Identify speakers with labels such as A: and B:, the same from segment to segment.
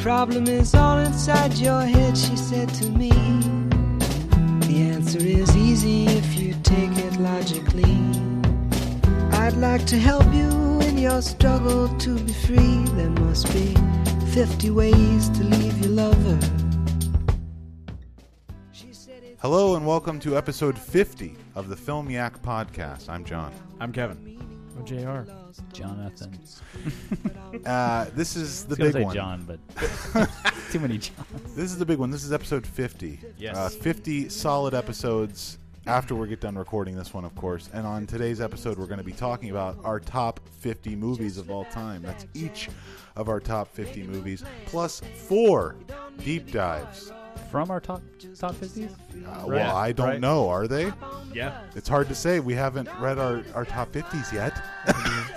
A: problem is all inside your head, she said to me. The answer is easy if you take it logically. I'd like to help you in your struggle to be free. There must be 50 ways to leave your lover. She said it's
B: Hello and welcome to episode 50 of the Film Yak podcast. I'm John.
C: I'm Kevin.
D: Or JR.
E: Jonathan.
B: Uh, this is the
E: I
B: big
E: was gonna say
B: one.
E: John, but too many Johns.
B: This is the big one. This is episode 50.
C: Yes.
B: Uh, 50 solid episodes after we get done recording this one, of course. And on today's episode, we're going to be talking about our top 50 movies of all time. That's each of our top 50 movies, plus four deep dives.
E: From our top top fifties?
B: Uh,
C: Right.
B: Well, I don't
C: Right.
B: know. Are they?
C: Yeah.
B: It's hard to say. We haven't read our, our top 50s yet.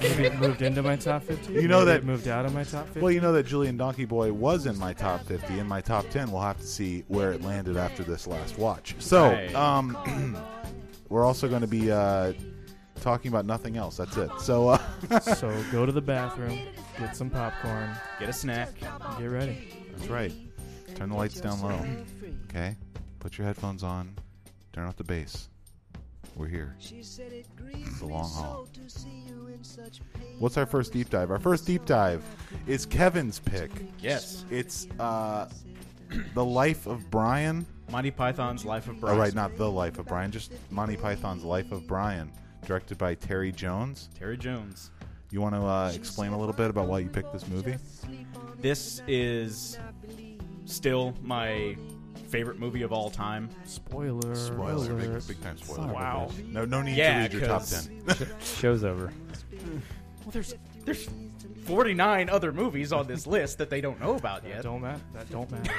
D: Maybe it moved into my top 50.
B: You know
D: Maybe
B: that-
D: It moved out of my top 50.
B: Well, you know that Julian Donkey Boy was in my top 50, in my top 10. We'll have to see where it landed after this last watch. So,
C: Right.
B: um, we're also going to be uh, talking about nothing else. That's it. So, uh,
D: so go to the bathroom, get some popcorn,
C: Get a snack.
D: and get ready.
B: that's right. Turn the lights down low. Okay? Put your headphones on. Turn off the bass. We're here.
A: She said it grieves
B: The
A: me
B: long
A: so
B: haul.
A: to see you in such pain.
B: What's our first deep dive? Our first deep dive is Kevin's pick.
C: Yes.
B: It's uh, The Life of Brian.
C: Monty Python's Life of
B: Oh,
C: Brian.
B: right, not The Life of Brian, just Monty Python's Life of Brian, directed by Terry Jones.
C: Terry Jones.
B: You want to uh, explain a little bit about why you picked this movie?
C: This is still my favorite movie of all time.
D: Spoiler. alert.
B: time
E: spoiler.
C: Wow.
B: No, no need
C: Yeah,
B: to read your top
C: 'cause-
B: ten.
E: Show's over.
C: Well, there's there's 49 other movies on this list that they don't know about
D: That
C: yet.
D: don't matter. That don't matter.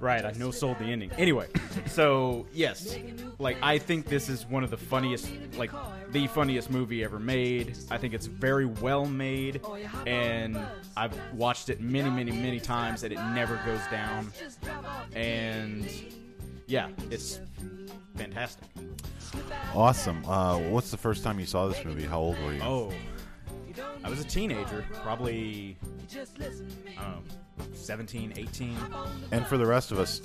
C: Right, I no sold the ending. Anyway, so yes, like I think this is one of the funniest, like the funniest movie ever made. I think it's very well made, and I've watched it many, many, many times, and it never goes down. And yeah, it's fantastic.
B: Awesome. Uh, what's the first time you saw this movie? How old were you?
C: Oh, I was a teenager, probably um, I don't know, 17, 18.
B: And for the rest of us,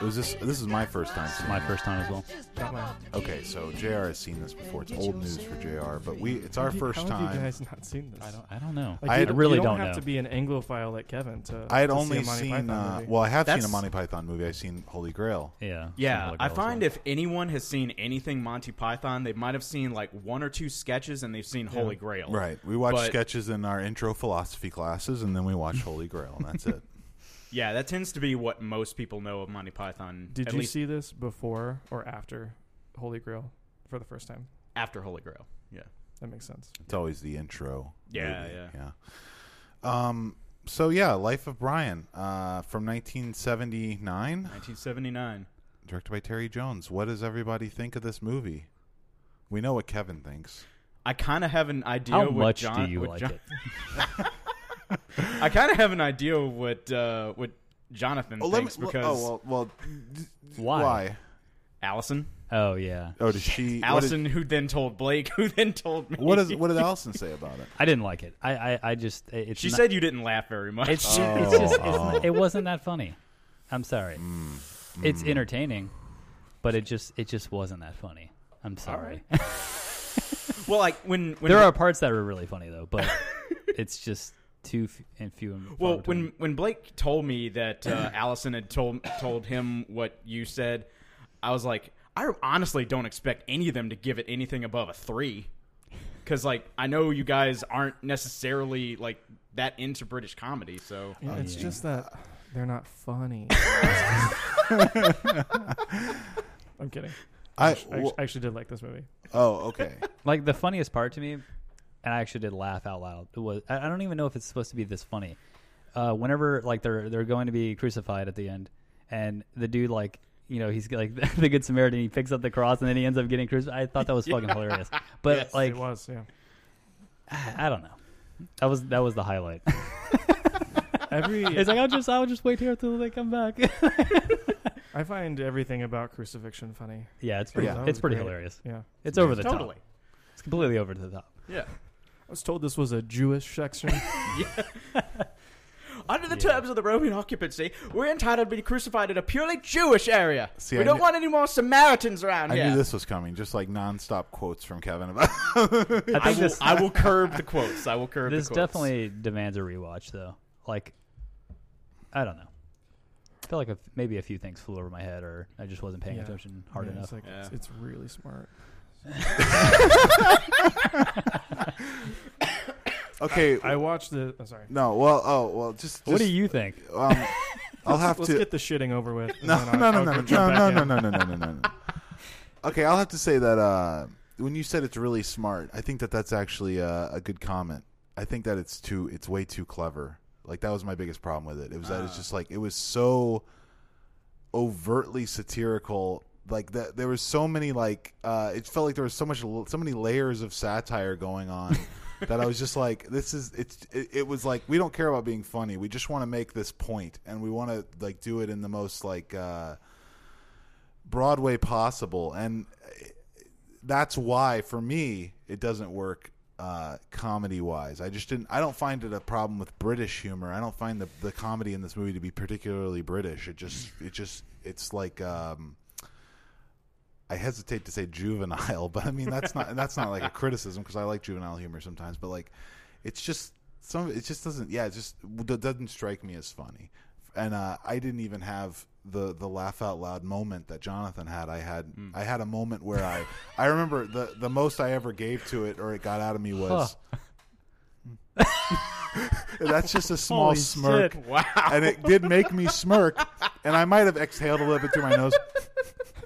B: was this this is my first time. seeing
E: My
B: it.
E: first time as well.
D: Not mine.
B: Okay, so Jr. has seen this before. It's old news for Jr. But we, it's our
D: How
B: first
D: have you
B: time.
D: guys not seen this?
E: I don't. I don't know.
D: Like,
B: I
D: you
B: had-
D: don't-
E: really
D: you don't,
E: don't
D: have
E: know.
D: to be an Anglophile like Kevin to.
B: I had
D: to see
B: only
D: a Monty
B: seen.
D: Python
B: Uh,
D: movie.
B: well, I have seen
C: That's-
B: a Monty Python movie. I've seen Holy Grail.
E: Yeah.
C: Yeah, I find
E: it.
C: if anyone has seen anything Monty Python, they might have seen like one or two sketches and they've seen Holy Grail.
B: Right. We watch
C: But-
B: sketches in our intro philosophy classes, and then we watch Holy Grail, and that's it.
C: Yeah, that tends to be what most people know of Monty Python.
D: Did
C: at
D: you
C: least
D: see this before or after Holy Grail for the first time?
C: after Holy Grail? Yeah.
D: That makes sense.
B: It's always the intro.
C: Yeah,
B: movie. yeah, Um. So yeah, Life of Brian, uh, from 1979,
C: 1979.
B: directed by Terry Jones. What does everybody think of this movie? We know what Kevin thinks.
C: I kind of have an idea
E: How
C: what
E: much
C: John,
E: do you
C: what
E: like
C: John-
E: it?
C: I kind of have an idea of what uh, what Jonathan thinks because
B: well,
E: Why?
C: Allison,
E: Oh yeah.
B: Oh, does she? what did-
C: Allison, who then told Blake, who then told me.
B: What does what did Allison say about it?
E: I didn't like it. I. I, I just. it- It's
C: she
E: not-
C: said you didn't laugh very much.
E: It's,
B: Oh,
E: it's just. It's
B: oh.
E: not, it wasn't that funny. I'm sorry. It's entertaining, but it just. It just wasn't that funny. I'm sorry.
C: well, like when when
E: there are parts that are really funny though, but it's just too f- and few and far
C: Well,
E: between.
C: when when Blake told me that uh, Allison had told told him what you said, I was like, I honestly don't expect any of them to give it anything above a three, because like I know you guys aren't necessarily like that into British comedy, so
D: Yeah, it's
E: yeah.
D: just that they're not funny. I'm kidding.
B: I,
D: I
B: well,
D: act- actually did like this movie.
B: oh okay.
E: Like the funniest part to me, and I actually did laugh out loud. It was I I don't even know if it's supposed to be this funny. Uh, whenever like they're they're going to be crucified at the end, and the dude like you know he's like the good Samaritan he picks up the cross and then he ends up getting crucified. I thought that was fucking hilarious. But
C: Yes,
E: like
D: it was, yeah.
E: I don't know. That was that was the highlight.
D: Every
E: It's like I'll just I'll just wait here until they come back.
D: I find everything about crucifixion funny.
E: yeah, it's pretty
B: Yeah.
D: That was
E: it's pretty
D: great.
E: hilarious.
D: Yeah.
E: It's over the
C: totally,
E: top. It's completely over the top.
C: yeah,
D: I was told this was a Jewish section.
C: Under the terms of the Roman occupancy, we're entitled to be crucified in a purely Jewish area.
B: See,
C: we
B: I
C: don't
B: knew-
C: want any more Samaritans around
B: I
C: here.
B: knew this was coming. Just like nonstop quotes from Kevin about.
E: I
C: I
E: think
C: will,
E: this
C: I will curb the quotes. I will curb
E: this
C: the quotes.
E: definitely demands a rewatch, though. Like, I don't know. I feel like a, maybe a few things flew over my head, or I just wasn't paying
D: Yeah.
E: attention hard
D: Yeah,
E: enough.
D: It's, like, it's,
C: Yeah.
D: it's really smart.
B: okay.
D: I watched the. Oh, sorry.
B: no. Well. Oh. Well. Just.
E: what do
B: just,
E: you think?
B: Um, I'll
D: Let's-
B: have
D: let's
B: to.
D: get the shitting over with. and
B: no,
D: then I'll-
B: no, no,
D: I'll
B: no,
D: go
B: no,
D: jump back
B: no,
D: in.
B: no, no, no, no, no, no, no. Okay, I'll have to say that uh, when you said it's really smart, I think that that's actually uh, a good comment. I think that it's too, it's way too clever. Like that was my biggest problem with it. It was that
D: Ah.
B: it's just like it was so overtly satirical. Like that, there was so many like uh, it felt like there was so much, so many layers of satire going on. that I was just like, this is it's. It, it was like we don't care about being funny. We just want to make this point, and we want to like do it in the most like uh, broad way possible. And that's why for me it doesn't work uh, comedy wise. I just didn't. I don't find it a problem with British humor. I don't find the the comedy in this movie to be particularly British. It just it just it's like. Um, I hesitate to say juvenile, but I mean that's not that's not like a criticism because I like juvenile humor sometimes. But like, it's just some it just doesn't yeah it just it doesn't strike me as funny. And uh, I didn't even have the the laugh out loud moment that Jonathan had. I had
E: Hmm.
B: I had a moment where I I remember the the most I ever gave to it or it got out of me was. That's just a small
E: Holy
B: smirk,
E: shit.
C: Wow.
B: and it did make me smirk, and I might have exhaled a little bit through my nose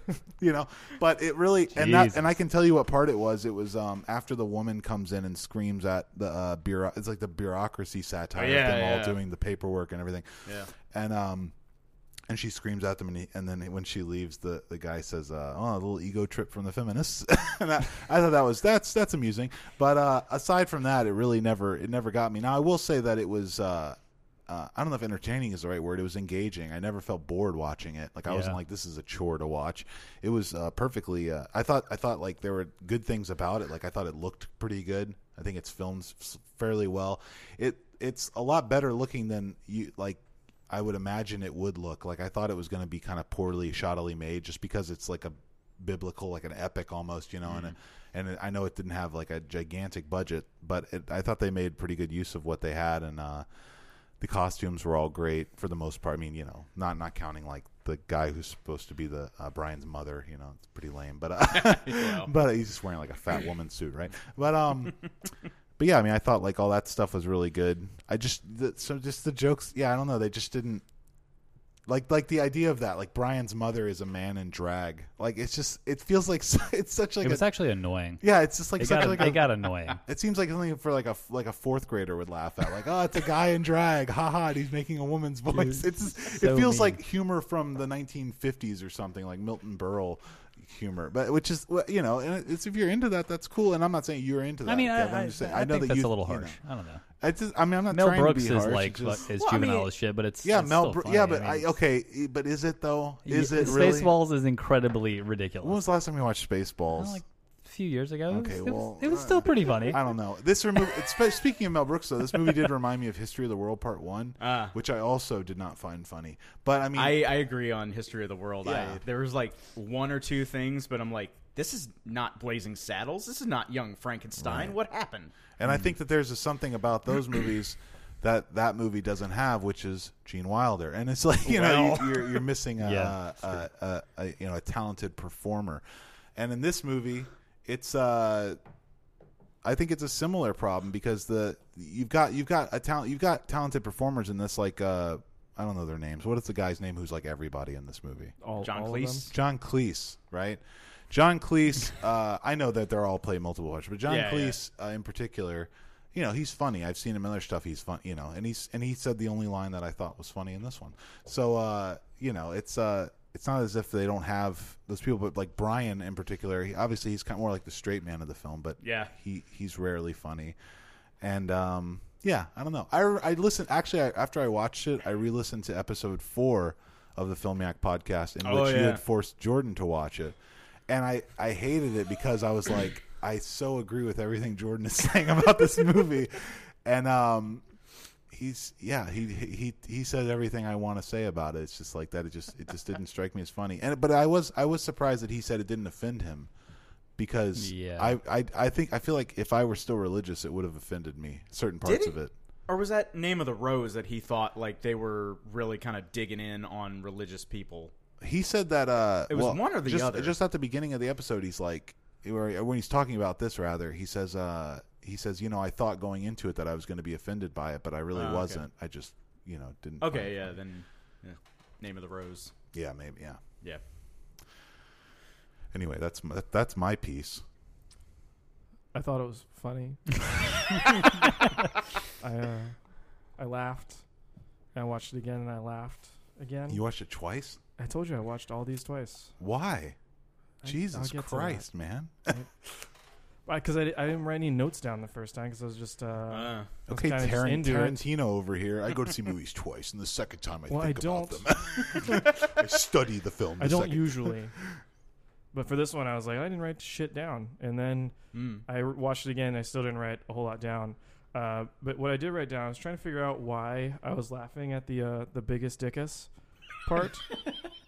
B: you know but it really and that
E: Jesus.
B: and i can tell you what part it was it was um after the woman comes in and screams at the uh bureau it's like the bureaucracy satire
C: Oh, yeah,
B: of them
C: yeah.
B: all doing the paperwork and everything
C: Yeah.
B: and um and she screams at them and, he, and then when she leaves the the guy says uh oh a little ego trip from the feminists and I, I thought that was that's that's amusing but uh aside from that it really never it never got me now i will say that it was uh uh, I don't know if entertaining is the right word. It was engaging. I never felt bored watching it. Like I wasn't
E: Yeah.
B: like this is a chore to watch. It was uh, perfectly. Uh, I thought I thought like there were good things about it. Like I thought it looked pretty good. I think it's filmed s- fairly well. It it's a lot better looking than you like. I would imagine it would look like I thought it was going to be kind of poorly shoddily made, just because it's like a biblical, like an epic almost, you know. And uh, and I know it didn't have like a gigantic budget, but it, I thought they made pretty good use of what they had, and uh, the costumes were all great for the most part. I mean, you know, not not counting like the guy who's supposed to be the uh, Brian's mother. You know, it's pretty lame, but uh, but he's just wearing like a fat woman suit, right? But um. But yeah, I mean, I thought like all that stuff was really good. I just the, so just the jokes. Yeah, I don't know. They just didn't like like the idea of that. Like Brian's mother is a man in drag. Like it's just it feels like s- it's such like
E: it was
B: a,
E: actually annoying.
B: yeah. It's just like
E: It
B: such
E: got,
B: like
E: it
B: a,
E: got annoying.
B: it seems like something for like a like a fourth grader would laugh at. Like oh, it's a guy in drag. Ha ha. and He's making a woman's voice. It's just-
E: so
B: it feels
E: mean.
B: like humor from the 1950s or something like Milton Berle humor but which is well, you know and it's if you're into that that's cool and i'm not saying you're into that
E: I mean, I,
B: Kevin,
E: I,
B: I'm just saying,
E: I
B: know
E: think
B: that
E: that's
B: you-
E: a little
B: you know.
E: harsh. I don't know.
B: I just, I mean, I'm not
E: Mel
B: trying
E: Brooks
B: to be
E: is
B: harsh,
E: like
B: it's just-
E: fu- is
C: Well, I mean-
E: juvenile as shit, but it's
B: yeah,
E: it's
B: Mel.
E: still
B: Bro-
E: funny.
B: yeah, but I,
E: mean,
B: okay, e- but is it though? Is
E: y-
B: it really?
E: Spaceballs is incredibly ridiculous.
B: When was the last time you watched Spaceballs?
E: Well, like a few years ago. It was-
B: Okay,
E: it was,
B: well,
E: it was
B: uh,
E: still pretty funny.
B: I don't know. This remove. it's spe- Speaking of Mel Brooks, though, this movie did remind me of History of the World Part One,
C: Ah.
B: which I also did not find funny. But I mean,
C: I, I agree on History of the World.
B: Yeah.
C: I, there was like one or two things, but I'm like, this is not Blazing Saddles. This is not Young Frankenstein. What happened?
B: and I think that there's a something about those movies that that movie doesn't have, which is Gene Wilder. And it's like you know, you, you're, you're missing a,
E: Yeah,
B: a, a, a you know a talented performer. And in this movie, it's uh, I think it's a similar problem because the you've got you've got a talent you've got talented performers in this like uh I don't know their names. What is the guy's name who's like everybody in this movie?
D: All,
C: John
D: all of them?
C: Cleese?
B: John Cleese, right? John Cleese. uh, I know that they're all play multiple parts, but John
C: Yeah,
B: Cleese uh, in particular, you know, he's funny. I've seen him in other stuff. He's fun, you know, and he's and he said the only line that I thought was funny in this one. So uh, you know, it's uh, it's not as if they don't have those people, but like Brian in particular, he, obviously he's kind of more like the straight man of the film, but
C: Yeah.
B: he he's rarely funny, and um, yeah, I don't know. I I listened actually I, after I watched it, I re-listened to episode four of the Filmiac podcast in
C: Oh,
B: which you
C: yeah.
B: had forced Jordan to watch it, and I I hated it because I was like I so agree with everything Jordan is saying about this movie, and um he's yeah he he he says everything I want to say about it. It's just like that. It just it just didn't strike me as funny. And but I was I was surprised that he said it didn't offend him because
E: Yeah.
B: I, I I think I feel like if I were still religious, it would have offended me certain parts
C: it?
B: of it.
C: Or was that Name of the Rose that he thought like they were really kind of digging in on religious people?
B: He said that uh,
C: It was
B: well,
C: one or the
B: just,
C: other.
B: Just at the beginning of the episode, he's like, or when he's talking about this, rather, he says, uh, he says, you know, I thought going into it that I was going to be offended by it, but I really
D: Ah,
C: Oh, okay.
B: wasn't. I just, you know, didn't.
C: Okay, yeah, then yeah. Name of the Rose.
B: yeah, maybe, yeah.
C: Yeah.
B: Anyway, that's my, that's my piece.
D: I thought it was funny. I uh, I laughed. And I watched it again and I laughed again.
B: You watched it twice?
D: I told you I watched all these twice.
B: Why?
D: I- I'll
B: Jesus
D: get to that.
B: Christ, man.
D: Because I, di- I didn't write any notes down the first time because I was just uh,
C: Uh,
D: I was
B: Okay,
D: kinda just
B: Taran-
D: into it.
B: Tarantino over here. I go to see movies twice, and the second time I
D: Well, I
B: think about
D: don't.
B: them. I study the film.
D: I
B: the
D: don't
B: second-
D: usually. But for this one, I was like, I didn't write shit down. And then
B: Hmm.
C: mm.
D: I re- watched it again. and I still didn't write a whole lot down. Uh, but what I did write down, I was trying to figure out why I was laughing at the uh, the biggest dickus part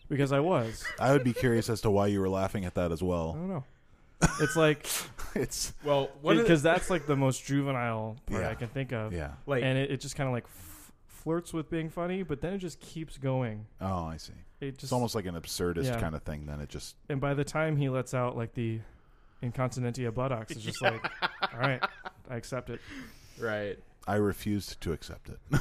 D: because I was.
B: I would be curious as to why you were laughing at that as
D: I
B: well.
D: don't know. It's like
B: It's
C: Well, what are the-
D: because that's like the most juvenile part
B: Yeah.
D: I can think of,
B: yeah.
C: like
D: and it, it just kind of like f- flirts with being funny, but then it just keeps going.
B: Oh, I see.
D: It just
B: It's almost like an absurdist
D: Yeah.
B: kind of thing. Then it just
D: and by the time he lets out like the incontinentia buttocks, it's just like, all right, I accept it.
C: right.
B: I refused to accept it.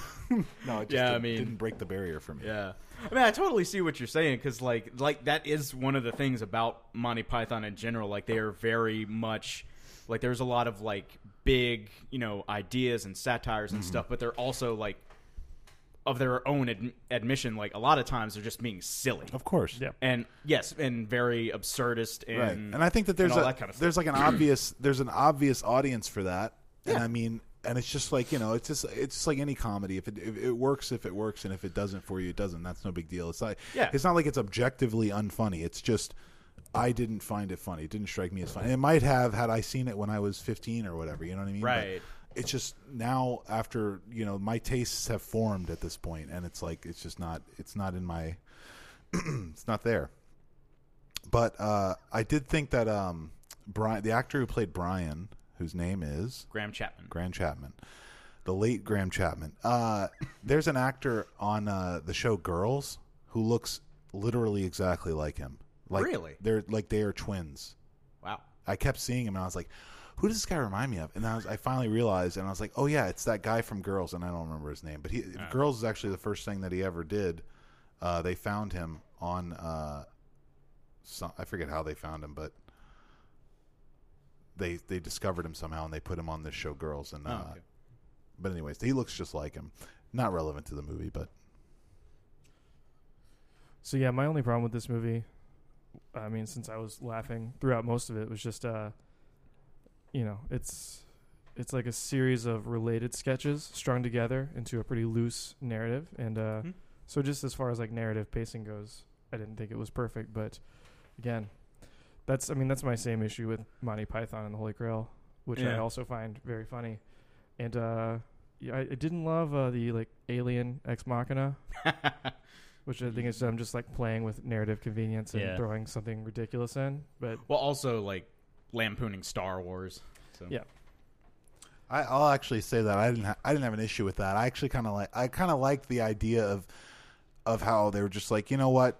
B: no, it just
C: Yeah, I
B: didn't,
C: mean-
B: didn't break the barrier for me.
C: Yeah, I mean, I totally see what you're saying because, like, like that is one of the things about Monty Python in general. Like, they are very much like there's a lot of like big, you know, ideas and satires
B: Mm-hmm.
C: and stuff, but they're also like of their own ad- admission. Like, a lot of times they're just being silly.
B: Of course.
D: Yeah.
C: And yes, and very absurdist and
B: right and i think that there's
C: all
B: a,
C: that kind of stuff.
B: there's like an obvious there's an obvious audience for that and i mean and it's just like you know it's just it's just like any comedy if it if it works if it works and if it doesn't for you it doesn't that's no big deal it's like
C: Yeah.
B: it's not like it's objectively unfunny it's just I didn't find it funny. It didn't strike me as funny. It might have had I seen it when I was 15 or whatever. You know what I mean? But
C: Right.
B: it's just now after you know my tastes have formed at this point, and it's like it's just not it's not in my it's not there. But uh, I did think that um, Brian, the actor who played Brian, whose name is
C: Graham Chapman.
B: Graham Chapman, the late Graham Chapman. Uh, there's an actor on uh, the show Girls who looks literally exactly like him. Like,
C: Really?
B: They're like they are twins.
C: Wow.
B: I kept seeing him, and I was like, "Who does this guy remind me of?" And I, was, I finally realized, and I was like, "Oh yeah, it's that guy from Girls," and I don't remember his name, but he Girls is actually the first thing that he ever did. Uh, they found him on, uh, some, I forget how they found him, but they they discovered him somehow, and they put him on this show Girls, and uh,
C: Oh, okay.
B: but anyways, he looks just like him. Not relevant to the movie, but
D: So yeah, my only problem with this movie, I mean, since I was laughing throughout most of it, was just uh, you know, it's it's like a series of related sketches strung together into a pretty loose narrative, and uh,
C: Mhm.
D: so just as far as like narrative pacing goes, I didn't think it was perfect. But again, that's I mean that's my same issue with Monty Python and the Holy Grail, which I
C: Yeah.
D: also find very funny, and uh, yeah, I, I didn't love uh, the like alien ex machina which I think is I'm just like playing with narrative convenience and
E: Yeah.
D: throwing something ridiculous in. But
C: well, also like lampooning Star Wars. So.
D: Yeah.
B: I, I'll actually say that I didn't ha- I didn't have an issue with that. I actually kind of like I kind of liked the idea of of how they were just like you know what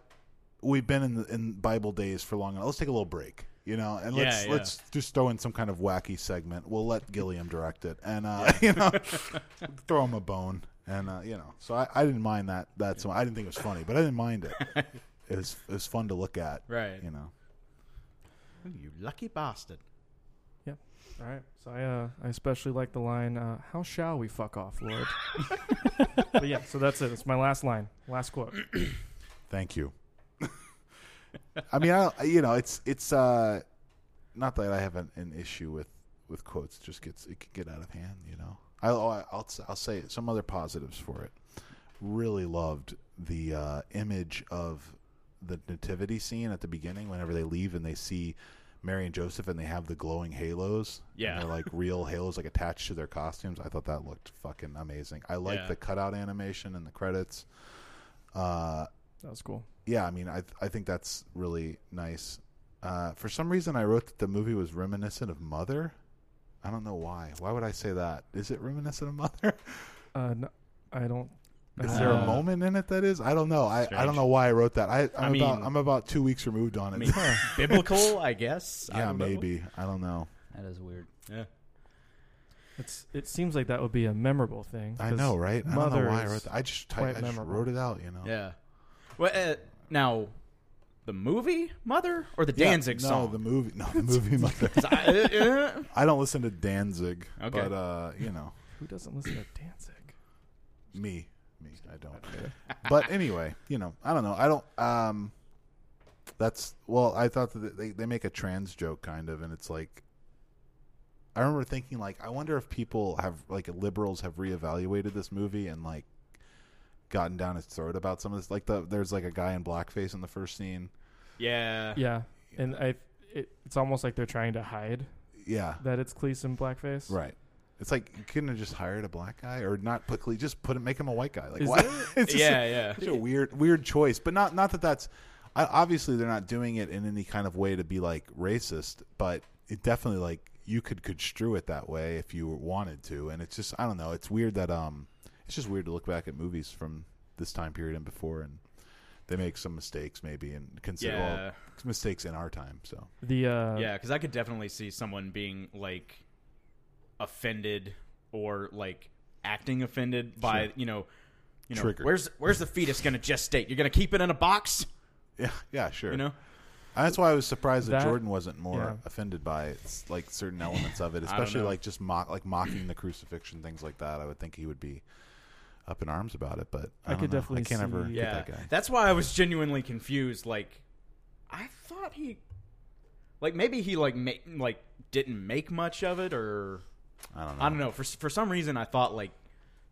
B: we've been in the, in Bible days for long enough. Let's take a little break, you know, and
C: Yeah,
B: let's
C: yeah.
B: let's just throw in some kind of wacky segment. We'll let Gilliam direct it, and uh, you know, throw him a bone, and uh, you know. So I, I didn't mind that. That's I didn't think it was funny, but I didn't mind it. it was it was fun to look at,
C: Right.
B: You know.
C: Ooh, You lucky bastard.
D: all right, so I uh, I especially like the line, uh, "How shall we fuck off, Lord?" but yeah, so that's it. It's my last line, last quote.
B: Thank you. I mean, I you know, it's it's uh, not that I have an, an issue with with quotes. It just gets it can get out of hand. You know, I, I'll I'll I'll say some other positives for it. Really loved the uh, image of the nativity scene at the beginning. Whenever they leave and they see Mary and Joseph, and they have the glowing halos. and
C: Yeah.
B: they're like real halos, like attached to their costumes. I thought that looked fucking amazing. I like
C: Yeah.
B: the cutout animation and the credits. Uh,
D: That was cool.
B: yeah, I mean, I I think that's really nice. Uh, for some reason, I wrote that the movie was reminiscent of Mother. I don't know why. Why would I say that? Is it reminiscent of Mother?
D: Uh, no, I don't.
B: Is there a
E: Uh,
B: moment in it that is? I don't know. I, I don't
C: Strange.
B: know why I wrote that. I, I'm,
C: I mean-
B: about, I'm about two weeks removed on it.
C: I mean, biblical, I guess. I
B: yeah,
C: don't know.
B: maybe. I don't know.
E: That is weird.
C: Yeah.
D: It's. It seems like that would be a memorable thing.
B: I
D: 'cause
B: know, right? I don't know
D: Mother
B: why I
D: is
B: wrote that. I just, ty-
D: quite
B: I just
D: memorable.
B: wrote it out, you know?
C: Yeah. Well, uh, now, the movie Mother or the
B: Yeah,
C: Danzig
B: no,
C: song?
B: the movie. No, the movie. Mother.
C: 'Cause I- uh, uh,
B: I don't listen to Danzig,
C: Okay.
B: but, uh, you know,
D: Who doesn't listen to Danzig?
B: me. Me. I don't. but anyway, you know, I don't know. I don't. Um, that's well. I thought that they they make a trans joke kind of, and it's like. I remember thinking like, I wonder if people have like liberals have reevaluated this movie and like gotten down his throat about some of this. Like the there's like a guy in blackface in the first scene.
C: yeah.
D: Yeah, and I. It, it's almost like they're trying to hide
B: Yeah,
D: that it's Cleese in blackface.
B: right. It's like you couldn't have just hired a black guy or not put Cle- just put him make him a white guy. Like
D: Is
B: why? It's just-
C: Yeah, yeah.
B: Such a weird, weird choice. But not, not that that's. I, obviously, they're not doing it in any kind of way to be like racist, but it definitely like you could construe it that way if you wanted to. And it's just, I don't know. It's weird that um, it's just weird to look back at movies from this time period and before, and they make some mistakes maybe and consider well,
C: Yeah.
B: mistakes in our time. So
D: The uh,
C: Yeah, because I could definitely see someone being like offended or like acting offended by
B: Sure.
C: you know, you know,
B: Triggered.
C: where's where's the fetus going to gestate? You're going to keep it in a box,
B: yeah, yeah, sure.
C: you know?
B: That's why I was surprised that,
D: That-
B: Jordan wasn't more
D: yeah.
B: offended by it, s- like certain elements of it,
C: don't
B: especially
C: know.
B: like just mock, like mocking the crucifixion, things like that. I would think he would be up in arms about it, but I,
D: I
B: don't
D: could
B: know.
D: definitely
B: I can't ever
D: see-
B: get
C: Yeah,
B: that guy.
C: that's why I was genuinely confused. Like, I thought he, like, maybe he like ma- like didn't make much of it, or
B: I don't know.
C: I don't know. For s- for some reason, I thought like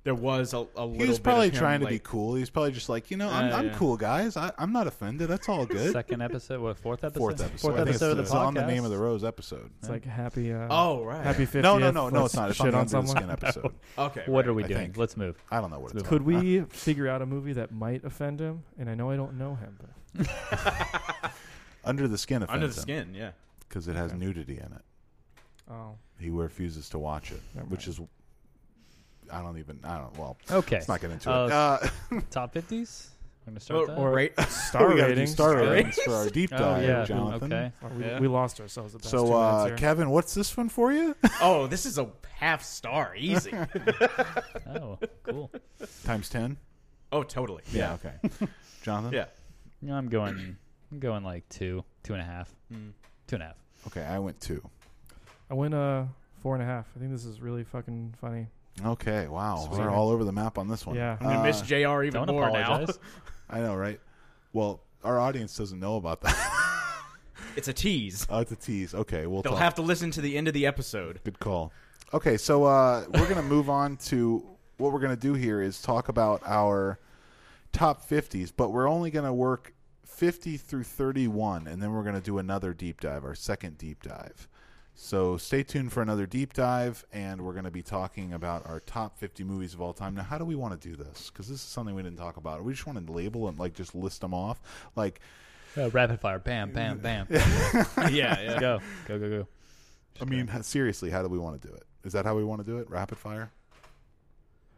C: there was a, a little.
B: He was
C: bit
B: probably
C: of him,
B: trying to be
C: like-
B: cool. He was probably just like, you know, I'm,
C: Uh,
B: I'm
C: yeah.
B: cool, guys. I, I'm not offended. That's all good.
E: Second episode, what? Fourth episode.
B: Fourth episode.
E: Fourth
B: I think it's-
E: episode of the
B: it's
E: podcast.
B: on the name of the rose episode.
D: It's like happy. Uh,
C: Oh right.
D: happy fifty.
B: no, no, no, no. It's not. It's on
D: shit
B: the
D: on
B: Under the
D: someone.
B: Skin episode.
C: Okay.
E: What
C: right.
E: are we
B: I
E: doing?
B: think.
E: Let's move.
B: I don't know what it's
D: Could
B: called. I-
D: we figure out a movie that might offend him? And I know I don't know him, but
B: Under the Skin
C: under the
B: offends him
C: skin? Yeah.
B: because it has nudity in it.
D: oh,
B: He refuses to watch it,
D: Never
B: which
D: mind.
B: is I don't even I don't well
E: Okay.
B: let's not get into it.
E: Uh,
B: Uh,
E: Top fifties. We're gonna start
C: Or,
E: that.
D: or-
C: Oh, right.
D: star
B: we gotta do
D: rating.
B: star
C: Star
B: ratings for our deep
E: oh
B: dive,
E: yeah.
B: Jonathan.
E: Okay.
D: we,
C: Yeah.
D: we lost ourselves. The past two
B: So
D: minutes
B: uh,
D: here.
B: Kevin, what's this one for you?
C: oh, this is a half star. Easy.
E: Oh, cool.
B: Times ten.
C: oh, totally.
B: Yeah. Okay. Jonathan.
C: Yeah.
E: No, I'm going. I'm going like two, two and a half,
B: Hmm.
E: two and a half.
B: Okay, I went two.
D: I went uh four and a half. I think this is really fucking funny.
B: Okay. Wow.
D: Sweet.
B: We're all over the map on this one.
D: Yeah.
C: I'm gonna miss
B: Uh,
C: Jr. even
E: Don't
C: more
E: apologize.
B: I know, right? Well, our audience doesn't know about that.
C: now. It's a tease.
B: uh, it's a tease. Okay, we'll
C: They'll
B: talk.
C: have to listen to the end of the episode.
B: Good call. Okay, so uh, we're going to move on to what we're going to do here is talk about our top 50s, but we're only going to work 50 through 31, and then we're going to do another deep dive, our second deep dive. So stay tuned for another deep dive, and we're going to be talking about our top 50 movies of all time. Now, how do we want to do this? Because this is something we didn't talk about. We just want to label and like just list them off. Like,
E: Uh, rapid fire. Bam, bam, bam.
C: yeah, yeah.
E: Go, go, go, go.
B: I mean, h- seriously, how do we want to do it? Is that how we want to do it? Rapid fire?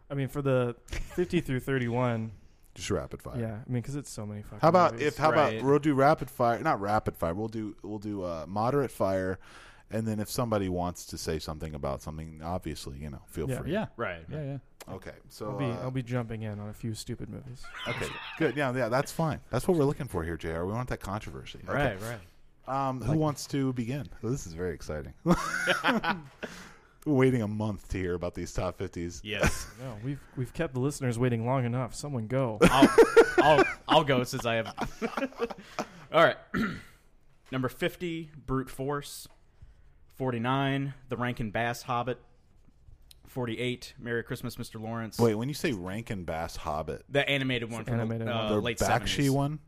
D: I mean, for the fifty through thirty-one.
B: Just rapid fire.
D: Yeah, I mean, because it's so many fucking.
B: How about
D: movies.
B: if? How
C: Right.
B: about we'll do rapid fire? Not rapid fire. We'll do we'll do uh, moderate fire, and then if somebody wants to say something about something, obviously you know feel
D: Yeah.
B: free.
E: Yeah.
C: Right.
E: Yeah, yeah.
B: Okay. So
D: I'll be,
B: uh,
D: I'll be jumping in on a few stupid movies.
B: okay. Good. Yeah. Yeah. That's fine. That's what we're looking for here, Jr. We want that controversy. Okay.
C: Right. Right.
B: Um, who wants to begin? Well, this is very exciting. Waiting a month to hear about these top fifties.
C: Yes.
D: No, we've we've kept the listeners waiting long enough. Someone go.
C: I'll, I'll, I'll go since I have. All right. Number 50, Brute Force. 49, The Rankin Bass Hobbit. 48, Merry Christmas, Mr. Lawrence.
B: Wait, when you say Rankin Bass Hobbit,
C: The animated one from
D: Animated
C: the
D: one.
C: uh,
B: the
C: late
B: Bakshi
C: 70s.
B: one?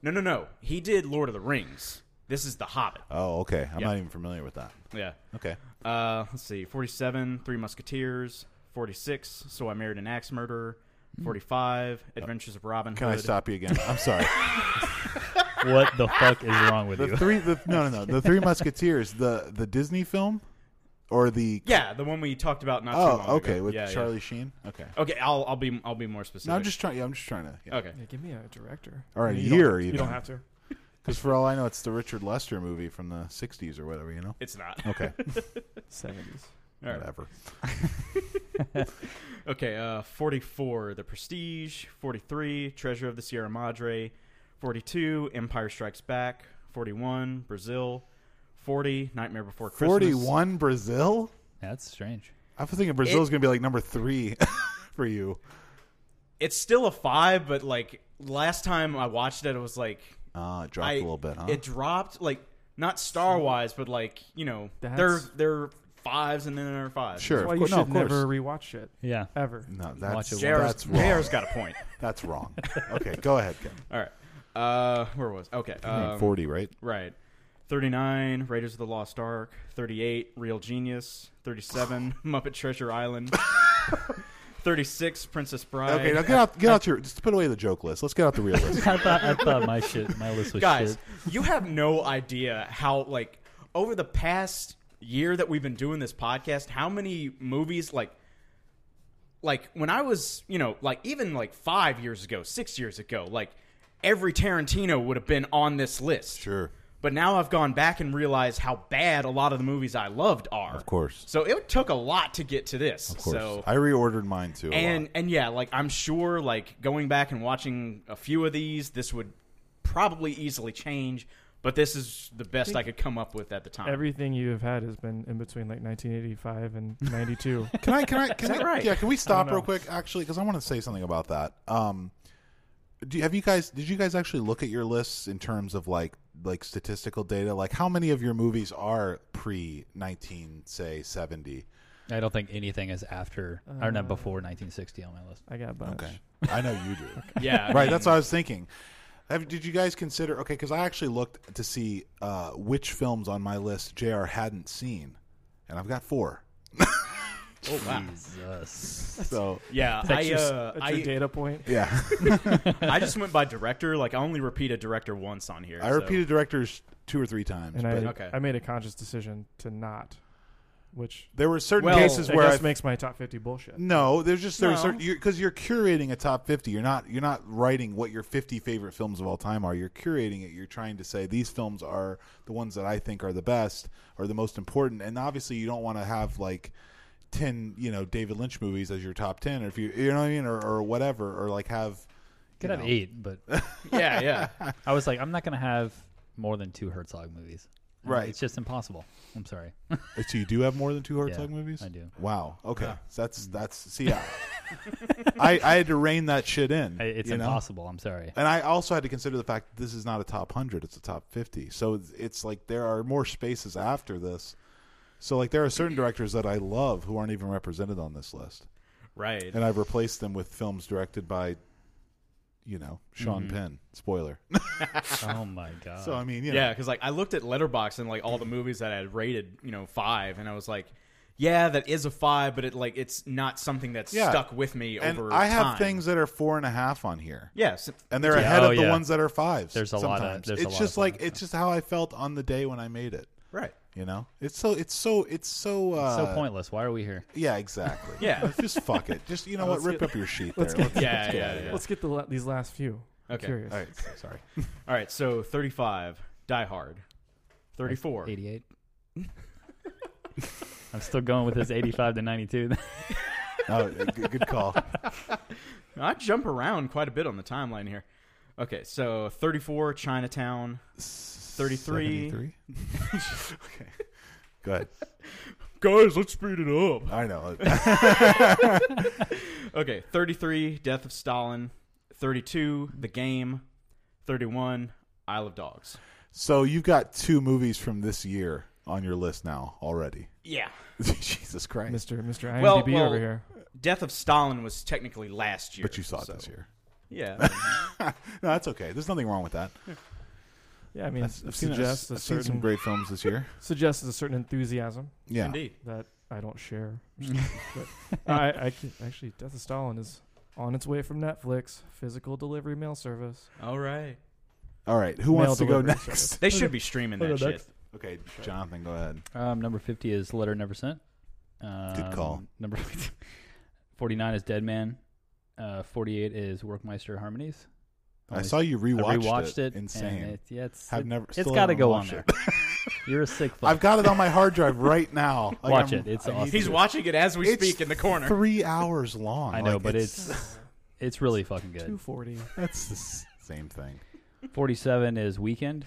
C: No, no, no. He did Lord of the Rings. This is The Hobbit.
B: Oh, okay. I'm
C: Yeah.
B: not even familiar with that.
C: Yeah.
B: Okay.
C: Uh, let's see. 47, Three Musketeers. 46, So I Married an Axe Murderer. 45, Adventures of Robin Hood.
B: Can I stop you again? I'm sorry.
E: What the fuck is wrong with
B: The
E: you?
B: three. The, no, no, no. The Three Musketeers. The the Disney film, or the.
C: Yeah, the one we talked about not too long
B: Oh, okay.
C: ago.
B: With
C: Yeah, yeah.
B: Charlie Sheen. Okay.
C: Okay, I'll I'll be I'll be more specific.
B: No, I'm just trying. Yeah, I'm just trying to. Yeah.
C: okay.
D: Yeah, give me a director.
B: Or a
D: You don't-
B: year
D: You
B: even.
D: don't have to.
B: Because for all I know, it's the Richard Lester movie from the '60s or whatever. You know.
C: It's not.
B: Okay.
D: Seventies.
C: All right.
B: Whatever.
C: Okay. Uh, forty-four, The Prestige. Forty-three, Treasure of the Sierra Madre. Forty-two, Empire Strikes Back. Forty-one, Brazil. Forty, Nightmare Before Christmas.
B: Forty-one Brazil.
E: That's strange.
B: I was thinking Brazil's going to be like number three for you.
C: It's still a five, but like last time I watched it, it was like
B: Ah, it dropped
C: I-
B: a little bit, huh?
C: It dropped like not star wise, but like you know,
D: That's-
C: they're they're fives and then they're fives.
B: sure.
D: That's why
B: of
D: you
B: course,
D: should
B: no, of course.
D: never rewatch shit
E: Yeah.
D: ever.
B: No, that's
E: Watch it
C: JR's,
B: that's wrong.
C: JR's got a point.
B: That's wrong. Okay, go ahead, Ken.
C: All right. Uh, where was okay? Um,
B: Forty, right?
C: Right. 39, Raiders of the Lost Ark. 38, Real Genius. 37, Muppet Treasure Island. 36, Princess Bride.
B: Okay, now get out, get out your, just put away the joke list. Let's get out the real list.
E: I thought I thought my shit my list was
C: Guys,
E: shit.
C: you have no idea how, like, over the past year that we've been doing this podcast, how many movies, like, like when I was, you know, like even like five years ago, six years ago, like every Tarantino would have been on this list.
B: Sure.
C: But now I've gone back and realized how bad a lot of the movies I loved are.
B: Of course.
C: So it took a lot to get to this.
B: Of course.
C: So
B: I reordered mine too. a
C: and
B: lot.
C: and yeah, like I'm sure like going back and watching a few of these, this would probably easily change, but this is the best I could come up with at the time.
D: Everything you have had has been in between like 1985 and 92.
B: can I, can I, can I,
C: that right?
B: yeah, can we
D: I
B: stop
D: don't
B: real
D: know.
B: quick actually? Because I want to say something about that. Um, do you- have you guys, did you guys actually look at your lists in terms of like, like statistical data? Like how many of your movies are pre 19, say 70?
E: I don't think anything is after or
B: Uh.
E: not before 1960 on my list.
D: I got a bunch.
B: Okay. I know you do.
C: yeah. I
B: right.
C: mean,
B: That's what I was thinking. Have, did you guys consider? Okay, because I actually looked to see uh, which films on my list Jr. hadn't seen, and I've got four.
C: oh, wow.
E: Jesus.
B: So
C: Yeah,
D: That's
C: I
D: just
C: uh,
D: a true
C: I,
D: data point.
B: yeah,
C: I just went by director. Like I only repeat a director once on here.
B: I
C: so-
B: repeated directors two or three times.
D: And I,
B: but
C: Okay.
D: I made a conscious decision to not, which
B: there were certain
C: Well-
B: cases
D: I
B: where I
D: guess makes my top 50 bullshit.
B: no. There's just there were
C: No.
B: certain because you're, curating a top fifty. You're not you're not writing what your fifty favorite films of all time are. You're curating it. You're trying to say these films are the ones that I think are the best or the most important. And obviously, you don't want to have like 10 you know david lynch movies as your top 10 or if you you know what i mean or, or whatever or like have
E: Could
B: you
E: have
B: know.
E: eight, but
C: Yeah, yeah.
E: I was like, I'm not gonna have more than two Herzog movies. I mean,
B: Right.
E: It's just impossible. I'm sorry.
B: so you do have more than two herzog
E: Yeah, Mm.
B: movies
E: I do.
B: wow okay so that's that's see I, I i had to rein that shit in
E: I- It's
B: you know?
E: impossible. I'm sorry.
B: and i also had to consider the fact that this is not a top 100 it's a top 50 so it's, it's like there are more spaces after this so like there are certain directors that i love who aren't even represented on this list
C: Right.
B: and i've replaced them with films directed by you know sean
E: Mm-hmm.
B: penn spoiler
E: oh my god.
B: so i mean you know,
C: Yeah, because like I looked at Letterbox and like all the movies that I had rated, you know, five, and I was like, yeah, that is a five, but it like it's not something that's
B: Yeah.
C: stuck with me
B: and
C: over.
B: I have
C: time.
B: things that are four and a half on here,
C: Yes.
B: and they're
E: Yeah.
B: ahead
E: Oh,
B: of the
E: yeah.
B: ones that are fives.
E: There's a lot of-
B: sometimes.
E: there's a
B: it's
E: lot
B: just
E: of
B: like
E: fives,
B: it's just how I felt on the day when I made it.
C: Right.
B: You know, it's so it's so it's so uh,
E: so pointless. Why are we here?
B: Yeah, exactly.
C: Yeah.
B: just fuck it. Just you know what, rip up your sheet there. Let's-
C: Yeah, yeah, yeah.
D: Let's get the la- these last few. I'm
C: Okay.
D: curious.
B: All right, so- sorry.
C: All right. So thirty-five, Die Hard. Thirty-four.
E: 88. I'm still going with his 85 to 92.
B: Oh, good, good call.
C: I jump around quite a bit on the timeline here. Okay, so thirty-four, Chinatown. 33.
B: 73? okay, go ahead.
C: Guys, let's speed it up.
B: I know.
C: Okay, 33, Death of Stalin. 32, The Game. 31, Isle of Dogs.
B: So you've got two movies from this year on your list now already.
C: Yeah.
B: Jesus Christ!
D: Mr. Mr. IMDb
C: Well, well,
D: over here.
C: Death of Stalin was technically last year.
B: But you saw it
C: so-
B: this year.
C: Yeah.
B: No, that's okay. There's nothing wrong with that.
D: Yeah, I mean,
B: That's- I've
D: it
B: seen, I've-
D: suggests a
B: I've seen some
D: certain
B: great films this year.
D: suggests a certain enthusiasm
B: Yeah.
C: Indeed.
D: that I don't share. but I, I c- actually, Death of Stalin is on its way from Netflix physical delivery mail service.
C: All right.
B: All right. Who
D: Mail
B: wants to go
D: delivery
B: next?
D: service.
C: They should be streaming that
E: Okay,
C: shit.
E: next.
B: Okay, Jonathan, go ahead.
E: Um, number 50 is Letter Never Sent. Um,
B: call.
E: Number 49 is Dead Man. Uh, 48 is Workmeister Harmonies.
B: I
E: Only-
B: saw you
E: I
B: rewatched,
E: rewatched it. and
B: Insane.
E: it- yeah, it's,
B: I've
E: it-
B: never.
E: it's
B: still
E: got to
B: haven't
E: go on
B: watched
E: there.
B: it.
E: You're a sick fuck.
B: I've got it on my hard drive right now. Like,
E: Watch
B: I'm-
E: it. It's
B: I need
E: awesome.
B: to.
C: He's watching it as we
B: It's
C: speak in the corner.
B: Three hours long.
E: I know,
B: Like,
E: but it's it's really fucking
D: Two
E: good.
D: forty.
B: that's the s- same thing.
E: 47 is Weekend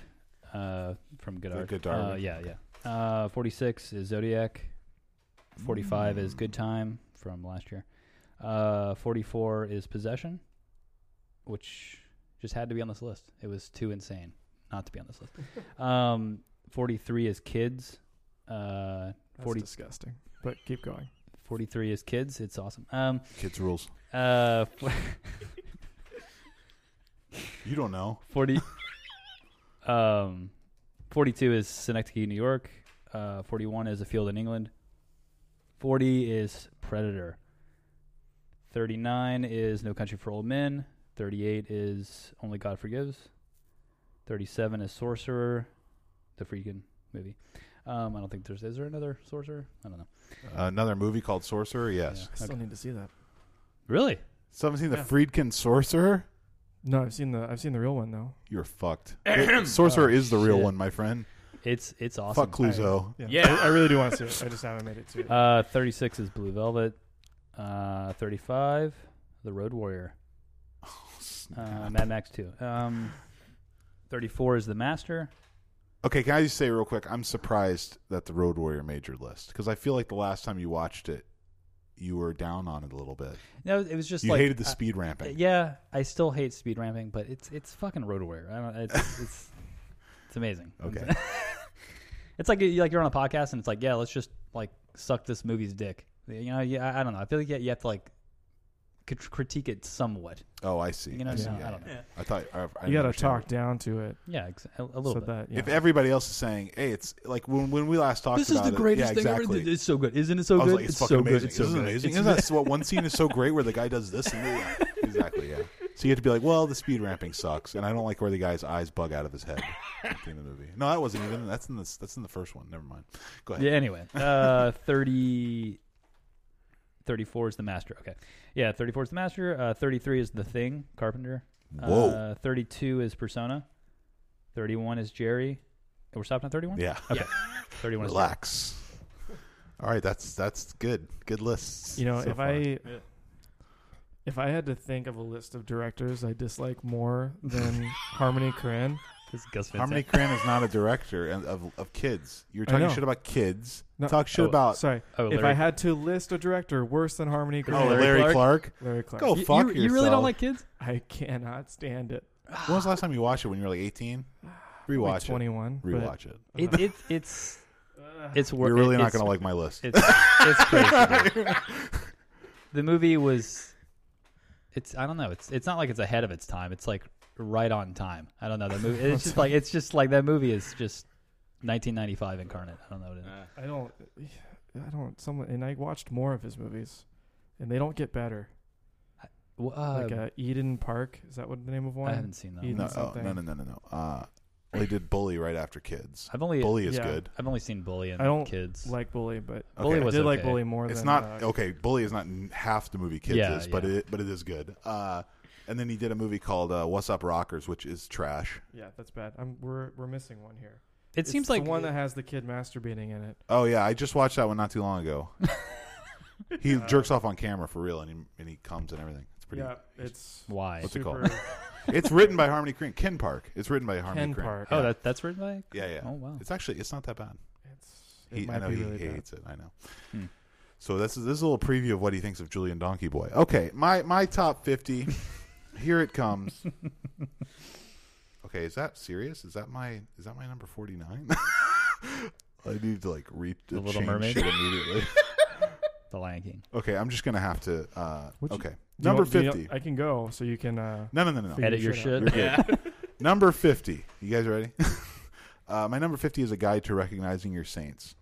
E: uh, from
B: The
E: Godard.
B: Godard
E: Uh,
B: Weekend.
E: yeah, yeah. Uh, 46 is Zodiac. 45
B: Mm.
E: is Good Time from last year. Uh, 44 is Possession, which just had to be on this list. It was too insane not to be on this list. Um, 43 is Kids. Uh,
D: That's
E: 40
D: disgusting. But keep going.
E: 43 is Kids. It's awesome. Um,
B: Kids rules.
E: uh,
B: You don't know.
E: 40 um 42 is Synecdoche, New York. Uh 41 is A Field in England. 40 is Predator. 39 is No Country for Old Men. 38 is Only God Forgives. 37 is Sorcerer, the freaking movie. Um, I don't think there's is there another sorcerer? I don't know.
B: Uh, another movie called Sorcerer. Yes.
E: Yeah.
D: I still
E: Okay.
D: need to see that.
E: Really?
B: So haven't seen the
D: Yeah.
B: Friedkin Sorcerer?
D: No, I've seen the I've seen the real one though.
B: You're fucked. Sorcerer
E: Oh,
B: is the real
E: shit.
B: one, my friend.
E: It's it's awesome.
B: Fuck Cluzo.
D: Yeah,
C: Yeah.
D: I, I really do want to see it. I just haven't made it to. it.
E: Uh, 36 is Blue Velvet. Uh, 35, The Road Warrior. Uh, Mad Max 2. Um, 34 is The Master.
B: Okay, can I just say real quick? I'm surprised that the Road Warrior made your list because I feel like the last time you watched it, you were down on it a little bit.
E: No, it was just
B: You
E: like
B: hated the
E: I- uh,
B: speed ramping.
E: yeah, I still hate speed ramping, but it's it's fucking Road Warrior. I don't. It's it's, it's amazing.
B: Okay.
E: it's like you like you're on a podcast and it's like yeah, let's just like suck this movie's dick. You know, yeah, I- I don't know. I feel like you you have to like crit- critique it somewhat.
B: Oh, I see.
E: You know,
B: I, see.
E: no,
B: Yeah,
E: I don't
B: yeah.
E: know.
B: I thought I, I
D: you got to
B: understand.
D: talk down to it
E: Yeah, ex- a, a little
D: so
E: bit.
D: that yeah.
B: If everybody else is saying, "Hey, it's like when when we last talked
E: this is
B: about
E: the greatest
B: it, yeah,
E: thing ever.
B: exactly.
E: Th- It's so good, isn't it? So
B: I was
E: good.
B: like, it's, fucking
E: so
B: amazing.
E: good. It's so
B: Isn't it
E: good.
B: amazing?
E: It's-
B: Isn't that what one scene is so great where the guy does this and that? exactly, yeah. So you have to be like, well, the speed ramping sucks, and I don't like where the guy's eyes bug out of his head at the end of the movie. No, that wasn't even that's in this that's in the first one. Never mind. Go ahead.
E: Yeah, anyway. Uh 30 34 is the master. Okay. Yeah, 34 is the master. Uh 33 is the thing, Carpenter.
B: Whoa.
E: Uh 32 is Persona. 31 is Jerry. We're stopping at 31?
B: yeah.
E: Okay. 31 is Jerry.
B: Relax. All right, that's that's good. Good lists.
D: You know,
B: so
D: if
B: far.
D: I if I had to think of a list of directors I dislike more than Harmony Korine,
E: This is Gus Van
B: Harmony
E: Sant.
B: Korine is not a director and- of of kids. You're
D: I
B: talking
D: know.
B: shit about kids.
D: No.
B: Talk shit
E: Oh,
B: about
D: sorry,
E: Oh,
D: if I had to list a director worse than Harmony
B: oh,
D: Korine,
B: Larry, Clark.
D: Larry Clark.
B: Go
E: you,
B: fuck
E: you, you really
B: yourself.
E: don't like kids?
D: I cannot stand it.
B: When was the last time you watched it? When you were like 18? Rewatch it.
D: Twenty one.
B: Rewatch it.
E: It, it, it's
D: Uh,
E: it's wor-
B: You're really
E: it-
B: not
E: it's-
B: going to like my list.
E: It's it's crazy. dude. the movie was it's I don't know, it's it's not like it's ahead of its time. It's like right on time. I don't know. That movie it's just like it's just like that movie is just 1995 incarnate. I don't know what it
C: Uh,
E: is.
D: I don't. I don't. Someone and I watched more of his movies, and they don't get better.
E: Well, uh,
D: like uh, Eden Park is that what the name of one?
E: I haven't seen that.
D: Eden
E: one.
B: no, oh,
D: something.
B: no, no, no, no, no. Uh, they did Bully right after Kids.
E: I've only
B: Bully is
D: yeah.
B: good.
E: I've only seen Bully and
D: I don't
E: Kids.
D: Like Bully, but
E: Bully
B: okay.
D: I
E: was
D: did like
E: okay.
D: Bully more
B: It's
D: than
B: not
D: uh,
B: okay. Bully is not n- half the movie Kids
E: Yeah,
B: is, but
E: yeah.
B: it but it is good. Uh, and then he did a movie called uh, What's Up Rockers, which is trash.
D: Yeah, that's bad. I'm, we're we're missing one here.
E: it
D: It's
E: seems like
D: the one that has the kid masturbating in it.
B: Oh yeah, I just watched that one not too long ago. he jerks off on camera for real, and he and he comes and everything. It's pretty.
D: yeah, it's
E: why.
B: What's it
D: super.
B: called? It's written by Harmony Korine. Ken Park. It's written by Harmony
D: Ken
B: Korine.
D: Park.
E: Oh, that that's written by
B: Yeah, yeah.
E: Oh, wow.
B: It's actually it's not that bad.
D: It's, it
B: He,
D: might
B: I know
D: be
B: he,
D: really
B: he
D: bad.
B: hates it. I know.
E: Hmm.
B: So this is this is a little preview of what he thinks of Julian Donkey Boy. Okay, my my top fifty. here it comes. Okay, is that serious? Is that my is that my number forty nine? I need to like read
E: The
B: the
E: Little
B: change
E: Mermaid?
B: shit immediately.
E: The Lion King.
B: okay, I'm just gonna have to. Uh,
D: Would you-
B: okay,
D: Do you
B: number
D: want- do you
B: fifty.
D: want- I can go, so you can. Uh,
B: No, no, no, no.
D: Figure
E: Edit your
D: shit
E: shit.
B: You're good. Number 50. You guys ready? uh, my number 50 is a guide to recognizing your saints.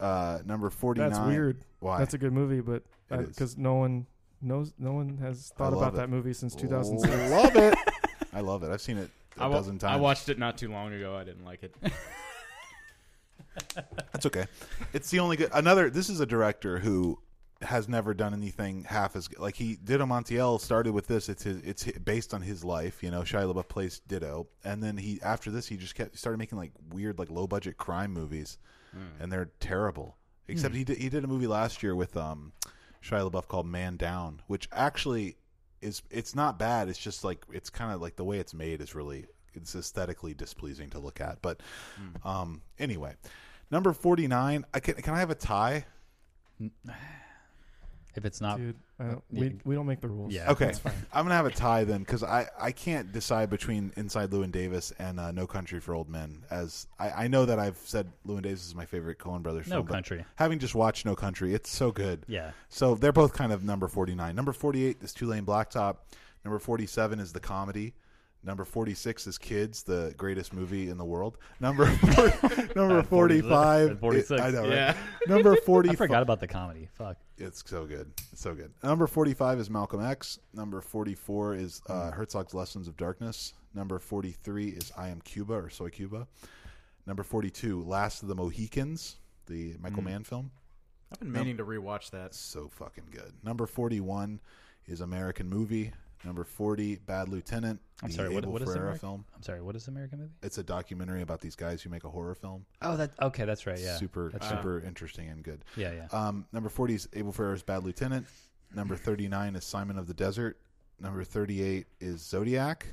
B: Uh, number 49.
D: That's weird.
B: Why?
D: That's a good movie, but
B: It is.
D: because no one knows, no one has
B: I
D: thought
B: love
D: about
B: it.
D: that movie since 2006.
B: Love it. I love it. I've seen it a
C: I wa-
B: dozen times.
C: I watched it not too long ago. I didn't like it.
B: That's okay. It's the only good. Another. This is a director who has never done anything half as good. like he did. A Montiel started with this. It's his. It's hi- based on his life. You know, Shia LaBeouf plays Ditto, and then he after this he just kept started making like weird like low budget crime movies, and they're terrible. Except he did, he did a movie last year with um Shia LaBeouf called Man Down, which actually is it's not bad. It's just like it's kind of like the way it's made is really it's aesthetically displeasing to look at. But um anyway, number forty nine. I can can I have a tie?
E: If it's not,
D: Dude, I don't,
E: Yeah.
D: we, we don't make the rules.
E: Yeah.
B: Okay,
D: That's fine.
B: I'm gonna have a tie then because I I can't decide between Inside Lewin Davis and uh, No Country for Old Men. As I, I know that I've said Lewin Davis is my favorite Coen Brothers.
E: No
B: film, but
E: Country.
B: Having just watched No Country, it's so good.
E: yeah,
B: So they're both kind of number 49. Number 48 is Tulane Blacktop. Number 47 is the comedy. Number 46 is Kids, the greatest movie in the world. Number number
E: Uh,
B: 45
E: 46,
B: I know, right?
C: yeah.
B: Number
E: I
B: 45
E: forgot about the comedy. Fuck.
B: It's so good. It's so good. Number 45 is Malcolm X. Number 44 is uh,
E: Hmm.
B: Herzog's Lessons of Darkness. Number 43 is I Am Cuba or Soy Cuba. Number 42, Last of the Mohicans, the Michael
E: Hmm.
B: Mann film.
C: I've been meaning to rewatch that.
B: so fucking good. Number 41 is American Movie. Number 40, Bad Lieutenant.
E: I'm
B: the
E: sorry, what-
B: Abel
E: what is
B: Ferrara
E: American-
B: film.
E: I'm sorry. What is the American movie?
B: It's a documentary about these guys who make a horror film.
E: Oh, that okay. That's right. Yeah.
B: super, uh,
E: That's right.
B: super interesting and good.
E: Yeah, yeah.
B: Um, number 40 is Abel Ferrara's Bad Lieutenant. Number 39 is Simon of the Desert. Number 38 is Zodiac.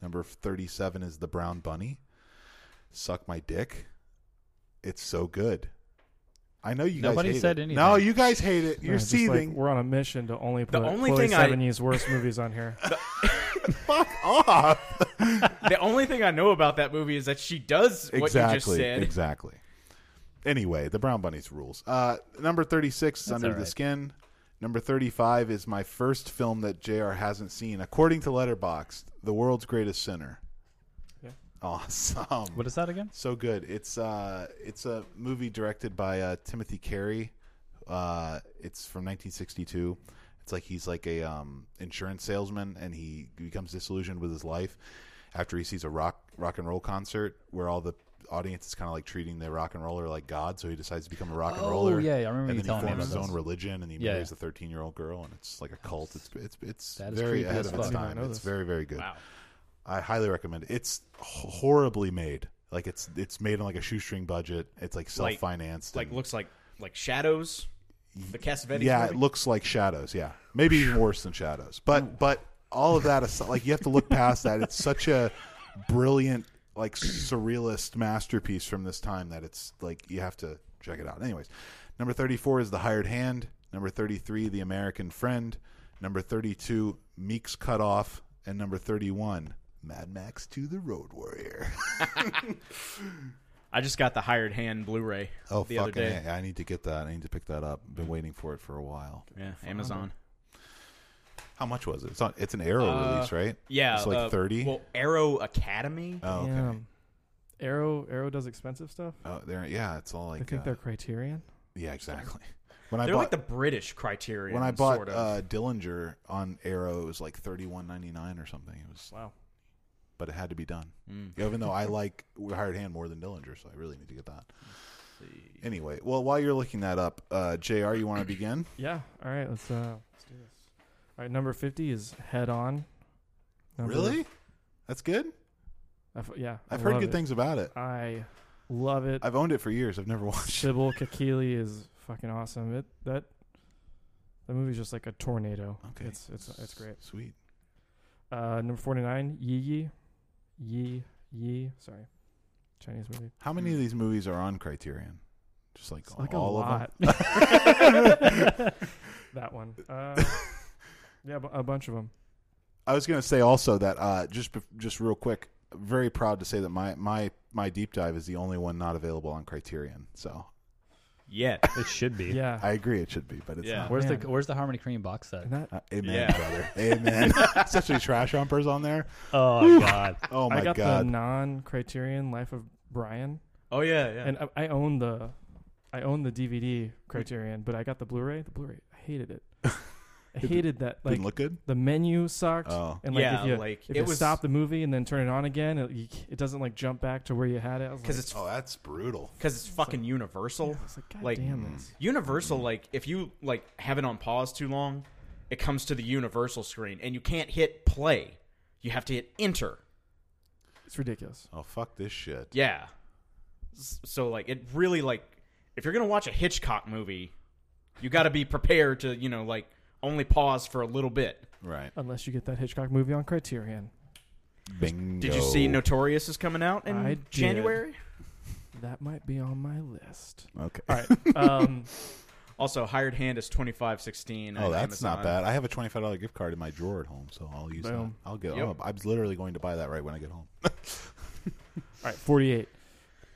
B: Number 37 is The Brown Bunny. Suck My Dick. It's so good. I know you
E: Nobody
B: guys hate
E: said
B: it.
E: anything.
B: No, you guys hate it. You're
D: Yeah, just like,
B: seething.
D: we're on a mission to only put
C: The only
D: Chloe
C: thing I-
D: Sevigny's worst movies on here.
B: Fuck off.
C: the only thing I know about that movie is that she does what you just
B: exactly.
C: said.
B: Exactly. Anyway, the Brown Bunny's rules. Uh, number 36 is Under
E: all
B: the
E: right.
B: Skin. Number 35 is my first film that JR hasn't seen. According to Letterboxd, The World's Greatest Sinner.
D: Yeah.
B: Awesome.
E: what is that again?
B: So good. It's uh, it's a movie directed by uh, Timothy Carey. Uh, it's from 1962. It's like he's like a um, insurance salesman, and he becomes disillusioned with his life after he sees a rock rock and roll concert where all the audience is kind of like treating the rock and roller like god. So he decides to become a rock and
E: Oh,
B: roller.
E: yeah, yeah, I remember
B: and
E: you
B: then
E: telling
B: he
E: me
B: forms his
E: about
B: own
E: this.
B: religion, and he
E: Yeah,
B: marries
E: yeah.
B: a 13 year old girl, and it's like a cult. It's it's it's
E: That is
B: very
E: creepy
B: ahead
E: as
B: of its
E: fuck. I didn't
B: time.
D: even know
B: It's
D: this.
B: very very good.
C: Wow.
B: I highly recommend it. It's horribly made. Like it's it's made on like a shoestring budget. It's like self financed.
C: Like looks like like shadows. The Cassavetes.
B: yeah,
C: movie?
B: it looks like shadows. Yeah, maybe even worse than shadows. But but all of that aside, like you have to look past that. It's such a brilliant like surrealist masterpiece from this time that it's like you have to check it out. Anyways, number thirty four is the hired hand. Number thirty three, the American friend. Number thirty two, Meek's cut off, and number thirty one. Mad Max to the Road Warrior.
C: I just got the hired hand Blu-ray.
B: Oh,
C: the other
B: fucking
C: day. Mm-hmm.
B: A. I need to get that. I need to pick that up. Been waiting for it for a while.
C: Yeah, Amazon.
B: How much was it? It's on. It's an Arrow
C: Uh,
B: release, right?
C: Yeah,
B: It's like
C: uh,
B: 30?
C: Well, Arrow Academy.
B: Oh, okay.
D: Damn. Arrow, Arrow does expensive stuff.
B: Oh, they're yeah. It's all
D: I
B: like
D: think
B: uh,
D: they're Criterion.
B: yeah, exactly. When I
C: They're
B: bought
C: like the British Criterion.
B: when I bought
C: sort of.
B: uh, Dillinger on Arrow, it was like thirty one ninety nine or something. It was,
D: Wow.
B: but it had to be done.
C: Mm.
B: Even though I like Hired Hand more than Dillinger, so I really need to get that. Anyway, well, while you're looking that up, uh, Jr., you want to begin?
D: Yeah. All right. Let's uh, let's do this. All right. Number fifty is Head On. Number-
B: really? That's good.
D: I f- yeah. I
B: I've heard
D: love
B: good
D: it.
B: things about it.
D: I love it.
B: I've owned it for years. I've never watched it.
D: Sybil Kikili is fucking awesome. It that that movie's just like a tornado.
B: Okay.
D: It's it's it's great.
B: Sweet.
D: Uh, number forty nine, Yi Yi, Yi Yi. Sorry, Chinese movie.
B: How many of these movies are on Criterion? Just like,
D: Hmm. It's like
B: all
D: a
B: of them.
D: lot. that one. Uh, yeah, bu- a bunch of them.
B: I was going to say also that uh, just bef- just real quick, very proud to say that my my my deep dive is the only one not available on Criterion. So
C: yet.
E: It should be.
D: Yeah.
B: I agree it should be, but it's
C: Yeah.
B: not.
E: Where's the
D: Man.
E: Where's the Harmony Cream box set?
D: And that,
B: Uh, amen,
C: Yeah.
B: brother. Amen. Especially trash humpers on there.
E: Oh God.
B: Oh my
D: I got
B: god.
D: the non-Criterion Life of Brian,
C: Oh yeah, yeah.
D: and I, I own the, I own the DVD Criterion, but I got the Blu-ray. The Blu-ray, I hated it. I hated that. Like
B: Didn't look good.
D: the menu sucked,
B: Oh.
D: and like
C: Yeah,
D: if you
C: like,
D: if
C: it
D: you
C: was-
D: stop the movie and then turn it on again, it, you, it doesn't like jump back to where you had it. I was
C: Because
D: like,
C: it's
B: Oh, that's brutal.
C: because it's fucking universal.
D: I was like, mm. God
C: like-
D: damn this.
C: Universal, like if you like have it on pause too long, it comes to the Universal screen, and you can't hit play. You have to hit enter.
D: It's ridiculous.
B: Oh fuck this shit.
C: Yeah. S- So like it really like if you're gonna watch a Hitchcock movie, you got to be prepared to you know like only pause for a little bit.
B: Right.
D: Unless you get that Hitchcock movie on Criterion,
B: Bingo.
C: Did you see Notorious is coming out in
D: I did.
C: January?
D: that might be on my list.
B: Okay.
D: All right. Um,
C: Also, Hired Hand is twenty five sixteen.
B: Oh, that's not bad. I have a twenty-five dollar gift card in my drawer at home, so I'll use
D: Boom.
B: that. I'll get.
C: Yep.
B: I'm, I'm literally going to buy that right when I get home.
D: All right, 48.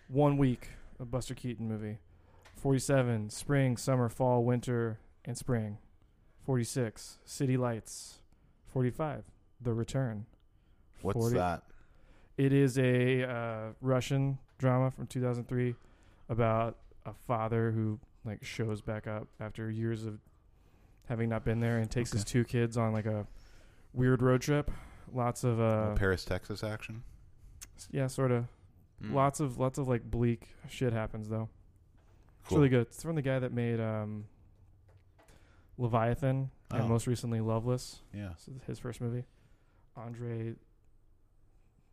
D: One week of Buster Keaton movie. 47. Spring, summer, fall, winter, and spring. 46. City Lights. 45. The Return.
B: What's
D: 40
B: that?
D: It is a uh, Russian drama from 2003 about a father who like shows back up after years of having not been there and takes his two kids on like a weird road trip. Lots of uh,
B: Paris, Texas action.
D: yeah, sort of
C: Mm.
D: Lots of lots of like bleak shit happens though. It's really good. It's from the guy that made um, Leviathan
B: Oh.
D: and most recently Loveless.
B: Yeah.
D: This is his first movie. Andre.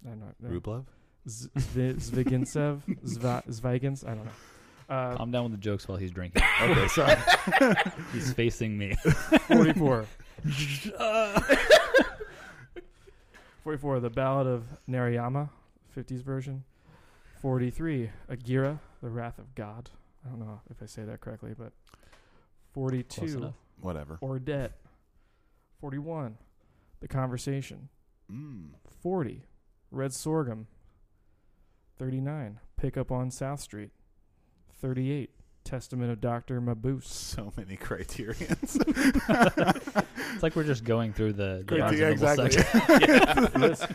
D: I don't know.
B: Rublev.
D: Z- Zvi- Zvigintsev? Zva- Zvigins? I don't know. Uh,
E: Calm down with the jokes while he's drinking.
B: Okay, sorry.
E: he's facing me.
D: 44. 44. The Ballad of Narayama, 50s version. 43. Agira, The Wrath of God. I don't know if I say that correctly, but.
E: Close
D: 42.
E: enough.
B: Whatever.
D: Ordet. 41. The Conversation.
B: Mm.
D: 40. Red Sorghum. 39. Pick Up on South Street. 38. Testament of Dr. Mabuse.
B: So many criterions.
E: It's like we're just going through the, the
B: Yeah,
E: Barnes and Noble
B: exactly.
E: section.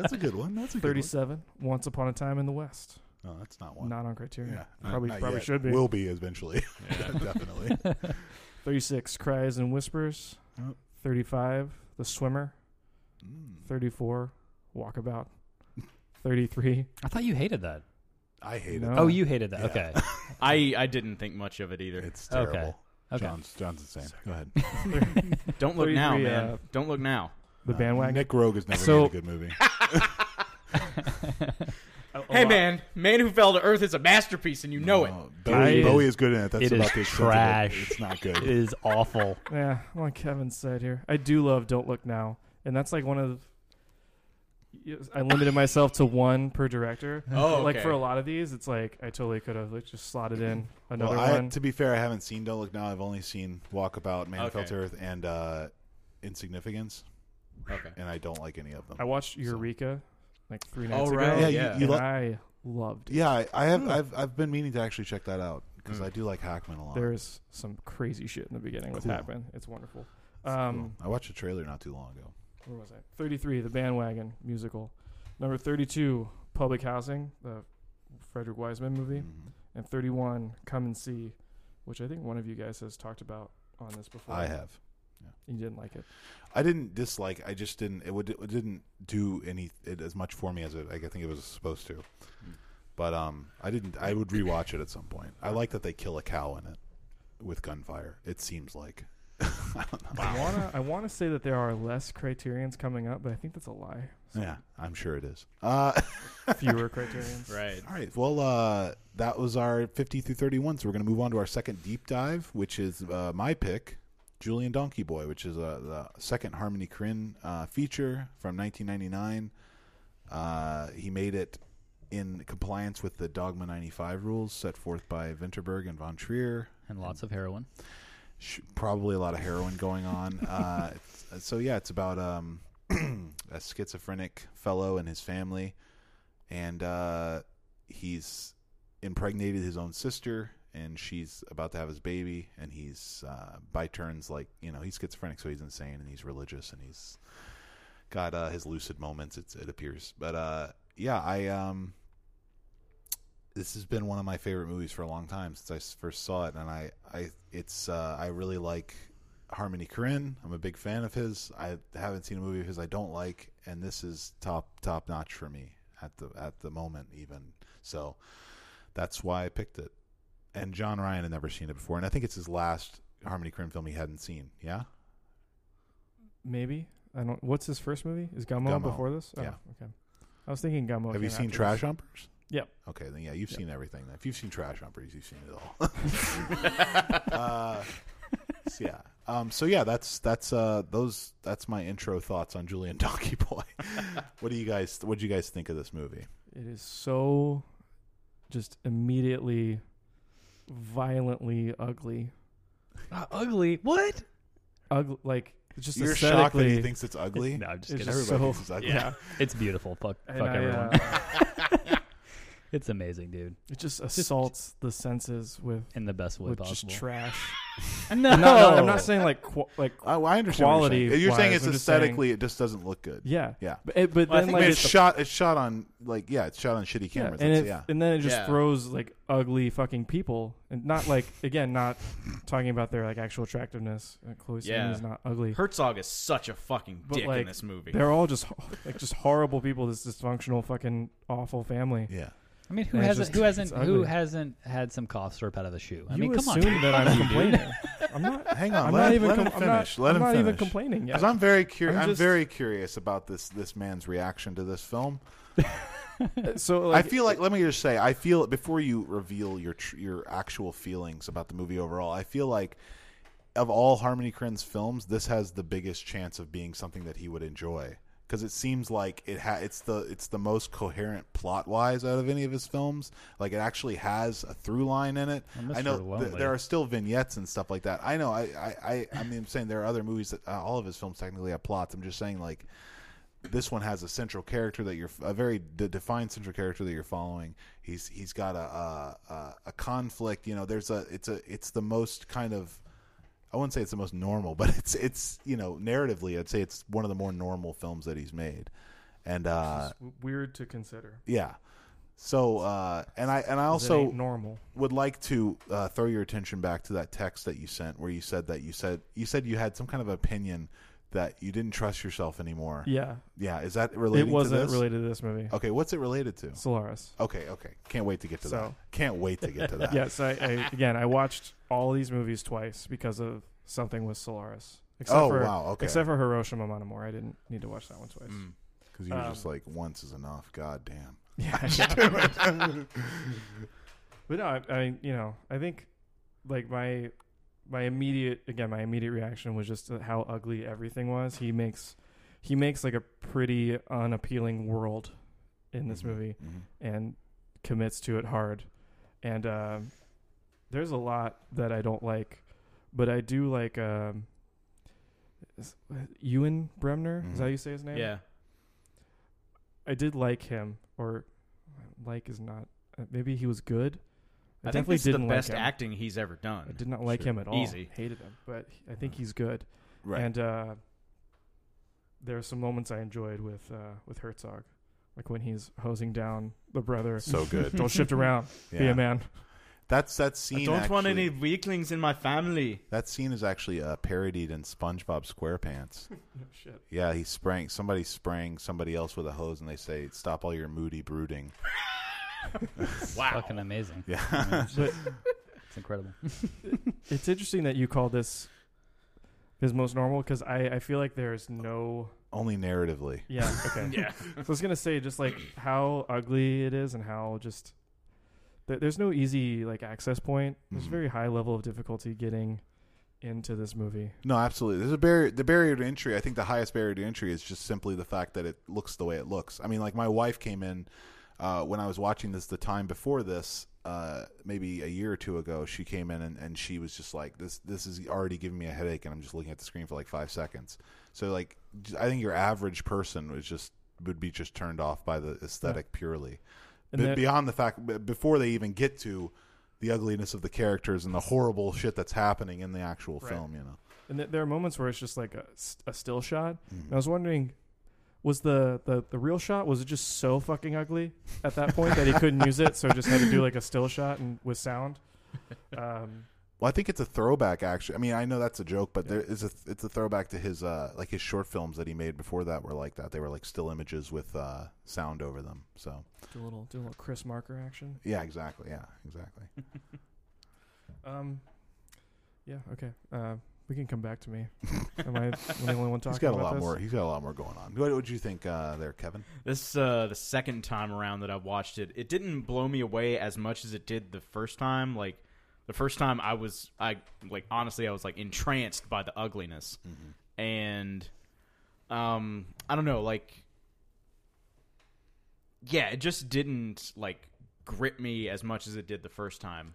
B: that's a good one. That's a good
D: 37. Once Upon a Time in the West.
B: one. No, that's not one.
D: Not on Criterion.
B: yeah, not-
D: probably
B: not
D: probably
B: yet.
D: should be.
B: Will be eventually. Definitely.
D: 36. Cries and Whispers.
B: Oh.
D: 35. The Swimmer.
B: Mm.
D: 34. Walkabout. 33.
E: I thought you hated that.
B: I hate
D: No.
E: Oh, you hated that.
B: Yeah.
E: Okay.
C: I I didn't think much of it
B: it.
C: either.
B: It's terrible.
E: Okay.
B: John's John's insane. Go ahead.
C: Don't look now,
D: 33,
C: man.
D: uh,
C: Don't look now.
D: The
B: Uh,
D: Bandwagon.
B: Nick Rogue has never
D: So-
B: made a good movie.
D: Oh,
C: Hey, man, Man Who Fell to Earth is a masterpiece, and you know it.
B: No, Bowie,
E: I-
B: Bowie is good in it. That's
E: it
B: about
E: is
B: the extent of it.
E: trash.
B: It's not
E: it
B: good.
E: is awful.
D: Yeah, I'm on Kevin's side here. I do love Don't Look Now, and that's like one of. the- yes, I limited myself to one per director.
C: Oh,
D: like
C: okay.
D: for a lot of these, it's like I totally could have like, just slotted in another
B: Well, I,
D: one.
B: to be fair, I haven't seen Don't Look Now. I've only seen Walkabout, Man Who Fell
C: Okay.
B: to Earth, and uh, Insignificance,
C: Okay.
B: and I don't like any of them.
D: I watched
B: So-
D: Eureka like three
C: Oh,
D: nights ago.
C: right,
B: yeah,
C: yeah.
B: you, you
D: and
B: lo-
D: I loved it.
B: yeah, I, I have. I've, I've been meaning to actually check that out because
C: Mm.
B: I do like Hackman a lot.
D: Hmm. There is some crazy shit in the beginning with
B: Cool.
D: Hackman. It's wonderful.
B: It's cool.
D: Um,
B: I watched a trailer not too long ago.
D: where was I? 33, the bandwagon musical. Number 32, public housing, the Frederick Wiseman movie.
B: Mhm.
D: and 31 come and see which i think one of you guys has talked about on this before
B: I have.
D: you didn't like it
B: I didn't dislike. I just didn't. It, would, it didn't do any it, as much for me as it, I think it was supposed to. But um, I didn't. I would rewatch it at some point. I like that they kill a cow in it with gunfire. It seems like. I don't know.
D: i want to i want to say that there are less criterions coming up but i think that's a lie
B: Yeah, I'm sure it is. Uh,
D: fewer criterions
C: Right.
B: all right. Well, uh, that was our 50 through 31. So we're going to move on to our second deep dive, which is uh, my pick, Julian Donkey Boy, which is uh, the second Harmony Korine uh, feature from 1999. Uh, he made it in compliance with the Dogma 95 rules set forth by Vinterberg and Von Trier.
E: And lots of heroin.
B: sh- probably a lot of heroin going on. uh, it's- so yeah, it's about um, a schizophrenic fellow and his family, and uh, he's impregnated his own sister and she's about to have his baby, and he's uh, by turns like you know he's schizophrenic, so he's insane, and he's religious, and he's got uh, his lucid moments. It's, it appears, but uh, yeah, I um, this has been one of my favorite movies for a long time since I s- first saw it, and I, I it's uh, I really like Harmony Korine. I'm a big fan of his. I haven't seen a movie of his I don't like, and this is top top notch for me at the at the moment even. So that's why I picked it. And John Ryan had never seen it before, and I think it's his last Harmony Korine film he hadn't seen. Yeah,
D: Maybe I don't. What's his first movie? Is Gummo,
B: Gummo,
D: before this? Oh,
B: yeah.
D: Okay. I was thinking Gummo.
B: have you
D: came
B: seen
D: after
B: Trash Humpers?
D: Yep.
B: Okay, then yeah, you've seen everything. If you've seen Trash Humpers, you've seen it all. uh, so yeah. Um, so yeah, that's that's uh, those that's my intro thoughts on Julian Donkey Boy. what do you guys what do you guys think of this movie?
D: It is so just immediately violently ugly.
E: Not ugly. What?
D: Ugly like it's just
B: You're shocked that
D: aesthetically.
B: he thinks it's ugly.
E: No, I'm just
D: It's
E: kidding.
D: just
B: Everybody
D: so-
B: thinks it's ugly.
E: yeah, it's beautiful. Fuck,
D: and
E: fuck
D: I,
E: everyone.
D: uh,
E: It's amazing, dude,
D: it just assaults the senses with
E: in the best way
D: with
E: possible.
D: just trash.
E: no,
D: I'm, not, no, I'm not saying like qu- like
B: Oh, I understand. what you're saying.
D: Quality-wise,
B: you're saying it's
D: I'm just saying-
B: aesthetically, it just doesn't look good.
D: yeah
B: Yeah.
D: but it, but
C: Well, I
D: then
C: think
B: I
D: like
B: mean,
D: it-
B: it's shot. It's shot on like yeah, it's shot on shitty
D: yeah,
B: cameras.
D: and
B: That's-
D: it,
B: yeah.
D: and then it just
C: Yeah.
D: throws like ugly fucking people and not like again not talking about their like actual attractiveness. Uh, Chloe
C: Yeah.
D: yeah. is not ugly.
C: Herzog is such a fucking
D: But,
C: dick in
D: like,
C: this movie.
D: They're all just ho- like just horrible people. This dysfunctional fucking awful family.
B: yeah.
E: I mean, who
D: Yeah, it's
E: hasn't?
D: just-
E: who hasn't?
D: it's
E: Who
D: ugly.
E: hasn't had some cough syrup out of the shoe? I
D: you
E: mean, come on.
D: assume that I'm complaining. I'm not.
B: Hang on.
D: I'm
B: let
D: not
B: him,
D: even.
B: let him
D: com- I'm not,
B: finish. let
D: I'm
B: him
D: not even
B: finish.
D: complaining yet.
B: Because I'm very curious.
D: I'm
B: I'm,
D: just-
B: very curious about this this man's reaction to this film.
D: so like,
B: I feel like let me just say I feel before you reveal your tr- your actual feelings about the movie overall. I feel like of all Harmony Korine's films, this has the biggest chance of being something that he would enjoy because it seems like it ha- it's the it's the most coherent plot wise out of any of his films. Like it actually has a through line in it.
E: And Mr.
B: I know th-
E: Lonely.
B: there are still vignettes and stuff like that. I know. I I I, I mean, I'm saying there are other movies that uh, all of his films technically have plots. I'm just saying like this one has a central character that you're a very de- defined central character that you're following. He's he's got a, a a- a conflict. You know, there's a it's a it's the most kind of I wouldn't say it's the most normal, but it's it's you know narratively I'd say it's one of the more normal films that he's made, and uh,
D: It's w- weird to consider.
B: yeah. So uh, and I and I
D: 'Cause it
B: also
D: ain't normal.
B: would like to uh, throw your attention back to that text that you sent where you said that you said you said you had some kind of opinion that you didn't trust yourself anymore.
D: Yeah,
B: Yeah, is that related?
D: it wasn't
B: to this?
D: related to this movie.
B: Okay, what's it related to?
D: Solaris.
B: Okay, okay. Can't wait to get to
D: So-
B: that. Can't wait to get to that.
D: Yeah, so I, I, again, I watched all these movies twice because of something with Solaris. Except
B: Oh,
D: for,
B: wow, okay.
D: Except for Hiroshima Monomore, I didn't need to watch that one twice.
C: Mm.
B: Because you were just
D: Um,
B: like, once is enough. God damn.
D: Yeah. but no, I, I you know, I think like my my immediate again, my immediate reaction was just how ugly everything was. He makes he makes like a pretty unappealing world in this
B: Mhm.
C: Mm-hmm.
D: movie
B: Mhm.
D: and commits to it hard. And um, there's a lot that I don't like, but I do like um, is- Ewan Bremner.
B: Mhm.
D: Is that how you say his name?
C: Mm-hmm. yeah.
D: I did like him, or like is not. uh, Maybe he was good. I,
C: I think
D: definitely
C: this is the
D: didn't like
C: best
D: him.
C: acting he's ever done.
D: I did not like
B: Sure.
D: him at all.
C: Easy.
D: hated him, but he- I think he's good.
B: Right.
D: And uh, there are some moments I enjoyed with uh, with Herzog, like when he's hosing down the brother.
B: so good.
D: Don't shift around. Be
B: Yeah.
D: a man.
B: That's that scene.
C: I don't want
B: actually-
C: any weaklings in my family.
B: That scene is actually uh, parodied in SpongeBob SquarePants.
D: Shit.
B: yeah, he sprang. Somebody sprang somebody else with a hose, and they say, "Stop all your moody brooding."
C: Wow.
E: Fucking amazing.
B: Yeah.
D: But
E: It's incredible.
D: it's interesting that you call this his most normal because I, I feel like there's no
B: Only narratively.
D: yeah okay
C: Yeah.
D: so I was gonna say just like how ugly it is and how just th- there's no easy like access point. There's
B: Mhm.
D: very high level of difficulty getting into this movie.
B: No, absolutely. There's a barrier. The barrier to entry. I think the highest barrier to entry is just simply the fact that it looks the way it looks. I mean, like my wife came in uh, when I was watching this the time before this, uh, maybe a year or two ago. She came in and, and she was just like, "This this is already giving me a headache," and I'm just looking at the screen for like five seconds. So like, j- I think your average person was just would be just turned off by the aesthetic purely.
D: And
B: Be-
D: that-
B: beyond the fact, b- before they even get to the ugliness of the characters and the horrible shit that's happening in the actual
D: Right.
B: film. You know,
D: And th- there are moments where it's just like a, s- a still shot.
B: Hmm.
D: And I was wondering, was the, the, the real shot, was it just so fucking ugly at that point that he couldn't use it? So just had to do like a still shot and with sound? Um,
B: well, I think it's a throwback. Actually, I mean, I know that's a joke, but there is a it's a throwback to his uh like his short films that he made before that were like that. They were like still images with uh sound over them. So
D: do a little, do a little Chris Marker action.
B: yeah, exactly. Yeah, exactly.
D: Um, yeah, okay. Uh, we can come back to me. Am I am I the only one talking
B: He's got a
D: about
B: lot
D: this?
B: more. He's got a lot more going on. What would you think uh, there, Kevin?
C: This uh, the second time around that I've watched it. It didn't blow me away as much as it did the first time. Like the first time, I was I like honestly, I was like entranced by the ugliness, and um, I don't know, like yeah, it just didn't like grip me as much as it did the first time.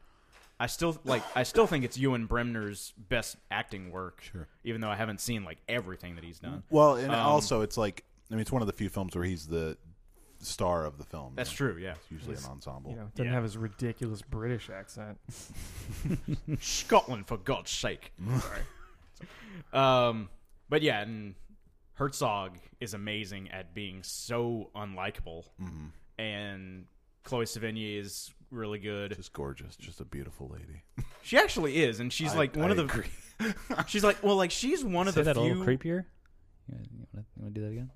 C: I still like I still think it's Ewan Bremner's best acting work,
B: Sure. Mm-hmm.
C: even though I haven't seen like everything that he's done.
B: Well, and
C: Um,
B: also it's like I mean, it's one of the few films where he's the star of the film.
C: That's
B: you know?
C: true, yeah.
B: It's usually an ensemble.
D: You know, doesn't
C: Yeah.
D: have his ridiculous British accent.
C: Scotland, for God's sake. um, but yeah, and Herzog is amazing at being so unlikable,
B: Mm-hmm.
C: and Chloe Sevigny is really good.
B: Just gorgeous, just a beautiful lady.
C: She actually is, and she's
B: I-
C: like one
B: I
C: of the.
B: agree.
C: She's like, well, like she's one of
E: Say
C: the
E: that a
C: few.
E: little creepier. You want to you wanna do that again?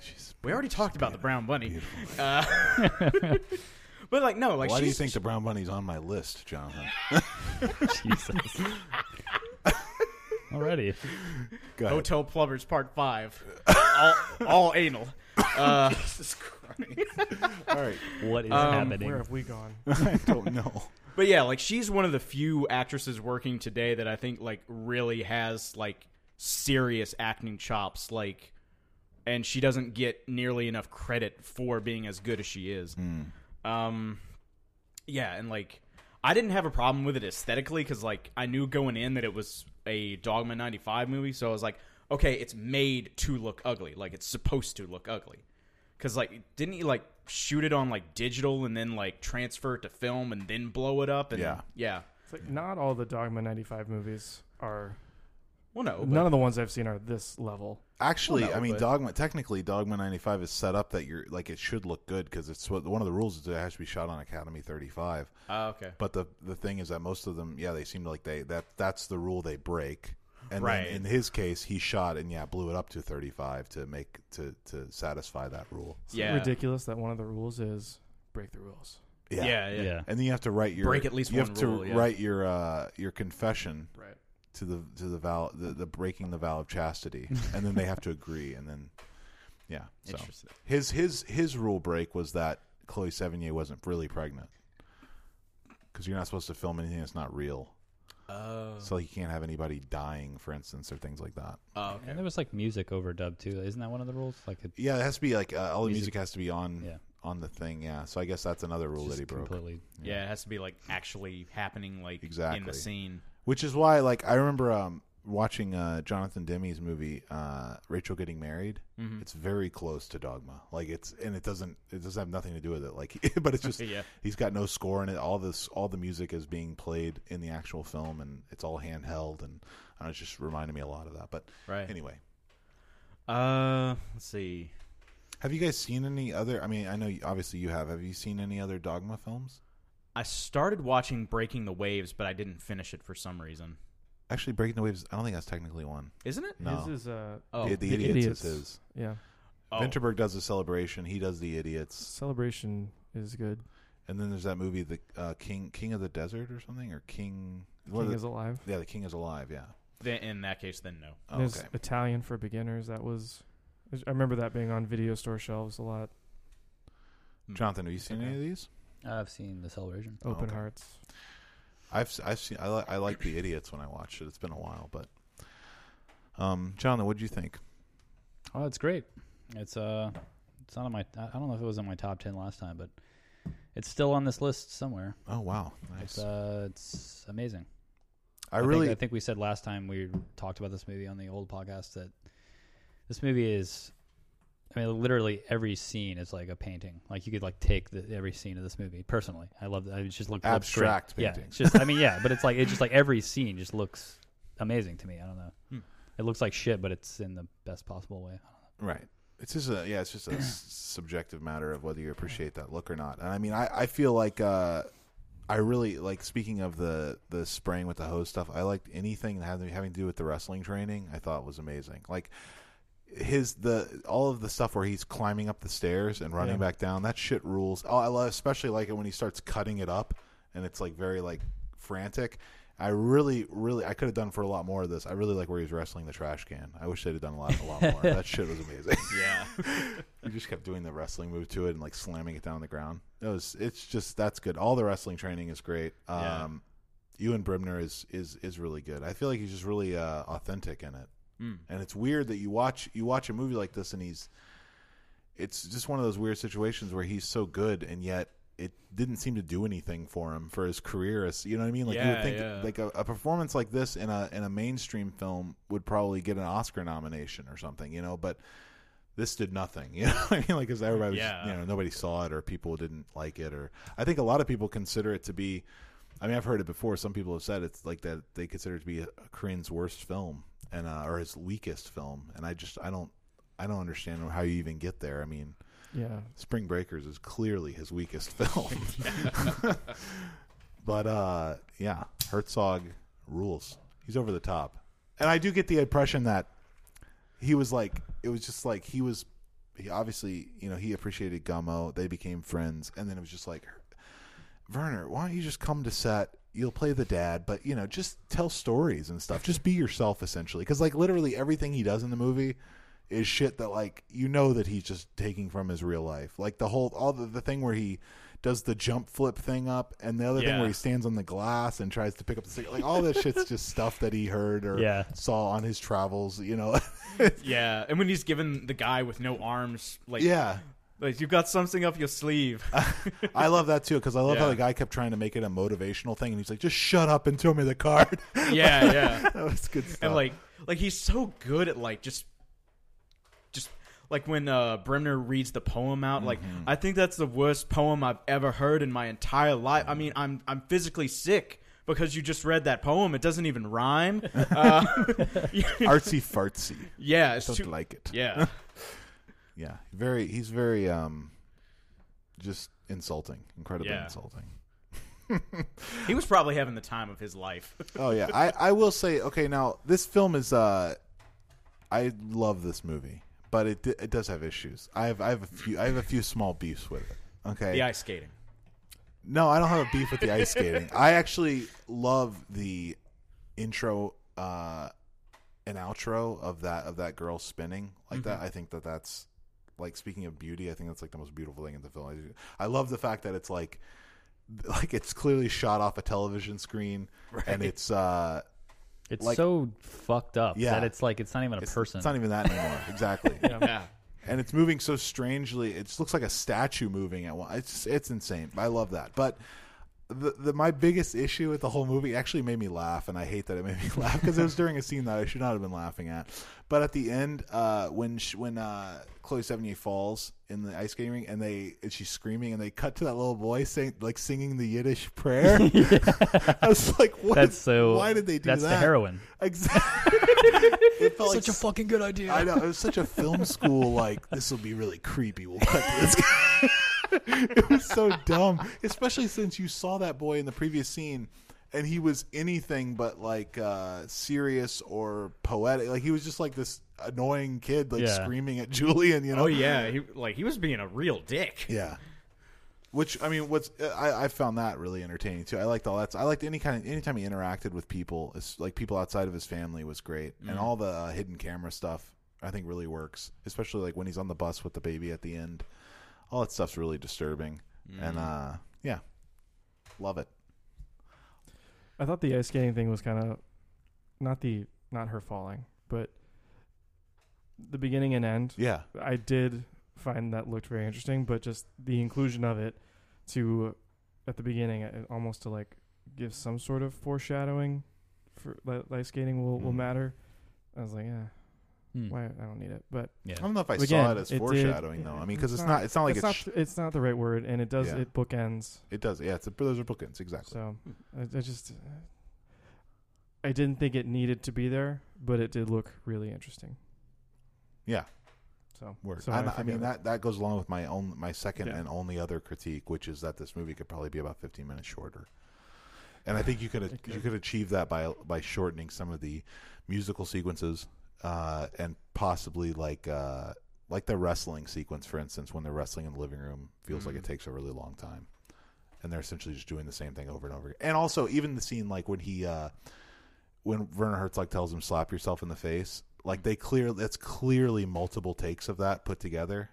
B: She's
C: We already talked about the brown bunny,
B: beautiful.
C: uh, but like no, like
B: Why do you
C: she's,
B: think the brown bunny's on my list, Jonathan?
E: Jesus. Already.
B: Go ahead.
C: Hotel Plumbers Part Five, all, all anal. Uh,
B: All right,
E: What is
D: Um, Where
E: happening?
D: have we gone?
B: I don't know.
C: But yeah, like she's one of the few actresses working today that I think like really has like serious acting chops like and she doesn't get nearly enough credit for being as good as she is.
B: Hmm.
C: Um yeah, and like I didn't have a problem with it aesthetically cuz like I knew going in that it was a Dogma 95 movie, so I was like, okay, it's made to look ugly. Like it's supposed to look ugly because like didn't he like shoot it on like digital and then like transfer it to film and then blow it up and
B: Yeah.
C: yeah
D: It's like not all the Dogma 95 movies are.
C: well no but,
D: None of the ones I've seen are this level.
B: Actually,
C: Well, no,
B: I mean,
C: but-
B: Dogma. Technically, Dogma '95 is set up that you're like it should look good because it's what one of the rules is it has to be shot on Academy 35.
C: Ah, okay
B: But the the thing is that most of them, yeah, they seem like they that that's the rule they break. And then
C: Right.
B: in his case, he shot and yeah, blew it up to 35 to make to to satisfy that rule.
D: It's
C: Yeah.
D: ridiculous that one of the rules is break the rules.
B: Yeah.
C: yeah yeah,
E: Yeah.
B: And then you have to write your
C: Break at least
B: you
C: one
B: have to
C: rule, yeah.
B: write your uh, your confession
D: Right.
B: to the to the vow the, the breaking the vow of chastity, and then they have to agree, and then yeah. So
C: Interesting.
B: his his his rule break was that Chloe Sevigny wasn't really pregnant because you're not supposed to film anything that's not real.
C: Oh.
B: So like, you can't have anybody dying, for instance, or things like that.
C: Oh,
E: And
C: okay
E: there was like music overdubbed too. Isn't that one of the rules? Like it
B: Yeah, it has to be like uh, all the
E: Music-
B: music has to be on
E: Yeah.
B: on the thing. Yeah. So I guess that's another rule that he
E: just
B: broke.
E: completely.
C: yeah it has to be like actually happening like in
B: Exactly.
C: the scene
B: Which is why, like, I remember um, watching uh, Jonathan Demi's movie, uh, Rachel Getting Married. It's very close to Dogma. Like, it's and it doesn't it doesn't have nothing to do with it. Like, but it's just
C: Yeah.
B: he's got no score in it. All this all the music is being played in the actual film, and it's all handheld. And I don't know, it's just reminded me a lot of that. But
C: Right.
B: anyway,
C: uh let's see
B: have you guys seen any other? I mean, I know you, obviously you have. Have you seen any other Dogma films?
C: i started watching breaking the waves but i didn't finish it for some reason
B: Actually, Breaking the Waves. I don't think that's technically one.
C: isn't it
B: No,
D: His is uh,
C: oh
B: the, the
D: The
B: idiots,
D: Idiots.
B: is his.
D: yeah.
C: oh.
B: Vinterberg does the celebration. He does the idiots.
D: Celebration is good.
B: And then there's that movie, the uh, King King of the Desert or something, or King. what
D: King
B: the-
D: is alive.
B: yeah, the King is alive. Yeah.
C: Then- in that case then no
B: Oh,
D: There's
B: okay.
D: Italian for beginners. That was. I remember that being on video store shelves a lot.
B: Jonathan, have you seen any of these?
E: I've seen the celebration.
D: Open
B: Oh, okay.
D: hearts.
B: I've s- I've seen I, li- I like the idiots when I watched it. It's been a while, but um, Jonathan, what would you think?
E: Oh, it's great. It's uh, it's not on my. I I don't know if it was on my top ten last time, but it's still on this list somewhere.
B: Oh wow,
E: It's
B: nice.
E: uh, it's amazing.
B: I
E: think-
B: really
E: I think we said last time we talked about this movie on the old podcast that this movie is I mean, literally every scene is like a painting. Like you could like take the, every scene of this movie. Personally, I love that. I just look looks great.
B: Abstract
E: Yeah,
B: paintings.
E: it's just I mean, yeah, but it's like it's just like every scene just looks amazing to me. I don't know.
B: Hmm.
E: It looks like shit, but it's in the best possible way.
B: Right. It's just a yeah. It's just a s- subjective matter of whether you appreciate that look or not. And I mean, I I feel like uh, I really like speaking of the the spraying with the hose stuff. I liked anything having having to do with the wrestling training. I thought was amazing. Like his the all of the stuff where he's climbing up the stairs and running
D: Yeah.
B: back down. That shit rules. Oh, I love, especially like it when he starts cutting it up and it's like very like frantic. I really, really, I could have done for a lot more of this. I really like where he's wrestling the trash can. I wish they'd have done a lot, a lot more. that shit was amazing.
C: Yeah.
B: You just kept doing the wrestling move to it and like slamming it down on the ground. It was it's just that's good. All the wrestling training is great.
C: Yeah.
B: Um Ewan Brimner is is is really good. I feel like he's just really uh authentic in it.
C: Mm.
B: And it's weird that you watch you watch a movie like this and he's it's just one of those weird situations where he's so good and yet it didn't seem to do anything for him for his career as you know what I mean? Like you would
C: Yeah,
B: think
C: yeah.
B: like a, a performance like this in a in a mainstream film would probably get an Oscar nomination or something, you know, but this did nothing. You know, what I mean, like because everybody, was,
C: Yeah.
B: you know, nobody saw it or people didn't like it, or I think a lot of people consider it to be. I mean, I've heard it before. Some people have said it's like that they consider it to be a, a Korean's worst film and uh, or his weakest film, and I just I don't I don't understand how you even get there. I mean,
D: Yeah.
B: Spring Breakers is clearly his weakest film, but uh, yeah, Herzog rules. He's over the top, and I do get the impression that he was like it was just like he was he obviously you know he appreciated Gummo they became friends and then it was just like Werner why don't you just come to set you'll play the dad but you know just tell stories and stuff just be yourself essentially because like literally everything he does in the movie is shit that like you know that he's just taking from his real life like the whole all the, the thing where he does the jump flip thing up and the other thing
C: Yeah.
B: where he stands on the glass and tries to pick up the cigarette like all that shit's just stuff that he heard or
E: Yeah.
B: saw on his travels you know
C: Yeah. And when he's given the guy with no arms, like,
B: yeah
C: like you've got something up your sleeve.
B: I love that too because I love how
C: Yeah.
B: the guy kept trying to make it a motivational thing, and he's like, "Just shut up and throw me the card." that
C: yeah, yeah.
B: was good stuff.
C: And like, like he's so good at like just, just like when uh, Bremner reads the poem out. Like,
B: Mm-hmm.
C: I think that's the worst poem I've ever heard in my entire life.
B: Mm-hmm.
C: I mean, I'm I'm physically sick because you just read that poem. It doesn't even rhyme. Uh,
B: artsy fartsy,
C: yeah, it's
B: don't
C: too,
B: like it.
C: yeah,
B: Yeah, very. He's very um, just insulting, incredibly
C: Yeah.
B: insulting.
C: he was probably having the time of his life.
B: Oh yeah, I I will say okay. Now this film is uh, I love this movie, but it d- it does have issues. I have I have a few I have a few small beefs with it. Okay,
C: the ice skating.
B: No, I don't have a beef with the ice skating. I actually love the intro uh, and outro of that of that girl spinning like that. I think that that's like speaking of beauty. I think that's like the most beautiful thing in the film. I love the fact that it's like like it's clearly shot off a television screen and it's uh
E: It's
B: Like-
E: so fucked up
B: Yeah.
E: that it's like it's not even a
B: it's,
E: person.
B: it's not even that anymore. exactly.
C: Yeah,
B: and it's moving so strangely. It just looks like a statue moving at one. It's it's insane. I love that. But the, the my biggest issue with the whole movie actually made me laugh, and I hate that it made me laugh because it was during a scene that I should not have been laughing at. But at the end, uh, when sh when uh, Chloe Sevigny falls in the ice skating rink, and they and she's screaming, and they cut to that little boy saying like singing the Yiddish prayer. I was like, what?
E: that's
B: is-
E: so.
B: Why did they do
E: that's
B: that?
E: the heroin.
B: Exactly. it felt like
E: fucking good idea.
B: I know it was such a film school like this will be really creepy. We'll cut to this. it was so dumb, especially since you saw that boy in the previous scene, and he was anything but like uh, serious or poetic. Like he was just like this annoying kid, like
E: Yeah.
B: screaming at Julian. You know?
C: oh yeah, he like he was being a real dick.
B: Yeah. Which I mean, what's I, I found that really entertaining too. I liked all that. I liked any kind of anytime he interacted with people, it's like people outside of his family was great, and all the uh, hidden camera stuff I think really works, especially like when he's on the bus with the baby at the end. All that stuff's really disturbing, and uh, yeah, love it.
D: I thought the ice skating thing was kind of not the not her falling, but the beginning and end.
B: Yeah,
D: I did find that looked very interesting, but just the inclusion of it to at the beginning, uh, almost to like give some sort of foreshadowing for li- ice skating will will
B: Mm.
D: matter. I was like, yeah,
E: Hmm.
D: Why I don't need it, but
E: Yeah.
B: I don't know if I
D: Again,
B: saw it as
D: it did-
B: foreshadowing though. I mean, because it's not. It's not like
D: it's
B: it's.
D: not, it's not the right word, and it does
B: Yeah. Mm.
D: it bookends.
B: it does. Yeah, it's a, those are bookends exactly.
D: So I, I just I didn't think it needed to be there, but it did look really interesting.
B: Yeah.
D: So
B: Word.
D: so
B: And I,
D: forgive
B: mean
D: it.
B: that that goes along with my own my second
D: Yeah.
B: and only other critique, which is that this movie could probably be about 15 minutes shorter. And I think you could,
D: It could.
B: you could achieve that by by shortening some of the musical sequences uh, and possibly like uh, like the wrestling sequence, for instance, when they're wrestling in the living room, feels like it
D: Mm.
B: takes a really long time, and they're essentially just doing the same thing over and over. again. And also, even the scene like when he uh, when Werner Herzog tells him slap yourself in the face,
D: Mm.
B: like they clear that's clearly multiple takes of that put together.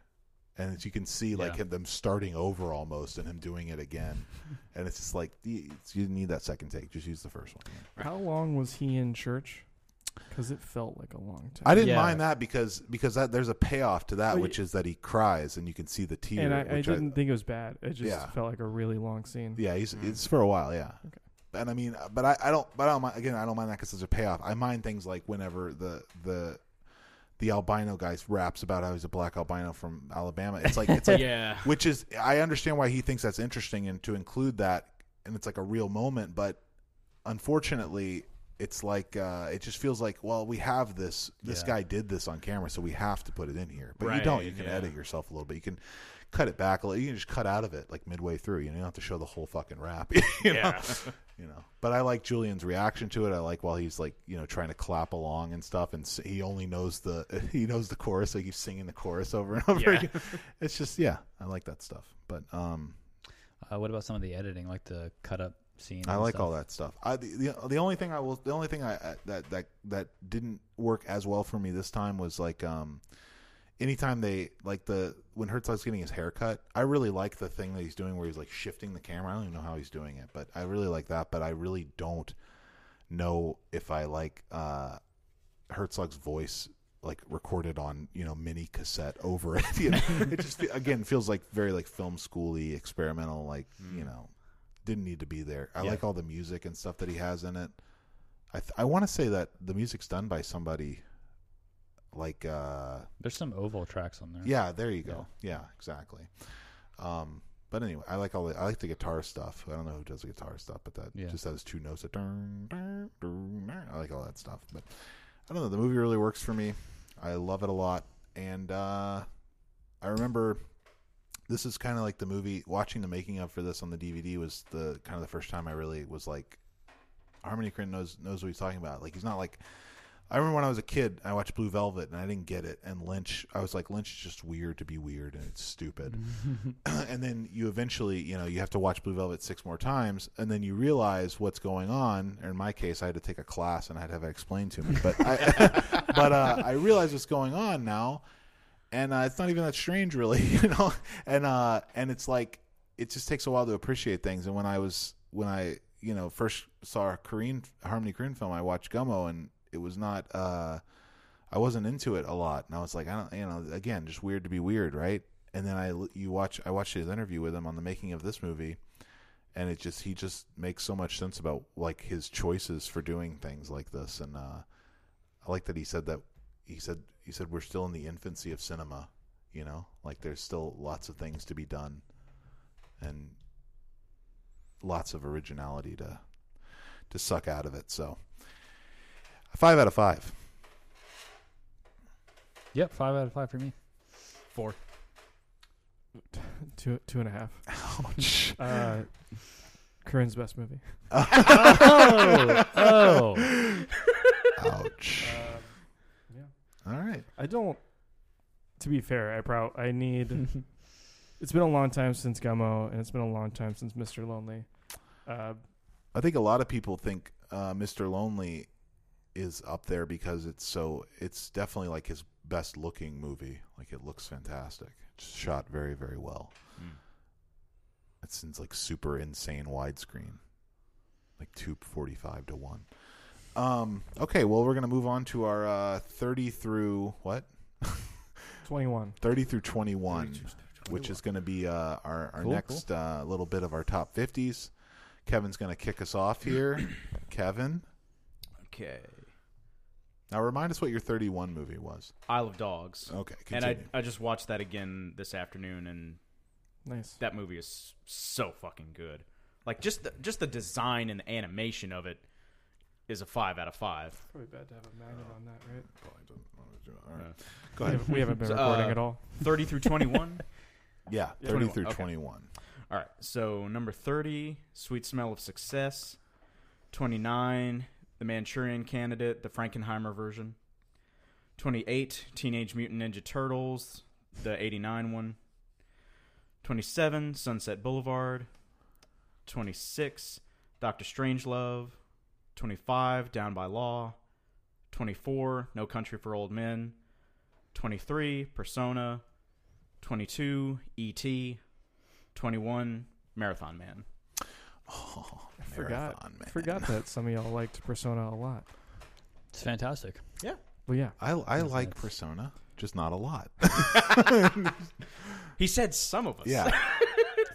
B: And as you can see like
E: Yeah.
B: him, them starting over almost and him doing it again. and it's just like you you didn't need that second take, just use the first one.
D: How long was he in church? Because it felt like a long time.
B: I didn't
E: Yeah.
B: mind that because because that there's a payoff to that
D: Well,
B: which is that he cries and you can see the tear
D: and I, I
B: which
D: didn't think it was bad. It just
B: Yeah.
D: felt like a really long scene.
B: Yeah, he's it's for a while. Yeah. And I mean, uh, but I, I don't, but I don't mind, again, I don't mind that because it's a payoff. I mind things like whenever the the the albino guy raps about how he's a black albino from Alabama. It's like it's like
C: Mm. yeah.
B: which is I understand why he thinks that's interesting and to include that and it's like a real moment, but unfortunately it's like uh, it just feels like well we have this this
E: Yeah.
B: guy did this on camera so we have to put it in here but you
C: Right,
B: don't you can
C: yeah.
B: edit yourself a little bit you can cut it back a little you can just cut out of it like midway through you don't have to show the whole fucking rap you know?
C: Yeah. Mm.
B: you know but i like julian's reaction to it i like while he's like you know trying to clap along and stuff and s- he only knows the he knows the chorus so he's singing the chorus over and over
C: Yeah.
B: again it's just yeah i like that stuff but um
E: Uh, what about some of the editing, like the cut up scene?
B: i like all that stuff i the, the, the only thing i will the only thing i I- that that that didn't work as well for me this time was like um anytime they like the when herzog's getting his hair cut i really like the thing that he's doing where he's like shifting the camera i don't even know how he's doing it but i really like that but i really don't know if i like uh herzog's voice like recorded on you know mini cassette over it you know? it just fe- again feels like very like film schooly experimental like you know didn't need to be there i
E: Yeah.
B: like all the music and stuff that he has in it i th- i want to say that the music's done by somebody like uh
E: There's some oval tracks on there.
B: yeah, there you go. Yeah, exactly. Um, but anyway, I like all the I like the guitar stuff. I don't know who does the guitar stuff, but that
E: Yeah.
B: just has two notes. That dun, dun, dun, dun. I like all that stuff. But I don't know. The movie really works for me. I love it a lot, and uh, I remember this is kind of like the movie watching the making of for this on the DVD was the kind of the first time I really was like Harmony Korine knows knows what he's talking about. Like he's not like I remember when I was a kid, I watched Blue Velvet and I didn't get it. And Lynch, I was like, Lynch is just weird to be weird and it's stupid. and then you eventually, you know, you have to watch Blue Velvet six more times and then you realize what's going on. In my case, I had to take a class and I had to have it explained to me. But I, but uh, I realize what's going on now and uh, it's not even that strange really you know and uh and it's like it just takes a while to appreciate things and when i was when i you know first saw a korean harmony korean film i watched gummo and it was not uh i wasn't into it a lot and i was like i don't you know again just weird to be weird right and then i you watch i watched his interview with him on the making of this movie and it just he just makes so much sense about like his choices for doing things like this and uh I like that he said that he said he said we're still in the infancy of cinema, you know? Like there's still lots of things to be done and lots of originality to to suck out of it. So 5 out of 5.
E: Yep. Five out of five for me.
C: Four.
D: Two two and a half.
B: Ouch.
D: Uh, Corinne's best movie.
E: oh, oh.
B: Ouch.
D: yeah.
B: All right.
D: Um, I don't. To be fair, I prob I need. it's been a long time since Gummo, and it's been a long time since Mr. Lonely. Uh,
B: I think a lot of people think uh, Mr. Lonely is up there because it's so it's definitely like his best looking movie. Like it looks fantastic. It's shot very, very well.
C: Mm.
B: It seems like super insane widescreen. Like two forty five to one. Um okay, well we're gonna move on to our uh thirty through what?
D: twenty one.
B: thirty through twenty one. Which is gonna be uh our, our
E: Cool,
B: next uh little bit of our top fifties. Kevin's gonna kick us off here. Kevin.
C: Okay.
B: Now remind us what your 31 movie was.
C: Isle of Dogs.
B: Okay,
C: And
B: Oh, continue.
C: I I just watched that again this afternoon, and
D: Nice.
C: that movie is so fucking good. Like just the, just the design and the animation of it is a five out of five.
D: Probably bad to have a magnet on that, right?
B: All right.
C: Yeah.
B: Go
D: We
B: ahead.
D: haven't, we haven't been
C: So,
D: recording
C: uh,
D: at all.
C: Thirty through twenty-one.
B: Yeah, 30 through
C: 21, okay.
B: 21.
C: All right. So number 30, Sweet Smell of Success. 29, The Manchurian Candidate, the Frankenheimer version. 28, Teenage Mutant Ninja Turtles, the 89 one. 27, Sunset Boulevard. 26, Doctor Strangelove. 25, Down by Law. 24, No Country for Old Men. 23, Persona. E 22, E.T. 21 marathon man
B: Oh,
D: Forgot.
B: Marathon Man.
D: Forgot that some of y'all liked Persona a lot.
E: It's fantastic.
D: But yeah,
B: I, I
E: Yes,
B: like
E: that's-
B: Persona, just not a lot.
C: he said some of us
B: yeah.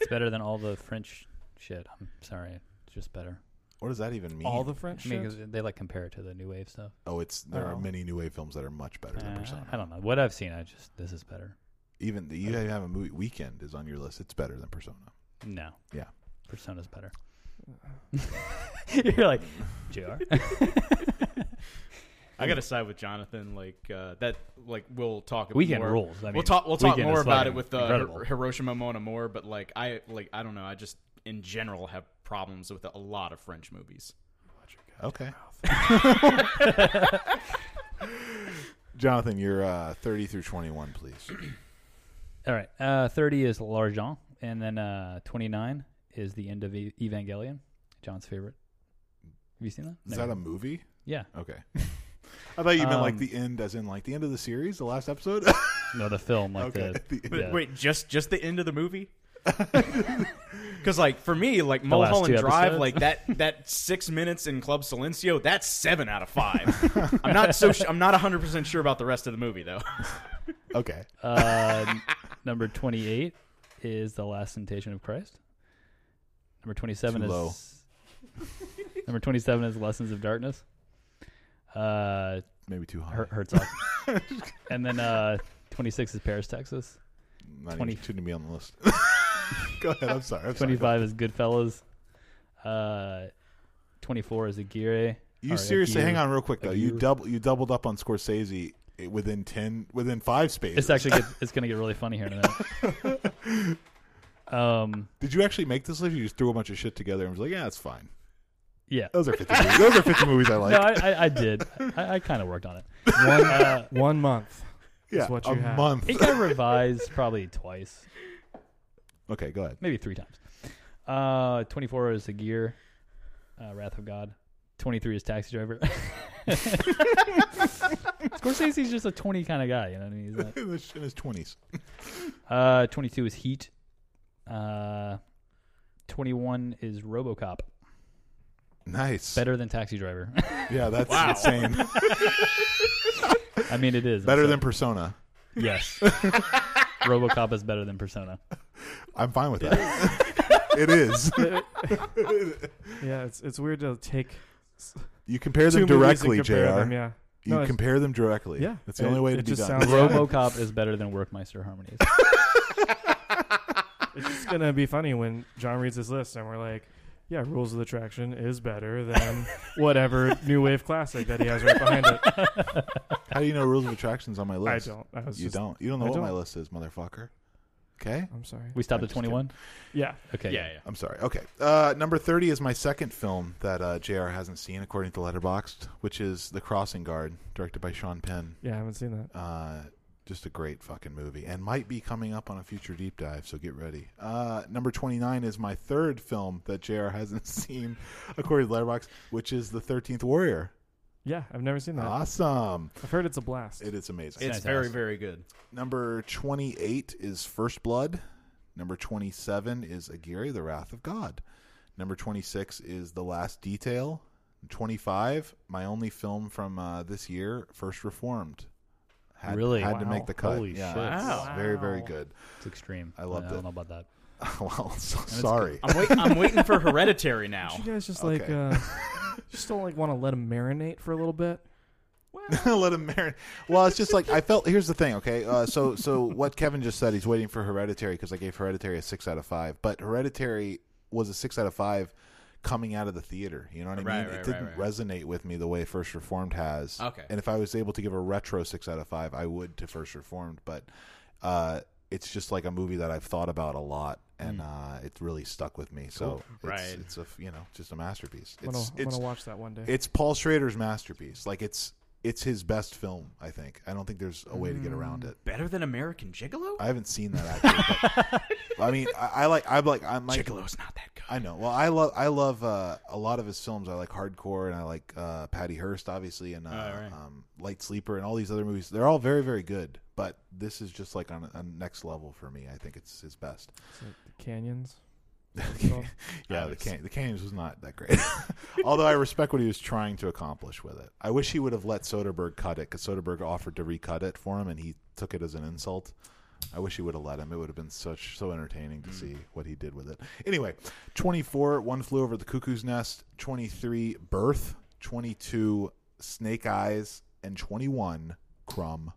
E: It's better than all the French shit. I'm sorry. It's just better.
B: What does that even mean?
D: all the French
E: I mean,
D: shit.
E: 'cause they like compare it to the new wave stuff.
B: oh, it's there are
D: Oh.
B: many new wave films that are much better than
E: Uh,
B: Persona.
E: I don't know. What I've seen, I just this is better.
B: Even the, you have a movie weekend is on your list. It's better than Persona.
E: No.
B: Yeah.
E: Persona's better. You're like, Jr.
C: i gotta side with jonathan like uh that like we'll talk
E: Weekend
C: more.
E: rules. I mean,
C: we'll talk we'll talk
E: Weekend
C: more
E: is,
C: about
E: like,
C: it with uh,
E: incredible.
C: Hi- hiroshima mona more but like i like i don't know i just in general have problems with a lot of french movies
B: Okay. Jonathan, you're uh, 30 through 21, please.
E: All right. Uh, 30 is L'Argent. And then uh, 29 is the end of E- Evangelion, John's favorite. Have you seen that?
B: Is
E: No.
B: that a movie?
E: Yeah.
B: Okay. I thought you meant like
E: Um,
B: the end, as in like the end of the series, the last episode.
E: No, the film. Like
B: okay.
E: the,
B: The-
E: Yeah.
C: wait just just the end of the movie because like for me like
E: last
C: mulholland
E: two
C: drive
E: episodes?
C: like that that six minutes in club silencio that's seven out of five i'm not so su- i'm not 100% sure about the rest of the movie though
B: okay.
E: Uh, n- number 28 is The Last Temptation of Christ. Number 27
B: Too
E: is
B: low.
E: Number 27 is Lessons of Darkness. Uh
B: Maybe too high.
E: Her- Herzog. and then uh 26 is Paris, Texas.
B: Not
E: 20.
B: even shouldn't be on the list. Go ahead. I'm sorry. I'm sorry.
E: 25 is Goodfellas. Uh 24 is Aguirre.
B: You
E: Or
B: seriously,
E: Aguirre.
B: hang on real quick though. You
E: Aguirre.
B: double, you doubled up on Scorsese eh, within ten, within five spaces.
E: It's actually get, it's going to get really funny here in a minute. um
B: Did you actually make this list? Or you just threw a bunch of shit together and was like, yeah, that's fine.
E: yeah.
B: Those are 50 movies. Those are 50 movies I like.
E: no, I, I, I did. I, I kind of worked on it. One, uh,
D: One month.
B: yeah,
D: what
B: a
D: you have.
B: month.
E: It got revised probably twice,
B: Okay, go ahead.
E: maybe three times. Uh, 24 is the gear, uh, Wrath of God. 23 is Taxi Driver. Scorsese's just a 20 kind of guy. You know what I mean? He's not-
B: In his, in his 20s.
E: uh, 22 is Heat. Uh, 21 is RoboCop.
B: Nice.
E: Better than Taxi Driver.
B: Yeah, that's
C: Wow.
B: insane.
E: I mean, it is I'm
B: Better
E: sorry.
B: than Persona.
E: yes. RoboCop is better than Persona.
B: I'm fine with that. it is.
D: Yeah, it's it's weird to take
B: You compare them
D: two movies and
B: directly,
D: compare
B: JR.
D: them, yeah.
B: You
D: No, it's-
B: compare them directly.
D: Yeah.
B: That's the only
D: It-
B: way to
D: it
B: be
D: just
B: done.
D: sounds-
E: RoboCop is better than Workmeister Harmonies.
D: It's just gonna be funny when John reads this list and we're like, yeah, Rules of Attraction is better than whatever new wave classic that he has right behind it.
B: How do you know Rules of Attraction's on my
D: I
B: list?
D: don't. I was
B: You
D: just,
B: don't. You don't know
D: I
B: what my
D: don't.
B: list is, motherfucker. Okay?
D: I'm sorry.
E: We stopped
B: I'm
E: at
B: just kidding.
E: 21.
D: Yeah,
E: Okay.
C: yeah, yeah.
B: I'm sorry. Okay. Uh, number 30 is my second film that uh, JR hasn't seen, according to Letterboxd, which is The Crossing Guard, directed by Sean Penn.
D: yeah, I haven't seen that.
B: Uh, just a great fucking movie and might be coming up on a future deep dive, so get ready. Uh, number 29 is my third film that JR hasn't seen, according to Letterboxd, which is The 13th Warrior.
D: Yeah, I've never seen that.
B: Awesome.
D: I've heard it's a blast.
B: It is amazing.
C: It's
E: Fantastic.
C: very, very good.
B: Number 28 is First Blood. Number 27 is Aguirre, The Wrath of God. Number 26 is The Last Detail. 25, my only film from uh, this year, First Reformed. Had,
E: Really?
B: Had to
D: Wow.
B: make the cut.
E: Holy
B: yeah,
E: shit.
B: it's
C: Wow.
B: Very, very good.
E: It's extreme.
B: I loved
E: I don't
B: it.
E: know about that.
B: well, so sorry.
C: I'm, wait- I'm waiting for Hereditary now.
D: you guys just
B: Okay.
D: like uh, just don't like want to let them marinate for a little bit.
B: let him marry. Well, it's just like I felt. Here's the thing, okay? Uh, so, so what Kevin just said, he's waiting for Hereditary because I gave Hereditary a six out of five, but Hereditary was a six out of five coming out of the theater. You know what I mean?
C: Right, right,
B: it
C: right,
B: didn't
C: right.
B: resonate with me the way First Reformed has.
C: Okay.
B: And if I was able to give a retro six out of five, I would to First Reformed, but uh, it's just like a movie that I've thought about a lot. And uh, it really stuck with me, so it's,
C: Mm. Right.
B: it's a you know just a masterpiece.
D: I'm gonna,
B: It's,
D: I'm
B: it's
D: gonna watch that one day.
B: it's Paul Schrader's masterpiece. Like it's it's his best film. I think. I don't think there's a way to get around it.
C: Better than American Gigolo?
B: I haven't seen that. Actually, but, I mean, I, I like. I'm like. I'm like.
C: Gigolo's not that good.
B: I know. Well, I love. I love uh, a lot of his films. I like Hardcore and I like uh, Patty Hearst, obviously, and uh,
C: Oh, right.
B: um, Light Sleeper and all these other movies. They're all very, very good. But this is just like on a, a next level for me. I think it's his best.
D: It's like the canyons.
B: Yeah, the
C: Alex.
B: can- the Canyons was not that great. Although I respect what he was trying to accomplish with it. I wish he would have let Soderbergh cut it because Soderbergh offered to recut it for him, and he took it as an insult. I wish he would have let him. It would have been such so entertaining to see what he did with it. Anyway, twenty four, one flew over the cuckoo's nest. Twenty three, birth. Twenty two, snake eyes, and twenty one, crumb.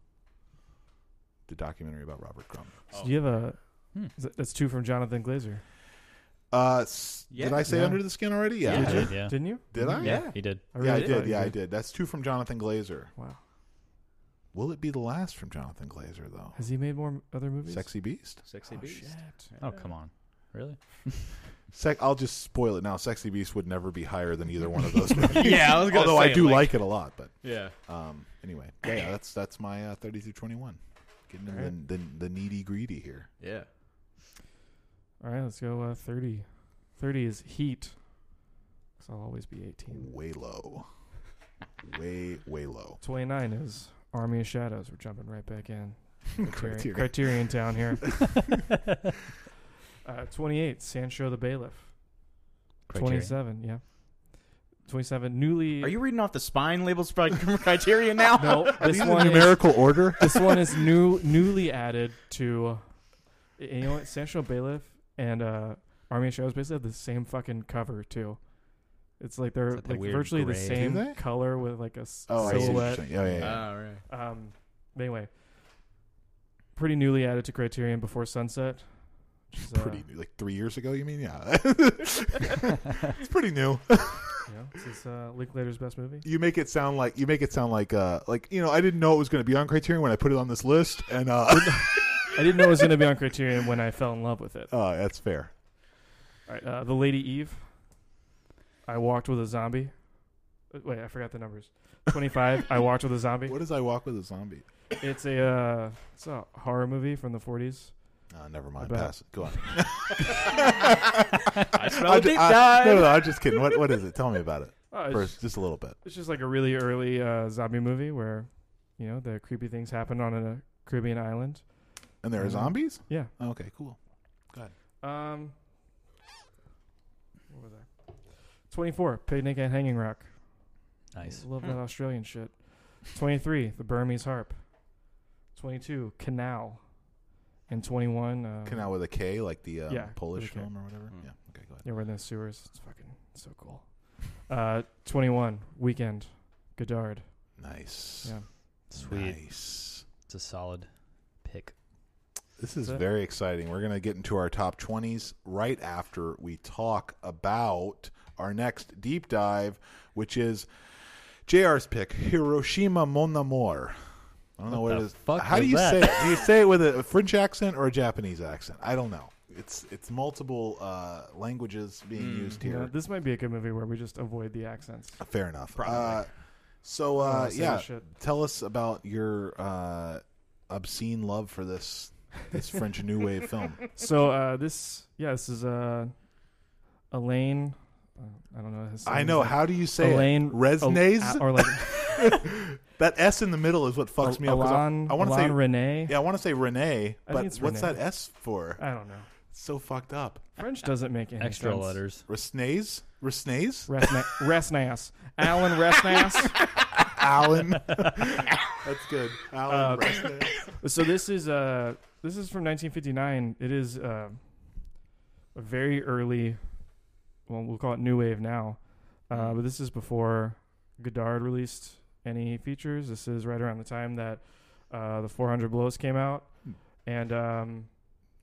B: The documentary about Robert Crumb.
D: So do you have a?
E: Hmm.
D: is that- That's two from Jonathan Glazer.
B: Uh, s-
C: Yeah.
B: did I say
D: Yeah.
B: under the skin already? Yeah, I
E: Yeah, I
B: did.
E: did, yeah.
D: Didn't you?
B: Did I?
C: Yeah.
E: He did.
D: I
B: Yeah, I
D: really thought
B: did.
D: you
B: Yeah, I did. That's two from Jonathan Glazer.
D: Wow.
B: Will it be the last from Jonathan Glazer though?
D: Has he made more m- other movies?
B: Sexy Beast.
C: Sexy
D: Oh,
C: Beast.
D: shit.
E: Oh come on, really?
B: Sec- I'll just spoil it now. Sexy Beast would never be higher than either one of those. movies.
C: Yeah, I was gonna
B: Although I
C: say,
B: do
C: like-
B: like, it a lot, but
C: Yeah.
B: um, anyway, yeah, yeah, that's that's my uh, thirty through twenty one. Getting into the, the the needy greedy here.
C: Yeah.
D: All right, let's go. Uh, Thirty. Thirty is Heat. So I'll always be eighteen.
B: Way low. Way way low.
D: Twenty-nine is Army of Shadows. We're jumping right back in.
B: Criterion.
D: Criterion Town here. uh, Twenty-eight, Sancho the Bailiff.
E: Criterion.
D: Twenty-seven, yeah. Twenty-seven, newly.
C: Are you reading off the spine labels by Criterion now?
D: No,
B: This
D: this
B: in
D: one. Is,
B: numerical order.
D: this one is new, newly added to. y- You know what? Sancho Bailiff and uh, Army of Shadows basically have the same fucking cover too. It's like they're
E: Is that that
D: like
E: weird
D: virtually the
E: gray?
B: Do
D: same
B: they?
D: color with like a s-
B: Oh, I see. what you're
D: silhouette.
B: saying. Oh, yeah, yeah, yeah.
C: Oh, right.
D: Um, but anyway, pretty newly added to Criterion before Sunset. Which is, uh,
B: pretty new. Like three years ago, you mean? Yeah. it's pretty new.
D: You know, this is uh, Linklater's best movie.
B: you make it sound like you make it sound like uh like you know I didn't know it was going to be on Criterion when I put it on this list and uh
D: I didn't know it was going to be on Criterion when I fell in love with it.
B: uh that's fair.
D: All right, uh, the Lady Eve. I walked with a zombie. Uh, Wait, I forgot the numbers. Twenty-five. I walked with a zombie.
B: What does I walk with a zombie?
D: It's a uh, it's a horror movie from the forties.
B: Uh, never mind.
D: About-
B: Pass. Go on.
C: I smell
B: I
C: a
B: ju-
C: deep
B: I-
C: dive.
B: no, no, no, I'm just kidding. What what is it? Tell me about it
D: Uh, it's,
B: first, just a little bit.
D: it's just like a really early uh, zombie movie where, you know, the creepy things happen on a Caribbean island.
B: And there are
D: Mhm.
B: zombies. Oh,
D: Yeah.
B: Okay, cool.
D: Um. What was I? Twenty-four. Picnic at Hanging Rock.
E: Nice.
B: Hmm.
D: Love that Australian shit. 23, The Burmese Harp. 22, Canal. And 21, uh,
B: Canal with a K, like the um,
D: Yeah,
B: Polish
D: with a K.
B: film or whatever.
C: Mm.
B: Yeah. Okay, go ahead.
D: Yeah, we're in the sewers. It's fucking so cool. Uh, 21, Weekend. Godard.
B: Nice.
D: Yeah.
E: Sweet.
B: Nice.
E: It's a solid pick.
B: This is
D: That's it.
B: very exciting. We're going to get into our top 20s right after we talk about our next deep dive, which is JR's pick, Hiroshima Mon Amour. I don't know
E: What
B: what,
E: the
B: it is.
E: fuck
B: How do
E: was
B: you
E: that?
B: say it? Do you say it with a French accent or a Japanese accent? I don't know. It's it's multiple uh, languages being used
D: You
B: here.
D: know, this might be a good movie where we just avoid the accents.
B: Fair enough.
C: Probably.
B: Uh, so
D: I don't
B: uh,
D: wanna say
B: yeah,
D: this shit.
B: tell us about your uh, obscene love for this this French New Wave film.
D: So uh, this, yeah, this is uh, Elaine. Uh, I don't know. His
B: I
D: name.
B: know. How do you say
D: Elaine
B: it? Resnes?
D: Al- uh, or like
B: that S in the middle is what fucks me up. 'cause I-
D: Alan,
B: I want to say
D: Renee.
B: yeah, I want to say Renee,
D: I
B: but
D: think it's
B: what's
D: Renee. Uh,
B: that S for?
D: I don't know.
B: It's so fucked up.
D: French doesn't make any
E: Extra
D: sense.
E: letters.
B: Resnes, Resnes,
D: Resna- Resnas. Alan Resnas.
B: Alan. That's good. Alan
D: Uh,
B: Resnes.
D: so this is uh this is from 1959. It is uh, a very early,
B: Mm-hmm.
D: well, we'll call it new wave now, uh, but this is before Godard released any features. This is right around the time that uh, the 400 Blows came out,
B: Hmm.
D: and um,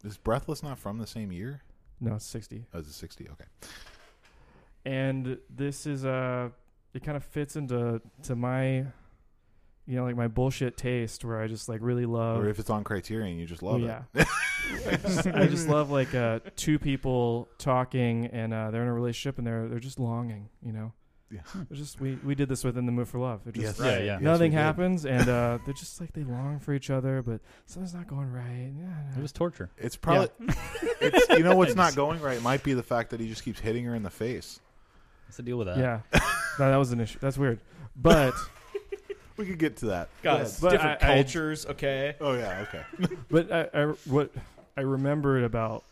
B: Is Breathless not from the same year?
D: no, it's 60.
B: Oh, is it 60? Okay.
D: and this is uh it kind of fits into to my you know like my bullshit taste where i just like really love
B: or if it's on Criterion, you just love
D: Oh. yeah
B: it.
D: I, just, I just love like uh two people talking and uh they're in a relationship and they're they're just longing you know
B: Yeah.
D: They're just we we did this within the move for love it just
B: Yes,
E: Yeah, yeah.
B: yes,
D: nothing
B: we did.
D: happens and uh they're just like they long for each other but something's not going right yeah,
E: It was torture.
B: It's probably it's you know what's not going right might be the fact that he just keeps hitting her in the face.
E: What's the deal with that?
D: yeah no, that was an issue that's weird but
B: We could get to that.
C: Guys,
D: But
C: different
D: I- I-
C: cultures, okay?
B: Oh yeah, okay.
D: But I, I- what I remembered about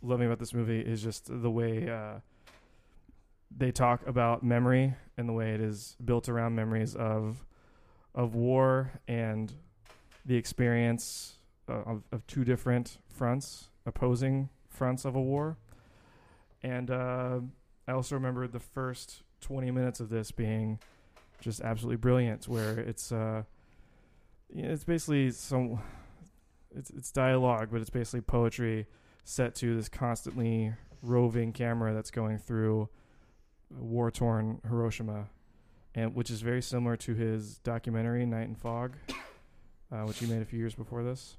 D: loving about this movie is just the way uh, they talk about memory and the way it is built around memories of of war and the experience uh, of, of two different fronts, opposing fronts of a war. And uh, I also remember the first 20 minutes of this being just absolutely brilliant, where it's uh, you know, it's basically some it's it's dialogue, but it's basically poetry set to this constantly roving camera that's going through war torn Hiroshima, and which is very similar to his documentary Night and Fog, uh, which he made a few years before this.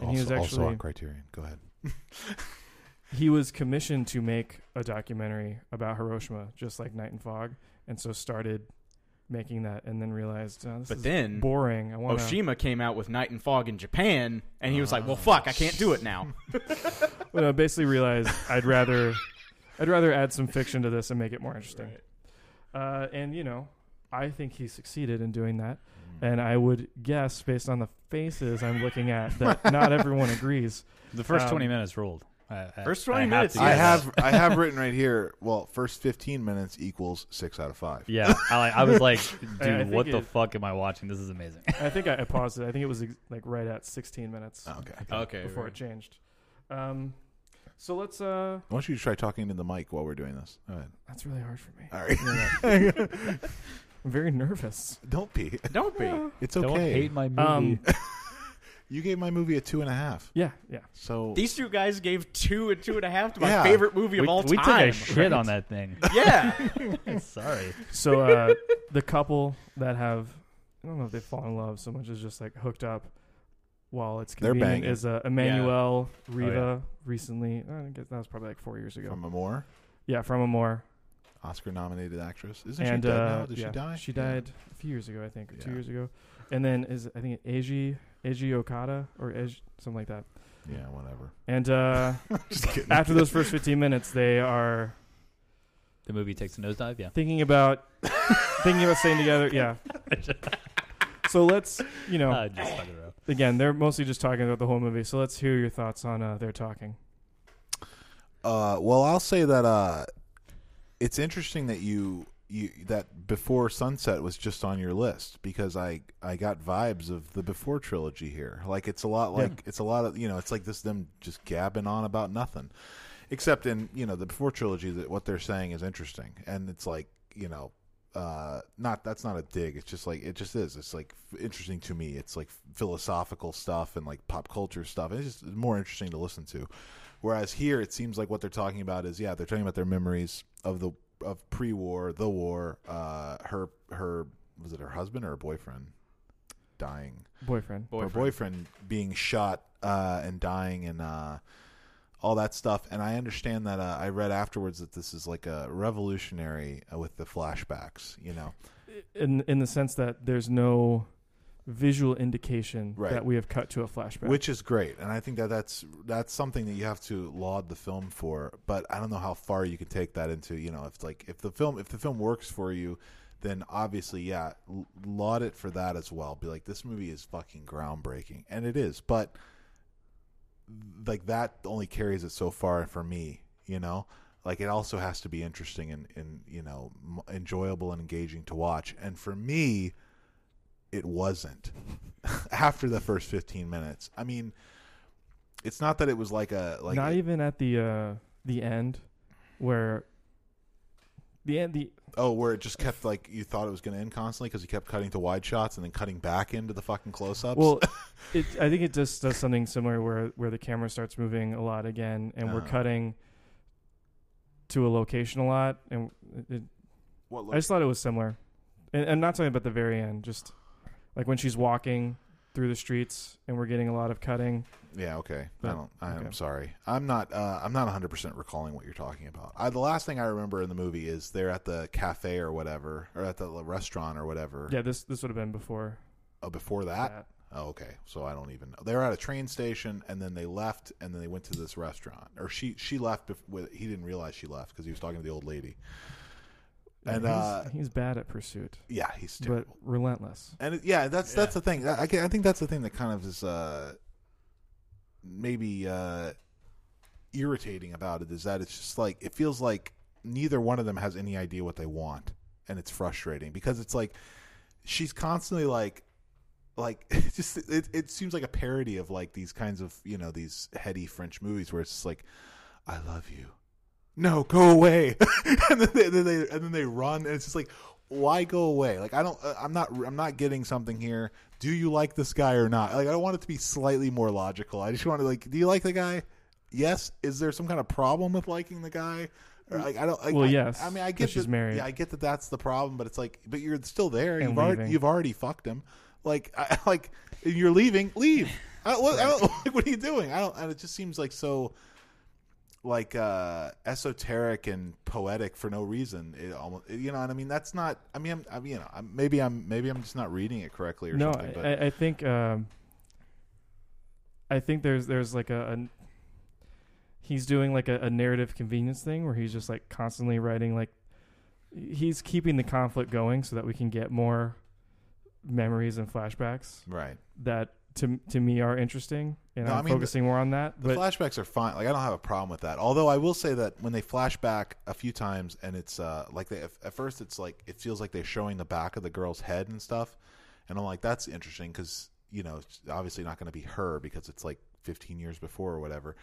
D: And he was actually
B: on Criterion. Go ahead.
D: he was commissioned to make a documentary about Hiroshima, just like Night and Fog, and so started making that, and then realized oh, this
C: But
D: is
C: then Oh,
D: boring. I want to.
C: Oshima came out with Night and Fog in Japan, and he was like, "Well, fuck, I can't do it now."
D: Well, I basically realized I'd rather, I'd rather add some fiction to this and make it more interesting. Uh, and you know, I think he succeeded in doing that.
B: Mm.
D: And I would guess, based on the faces I'm looking at, that not everyone agrees.
E: The first
D: Um,
E: 20 minutes ruled. I, I-
C: First
E: I
C: 20
E: have
C: minutes,
E: to
B: I
E: give that.
B: have I have written right here. Well, first fifteen minutes equals six out of five.
E: Yeah, I, like, I was like,
D: I
E: dude,
D: think
E: what the
D: it-
E: fuck am I watching? This is amazing.
D: I think I, I paused it. I think it was ex- like right at 16 minutes
B: Oh, Okay.
C: Okay,
D: before
C: right.
D: it changed. Um, so let's. Uh,
B: Why don't you try talking to the mic while we're doing this? All right.
D: that's really hard for me.
B: All right.
D: I'm very nervous.
B: Don't be.
C: don't be.
B: It's
E: Don't
B: okay.
E: hate my movie.
D: Um,
B: You gave my movie a two and a half.
D: yeah, yeah.
B: So
C: These two guys gave two and two and a half to my
B: Yeah.
C: favorite movie
E: we,
C: of all
E: we took
C: time.
E: a shit on that thing.
C: Yeah,
E: Sorry.
D: So uh, the couple that have, I don't know if they fall in love so much as just like hooked up while it's
B: They're
D: convenient
B: banging.
D: is uh, Emmanuel Riva
E: Oh, yeah.
D: recently. Uh, I guess that was probably like four years ago.
B: from a more
D: yeah, from Amore.
B: Oscar nominated actress. Isn't
D: and
B: she dead
D: uh,
B: now? Did
D: yeah,
B: she die?
D: She
B: Yeah.
D: died a few years ago, I think, or two
B: Yeah.
D: years ago. And then is I think Eiji Eiji Okada or Eiji, something like that.
B: Yeah, whatever.
D: And uh,
B: Just kidding.
D: after those first fifteen minutes, they are
E: The movie takes a nosedive. Yeah.
D: thinking about thinking about staying together. Yeah. So let's you know.
E: Uh, just fuck it up.
D: again, they're mostly just talking about the whole movie. So let's hear your thoughts on uh, their talking.
B: Uh, well, I'll say that uh, it's interesting that you you that before sunset was just on your list because I I got vibes of the before trilogy here. Like it's a lot like it's a lot of you know it's like this them just gabbing on about nothing, except in you know the before trilogy that what they're saying is interesting and it's like you know. Uh, not that's not a dig. It's just like it just is. It's like f- interesting to me. It's like philosophical stuff and like pop culture stuff. It's just more interesting to listen to. Whereas here, it seems like what they're talking about is yeah, they're talking about their memories of the of pre-war, the war, uh, her her was it her husband or her boyfriend dying,
D: Boyfriend.
B: her boyfriend being shot uh, and dying and uh, all that stuff. And I understand that uh, I read afterwards that this is like a revolutionary uh, with the flashbacks, you know.
D: In in the sense that there's no visual indication
B: Right.
D: that we have cut to a flashback.
B: which is great and i think that that's that's something that you have to laud the film for but i don't know how far you can take that into you know if like if the film if the film works for you then obviously yeah l- laud it for that as well be like this movie is fucking groundbreaking and it is but like that only carries it so far for me you know like it also has to be interesting and, and you know m- enjoyable and engaging to watch and for me it wasn't after the first 15 minutes i mean it's not that it was like a like
D: Not even at the uh, the end where the end the
B: Oh, where it just kept like you thought it was going to end constantly because he kept cutting to wide shots and then cutting back into the fucking close-ups.
D: well it i think it just does something similar where where the camera starts moving a lot again and we're
B: Oh.
D: cutting to a location a lot and it,
B: What
D: i just thought it was similar and i'm not talking about the very end just like when she's walking through the streets and we're getting a lot of cutting
B: Yeah, okay. I
D: But-
B: don't. I'm
D: okay.
B: sorry. I'm not. Uh, I'm not 100 percent recalling what you're talking about. I, the last thing I remember in the movie is they're at the cafe or whatever, or at the l- restaurant or whatever.
D: yeah this this would have been before
B: Oh, before that.
D: that
B: Oh, okay. So I don't even. know. They were at a train station and then they left and then they went to this restaurant. Or she she left. Bef- with, he didn't realize she left because he was talking to the old lady.
D: Yeah,
B: And,
D: he's,
B: uh,
D: he's bad at pursuit
B: Yeah, he's terrible.
D: but relentless
B: And it, yeah, that's
C: Yeah.
B: that's the thing. I, I ca- I think that's the thing that kind of is uh, maybe uh, irritating about it is that it's just like it feels like neither one of them has any idea what they want, and it's frustrating because it's like she's constantly like like it's just it, it seems like a parody of like these kinds of you know these heady French movies where it's just like I love you. No, go away. and then they, then they and then they run, and it's just like, why go away? Like I don't, uh, I'm not, I'm not getting something here. Do you like this guy or not? Like I want it to be slightly more logical. I just want to like, do you like the guy? Yes. Is there some kind of problem with liking the guy? Or, like I don't. Like,
D: Well,
B: I-
D: yes,
B: I mean, I
D: 'cause
B: get
D: she's
B: that-
D: married.
B: Yeah, I get that that's the problem, but it's like, but you're still there.
D: And
B: you've already,
D: leaving.
B: you've already fucked him. Like, I, like you're leaving. Leave. I, what, I don't, like, what are you doing? I don't. And it just seems like so like uh esoteric and poetic for no reason it almost you know and i mean that's not i mean i'm, I'm you know I'm, maybe i'm maybe i'm just not reading it correctly or
D: no
B: something but
D: I, I, I think um i think there's there's like a, an he's doing like a, a narrative convenience thing where he's just like constantly writing like he's keeping the conflict going so that we can get more memories and flashbacks
B: right
D: that to to me are interesting and
B: No,
D: i'm
B: I mean, the-
D: focusing more on that
B: the
D: but
B: flashbacks are fine like i don't have a problem with that although i will say that when they flash back a few times and it's uh like they at first it's like it feels like they're showing the back of the girl's head and stuff and i'm like that's interesting because you know it's obviously not going to be her because it's like 15 years before or whatever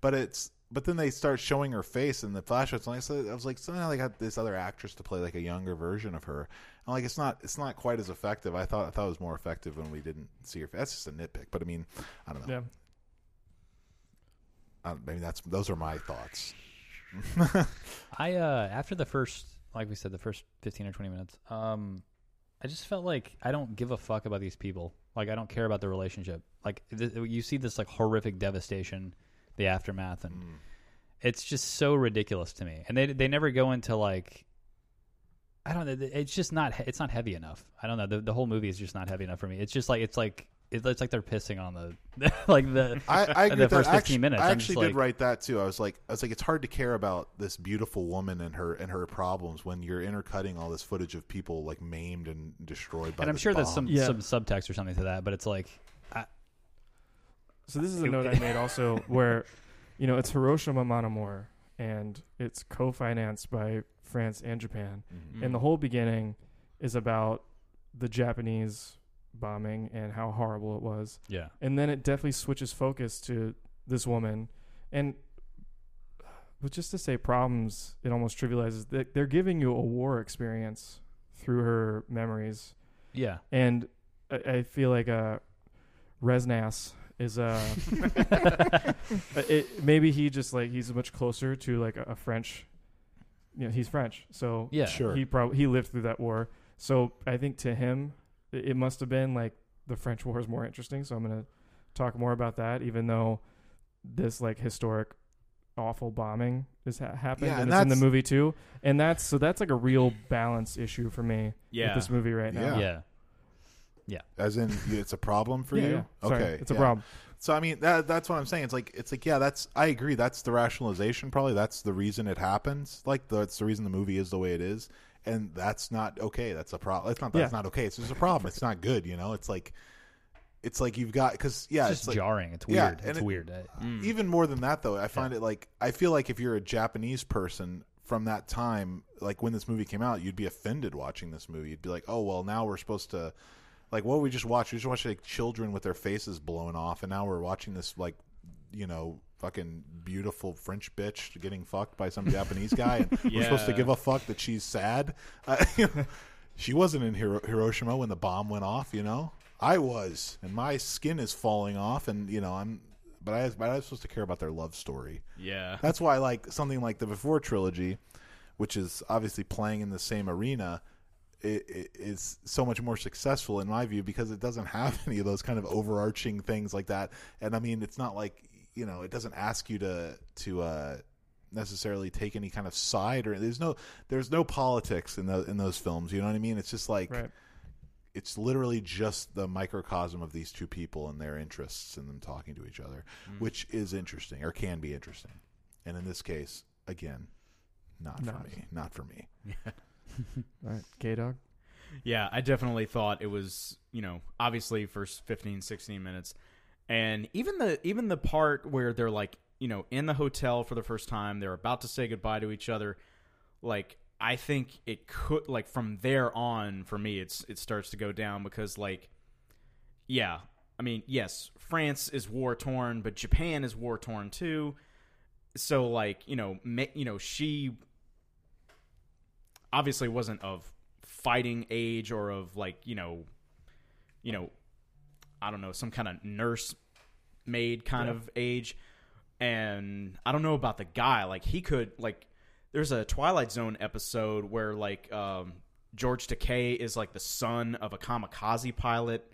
B: but it's but then they start showing her face in the flashbacks and I, said, I was like somehow they got this other actress to play like a younger version of her and like it's not it's not quite as effective i thought i thought it was more effective when we didn't see her that's just a nitpick but i mean i don't know
D: yeah
B: I don't- I mean that's those are my thoughts
E: I uh after the first like we said the first 15 or 20 minutes um I just felt like I don't give a fuck about these people. Like I don't care about the relationship. Like th- you see this like horrific devastation, the aftermath and it's just so ridiculous to me. And they they never go into like I don't know. It's just not. he- It's not heavy enough. I don't know. The, the whole movie is just not heavy enough for me. It's just like it's like it's like they're pissing on the like the
B: I, I agree
E: the
B: with that.
E: first
B: I
E: 15
B: actually,
E: minutes.
B: I
E: I'm just
B: actually did
E: like-
B: write that too. I was like, I was like, it's hard to care about this beautiful woman and her and her problems when you're intercutting all this footage of people like maimed and destroyed by.
E: and I'm
B: this
E: sure
B: bomb.
E: there's some
D: Yeah.
E: some subtext or something to that. But it's like
D: So this is a note I made also where, you know, it's Hiroshima Monomore and it's co-financed by France and Japan,
C: Mm.
D: and the whole beginning is about the Japanese bombing and how horrible it was,
E: yeah,
D: and then it definitely switches focus to this woman, and but just to say problems, it almost trivializes that they're giving you a war experience through her memories
E: yeah.
D: and I, I feel like uh, Resnas is uh, it, maybe he just like he's much closer to like a, a French, you know, he's French, so
E: Yeah.
B: Sure.
D: he probably he lived through that war. So I think to him, it, it must have been like the French War is more interesting. So I'm gonna talk more about that, even though this like historic awful bombing is ha- happened
B: Yeah,
D: and,
B: and
D: it's in the
B: that's-
D: movie too and that's so that's like a real balance issue for me
C: Yeah.
D: with this movie right now
B: Yeah.
E: yeah.
B: as in it's a problem for
D: Yeah,
B: you.
D: yeah.
B: Okay,
D: Sorry, it's a
B: yeah.
D: problem.
B: So I mean that that's what I'm saying. It's like it's like yeah, that's I agree. That's the rationalization probably. That's the reason it happens. Like that's the reason the movie is the way it is. And that's not okay. That's a problem. It's not that's
D: Yeah.
B: not okay. It's just a problem. It's not good, you know. It's like it's like you've got cuz yeah,
E: It's
B: it's,
E: just
B: like
E: jarring. It's
B: yeah,
E: weird.
B: and
E: it's
B: it-
E: weird. I-
B: even more than that though i find it like i feel like if you're a japanese person from that time like when this movie came out you'd be offended watching this movie you'd be like oh well now we're supposed to like what we just watched we just watched like children with their faces blown off and now we're watching this like you know fucking beautiful French bitch getting fucked by some Japanese guy, and we're supposed to
C: Yeah.
B: give a fuck that she's sad. Uh, she wasn't in Hiro- Hiroshima when the bomb went off, you know. I was, and my skin is falling off, and you know I'm. But I, but I was supposed to care about their love story.
C: Yeah.
B: That's why I like something like the Before trilogy, which is obviously playing in the same arena, i i is so much more successful in my view because it doesn't have any of those kind of overarching things like that. And I mean, it's not like you know, it doesn't ask you to to uh, necessarily take any kind of side or there's no there's no politics in those in those films. You know what I mean? It's just like
D: Right.
B: it's literally just the microcosm of these two people and their interests and them talking to each other, which is interesting or can be interesting. And in this case, again, not
D: Not.
B: for me. Not for me.
D: All right. K Dog.
C: Yeah, I definitely thought it was, you know, obviously first 15, 16 minutes. And even the even the part where they're like, you know, in the hotel for the first time, they're about to say goodbye to each other. Like I think it could like from there on for me it's it starts to go down because like yeah, I mean, yes, France is war torn, but Japan is war torn too. So like, you know, ma- you know, she obviously wasn't of fighting age or of like you know you know i don't know some kind of nurse maid kind of age and i don't know about the guy like he could like there's a twilight zone episode where like um george takei is like the son of a kamikaze pilot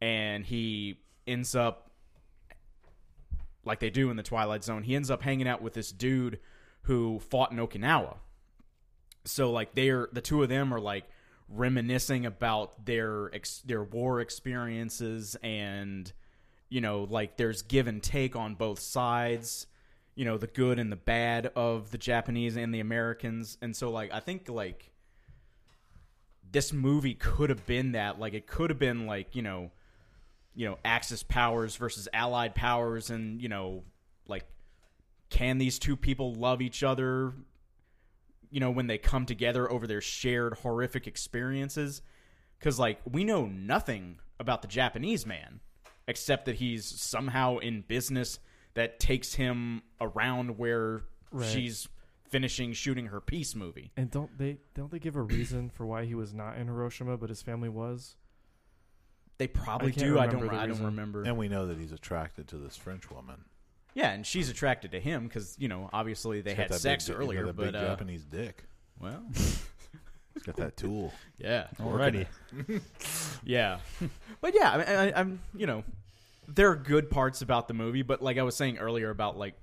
C: and he ends up like they do in the Twilight Zone, he ends up hanging out with this dude who fought in Okinawa. So like they're the two of them are like reminiscing about their ex, their war experiences and you know like there's give and take on both sides, you know the good and the bad of the Japanese and the Americans. And so like I think like this movie could have been that like it could have been like, you know, you know Axis powers versus Allied powers, and you know, like, can these two people love each other? You know, when they come together over their shared horrific experiences, because like we know nothing about the Japanese man except that he's somehow in business that takes him around where
D: Right.
C: she's finishing shooting her peace movie.
D: And don't they don't they give a reason for why he was not in Hiroshima but his family was?
C: They probably
D: can't
C: do. I don't.
D: remember the
C: I don't
D: reason.
C: remember.
B: And we know that he's attracted to this French woman.
C: Yeah, and she's attracted to him because you know obviously they
B: He's got
C: had
B: that
C: sex
B: big, di- he's
C: earlier,
B: got that
C: but
B: big
C: uh,
B: Japanese dick.
C: well,
B: He's got that tool.
C: yeah,
E: Alrighty.
C: yeah, but yeah, I mean, I, I'm you know there are good parts about the movie, but like I was saying earlier about like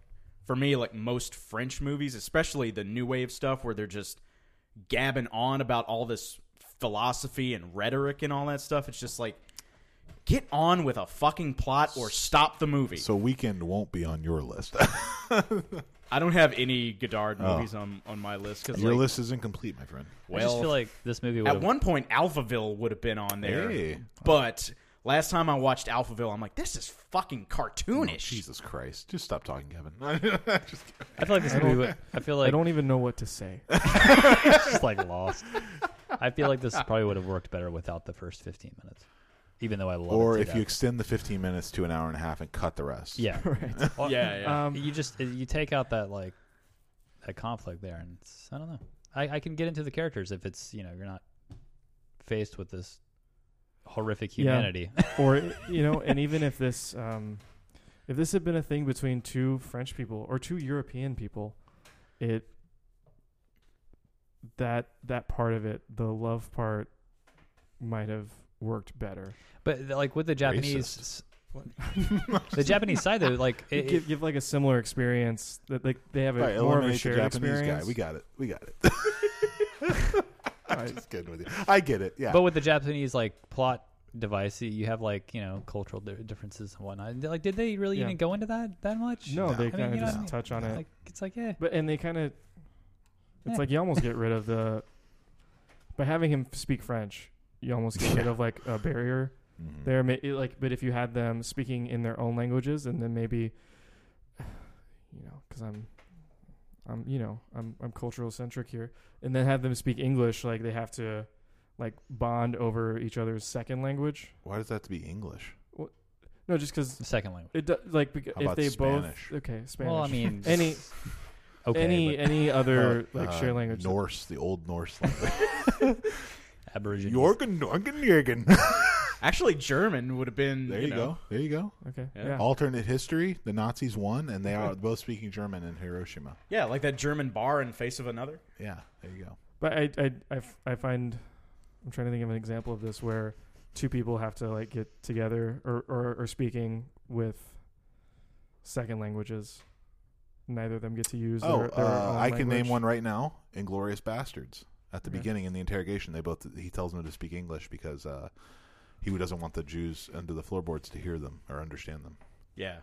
C: for me like most French movies, especially the new wave stuff where they're just gabbing on about all this philosophy and rhetoric and all that stuff. It's just like get on with a fucking plot or stop the movie.
B: So weekend won't be on your list.
C: I don't have any Godard movies on on my list because
B: Oh. your
C: like,
B: list is incomplete, my friend.
E: I just
C: well,
E: feel like this movie would
C: At one point, Alphaville would have been on there,
B: Hey.
C: but last time I watched Alphaville, I'm like, this is fucking
B: Oh,
C: cartoonish.
B: Jesus Christ! Just stop talking, Kevin. Just kidding.
E: I feel like this movie would, I feel
D: I
E: like
D: don't even know what to say.
E: it's just like lost. I feel like this probably would have worked better without the first 15 minutes. Even though I love it
B: or
E: to
B: if you
E: death.
B: extend the 15 minutes to an hour and a half and cut the rest.
E: Yeah.
D: right.
E: Or-
C: yeah, yeah.
D: Um,
E: you just you take out that like that conflict there and it's, i don't know I, I can get into the characters if it's you know you're not faced with this horrific
D: Yeah.
E: humanity
D: or you know, and even if this um, if this had been a thing between two French people or two European people, it that that part of it, the love part, might have worked better.
E: but like with the japanese the japanese side though like
D: You
E: it,
D: give, give like a similar experience that like they have a
B: All right,
D: more of a
B: eliminate the
D: shared
B: Japanese
D: experience.
B: guy. We got it. We got it. I'm just kidding with you. I get it. Yeah.
E: but with the japanese like plot device you- you have like you know cultural di- differences and whatnot And, like did they really
D: Yeah.
E: even go into that that much
D: no,
B: No. I
D: they
B: mean,
D: kind
E: you
D: of
E: know
D: just
E: what I mean?
D: touch on it,
E: like eh. it's like eh. yeah
D: but and they kind of it's
E: Yeah.
D: like you almost get rid of the by having him speak French, you almost get rid of like a barrier.
B: Mhm.
D: there may, it, like but if you had them speaking in their own languages and then maybe you know because i'm i'm you know i'm i'm cultural centric here and then have them speak english like they have to like bond over each other's second language
B: Why does that have to be English?
D: No, just because
E: Second language.
D: it do, like bec-
B: How
D: if
B: about
D: they
B: Spanish?
D: both okay Spanish.
E: Well, I mean,
D: any
E: okay,
D: any
E: but
D: any other
B: Uh,
D: like
B: uh,
D: share language.
B: Norse, the old Norse language.
E: Aborigines.
B: Jorgen, Jorgen, Jorgen.
C: Actually, German would have been.
B: There you
C: know,
B: go. There you go.
D: Okay,
C: Yeah.
D: yeah.
B: Alternate history. The Nazis won, and they are both speaking German in Hiroshima.
C: Yeah, like that German bar in face of another.
B: Yeah, there you go.
D: But I, I, I f- I find I'm trying to think of an example of this where two people have to like get together or or, or speaking with second languages. Neither of them get to use.
B: Oh,
D: their, their
B: uh,
D: own
B: I can name
D: language.
B: one right now. Inglorious Bastards. At the
D: Okay.
B: beginning in the interrogation, they both he tells them to speak English because uh, he doesn't want the Jews under the floorboards to hear them or understand them.
C: Yeah.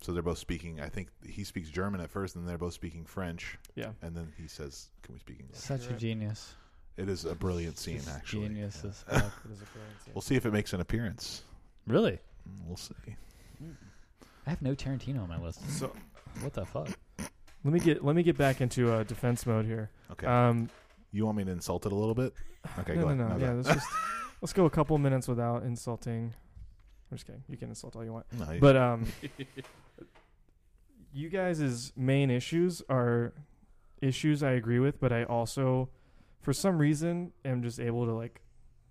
B: So they're both speaking. I think he speaks German at first, and they're both speaking French.
D: Yeah.
B: And then he says, "Can we speak English?"
E: Such a
D: Correct.
E: genius.
B: It is a brilliant scene,
E: Just
B: actually.
E: Genius
B: Yeah.
E: as fuck.
D: It is a brilliant scene.
B: We'll see if it makes an appearance.
E: Really?
B: Mm, We'll see.
E: I have no Tarantino on my list.
C: So
E: What the fuck?
D: Let me get let me get back into uh, defense mode here.
B: Okay.
D: Um,
B: you want me to insult it a little bit? Okay,
D: no,
B: go
D: no,
B: ahead. No,
D: no, Yeah,
B: go-
D: let's just let's go a couple minutes without insulting. I'm just kidding. You can insult all you want.
B: no, you-
D: But um, you guys' main issues are issues I agree with, but I also, for some reason, am just able to like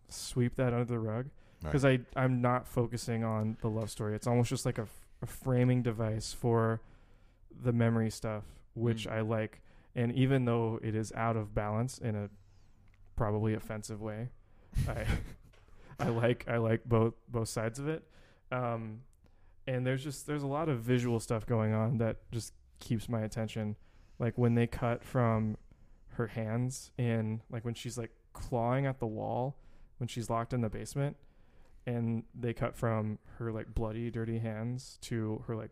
D: sweep that under the rug because I I'm not focusing on the love story. It's almost just like a, f- a framing device for the memory stuff, which
E: Mm.
D: I like. And even though it is out of balance in a probably offensive way, I I like I like both both sides of it. Um, and there's just there's a lot of visual stuff going on that just keeps my attention. Like when they cut from her hands in like when she's like clawing at the wall when she's locked in the basement and they cut from her like bloody dirty hands to her like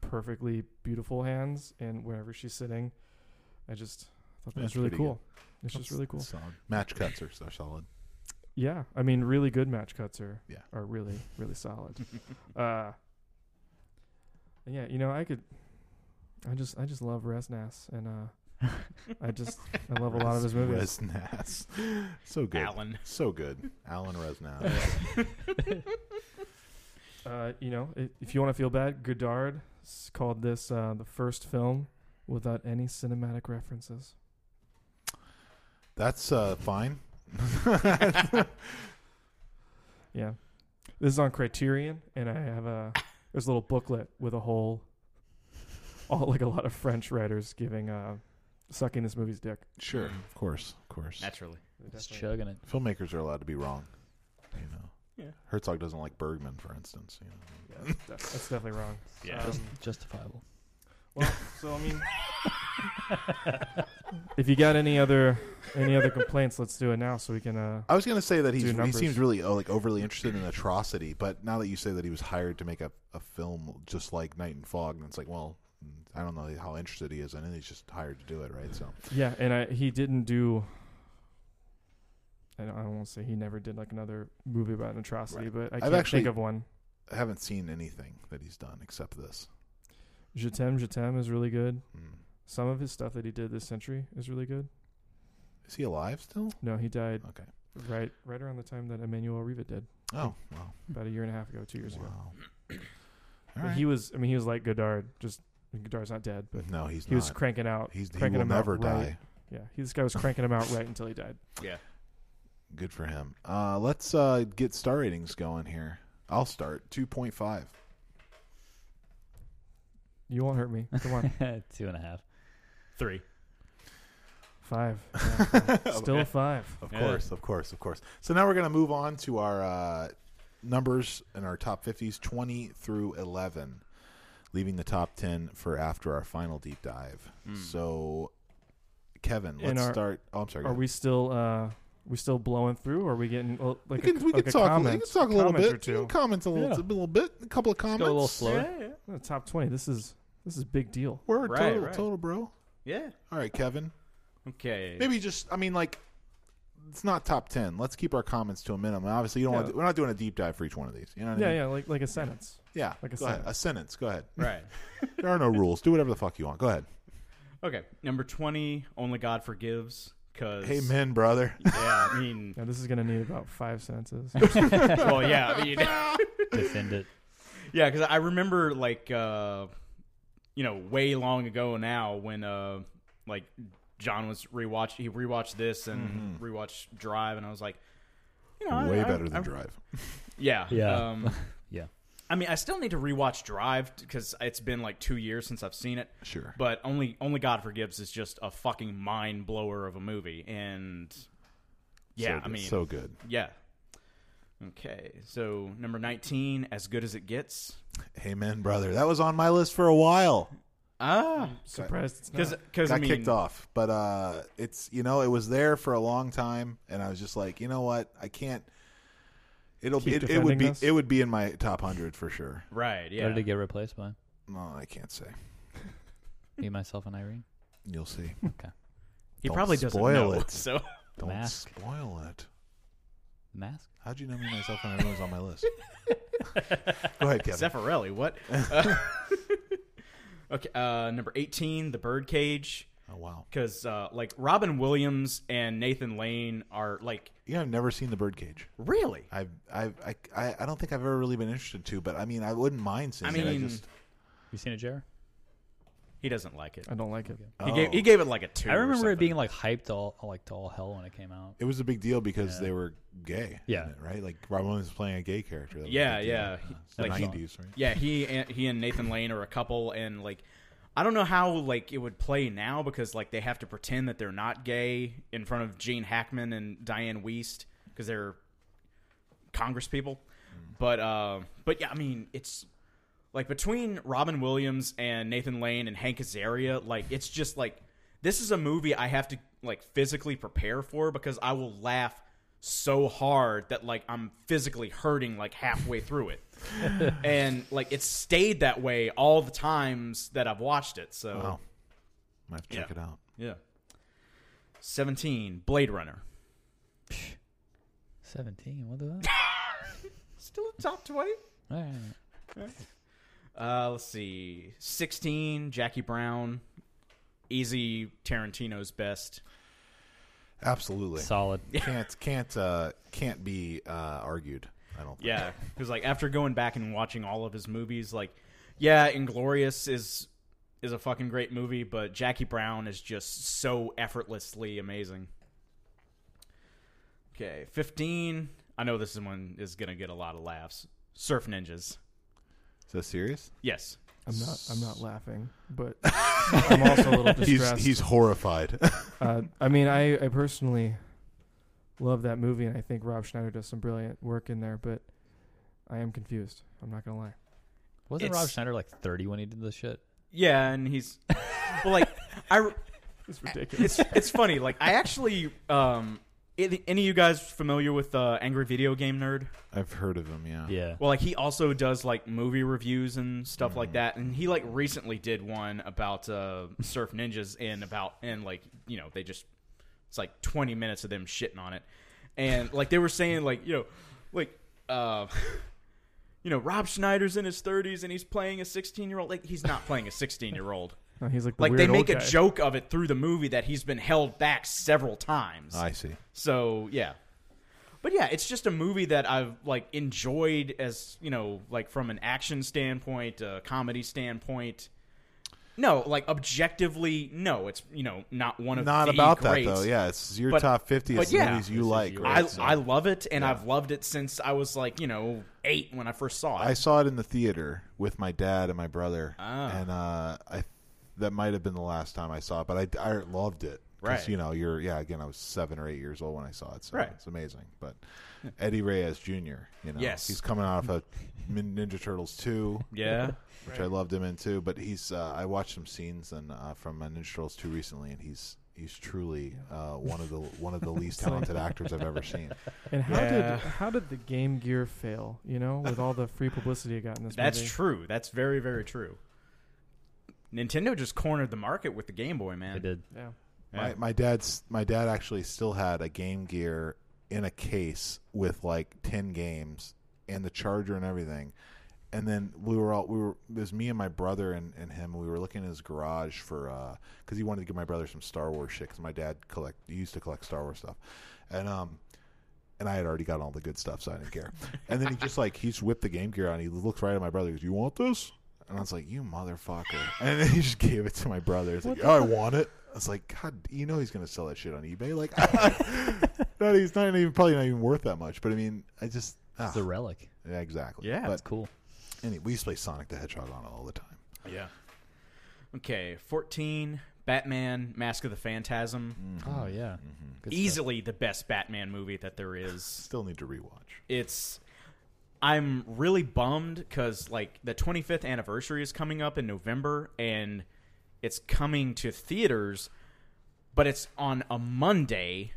D: perfectly beautiful hands and wherever she's sitting i just thought that
B: That's
D: was really
B: pretty
D: cool it's just really cool
B: Solid. Match cuts are, are solid.
D: yeah, I mean, really good match cuts are
B: Yeah.
D: are really really solid. uh, and yeah, you know, I could, I just I just love Resnas, and uh, I just I love a lot of his movies.
B: Resnas. So good.
C: Alan.
B: So good. Alan Resnas.
D: Uh, you know, i if you want to feel bad, Godard s- called this uh, the first film without any cinematic references.
B: That's uh, fine.
D: Yeah, this is on Criterion, and I have a there's a little booklet with a whole, all like a lot of French writers giving uh, sucking this movie's dick.
B: Sure.
E: Mm-hmm.
B: Of course. Of course.
C: Naturally.
E: Just chugging it.
B: Filmmakers are allowed to be wrong. You know.
C: Yeah.
B: Herzog doesn't like Bergman, for instance. You know.
D: Yeah, that's def- that's definitely wrong.
C: Yeah.
D: Um,
E: Justifiable.
D: well, so I mean, if you got any other any other complaints, let's do it now so we can. Uh,
B: I was going to say that he's,
D: Do
B: he
D: numbers.
B: seems really oh, like overly interested in atrocity, but now that you say that he was hired to make a, a film just like Night and Fog, and it's like, well, I don't know how interested he is in it. He's just hired to do it, right? So
D: yeah, and I, he didn't do. I don't, I won't say he never did like another movie about an atrocity, but I can't
B: actually-
D: think of one.
B: I haven't seen anything that he's done except this.
D: Je t'aime, je t'aime is really good.
B: Mm.
D: Some of his stuff that he did this century is really good.
B: Is he alive still?
D: No, he died
B: Okay.
D: right right around the time that Emmanuel Riva did,
B: Oh, wow.
D: about a year and a half ago, two years ago.
B: Wow. All
D: But
B: right.
D: He was, I mean, he was like Godard. Just Godard's not dead, but
B: no, he's
D: he was
B: not.
D: cranking out.
B: he's he
D: cranking
B: will
D: him out
B: never
D: right.
B: die.
D: Yeah, he, this guy was cranking him out right until he died.
B: Good for him. Uh, let's uh, get star ratings going here. I'll start two point five.
D: You won't hurt me. Come on,
E: Two and a half.
C: Three.
D: five. Yeah, Still a five.
B: Of
C: Yeah.
B: course, of course, of course. So now we're going to move on to our uh, numbers in our top 50s, 20 through 11, leaving the top 10 for after our final deep dive.
C: Hmm.
B: So, Kevin,
D: And
B: let's
D: are-
B: start. Oh, I'm sorry. go
D: Are
B: ahead.
D: we still? uh we still blowing through? Or are we getting uh, like
B: we can,
D: a,
B: we
D: like
B: can
D: a
B: talk,
D: comment?
B: we can talk a little
D: comment
B: bit.
D: or
B: We
D: two?
B: can comment a little,
E: Yeah.
B: a little bit, a couple of
E: Let's
B: comments.
E: go a little slower.
D: The Uh, top twenty. This is this is a big deal.
B: We're a
C: Right,
B: total,
C: right.
B: total, bro.
C: Yeah.
B: All right, Kevin.
C: Okay.
B: Maybe just, I mean, like, it's not top 10. Let's keep our comments to a minimum. Obviously, you don't
D: Yeah.
B: want to, we're not doing a deep dive for each one of these. You know what I
D: Yeah,
B: mean?
D: yeah, like like a sentence.
B: Yeah,
D: Like a
B: go ahead.
D: sentence.
B: A sentence. Go ahead.
C: Right.
B: There are no rules. Do whatever the fuck you want. Go ahead.
C: Okay. Number twenty. Only God forgives. Cause
B: Amen, brother.
C: Yeah. I mean.
D: Now this is gonna need about five sentences.
C: well, yeah. I mean.
E: Defend it.
C: yeah, because I remember like uh, you know way long ago now when uh, like John was rewatched. He rewatched this and rewatched Drive, and I was like, you know, I-
B: Mm-hmm. Way
C: I-
B: better than
C: I-
B: Drive.
C: Yeah,
E: Yeah.
C: Um,
E: yeah.
C: I mean, I still need to rewatch Drive because it's been like two years since I've seen it.
B: Sure.
C: But only only God forgives is just a fucking mind blower of a movie, and yeah,
B: so
C: I
B: good,
C: mean,
B: so good.
C: yeah. Okay, so number nineteen, as good as it gets.
B: Amen, brother. That was on my list for a while.
C: Ah,
D: Surprised it's not.
C: because because
B: Got
C: I mean,
B: kicked off, but uh, it's you know it was there for a long time, and I was just like, you know what, I can't. It'll be
D: Keep
B: it, it would
D: defending
B: be
D: this?
B: it would be in my top hundred for sure.
C: right?
E: What
C: Yeah,
E: did it get replaced by?
B: No, I can't say.
E: Me, myself, and Irene.
B: You'll see.
C: he
B: Don't
C: probably doesn't
B: spoil
C: know.
B: it.
C: So
B: Don't
E: Mask.
B: spoil it.
E: Mask.
B: How'd you know me myself and everyone's on my list? Go ahead, Kevin.
C: Zeffirelli, what? Uh, okay, uh, number eighteen, the birdcage.
B: oh wow,
C: Because uh, like Robin Williams and Nathan Lane are like
B: you know, I've never seen the birdcage.
C: really.
B: I've, I've, I, I, I don't think I've ever really been interested to, but I mean, I wouldn't mind seeing
C: I
B: it. I
C: mean,
B: just,
E: You seen it, Jared?
C: he doesn't like it.
D: I don't like it.
C: He
B: Oh.
C: gave he gave it like a two.
E: I
C: or
E: remember it
C: something.
E: being like hyped all like to all hell when it came out.
B: it was a big deal because they were gay.
E: Yeah.
B: in it, right. Like Robin Williams was playing a gay character. That was a
C: Yeah,
B: big deal.
C: yeah.
B: Uh,
C: He-
B: it's the
C: like, he-
B: 90s, right?
C: yeah. He and he and Nathan Lane are a couple, and like I don't know how like it would play now because like they have to pretend that they're not gay in front of Gene Hackman and Diane Weist because they're Congress people. But uh, but yeah, I mean it's like between Robin Williams and Nathan Lane and Hank Azaria, like it's just like this is a movie I have to like physically prepare for because I will laugh so hard that like I'm physically hurting like halfway through it. and like it's stayed that way all the times that I've watched it. So
B: Wow. I have to check
C: Yeah.
B: it out.
C: yeah. 17 Blade Runner.
E: Seventeen. What the? hell?
C: Still in top 20?
E: All right.
C: Uh, let's see. 16 Jackie Brown. Easy Tarantino's best.
B: Absolutely.
E: Solid.
B: Can't, can't, uh, can't be uh, argued. I don't. Think.
C: Yeah, because like after going back and watching all of his movies, like yeah, Inglorious is is a fucking great movie, but Jackie Brown is just so effortlessly amazing. Okay, fifteen. I know this one is gonna get a lot of laughs. Surf ninjas.
B: Is that serious?
C: Yes.
D: I'm not. I'm not laughing, but I'm also a little
B: He's,
D: distressed.
B: he's horrified.
D: uh, I mean, I, I personally love that movie, and I think Rob Schneider does some brilliant work in there. But I am confused. I'm not gonna lie.
E: Wasn't Rob
C: It's-
E: Schneider like thirty when he did this shit?
C: Yeah, and he's well, like I.
D: It's ridiculous.
C: It's it's funny. Like I actually. um any any of you guys familiar with uh, Angry Video Game Nerd?
B: I've heard of him. Yeah.
E: Yeah.
C: Well, like he also does like movie reviews and stuff
D: Mm-hmm.
C: like that, and he like recently did one about uh, surf ninjas and about and like you know they just it's like twenty minutes of them shitting on it, and like they were saying like you know like uh you know Rob Schneider's in his thirties and he's playing a sixteen year old like he's not playing a sixteen year old
D: No, he's like the
C: like
D: weird
C: they make
D: old
C: a
D: guy.
C: joke of it through the movie that he's been held back several times.
B: I see.
C: So yeah, but yeah, it's just a movie that I've like enjoyed as you know, like from an action standpoint, a comedy standpoint. No, like objectively, no, it's you know not one of
B: Not
C: the
B: about
C: greats.
B: that though. Yeah, it's your
C: But-
B: top fifty
C: but
B: it's
C: yeah.
B: movies you like.
C: I,
B: Right? So-
C: I love it and I've loved it since I was like you know eight when I first saw
B: I
C: it.
B: saw it in the theater with my dad and my brother,
C: Ah.
B: and uh, I that might have been the last time I saw it, but I, I loved it. 'Cause,
C: Right.
B: You know, you're yeah. Again, I was seven or eight years old when I saw it, so
C: Right.
B: it's amazing. But Eddie Reyes Jr. You know,
C: Yes.
B: he's coming off of Min- Ninja Turtles two,
C: yeah,
B: which I loved him in too. But he's uh, I watched some scenes and uh, from uh, Ninja Turtles two recently, and he's he's truly uh, one of the one of the least talented actors I've ever seen.
D: And how
C: Yeah.
D: did how did the Game Gear fail? You know, with all the free publicity it got in this
C: that's
D: movie.
C: true. That's very very true. Nintendo just cornered the market with the Game Boy, man.
E: I did.
D: Yeah.
B: My, my dad's my dad actually still had a Game Gear in a case with like ten games and the charger and everything. And then we were all we were it was me and my brother and, and him. We were looking in his garage for because he wanted to give my brother some Star Wars shit because my dad collect he used to collect Star Wars stuff, and um and I had already gotten all the good stuff, so I didn't care. And then he just like he's whipped the Game Gear out. And he looks right at my brother. He goes, "You want this?" And I was like, "You motherfucker!" And then he just gave it to my brother. It's like, "Oh, I want it." I was like, "God, you know he's gonna sell that shit on eBay." Like, not he's not even probably not even worth that much. But I mean, I just ah,
E: It's a relic.
B: yeah, exactly.
C: Yeah,
B: but
E: It's cool.
B: anyway, we used to play Sonic the Hedgehog on it all the time.
C: Yeah. Okay, 14, Batman, Mask of the Phantasm.
B: Mm.
E: Oh yeah. Good stuff.
C: Easily the best Batman movie that there is.
B: Still need to rewatch.
C: It's. I'm really bummed because, like, the 25th anniversary is coming up in November and it's coming to theaters, but it's on a Monday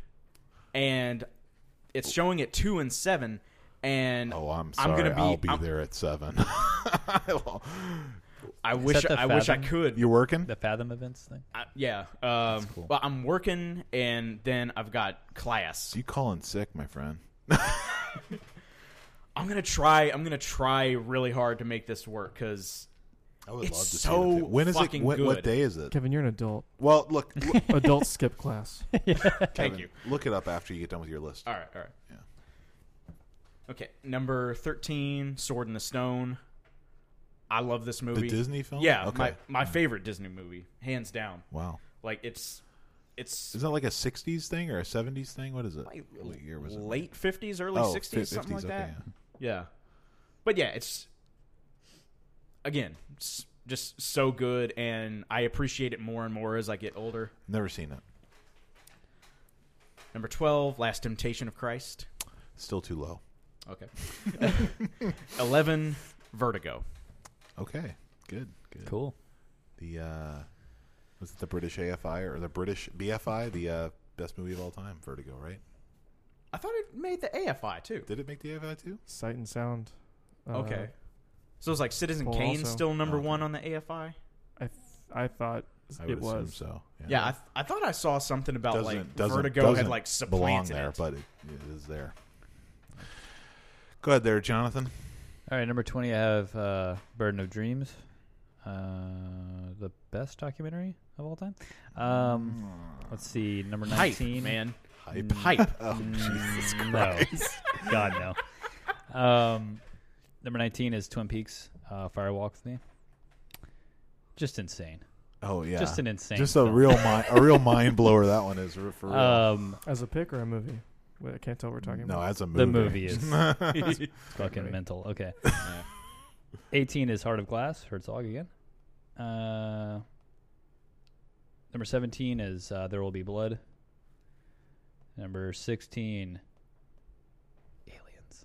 C: and it's showing at 2 and 7. And
B: Oh, I'm sorry. i
C: gonna be,
B: will be
C: I'm-
B: there at seven. I'll-
C: I wish
E: that the
C: I wish I
E: Fathom?
C: could.
B: you working?
E: The Fathom events thing.
C: I, yeah. Um,
E: cool.
C: But I'm working, and then I've got class.
B: you calling sick, my friend?
C: I'm gonna try. I'm gonna try really hard to make this work because
B: I would
C: It's
B: love to
C: so
B: see it. When is it?
C: fucking
B: When,
C: good.
B: what day is it?
D: Kevin, you're an adult.
B: Well, look, look
D: Adult skip class.
C: thank you.
B: look it up after you get done with your list.
C: All right. All right.
B: Yeah.
C: Okay. Number thirteen, Sword in the Stone. I love this movie.
B: The Disney film?
C: Yeah.
B: Okay.
C: My my favorite Disney movie, hands down.
B: wow.
C: Like it's it's
B: Is that like a '60s thing or a '70s thing? What is it?
C: like
B: what year was it?
C: late fifties, early
B: Oh,
C: sixties, something like
B: 50s,
C: that.
B: okay,
C: Yeah. But yeah, it's again, it's just so good and I appreciate it more and more as I get older.
B: Never seen it.
C: Number 12, Last Temptation of Christ.
B: Still too low.
C: Okay. 11, Vertigo.
B: Okay. Good. Good.
E: Cool.
B: The uh, was it the British AFI or the British BFI? The uh, best movie of all time, Vertigo, right?
C: I thought it made the AFI too.
B: Did it make the AFI too?
D: Sight and sound. Uh,
C: Okay. So it's like Citizen
D: Paul
C: Kane
D: also. Oh,
C: still number
B: Okay.
C: 1 on the AFI?
D: I th- I thought
B: I would
D: it
B: assume
D: was.
B: so.
C: Yeah, I, th- I thought I saw something about
B: Doesn't-
C: like
B: doesn't-
C: Vertigo
B: doesn't
C: had like
B: belong
C: supplanted
B: there,
C: it.
B: but it, it is there. Go ahead, there, Jonathan.
E: All right, number twenty. I have uh, Burden of Dreams, uh, the best documentary of all time. Um, let's see, number
C: Hype,
E: nineteen.
C: man.
B: Hype.
C: Hype.
B: Oh, Jesus Christ.
E: No, Mm, God no. Um, number nineteen is Twin Peaks. Uh, Firewalk with me. Just insane.
B: Oh yeah.
E: Just an insane.
B: Just a
E: film.
B: real mind, a real mind blower. That one is for real.
E: Um,
D: As a pick or a movie? Wait, I can't tell what we're talking
B: no,
D: about.
B: as a movie.
E: the movie is fucking
D: movie.
E: mental. Okay. 18 is Heart of Glass, Herzog again. Uh, number 17 is uh, There Will Be Blood. Number 16, Aliens.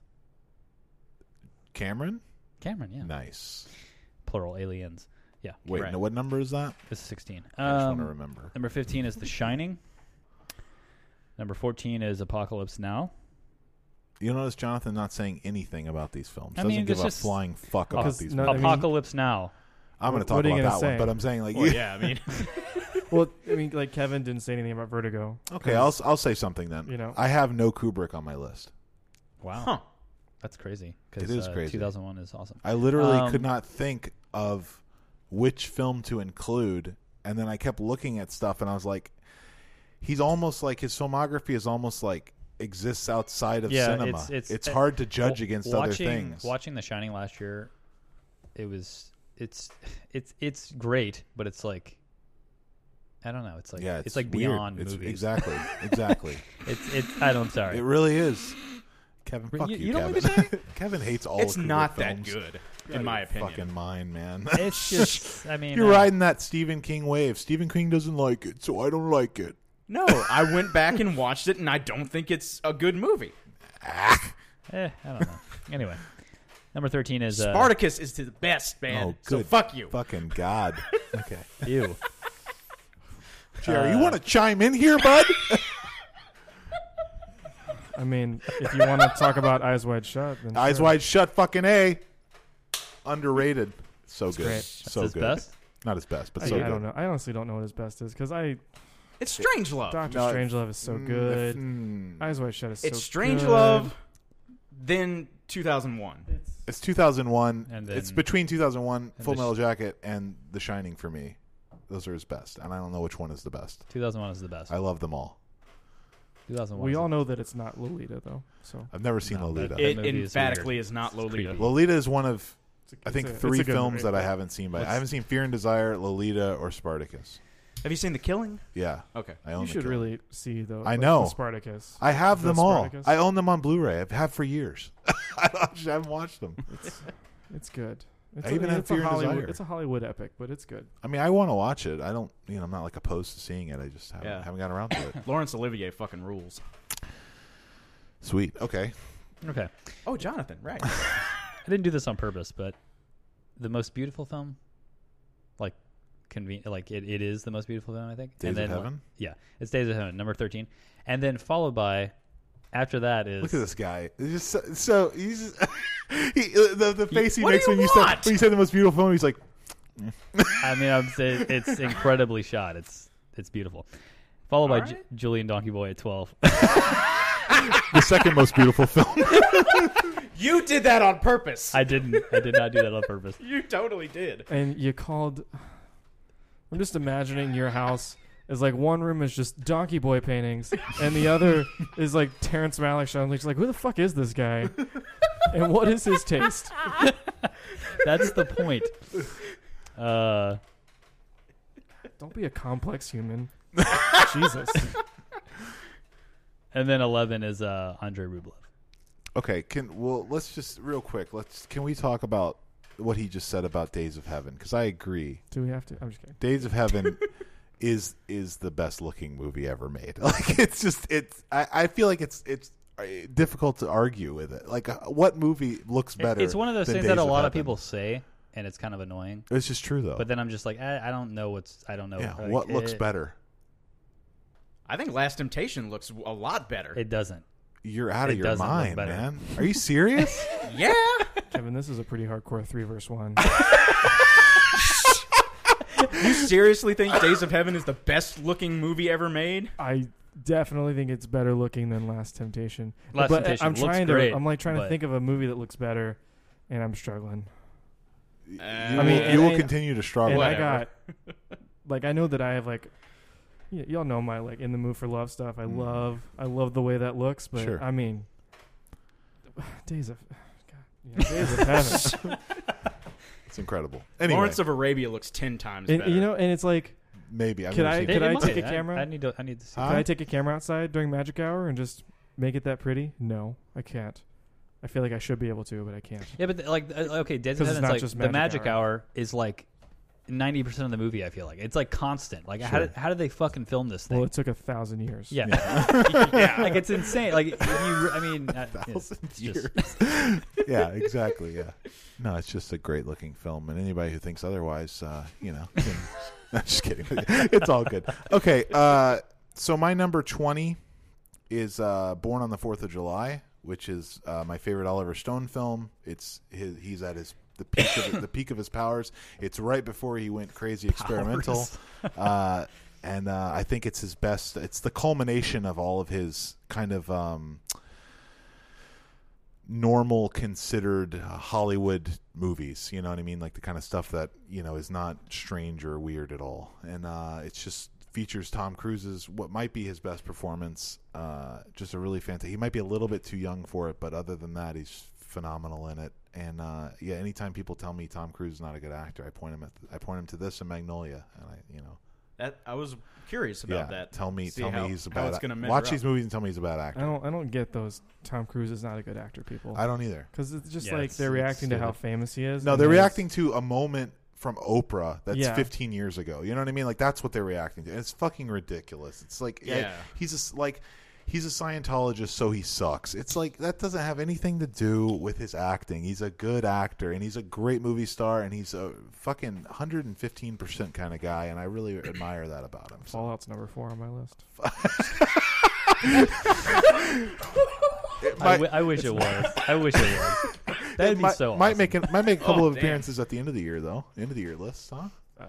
B: Cameron.
E: Cameron, yeah.
B: Nice.
E: Plural, Aliens. Yeah,
B: Wait,
C: Right.
B: no, what number is that?
E: this is
B: I
E: 16.
B: just want to
E: Um,
B: remember.
E: number 15 is The Shining. Number 14 is Apocalypse Now.
B: You notice Jonathan not saying anything about these films.
E: I
B: Doesn't
E: mean,
B: give
E: it's
B: a
E: just-
B: flying fuck about
D: Because
B: these.
D: no- I
B: films.
D: mean-
E: Apocalypse Now.
B: I'm going to
D: What
B: talk
D: are you
B: about
D: gonna
B: that
D: say?
B: one, but I'm saying like,
C: Well, yeah, I mean,
D: well, I mean, like Kevin didn't say anything about Vertigo.
B: okay, I'll I'll say something then.
D: You know.
B: I have no Kubrick on my list.
E: Wow.
C: huh.
E: That's crazy. 'cause,
B: It is
E: uh,
B: crazy.
E: 2001 is awesome.
B: I literally
E: Um,
B: could not think of which film to include, and then I kept looking at stuff, and I was like, he's almost like his filmography is almost like exists outside of
E: Yeah,
B: cinema.
E: it's- it's- it-
B: hard to judge
E: Wa-
B: against other
E: watching,
B: things.
E: Watching The Shining last year, it was it's it's it's great, but it's like I don't know. It's like
B: yeah,
E: it's, like
B: weird.
E: beyond
B: It's-
E: movies.
B: Exactly, exactly.
E: It's it's I don't. I'm sorry.
B: it really is. Kevin,
E: You-
B: fuck you,
E: you don't like The
B: Kevin. Kevin hates all.
C: It's
B: Kubrick
C: not that
B: films.
C: good,
B: Out
C: in
B: of
C: my
B: your
C: opinion.
B: fucking mind, man.
E: it's just I mean
B: You're
E: uh,
B: riding that Stephen King wave. Stephen King doesn't like it, so I don't like it.
C: No, I went back and watched it, and I don't think it's a good movie.
E: eh, I don't know. Anyway, number thirteen is uh,
C: Spartacus is to the best, man.
B: oh,
C: so
B: good.
C: fuck you.
B: Fucking god. okay.
E: Ew.
B: Jerry, you want to chime in here, bud?
D: I mean, if you want to talk about Eyes Wide Shut, then
B: Eyes
D: sure.
B: wide shut, fucking A. Underrated. So good.
D: great.
B: So
E: his
B: good.
E: best.
B: Not his best, but
D: I,
B: so
D: I
B: good.
D: don't know. I honestly don't know what his best is because I
C: It's Strange Love.
D: Doctor
B: No,
D: Strangelove is so
B: Mm,
D: good.
B: if- mm.
D: Eyes Wide Shut is so
C: it's Strange
D: good.
C: Love, then 2001.
B: It's 2001.
E: And
B: it's
E: then-
B: between 2001, Full
E: The Sh-
B: Metal Jacket, and The Shining for me. Those are his best, and I don't know which one is the best.
E: 2001 is the best.
B: I love them all.
E: 2001.
D: We
E: is-
D: all know that it's not Lolita though. So
B: I've never seen
E: No, but
B: Lolita.
E: That
C: It
E: movie is
C: emphatically is, not Lolita.
E: creepy.
B: Lolita is one of
D: it's a-
B: I think
D: it's a-
B: three
D: it's a good
B: films
D: movie.
B: that I haven't seen. By I
C: What's-
B: haven't seen Fear and Desire, Lolita, or Spartacus.
C: Have you seen The Killing?
B: Yeah,
C: Okay.
B: I own.
D: You
B: the
D: should
B: Killing.
D: really see though.
B: I
D: like,
B: know.
D: the Spartacus.
B: I have
D: The
B: them all.
D: Spartacus?
B: I own them on Blu-ray. I've had for years. I don't- I haven't watched them.
D: It's, it's good. It's
B: I
D: a,
B: even have
D: it's a
B: Fear and
D: Hollywood.
B: Desire.
D: It's a Hollywood epic, but it's good.
B: I mean, I want to watch it. I don't. You know, I'm not like opposed to seeing it. I just haven't,
C: Yeah.
B: haven't gotten around to it.
C: Lawrence Olivier fucking rules.
B: Sweet. Okay.
E: Okay.
C: Oh, Jonathan, right.
E: I didn't do this on purpose, but the most beautiful film, like, conven- like it, it is the most beautiful film I think.
B: Days
E: and
B: of
E: then
B: Heaven.
E: one- yeah, it's Days of Heaven, number thirteen, and then followed by, after that is
B: Look at this guy. He's just so, so he's just, he, uh, the the face he
C: What do
B: makes
C: you
B: when you say
C: want?
B: when you say the most beautiful film. He's like,
E: I mean, I'm saying it's incredibly shot. It's it's beautiful. Followed by
C: All
E: Ju-
C: right.
E: Julian Donkey Boy at twelve.
B: the second most beautiful film.
C: you did that on purpose.
E: I didn't. I did not do that on purpose.
C: you totally did.
D: And you called. I'm just imagining your house is like one room is just Donkey Boy paintings, and the other is like Terrence Malick. So I'm just like, who the fuck is this guy? And what is his taste?
E: That's the point. Uh,
D: Don't be a complex human. Jesus.
E: and then eleven is uh, Andre Rublev.
B: Okay, can well let's just real quick. Let's can we talk about what he just said about Days of Heaven? Because I agree,
D: Do we have to? I'm just kidding.
B: Days of Heaven is is the best looking movie ever made. Like it's just it's. I, I feel like it's it's uh, difficult to argue with it. Like uh, what movie looks better?
E: It's one of those
B: than
E: things
B: Days
E: that a lot of
B: Heaven?
E: people say, and it's kind of annoying.
B: It's just true though.
E: But then I'm just like, eh, I, I don't know what's. I don't know.
B: yeah,
E: Like,
B: what looks
E: it-
B: better?
C: I think Last Temptation looks a lot better.
E: It doesn't.
B: You're out of
E: it
B: your
E: doesn't look
B: mind,
E: better.
B: man. Are you serious?
C: yeah.
D: Kevin, this is a pretty hardcore three verse one.
C: you seriously think Days of Heaven is the best looking movie ever made?
D: I definitely think it's better looking than Last Temptation.
E: Last
D: but
E: Temptation
D: I'm
E: looks
D: trying
E: great,
D: to. I'm like trying
E: but-
D: to think of a movie that looks better, and I'm struggling.
B: you,
C: I
B: will-
D: mean,
B: you
D: and-
B: will
D: and-
B: continue to struggle.
D: and I
C: Whatever.
D: got like I know that I have like y- y'all know my like in the mood for love stuff. I
B: Mm.
D: love I love the way that looks, but
B: Sure.
D: I mean days of God, yeah, days of heaven.
B: it's incredible. Anyway,
C: Lawrence of Arabia looks ten times
D: And,
C: better.
D: you know, and it's like
B: maybe I've
D: Can
B: never
D: I-
B: seen
D: Could
E: It-
B: it.
E: it
D: I
E: might.
D: take a camera? Uh,
E: I, need to. I need to see.
B: Huh?
D: can I take a camera outside during magic hour and just make it that pretty? No, I can't. I feel like I should be able to, but I can't.
E: Yeah, but like, uh, okay, Dead
D: 'Cause it's
E: Heaven's
D: not
E: like
D: just
E: the
D: magic
E: magic hour. is like ninety percent of the movie. I feel like it's like constant. Like, how
B: Sure.
E: did how did they fucking film this thing?
D: Well, it took a thousand years.
E: yeah. like it's insane. Like, if you, I mean, uh, it's
B: thousand
E: just-
B: years. yeah, exactly. Yeah. No, it's just a great looking film, and anybody who thinks otherwise, uh, you know, can, I'm just kidding. It's all good. Okay, uh, so my number twenty is uh, Born on the Fourth of July, which is uh, my favorite Oliver Stone film. It's his, he's at his the peak of the peak of his powers. It's right before he went crazy experimental, uh, and uh, I think it's his best. It's the culmination of all of his kind of. Um, normal considered uh, Hollywood movies. You know what I mean? Like the kind of stuff that, you know, is not strange or weird at all. And uh, it's just features Tom Cruise's, what might be his best performance. Uh, just a really fantastic. He might be a little bit too young for it, but other than that, he's phenomenal in it. And uh, yeah, anytime people tell me Tom Cruise is not a good actor, I point him at I point him to this and Magnolia, and I you know
C: that I was curious about that.
B: tell me
C: See
B: tell
C: how-
B: me he's a
C: how
B: bad
C: it's
B: act-
C: gonna measure
B: watch
C: up.
B: these movies and tell me he's a bad
D: I
B: actor.
D: don't I don't get those Tom Cruise is not a good actor people.
B: I don't either.
D: Because it's just
E: Yeah,
D: like
E: it's-
D: they're
E: it's
D: reacting to how
E: stupid.
D: famous he is.
B: No,
D: and
B: they're
D: he's-
B: reacting to a moment from Oprah that's
D: Yeah.
B: 15 years ago. You know what I mean? Like that's what they're reacting to. And it's fucking ridiculous. It's like yeah.
C: Yeah.
B: he's just like he's a Scientologist so he sucks. It's like that doesn't have anything to do with his acting. He's a good actor and he's a great movie star and he's a fucking 115% kind of guy and I really admire that about him. So
D: Fallout's number four on my list.
E: I, w- I wish it was. I wish it was. That'd be
B: might,
E: so.
B: might
E: awesome.
B: make it, might make a couple
C: Oh,
B: of
C: damn.
B: appearances at the end of the year though. End of the year list, huh?
D: Uh,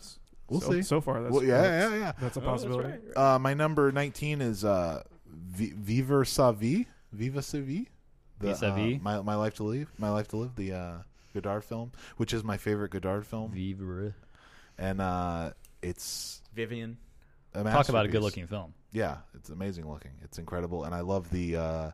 D: s-
B: We'll
D: so,
B: see.
D: So far, that's
B: Well, yeah,
D: that's,
B: yeah, yeah.
D: That's a
C: Oh, that's
D: possibility.
C: right.
B: Uh, my number 19 is uh, v- Vivre Sa Vie. Viva Sa Vie. The,
E: Vis-a-vis.
B: uh, my, my Life to Live. My Life to Live, the uh, Godard film, which is my favorite Godard film.
E: Vivre.
B: And uh, it's
C: Vivian.
B: a
E: Talk about a
B: masterpiece.
E: good-looking film.
B: Yeah, it's amazing looking. It's incredible, and I love the uh,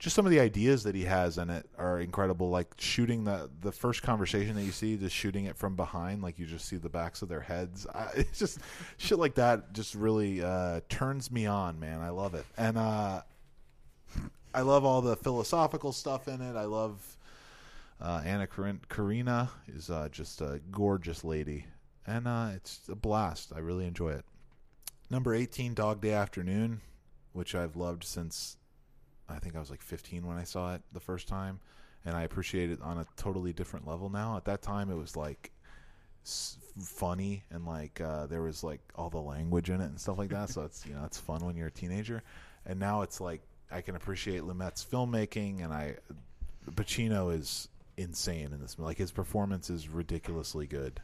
B: just some of the ideas that he has in it are incredible. Like shooting the the first conversation that you see, just shooting it from behind, like you just see the backs of their heads. I, it's just shit like that. Just really uh, turns me on, man. I love it, and uh, I love all the philosophical stuff in it. I love uh, Anna Karin- Karina is uh, just a gorgeous lady, and uh, it's a blast. I really enjoy it. Number 18, Dog Day Afternoon, which I've loved since I think I was like 15 when I saw it the first time. And I appreciate it on a totally different level now. At that time, it was like s- funny and like uh, there was like all the language in it and stuff like that. so it's, you know, it's fun when you're a teenager. And now it's like I can appreciate Lumet's filmmaking and I, Pacino is insane in this. movie. Like his performance is ridiculously good.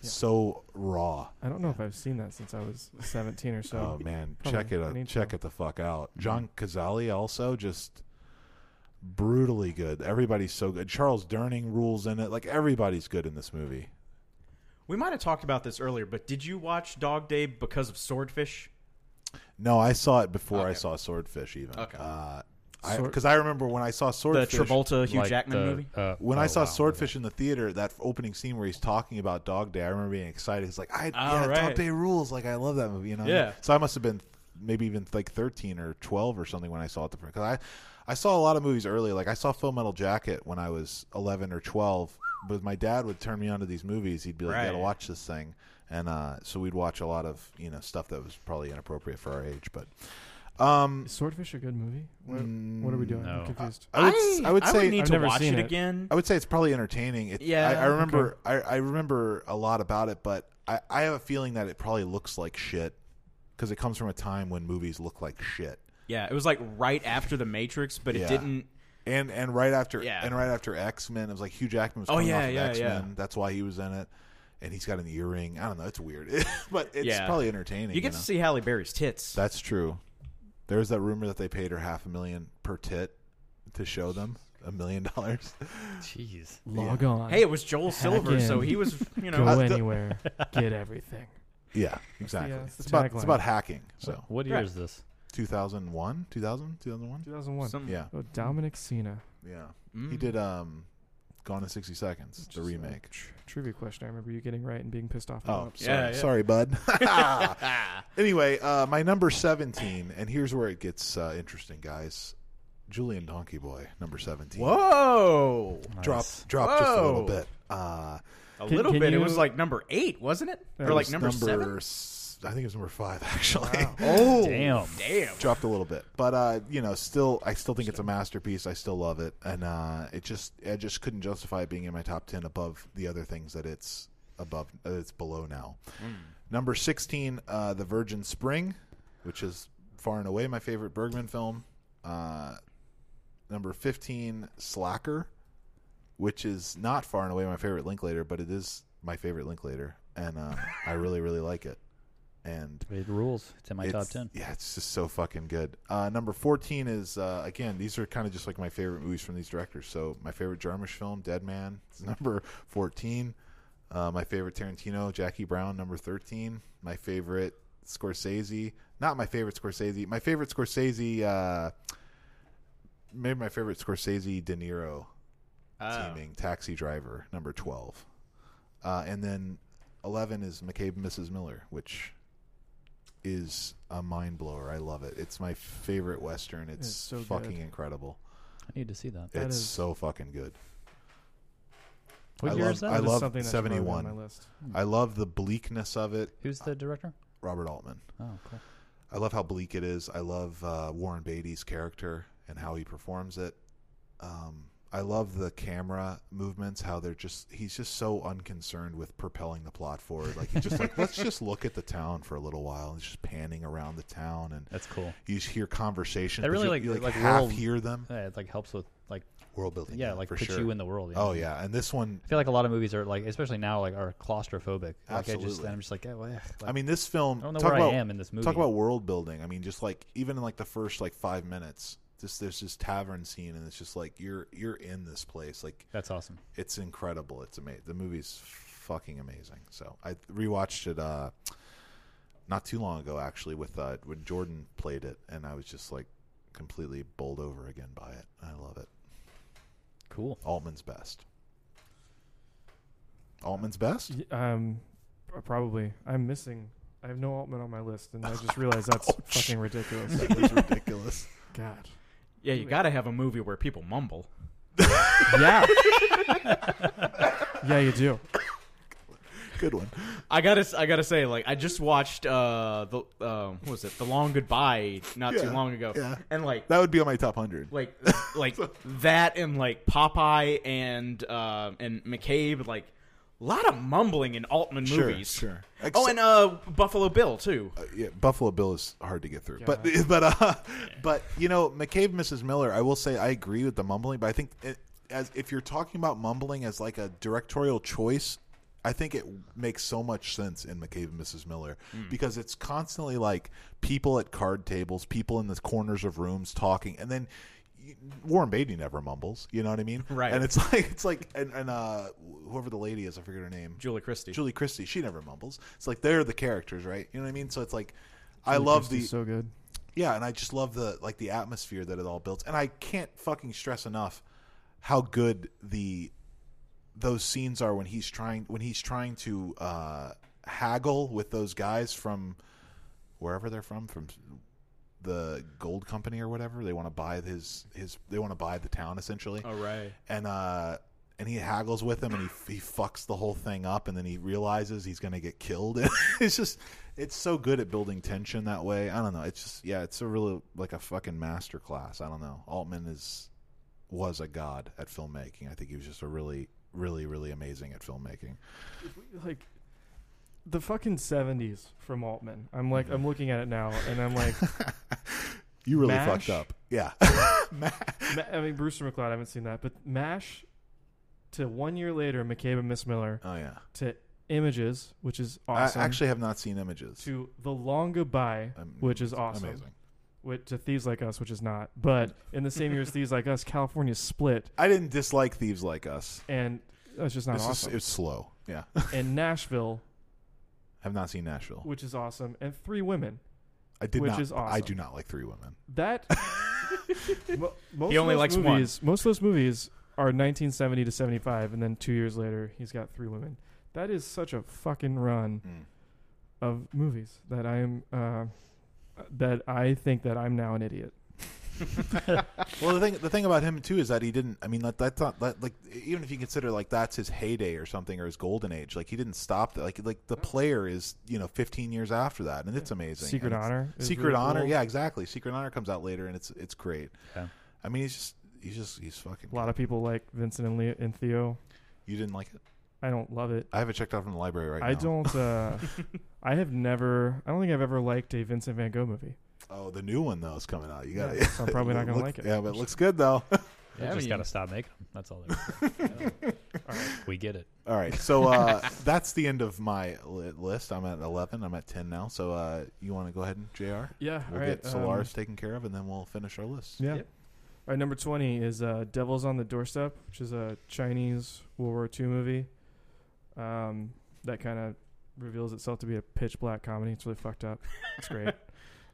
B: So raw.
D: I don't know if I've seen that since I was 17 or so.
B: Oh man,
D: Probably.
B: check it
D: I
B: out.
D: need
B: Check
D: to.
B: it the fuck out.
C: Mm-hmm.
B: John Cazale also just brutally good. Everybody's so good. Charles Durning rules in it. Like everybody's good in this movie.
C: We might have talked about this earlier, but did you watch Dog Day because of Swordfish?
B: No, I saw it before I
C: Okay.
B: saw Swordfish even.
C: Okay.
B: Uh,
D: Sword-
B: because I, remember when I saw
C: The
B: Swordfish.
C: Travolta Hugh
E: Like
C: Jackman
E: the,
C: movie.
E: uh,
B: when
E: oh,
B: I saw
E: wow.
B: Swordfish in the theater, that opening scene where he's talking about Dog Day, I remember being excited. It's like, I yeah,
C: All
B: Dog
C: right.
B: Day rules. Like I love that movie. You know.
C: Yeah.
B: So I must have been maybe even like thirteen or twelve or something when I saw it the first. Cause I, I saw a lot of movies early. Like I saw Full Metal Jacket when I was eleven or twelve. But my dad would turn me on to these movies. He'd be like, "You gotta
C: Right.
B: watch this thing," and uh, so we'd watch a lot of you know stuff that was probably inappropriate for our age. But um,
D: Is Swordfish a good movie? What, what are
B: Mm,
D: we doing?
E: no.
D: I'm confused.
B: I would s- I would say
C: need
D: I've
C: to
D: never
C: watch
D: seen
C: it
D: it.
C: again.
B: I would say it's probably entertaining. It,
C: Yeah,
B: I, I remember. I, I remember a lot about it, but I, I have a feeling that it probably looks like shit because it comes from a time when movies look like shit.
C: Yeah, it was like right after The Matrix, but
B: Yeah.
C: it didn't.
B: And and right after
C: Yeah.
B: and right after X Men, it was like Hugh Jackman was
C: Oh,
B: coming
C: yeah,
B: off of
C: yeah,
B: X Men.
C: yeah.
B: That's why he was in it, and he's got an earring. I don't know. It's weird, but it's
C: Yeah.
B: probably entertaining.
C: You get
B: know?
C: to see Halle Berry's tits.
B: That's true. There's that rumor that they paid her half a million per tit to show them a million dollars.
E: Jeez.
D: Log on.
C: hey, it was Joel Silver,
D: in.
C: so he was, you
D: go
C: know.
B: Uh, the-
D: anywhere, get everything.
B: Yeah, exactly.
D: that's the
B: it's about it's
D: tagline.
B: about hacking. So.
E: What year
C: Right.
E: is this?
B: 2001 2000 2001
D: 2001.
C: some-
B: yeah
D: Oh, Dominic Cena.
B: yeah
C: Mm.
B: he did um gone in 60 seconds the
D: Just, uh,
B: remake
D: tr- trivia question. I remember you getting right and being pissed off.
B: oh
D: About.
B: sorry,
C: Yeah, yeah.
B: sorry bud
C: Ah.
B: anyway uh my number 17 and here's where it gets uh, interesting guys julian donkey boy number 17
C: Whoa!
B: drop
E: Nice.
B: drop just a little
C: Whoa.
B: bit uh
C: A
D: Can-
C: little
D: can
C: bit. It
D: you-
C: was like number eight, wasn't it?
D: It
C: Or like
B: it's
C: number, seven?
B: s- i think it was number five actually
C: Oh,
E: Damn.
C: damn.
B: dropped a little bit but uh you know still i still think it's a masterpiece i still love it and uh it just i just couldn't justify it being in my top 10 above the other things that it's above uh, it's below now number 16 uh the virgin spring which is far and away my favorite bergman film uh number 15 slacker which is not far and away my favorite linklater but it is my favorite linklater and uh i really really like it and
E: It rules. It's in my top
B: it's-
E: ten.
B: Yeah, it's just so fucking good. Uh, number fourteen is uh, again. These are kind of just like my favorite movies from these directors. So my favorite Jarmusch film, Dead Man, is number fourteen. Uh, my favorite Tarantino, Jackie Brown, number thirteen. My favorite Scorsese, not my favorite Scorsese. My favorite Scorsese, uh, maybe my favorite Scorsese De Niro
C: Oh.
B: teaming, Taxi Driver, number twelve. Uh, and then eleven is McCabe and Mrs. Miller, which is a mind blower. I love it. It's my favorite western. It's,
D: It's so
B: fucking
D: good.
B: incredible.
E: I need to see that.
D: That
B: it's
D: is-
B: so fucking good.
E: What
B: I
E: year
B: love-
E: is that?
B: I
D: That is
B: love
D: something that's probably on
B: 71.
D: My list.
B: I love the bleakness of it.
E: Who's the director?
B: Robert Altman.
E: Oh, cool.
B: I love how bleak it is. I love uh, Warren Beatty's character and how he performs it. Um, I love the camera movements. How they're just—he's just so unconcerned with propelling the plot forward. Like he's just like, let's just look at the town for a little while. And he's just panning around the town, and
E: That's cool.
B: you just hear conversations.
E: That
B: but
E: really,
B: you,
E: like-
B: you,
E: like
B: half
E: world-
B: hear them.
E: Yeah, it like helps with like
B: World building,
E: yeah, like
B: for
E: puts
B: sure.
E: you in the world. Yeah.
B: Oh yeah, and this one,
E: I feel like a lot of movies are like, especially now, like are claustrophobic. Like I just,
B: Absolutely.
E: and I'm just like, yeah, well, yeah. Like,
B: I mean, this film.
E: I don't know
B: talk
E: where
B: about,
E: I am in this movie.
B: Talk about world building. I mean, just like even in like the first like five minutes, just there's this tavern scene, and it's just like you're you're in this place. Like
E: that's awesome.
B: it's incredible. It's amazing. The movie's fucking amazing. So I rewatched it uh, not too long ago actually with uh, when Jordan played it, and I was just like completely bowled over again by it. I love it.
E: Cool.
B: Altman's best. Altman's best.
D: Y- Um, pr- probably. I'm missing. I have no Altman on my list, and I just realized that's fucking ridiculous.
B: That was ridiculous.
D: God.
C: Yeah, you gotta have a movie where people mumble.
E: Yeah.
D: Yeah, you do.
B: Good one.
C: I gotta, s- I gotta say, like, I just watched uh the um what was it, The Long Goodbye, not too
B: Yeah,
C: long ago,
B: yeah.
C: and like,
B: That would be on my top hundred.
C: like, like that, and like Popeye and uh, and McCabe, like, a lot of mumbling in Altman
B: Sure,
C: movies.
B: sure. Uh,
C: Oh, and uh, Buffalo Bill too.
B: yeah, Buffalo Bill is hard to get through. But but uh, but you know, McCabe, Mrs. Miller. I will say I agree with the mumbling, but I think it, as if you're talking about mumbling as like a directorial choice, I think it makes so much sense in McCabe and Mrs. Miller because it's constantly like people at card tables, people in the corners of rooms talking, and then. you- Warren Beatty never mumbles, you know what I mean?
C: Right.
B: And it's like it's like and, and uh whoever the lady is, I forget her name.
C: Julie Christie.
B: Julie Christie, she never mumbles. It's like they're the characters, right? You know what I mean? So it's like I love the
D: Christie's so good.
B: yeah, and I just love the like the atmosphere that it all builds. And I can't fucking stress enough how good the those scenes are when he's trying when he's trying to uh haggle with those guys from wherever they're from from the gold company or whatever. They want to buy his his they want to buy the town essentially
C: All Oh, right.
B: and uh and he haggles with him and he he fucks the whole thing up and then he realizes he's gonna get killed it's just it's so good at building tension that way i don't know it's just yeah it's a really like a fucking master class i don't know altman is was a god at filmmaking i think he was just a really really really amazing at filmmaking
D: Like the fucking seventies from Altman. I'm like, I'm looking at it now, and I'm like,
B: you really
D: Mash?
B: fucked up yeah
D: Ma- I mean, Brewster McLeod. I haven't seen that, but Mash to one year later, McCabe and Miss Miller
B: oh yeah
D: to Images, which is awesome.
B: i actually have not seen images
D: to The Long Goodbye,
B: Um,
D: which is awesome.
B: amazing
D: With, to Thieves Like Us, which is not. But in the same year as Thieves Like Us, California split,
B: i didn't dislike thieves like us
D: and that's just not
B: this
D: awesome.
B: is it's slow yeah
D: and Nashville,
B: i've not seen nashville
D: which is awesome, and Three Women.
B: i did
D: which
B: not
D: is
B: i
D: awesome.
B: do not like three women
D: That mo- most
C: He
D: of
C: only
D: those
C: likes one.
D: movies, Most of those movies are 1970 to 75, and then two years later, he's got Three Women. That is such a fucking run
B: Mm.
D: of movies that I am. Uh, that I think that I'm now an idiot.
B: Well, the thing the thing about him too is that he didn't. I mean, that, that's not that, like even if you consider like that's his heyday or something or his golden age. Like he didn't stop. That. Like like the player is you know 15 years after that, and it's amazing.
D: Secret
B: And it's-
D: Honor is
B: Secret
D: really
B: Honor,
D: cool.
B: yeah, exactly. Secret Honor comes out later, and it's it's great.
E: Yeah.
B: I mean, he's just he's just he's fucking.
D: A lot of people like Vincent and, Leo, and Theo.
B: you didn't like it.
D: I don't love it.
B: I have it checked out from the library right now.
D: I don't. Uh, I have never. I don't think I've ever liked a Vincent Van Gogh movie.
B: Oh, the new one though is coming out. You got
D: Yeah, so I'm probably not gonna like it.
B: Yeah, but it looks good though.
E: They
C: Yeah, I
E: just
C: mean-
E: gotta stop making them. That's all. all right. We get it.
B: All right, so uh, that's the end of my li- list. I'm at 11. I'm at 10 now. So uh, you want to go ahead and Jr.
D: Yeah.
B: We'll
D: all right. um,
B: get Solaris taken care of, and then we'll finish our list.
D: Yeah.
C: Yep.
D: All right, number 20 is uh, Devils on the Doorstep, which is a Chinese World War II movie. Um, that kind of reveals itself to be a pitch black comedy. It's really fucked up. It's great.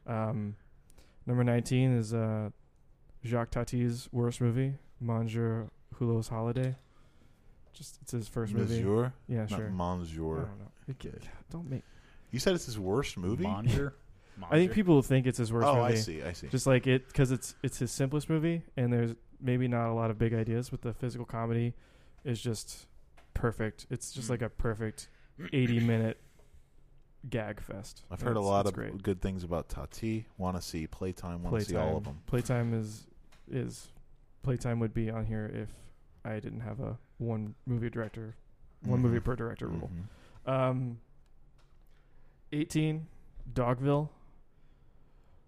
D: um, number 19 is uh, Jacques Tati's worst movie, Monsieur Hulot's Holiday. Just It's his first movie. Oh,
B: Monsieur,
D: Yeah,
B: not
D: sure. I
B: Monsieur.
D: don't know. It ca- don't make.
B: You said it's his worst movie.
E: Monger.
D: I think people think it's his worst
B: oh,
D: movie.
B: I see. I see.
D: just like it because it's it's his simplest movie and there's maybe not a lot of big ideas but the physical comedy is just perfect it's just
C: Mm.
D: like a perfect 80 minute gag fest
B: I've
D: And
B: heard a
D: it's-
B: lot
D: it's
B: of
D: great
B: good things about Tati. Want to see Playtime? Want to see
D: playtime
B: all of them?
D: playtime is is playtime would be on here if i didn't have a one movie director one movie
B: Mhm.
D: per director rule
B: Mhm.
D: Um, 18 dogville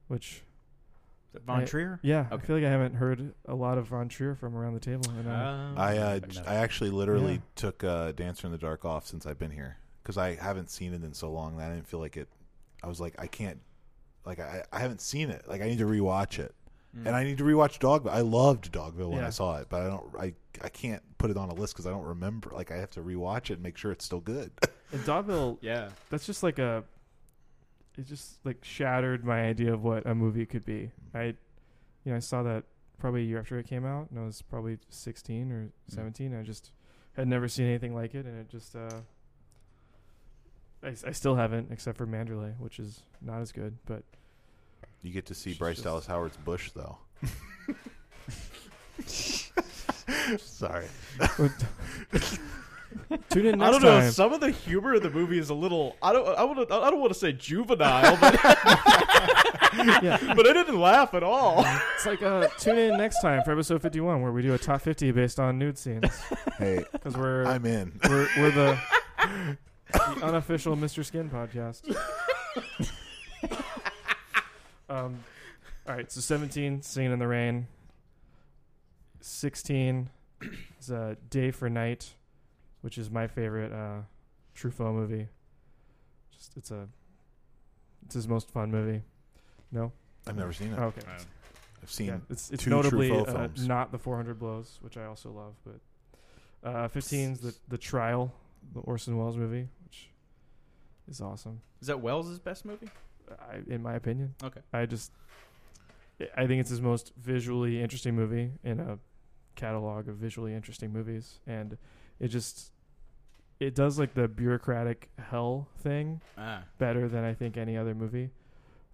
D: which
C: Von Trier.
D: yeah i
C: Okay.
D: feel like i haven't heard a lot of von trier from around the table and I,
C: Um,
B: I uh,
E: I've
B: j-
E: never-
B: I actually literally
D: Yeah.
B: took uh, Dancer in the Dark off since I've been here because I haven't seen it in so long that I didn't feel like it. I was like, I can't. Like I, I haven't seen it. Like I need to rewatch it,
C: hmm.
B: and I need to rewatch Dogville. I loved Dogville when I
D: Yeah.
B: saw it, but I don't. I I can't put it on a list because I don't remember. Like I have to rewatch it and make sure it's still good.
D: And Dogville,
C: yeah.
D: that's just like a it just like shattered my idea of what a movie could be. I, you know, I saw that probably a year after it came out, and I was probably 16
C: Mm.
D: or 17. I just had never seen anything like it, and it just, uh, I, s- I still haven't, except for Mandalay, which is not as good. But
B: You get to see
D: It's
B: Bryce
D: just-
B: Dallas Howard's bush, though. Sorry.
D: tune in
C: I
D: next
C: don't know.
D: time.
C: Some of the humor of the movie is a little. I don't. I want to. I don't want to say juvenile, but
D: Yeah.
C: but I didn't laugh at all.
D: It's like uh, tune in next time for episode 51, where we do a top 50 based on nude scenes,
B: Hey,
D: because we're
B: I'm in.
D: we're we're the, the unofficial Mr. Skin podcast. um, all right, so 17, Singing in the Rain. 16 is uh, Day for Night, which is my favorite uh, Truffaut movie. Just it's a it's his most fun movie. No,
B: I've never seen it.
D: oh, okay,
B: I've seen.
D: yeah, it's it's
B: two
D: notably
B: Truffaut
D: uh,
B: films.
D: not the 400 Blows, which I also love, but uh, 15's the the Trial, the Orson Welles movie, which is awesome.
C: Is that Wells' best movie?
D: I, in my opinion,
C: Okay.
D: I just I think it's his most visually interesting movie in a catalog of visually interesting movies, and it just it does like the bureaucratic hell thing
C: Ah.
D: better than I think any other movie.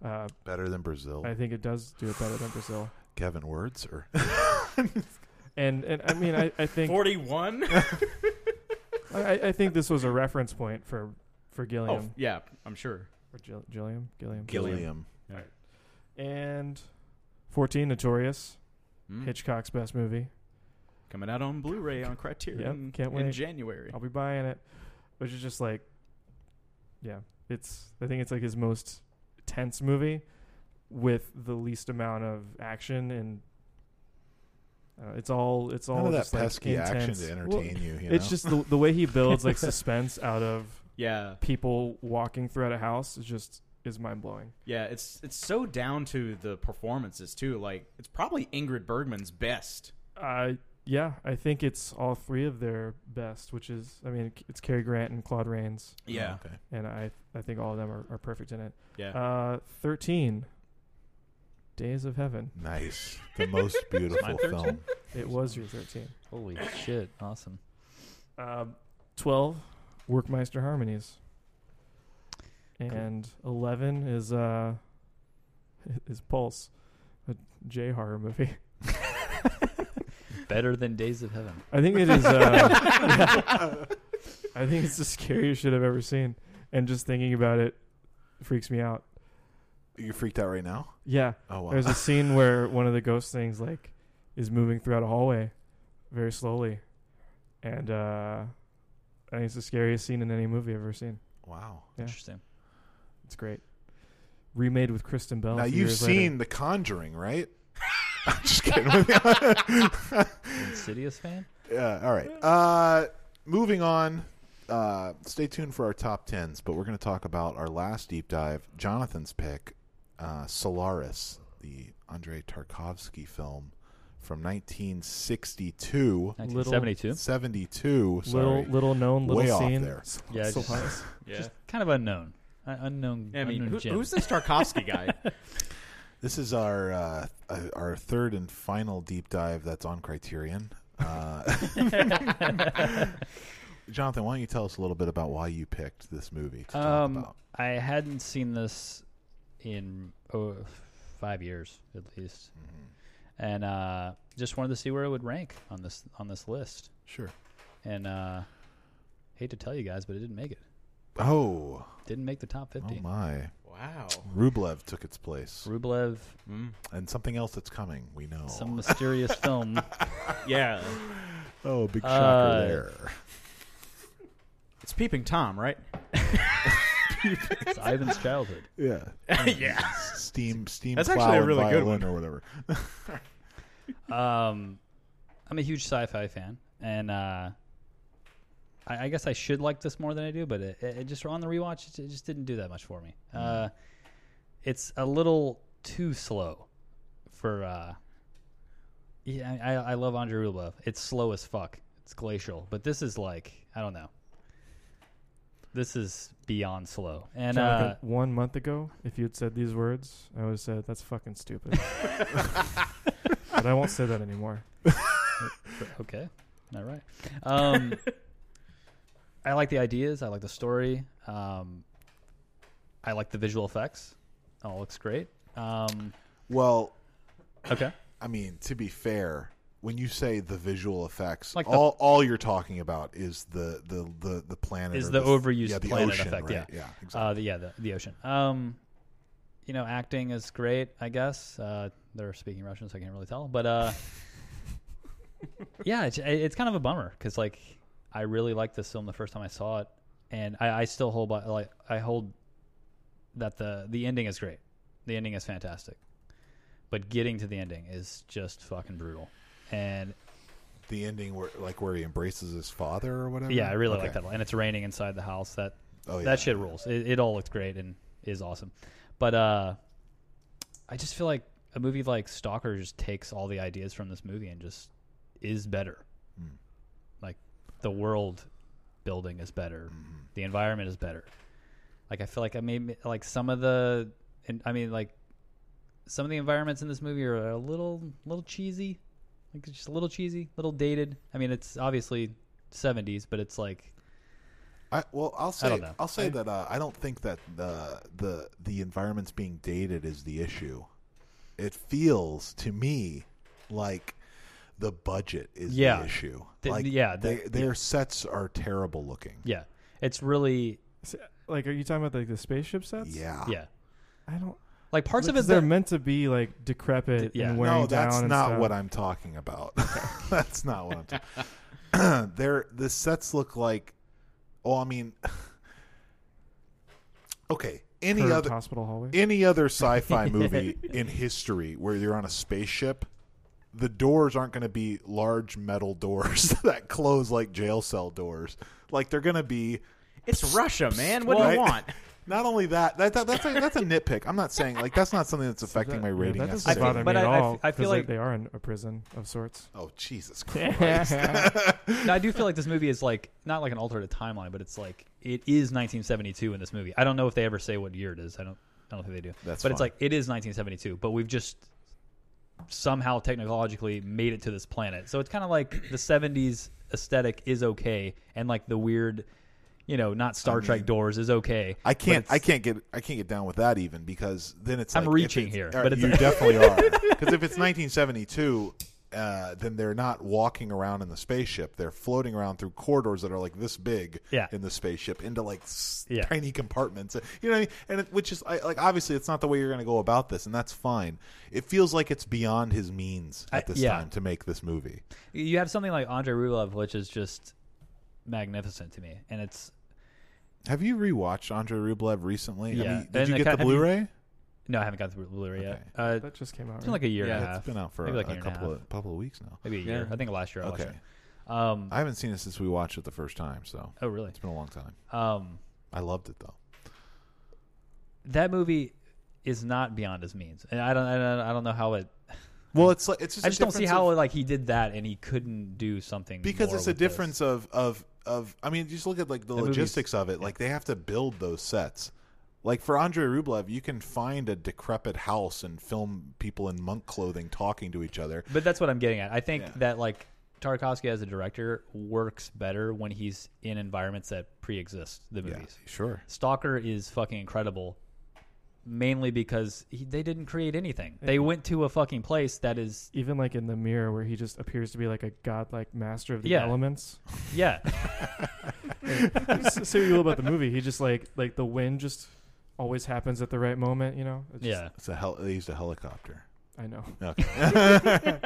D: Uh,
B: Better than Brazil.
D: I think it does do it better than Brazil,
B: Kevin Words or
D: and and I mean I, I think
C: Forty-one.
D: I, I- I think this was a reference point for for
C: Oh
D: Gilliam
C: yeah, I'm sure.
D: or Gil- Gilliam Gilliam
C: Gilliam.
B: Gilliam.
D: and fourteen Notorious
C: Mm.
D: Hitchcock's best movie.
C: Coming out on Blu-ray on Criterion
D: Yep, can't
C: in
D: wait.
C: January.
D: I'll be buying it, which is just like, yeah, it's I think it's like his most tense movie with the least amount of action and. Uh, it's all it's all
B: None of that
D: just like
B: pesky action
D: intense-
B: to
D: Well,
B: entertain you. you
D: It's
B: know?
D: just the, the way he builds like suspense out of
C: Yeah,
D: people walking throughout a house is just is mind blowing.
C: yeah. It's it's so down to the performances too. Like it's probably Ingrid Bergman's best.
D: Uh, yeah, I think it's all three of their best, which is I mean it's Cary Grant and Claude Rains,
C: Yeah,
B: Okay.
D: and I I think all of them are, are perfect in it.
C: Oh, yeah.
D: Uh, thirteen. Days of Heaven.
B: Nice. The most beautiful film.
D: It was your thirteen.
E: Holy shit! Awesome.
D: Um, Twelve. Workmeister Harmonies. And eleven is uh, is Pulse, a J horror movie.
E: Better than Days of Heaven.
D: I think it is. Uh, I think it's the scariest shit I've ever seen, and just thinking about it freaks me out.
B: You freaked out right now?
D: Yeah,
B: Oh wow.
D: there's a scene where one of the ghost things like is moving throughout a hallway, very slowly, and uh, I think it's the scariest scene in any movie I've ever seen.
B: wow.
D: Yeah.
E: Interesting.
D: It's great. Remade with Kristen Bell.
B: Now
D: a few
B: you've
D: years later.
B: seen The Conjuring, right? I'm just kidding.
E: Insidious fan.
B: Yeah, all right. Uh, moving on. Uh, stay tuned for our top tens, but we're going to talk about our last deep dive. Jonathan's pick, uh, Solaris, the Andrei Tarkovsky film from 1962,
E: 1972.
B: 72.
D: little
B: Sorry.
D: little known little
B: Way off
D: scene.
B: there.
E: Yeah,
D: So
E: just-
D: pious.
C: yeah.
E: Just kind of unknown. Uh, unknown.
C: I mean,
E: unknown
C: who,
E: gem.
C: who's this Tarkovsky guy?
B: This is our uh, uh, our third and final deep dive that's on Criterion. Uh, Jonathan, why don't you tell us a little bit about why you picked this movie to talk
E: Um,
B: about?
E: I hadn't seen this in oh, five years at least,
B: Mm-hmm.
E: and uh, just wanted to see where it would rank on this on this list.
B: Sure.
E: And uh, hate to tell you guys, but it didn't make it.
B: Oh,
E: Didn't make the top
B: oh
E: fifty.
B: my.
C: wow.
B: Rublev took its place,
E: Rublev,
C: Mm.
B: and something else that's coming. We know.
E: some mysterious film.
C: Yeah,
B: oh, big shocker
E: Uh,
B: there.
C: it's Peeping Tom, right?
E: It's Ivan's childhood.
B: Yeah,
C: yeah.
B: steam, steam.
C: That's
B: plow
C: actually a
B: and
C: really good
B: violin
C: one.
B: or whatever.
E: Um, I'm a huge sci-fi fan, and uh, I, I guess I should like this more than I do, but it, it it just on the rewatch, it, it just didn't do that much for me. Uh, it's a little too slow for. Uh, yeah, I, I- I love Andre Rublev. It's slow as fuck. It's glacial, but this is like I don't know. this is beyond slow. And
D: Jonathan,
E: uh,
D: one month ago, if you had said these words, I would have said that's fucking stupid. but I won't say that anymore.
E: okay, all right. Um, I like the ideas. I like the story. Um, I like the visual effects. All looks great. Um,
B: Well,
E: okay.
B: I mean, to be fair, when you say the visual effects,
E: Like the-
B: all all you're talking about is the the the, the planet
E: Is
B: or
E: the overused
B: yeah, the
E: planet
B: ocean,
E: effect,
B: right?
E: yeah.
B: yeah, exactly.
E: Uh, the, yeah, the, the ocean. Um, you know, acting is great, I guess. Uh, they're speaking Russian, so I can't really tell. But uh, yeah, it's, it's kind of a bummer because like I really liked this film the first time I saw it, and I, I still hold by like I hold that the the ending is great. The ending is fantastic, but getting to the ending is just fucking brutal. And
B: the ending where like where he embraces his father or whatever.
E: yeah, I really
B: Okay.
E: like that. And it's raining inside the house. That
B: Oh, yeah.
E: that shit rules. It, it all looks great and is awesome. But uh, I just feel like a movie like Stalker just takes all the ideas from this movie and just is better.
B: Hmm.
E: Like the world building is better.
B: Mm-hmm.
E: The environment is better. Like I feel like I made like some of the and I mean like some of the environments in this movie are a little little cheesy. Like it's just a little cheesy, a little dated. I mean it's obviously 70s, but it's like
B: I, well, I'll say
E: don't know.
B: I'll say that uh, I don't think that the the the environment's being dated is the issue. It feels to me like the budget is
E: Yeah.
B: the issue.
E: The-
B: like,
E: yeah, the-
B: they, their sets are terrible looking.
E: yeah. It's really
D: S- Like, are you talking about like the spaceship sets?
B: Yeah,
E: yeah.
D: I don't.
E: Like parts of
D: because
E: it
D: they're
E: that-
D: meant to be like decrepit
E: Yeah.
D: and
E: No,
D: wearing
B: no, that's
D: down.
B: not
D: and stuff.
B: what I'm talking about. that's not what I'm talking. They're the sets look like. Well, I mean, okay. Any
D: Curved
B: other
D: hospital hallway.
B: any other sci-fi movie in history where you're on a spaceship the doors aren't going to be large metal doors that close like jail cell doors like they're going to be
C: It's Russia, man. What do
B: Right?
C: you want?
B: not only that, that, that that's a, that's a nitpick i'm not saying like that's not something that's affecting my
D: Yeah,
B: rating
D: that doesn't
E: I think-
B: necessarily.
D: bother
E: but
D: me at
E: I- I f-
D: all.
E: I feel
D: 'cause,
E: like-
D: they are in a prison of sorts.
B: oh jesus christ
E: No, I do feel like this movie is like not like an alternate timeline, but it's like it is 1972 in this movie. I don't know if they ever say what year it is. I don't. I don't think they do.
B: That's
E: but it's
B: fine.
E: like it is 1972, but we've just somehow technologically made it to this planet. So it's kind of like the 70s aesthetic is okay, and like the weird, you know, not Star Trek doors is okay.
B: I can't.
E: but
B: I
E: it's-
B: can't get. I can't get down with that even because then it's.
E: I'm
B: like, if
E: reaching
B: it's-
E: here,
B: all
E: but
B: right,
E: it's-
B: you definitely are because if it's 1972, uh, then they're not walking around in the spaceship. They're floating around through corridors that are like this big
E: Yeah.
B: in the spaceship into like s-
E: Yeah.
B: tiny compartments. You know what I mean? And it, which is I, like obviously it's not the way you're going to go about this, and that's fine. It feels like it's beyond his means
E: I-
B: at this
E: yeah.
B: time to make this movie.
E: you have something like Andre Rublev, which is just magnificent to me, and it's
B: Have you rewatched Andre Rublev recently? Have
E: Yeah.
B: you-
E: And
B: did you
E: the
B: get
E: cut-
B: the
E: have you-
B: Blu-ray?
E: no, I haven't got the Blu-ray yet.
B: Okay.
E: Uh,
D: That just came out.
E: it's
D: Right?
E: been like a year
C: Yeah,
E: and a
C: it's
E: half.
B: It's been out for
E: Maybe like a
B: a,
E: year and a
B: couple
E: half.
B: of couple of weeks now.
E: maybe a year.
C: Yeah.
E: I think last year I watched
B: Okay.
E: it. Um,
B: I haven't seen it since we watched it the first time, so
E: oh, really?
B: it's been a long time.
E: Um,
B: I loved it though.
E: that movie is not beyond his means, and I don't, I don't, I don't know how it.
B: Well, it's like it's just
E: I
B: a
E: just don't see
B: difference
E: how
B: of-
E: like he did that, and he couldn't do something
B: because
E: more
B: it's a
E: with this.
B: difference of of of. I mean, just look at like the,
E: movie's-
B: logistics of it. Like they have to build those sets. Like for Andre Rublev, you can find a decrepit house and film people in monk clothing talking to each other.
E: But that's what I'm getting at. I think
B: Yeah.
E: that like Tarkovsky as a director works better when he's in environments that pre-exist the movies.
B: sure.
E: Stalker is fucking incredible, mainly because he, they didn't create anything. They went to a fucking place that is
D: Even like in the mirror, where he just appears to be like a godlike master of the
E: Yeah.
D: elements.
E: yeah.
D: S- say what you will about the movie, he just like like the wind just always happens at the right moment. You know. It's just-
E: Yeah.
B: It's a hel- they used a helicopter.
D: I know.
B: Okay.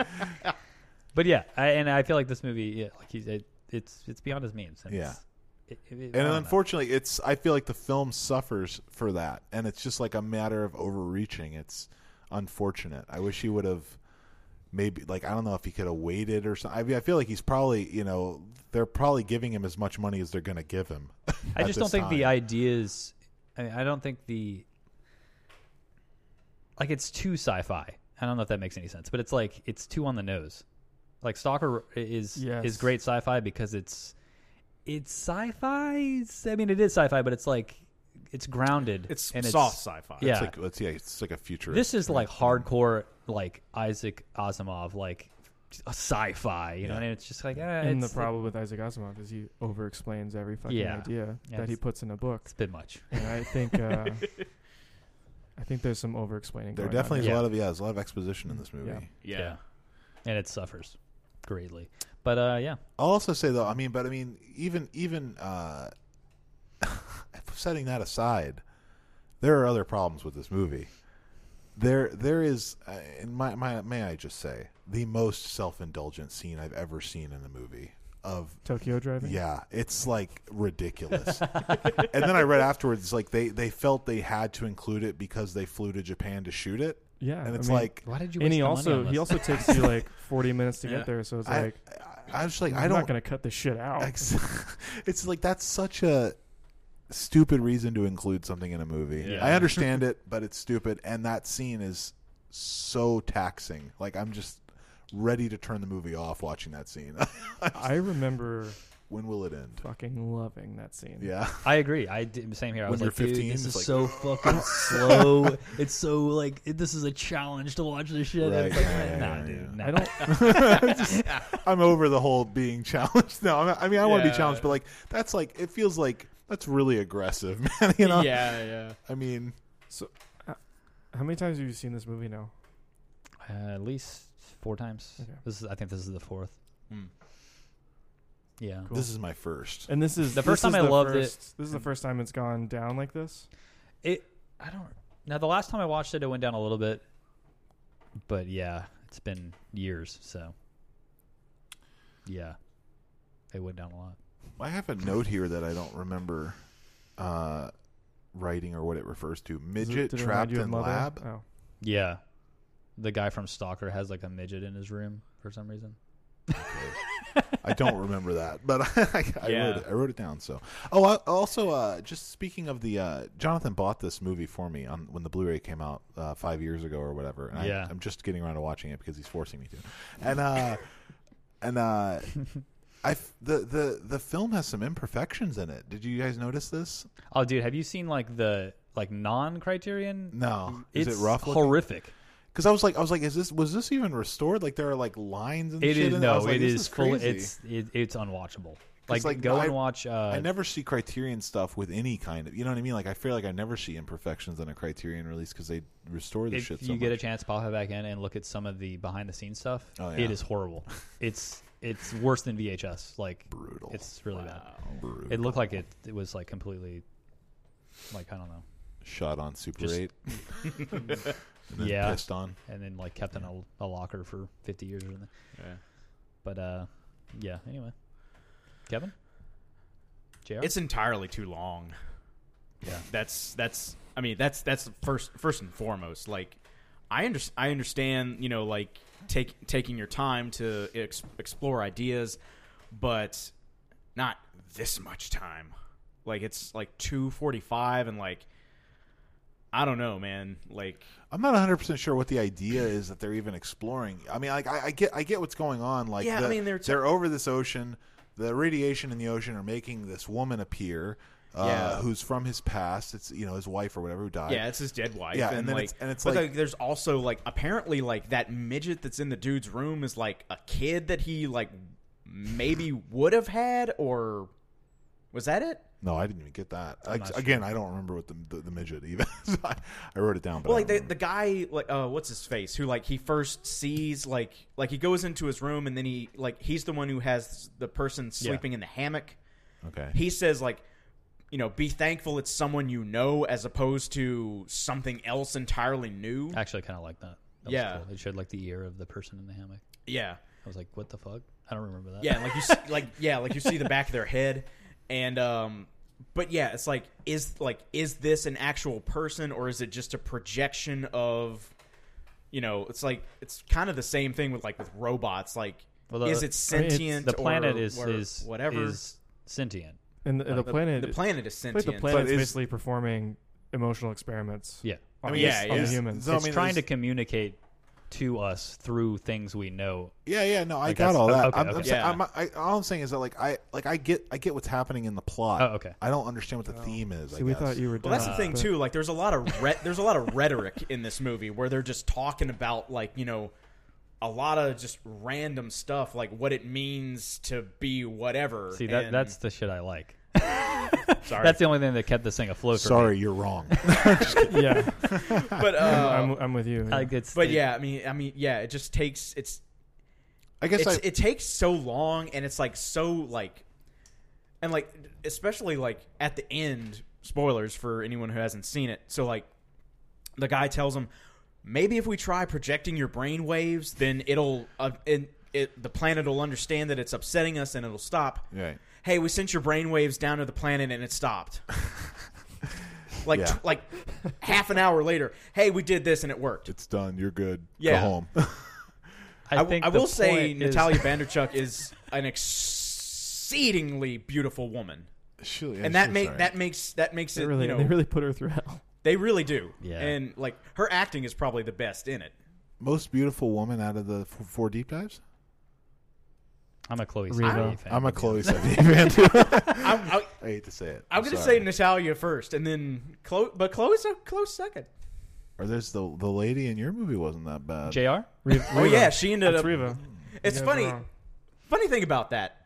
E: But yeah, I, and I feel like this movie, yeah, like he's it, it's it's beyond his means. and
B: Yeah.
E: it's- it- it- it- I
B: and
E: don't know.
B: unfortunately it's i feel like the film suffers for that and it's just like a matter of overreaching it's unfortunate i wish he would have maybe like i don't know if he could have waited or something i mean i feel like he's probably you know they're probably giving him as much money as they're going to give him
E: I
B: at
E: just don't
B: this
E: think the
B: time.
E: ideas. I, mean, I don't think the like it's too sci-fi. I don't know if that makes any sense, but it's like it's too on the nose. Like Stalker is
D: Yes.
E: is great sci-fi because it's it's sci-fi. It's- I mean, it is sci-fi, but it's like it's grounded.
C: It's
E: and
C: soft sci-fi.
E: Yeah,
B: It's like let's yeah, it's like a future.
E: this is like hardcore, like Isaac Asimov, like sci-fi. You know,
B: Yeah.
E: and it's just like eh,
D: and the
E: it's,
D: problem with Isaac Asimov is he over explains every fucking
E: Yeah.
D: idea
E: Yeah,
D: that he
E: it's-
D: puts in a book.
E: it's a bit much.
D: And I think uh, I think there's some over explaining.
B: there definitely is
E: Yeah.
B: a lot of yeah, there's a lot of exposition in this movie.
D: Yeah.
C: Yeah.
E: Yeah. and it suffers greatly. But uh, yeah,
B: I'll also say though, I mean, but I mean, even even uh, setting that aside, there are other problems with this movie. There, there is, uh, in my, my, may I just say, the most self-indulgent scene I've ever seen in the movie. Of
D: Tokyo driving.
B: yeah, it's like ridiculous. and then I read afterwards, like they they felt they had to include it because they flew to Japan to shoot it,
D: yeah.
B: and
D: I
B: it's
D: mean,
B: like
E: why did you? Waste
D: and he
E: the
D: also
E: money on
D: he
E: this?
D: also takes you like 40 minutes to
E: Yeah.
D: get there, so it's
B: I,
D: like
B: I, I was just like, I
D: am
B: don't
D: not gonna cut this shit out.
B: Ex- it's like that's such a stupid reason to include something in a movie.
C: Yeah.
B: I understand it, but it's stupid, and that scene is so taxing. Like I'm just ready to turn the movie off watching that scene.
D: I remember
B: when will it end?
D: fucking loving that scene.
B: Yeah,
E: I agree. I did same here. I
B: When
E: was
B: you're
E: like,
B: 15,
E: dude, this is
B: it's like,
E: so fucking slow. It's so like it- this is a challenge to watch this shit.
B: Right,
E: It's like, eh,
B: yeah,
E: nah,
B: yeah,
E: dude.
B: yeah.
E: nah.
D: I don't.
B: I'm over the whole being challenged. No, I'm not- I mean I want to be
C: Yeah.
B: challenged, but like that's like it feels like that's really aggressive, man. You know?
C: yeah, yeah.
B: I mean,
D: How many times have you seen this movie now?
E: Uh, at least four times.
D: Okay.
E: This is. I think this is the fourth.
C: Mm.
E: Yeah.
D: Cool.
B: this is my first.
D: And this is
E: The first
D: this
E: time
D: is
E: I
D: the
E: loved it-
D: first, This is the first time it's gone down like this.
E: It. I don't. Now the last time I watched it, it went down a little bit. But yeah, it's been years. So. Yeah. It went down a lot.
B: I have a note here that I don't remember uh, writing or what it refers to.
D: Does it-
B: Midget
D: did it remind
B: trapped
D: you of
B: in
D: Mother?
B: lab.
D: Oh,
E: Yeah. The guy from Stalker has like a midget in his room for some reason.
B: I don't remember that, but I, I,
C: Yeah.
B: wrote it, I wrote it down. So, oh, I, also, uh, just speaking of the, uh, Jonathan bought this movie for me on when the Blu-ray came out uh, five years ago or whatever, and
E: Yeah.
B: I, I'm just getting around to watching it because he's forcing me to, and uh, and uh, I f- the the the film has some imperfections in it. Did you guys notice this?
E: Oh, dude, have you seen like the like non-criterion?
B: No, is
E: it's
B: it rough?
E: horrific.
B: Because I was like, I was like, is this was this even restored? Like there are like lines and
E: It
B: shit.
E: is
B: in I
E: no,
B: was like,
E: it
B: this
E: is, full.
B: crazy.
E: It's it, it's unwatchable. Like,
B: like,
E: go
B: I-
E: and watch. Uh,
B: I never see Criterion stuff with any kind of, you know what I mean? Like I feel like I never see imperfections in a Criterion release because they restore the
E: if
B: shit. So
E: you get a
B: much.
E: chance, pop it back in and look at some of the behind-the-scenes stuff.
B: Oh, yeah.
E: It is horrible. it's it's worse than VHS. Like
B: brutal.
E: it's really
B: brutal.
E: bad. It looked like it it was like completely, like I don't know,
B: shot on Super
E: just-
B: Eight. and then
E: Yeah.
B: pissed on.
E: and then like kept in a, a locker for fifty years or something.
C: yeah.
E: But uh, yeah. Anyway, Kevin, JR?
C: It's entirely too long.
E: Yeah.
C: That's that's I mean that's that's first first and foremost like I under, I understand, you know, like take, taking your time to ex- explore ideas, but not this much time. Like it's like 2:45 and like I don't know, man. Like
B: I'm not 100 percent sure what the idea is that they're even exploring. I mean, like I, I get, I get what's going on. Like,
C: Yeah, I
B: the-
C: mean, they're-
B: they're over this ocean. The radiation in the ocean are making this woman appear, uh,
C: Yeah.
B: who's from his past. It's you know his wife or whatever who died.
C: Yeah, it's his dead wife.
B: Yeah,
C: and,
B: and then
C: like,
B: it's- and it's
C: but,
B: like-
C: there's also like apparently like that midget that's in the dude's room is like a kid that he like maybe would have had or was that it?
B: No, I didn't even get that. Like,
E: not
B: again, I don't remember what the the, the midget even. so I, I wrote it down. But
C: Well,
B: I
C: like
B: don't
C: the, the guy, like uh, what's his face? Who like he first sees like like he goes into his room and then he like he's the one who has the person sleeping in the hammock.
B: remember. okay.
C: He says like, you know, be thankful it's someone you know as opposed to something else entirely new.
E: actually kind of like that. that was
C: Yeah.
E: cool. it showed like the ear of the person in the hammock.
C: yeah.
E: I was like, what the fuck? I don't remember that.
C: Yeah, like you see, like yeah, like you see the back of their head, and um, but yeah, it's like is like is this an actual person or is it just a projection of, you know, it's like it's kind of the same thing with like with robots. Like,
E: Well, the-
C: is it
D: I mean,
C: sentient?
D: it's-
E: the planet
C: or-
E: is
C: or
E: is
C: whatever.
E: is sentient.
D: and the, the planet.
C: the planet is
D: Like
C: sentient.
D: the planet's
B: is-
D: basically performing emotional experiments.
E: Yeah,
D: On,
C: mean, yeah,
D: on
C: yeah.
D: the humans.
B: So, I
E: it's
B: mean,
E: trying to
B: there's-
E: communicate to us through things we know.
B: Yeah, yeah, no, I
E: Like,
B: got
E: that's-
B: all
E: oh,
B: that.
E: okay,
B: I'm, I'm
E: okay.
B: saying-
C: Yeah.
B: I'm- I, all I'm saying is that like I like I get I get what's happening in the plot.
E: Oh, okay.
B: I don't understand what the
C: Oh.
B: theme is. I
D: See, we
B: guess.
D: thought you were.
C: Well, that's the
D: done,
E: Uh,
C: thing
D: but-
C: too. Like, there's a lot of re- there's a lot of rhetoric in this movie where they're just talking about like you know a lot of just random stuff, like what it means to be whatever.
E: See that
C: and-
E: that's the shit I like.
C: sorry.
E: That's the only thing that kept this thing afloat. For
B: Sorry, you're wrong.
D: Yeah,
C: but uh,
D: I'm, I'm with you.
E: me. like it's.
C: but
E: it-
C: yeah, I mean, I mean, yeah, it just takes it's
B: I guess
C: it's,
B: I,
C: it takes so long and it's like so like and like especially like at the end spoilers for anyone who hasn't seen it so like the guy tells him maybe if we try projecting your brain waves then it'll uh, and it, the planet will understand that it's upsetting us and it'll stop
B: Right.
C: hey we sent your brain waves down to the planet and it stopped like
B: Yeah.
C: tw- like half an hour later hey we did this and it worked
B: it's done. You're good.
C: Yeah.
B: Go home.
E: I,
C: I,
E: think
C: I
E: the
C: will say
E: point is-
C: Natalia Vanderchuk is an exceedingly beautiful woman,
B: Shoot, yeah,
C: and that
B: she's
C: make
B: all right.
C: that makes that makes
D: they
C: it
D: really,
C: you know
D: they really put her through hell.
C: do.
E: Yeah.
C: and like her acting is probably the best in it.
B: most beautiful woman out of the f- four deep dives.
E: I'm a Chloe.
D: Reba.
E: Sevigny fan.
B: I'm a Chloe Sevigny fan too.
C: I'm, I,
B: I hate to say it.
C: I'm gonna
B: sorry.
C: say Natalia first, and then Chloe, but Chloe's a close second.
B: Or there's the the lady in your movie wasn't that bad.
E: Jr.
C: Oh yeah, she ended
D: That's
C: up. Mm.
D: Reva.
C: It's
D: You guys
C: funny.
D: are wrong.
C: Funny thing about that.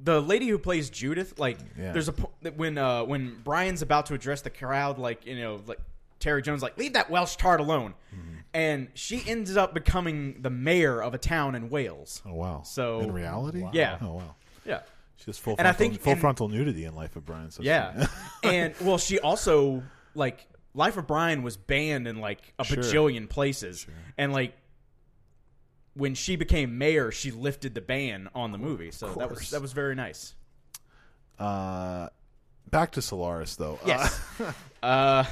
C: The lady who plays Judith, like,
B: Yeah.
C: there's a po- that when uh, when Brian's about to address the crowd, like, you know, like Terry Jones, like, leave that Welsh tart alone,
B: Mm-hmm.
C: and she ends up becoming the mayor of a town in Wales.
B: Oh wow.
C: So-
B: in reality,
C: Yeah.
B: Oh wow.
C: Yeah,
B: She's full
C: And I
B: frontal,
C: think-
B: full
C: and-
B: frontal nudity in Life of Brian. So
C: yeah, and well, she also like Life of Brian was banned in like a
B: Sure.
C: bajillion places, and like when she became mayor, she lifted the ban on the movie, so that was
B: course.
C: that was very nice.
B: Uh, back to Solaris though. Uh,
C: Yes. uh,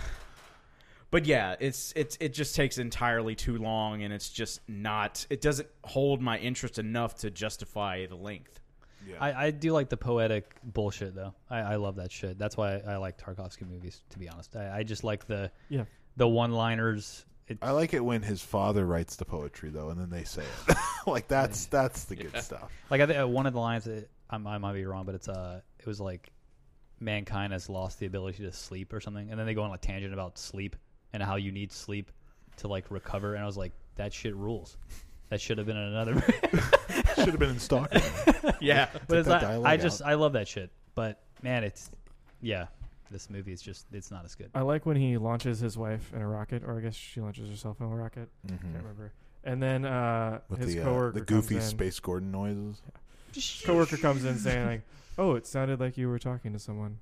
C: but yeah, it's it's it just takes entirely too long, and it's just not. It doesn't hold my interest enough to justify the length.
E: I, I do like the poetic bullshit though. I, I love that shit. That's why I, I like Tarkovsky movies. To be honest, I, I just like the
D: Yeah,
E: the one liners.
B: I like it when his father writes the poetry though, and then they say it. like that's that's the good stuff.
E: Like I think uh, one of the lines that I, I might be wrong, but it's uh it was like mankind has lost the ability to sleep or something, and then they go on a tangent about sleep and how you need sleep to like recover. And I was like, that shit rules. That should have been in another.
B: Should have been in Stockholm.
C: Yeah,
E: but it's
B: that
E: not,
B: dialogue
E: I just
B: out.
E: I love that shit. But man, it's yeah, this movie is just it's not as good.
D: I like when he launches his wife in a rocket, or I guess she launches herself in a rocket. I can't
B: Mhm.
D: remember. And then uh,
B: With
D: his
B: the uh,
D: coworker
B: the goofy
D: comes in.
B: Space Gordon noises.
D: coworker comes in saying like, "Oh, it sounded like you were talking to someone."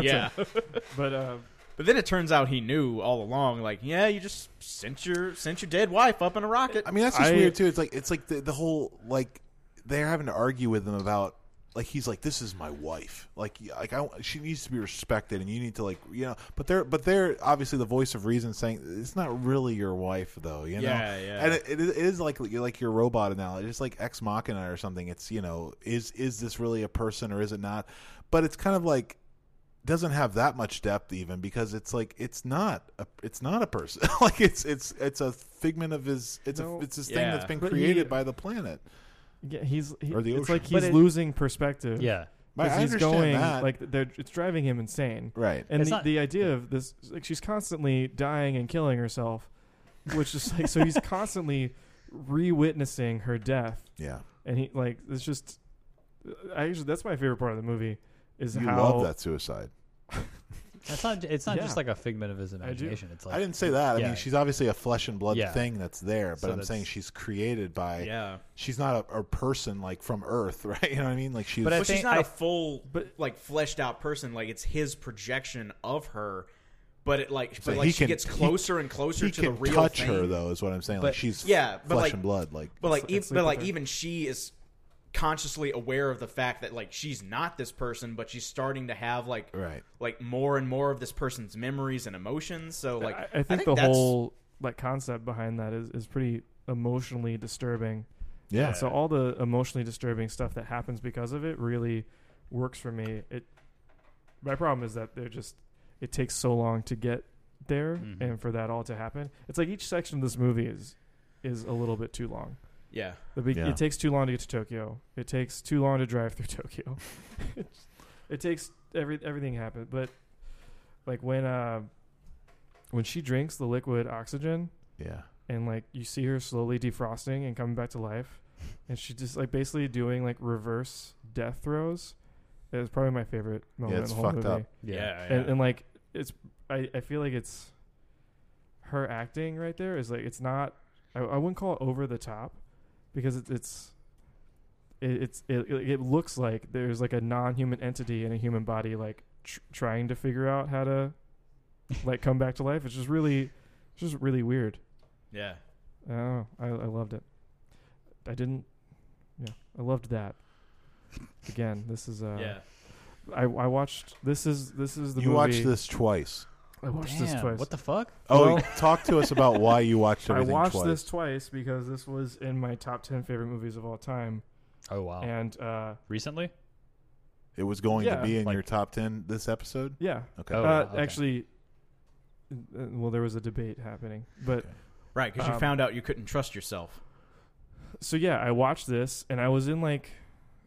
C: yeah.
D: But uh,
C: But then it turns out he knew all along. Like, yeah, you just sent your sent your dead wife up in a rocket.
B: I mean, that's just
D: I-
B: weird too. It's like it's like the, the whole like they're having to argue with him about like he's like this is my wife. Like y- like I she needs to be respected, and you need to like you know. But they're but they're obviously the voice of reason saying it's not really your wife though. You know.
C: Yeah, yeah.
B: And it, it is- it is like you're like your robot analogy. It's like Ex Machina or something. It's you know is is this really a person or is it not? But it's kind of like doesn't have that much depth even because it's like it's not a it's not a person like it's it's it's a figment of his it's a
D: No.
B: it's this thing
C: Yeah.
B: that's been
D: But
B: created
D: he-
B: by the planet
D: yeah, he's he,
B: Or the
D: it's like
B: ocean.
D: he's
E: But it-
D: losing perspective.
E: yeah.
D: 'Cause
B: I
D: he's
B: understand
D: going
B: that.
D: like they're it's driving him insane.
B: right
D: And
E: It's
D: the,
E: not-
D: the idea of this, like she's constantly dying and killing herself, which is like so he's constantly re-witnessing her death,
B: yeah
D: and he like it's just, I actually that's my favorite part of the movie is
B: you
D: how
B: love that suicide
E: That's not. It's not
D: Yeah.
E: just like a figment of his
D: do.
E: imagination. It's like
B: i didn't say that i
E: yeah.
B: mean she's obviously a flesh and blood
E: Yeah.
B: thing that's there but
E: So
B: i'm
E: that's-
B: saying she's created by
C: yeah.
B: she's not a, a person like from earth right you know what i mean like she's
E: But I
C: But she's
E: think
C: not a
E: I-
C: full,
D: but-
C: like fleshed out person. Like it's his projection of her. But it like, but
B: he
C: like she
B: can-
C: gets
B: he-
C: closer and closer
B: he
C: to the
B: can
C: real
B: touch
C: thing.
B: her though is what i'm saying like
E: But-
B: she's
C: Yeah, but,
B: flesh
C: like-
B: and blood like
C: But like, even,
D: it's
C: but like
D: sympathy.
C: even she is consciously aware of the fact that like she's not this person, but she's starting to have like
B: Right.
C: like more and more of this person's memories and emotions. So like,
D: I, I think, the
C: that's-
D: whole like concept behind that is, is pretty emotionally disturbing.
B: yeah
D: And so all the emotionally disturbing stuff that happens because of it really works for me. It my problem is that they're just it takes so long to get there
B: Mm-hmm.
C: Mhm.
D: and for that all to happen. It's like each section of this movie is is a little bit too long.
C: Yeah.
D: The big,
B: Yeah.
D: It takes too long to get to Tokyo. It takes too long to drive through Tokyo. it takes every everything happened, but like when uh when she drinks the liquid oxygen
B: Yeah.
D: and like you see her slowly defrosting and coming back to life, and she just like basically doing like reverse death throws. It was probably my favorite moment.
B: Yeah,
D: in
B: it's
D: the whole
B: fucked
D: movie.
B: up.
C: Yeah.
D: And,
C: yeah.
D: and like it's, I, I feel like it's her acting right there is like it's not. I, I wouldn't call it over the top because it, it's it, it's it, it it looks like there's like a non-human entity in a human body like tr- trying to figure out how to like come back to life. It's just really, it's just really weird.
C: yeah.
D: Oh, I, I loved it. I didn't. Yeah, I loved that. Again, this is uh,
C: yeah.
D: I, I watched this is this is the
B: You
D: movie.
B: watched this twice.
D: I watched this
E: Damn,
D: twice.
E: What the fuck?
B: Oh,
D: Well-
B: talk to us about why you watched
D: I
B: everything
D: watched
B: twice.
D: this twice because this was in my top ten favorite movies of all time,
E: Oh wow.
D: and uh,
E: Recently?
B: It was going
D: Yeah.
B: to be in
E: Like-
B: your top ten this episode.
D: yeah,
B: Okay.
E: Oh,
D: uh,
E: wow, okay.
D: actually, uh, well, there was a debate happening, but
B: Okay.
C: Right, because
D: Um,
C: you found out you couldn't trust yourself.
D: so yeah, I watched this and I was in like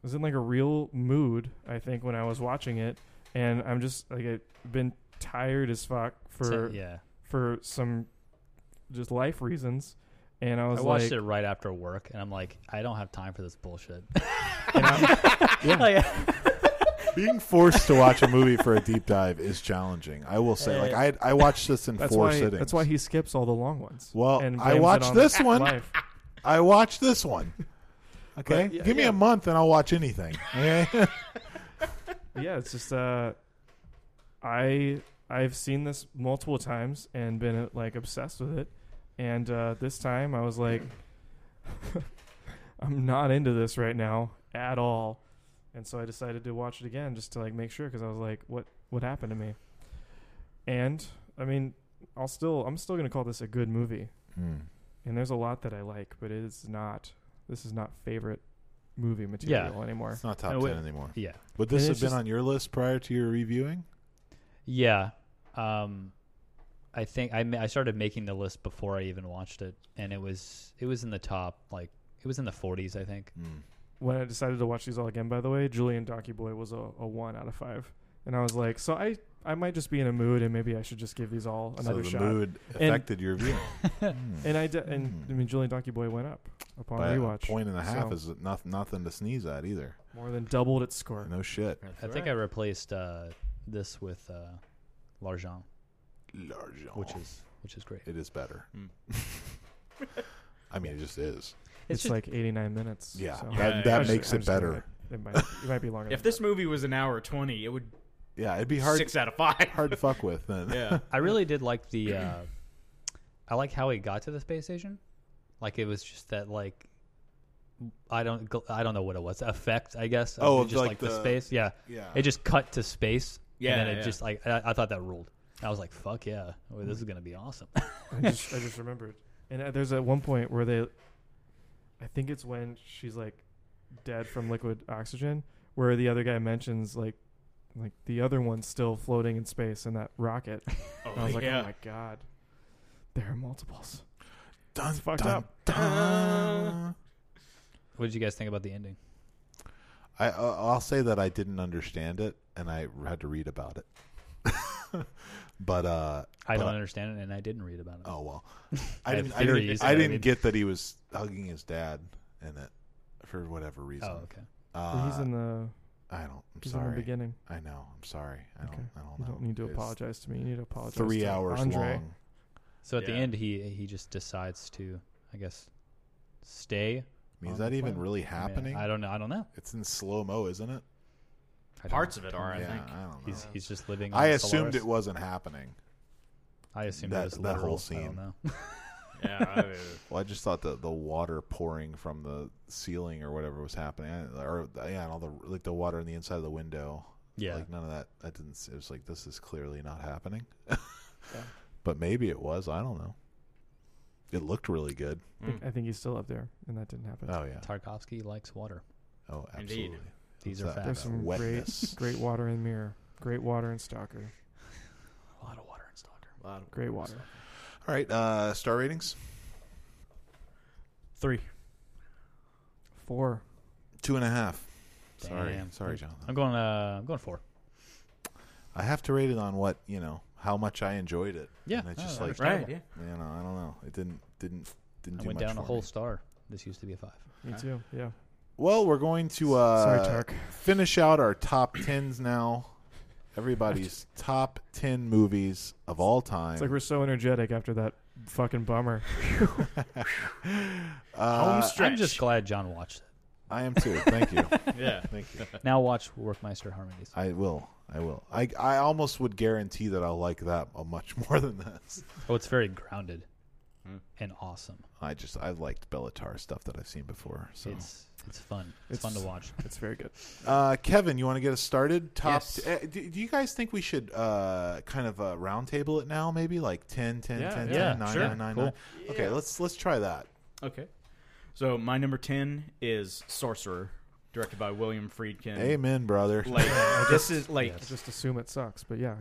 D: I was in like a real mood, I think, when I was watching it, and I'm just like I've been tired as fuck for
E: So- yeah.
D: for some just life reasons, and I
E: I,
D: was
E: watched
D: like,
E: it right after work, and I'm like, I don't have time for this bullshit.
D: and I'm-
B: Being forced to watch a movie for a deep dive is challenging. I will say, like I I watched this in
D: that's
B: four
D: why
B: sittings.
D: that's why he skips all the long ones.
B: Well,
D: and
B: I
D: blames it
B: watched
D: on
B: this one.
D: life.
B: I watched this one. Okay,
D: But, yeah,
B: give me
D: yeah.
B: a month and I'll watch anything. Okay?
D: yeah, it's just uh, I I've seen this multiple times and been uh, like obsessed with it, and uh, this time I was like, I'm not into this right now at all, and so I decided to watch it again just to like make sure because I was like, what what happened to me? And I mean, I'll still I'm still gonna call this a good movie,
B: Hmm.
D: and there's a lot that I like, but it is not this is not favorite movie material anymore.
B: It's not top
E: No, wait.
B: ten anymore.
E: yeah.
B: Would this
D: And
B: have
D: it's
B: been
D: just-
B: on your list prior to your reviewing?
E: Yeah. Um, I think I ma- I started making the list before I even watched it, and it was it was in the top like it was in the 40s, I think.
B: Mm.
D: when I decided to watch these all again, by the way, Julian Donkey Boy was a, a one out of five, and I was like, so I I might just be in a mood, and maybe I should just give these all
B: So
D: another
B: the
D: shot.
B: mood affected your viewing. Hmm.
D: And I de- and
B: Hmm.
D: I mean, Julian Donkey Boy went up upon
B: By a
D: rewatch,
B: point and a half
D: So-
B: is not, nothing to sneeze at either.
D: more than doubled its score.
B: No shit.
E: I think I replaced uh, this with uh, L'Argent,
B: L'argent.
E: which
D: oh.
E: is which is great.
B: it is better.
C: Mm.
D: Hmm.
B: I mean, it just is.
D: It's,
E: just-
D: like 89 minutes.
B: Yeah,
D: so-
B: that,
C: Yeah,
B: that
D: I'm just-
B: makes
D: I'm
B: it
D: just
B: better.
D: kidding. It might it might be longer.
C: If
D: than
C: this
D: that.
C: movie was an hour twenty, it would
B: Yeah, it'd be
C: be
B: hard
C: six out of five.
B: hard to fuck with then.
C: yeah.
E: I really did like the. Uh, I like how he got to the space station. Like it was just that like. I don't. gl- I don't know what it was. Effect, I guess. of
B: Oh,
E: it
B: of,
E: just
B: like,
E: like, the,
B: the- Uh.
E: space. Yeah.
B: Yeah.
E: It just cut to space.
C: Yeah,
E: And then it
C: yeah.
E: just like I, I thought that ruled. I was like, fuck yeah, Well, this is gonna be awesome.
D: I just, I just remembered. And uh, there's at one point where they, I think it's when she's like dead from liquid oxygen, where the other guy mentions like, like the other one's still floating in space in that rocket.
C: Oh,
D: And I was like,
C: yeah.
D: oh my god, there are multiples.
B: dun,
D: it's fucked
B: dun,
D: up. Uh.
B: dun.
E: what did you guys think about the ending?
B: I uh, I'll say that I didn't understand it and I had to read about it. but uh
E: I
B: but-
E: don't understand it, and I didn't read about it.
B: Oh well.
E: I
B: I
E: have
B: didn't I didn't,
E: theories,
B: I
E: but I
B: didn't
E: mean-
B: get that he was hugging his dad in it for whatever reason.
E: Oh, okay.
B: uh,
D: he's in the
B: I don't I'm
D: he's in the
B: sorry.
D: beginning.
B: I know. I'm sorry. I don't
D: Okay.
B: I don't know.
D: You don't need to
B: It's
D: apologize to me. You need to apologize.
B: 3
D: to
B: hours
D: Andre.
B: long.
E: So at the
C: Yeah.
E: end, he he just decides to, I guess, stay.
B: I mean, is
E: on
B: that
E: the
B: even
E: planet.
B: really
E: I mean,
B: happening?
E: I don't know. I don't know.
B: it's in slow mo, isn't it?
E: I don't
C: Parts
E: know.
C: of it are, I
B: yeah,
C: think.
B: I don't know.
E: He's he's just living. On
B: I assumed
E: Solaris.
B: it wasn't happening.
E: I assumed
B: that-
E: it was
B: that
E: literal.
B: whole
E: I
B: scene.
E: don't know.
C: yeah.
B: Well, I just thought that the water pouring from the ceiling or whatever was happening, I, or yeah, and all the like the water on the inside of the window.
E: Yeah.
B: like none of that. That didn't. It was like this is clearly not happening. But maybe it was. I don't know. It looked really good.
D: I think, I think he's still up there, and that didn't happen.
B: Oh yeah.
E: Tarkovsky likes water.
B: Oh, absolutely.
C: Indeed.
E: These
B: What's
E: are
B: that?
D: There's
E: facts.
D: some
B: Wetness.
D: great, great water in mirror, great water in stalker.
E: A lot of water in Stalker.
C: A lot of
D: Great water.
B: All right, uh, star ratings
C: Three.
D: Four.
B: two and a half. Sorry,
E: Damn.
B: sorry, Jonathan.
E: I'm going. Uh, I'm going four.
B: I have to rate it on what you know, how much I enjoyed it.
E: Yeah,
B: and it's just
E: no,
B: like
C: Right.
E: Terrible.
C: Yeah.
B: you know, I don't know. It didn't didn't didn't
E: I
B: do
E: went
B: much
E: down a
B: for
E: whole
B: me.
E: star. This used to be a five.
D: Me
C: Huh?
D: too. Yeah.
B: Well, we're going to uh,
D: Sorry, Tark.
B: finish out our top tens now. Everybody's top ten movies of all time.
D: It's like we're so energetic after that fucking bummer.
B: uh,
E: I'm just glad John watched it.
B: I am too. Thank you.
C: yeah.
B: Thank you.
E: Now watch Workmeister Harmonies.
B: I will. I will. I I almost would guarantee that I'll like that a much more than this.
E: Oh, it's very grounded
C: Hmm.
E: and awesome.
B: I just I liked Bellatar stuff that I've seen before. So
E: It's it's fun. It's, fun to
D: It's-
E: watch.
D: It's very good.
B: Uh, Kevin, you want to get us started? Top.
C: Yes.
B: eh, do, do you guys think we should uh, kind of uh, roundtable it now? Maybe like 10, 10,
D: Yeah,
B: 10,
D: yeah,
B: 10, 9,
E: sure.
B: 9, 9,
E: Cool.
B: 9. Okay, let's let's try that.
C: Okay. So my number ten is Sorcerer, directed by William Friedkin.
B: Amen, brother.
C: Like this is like
E: Yes.
D: Just assume it sucks, but yeah.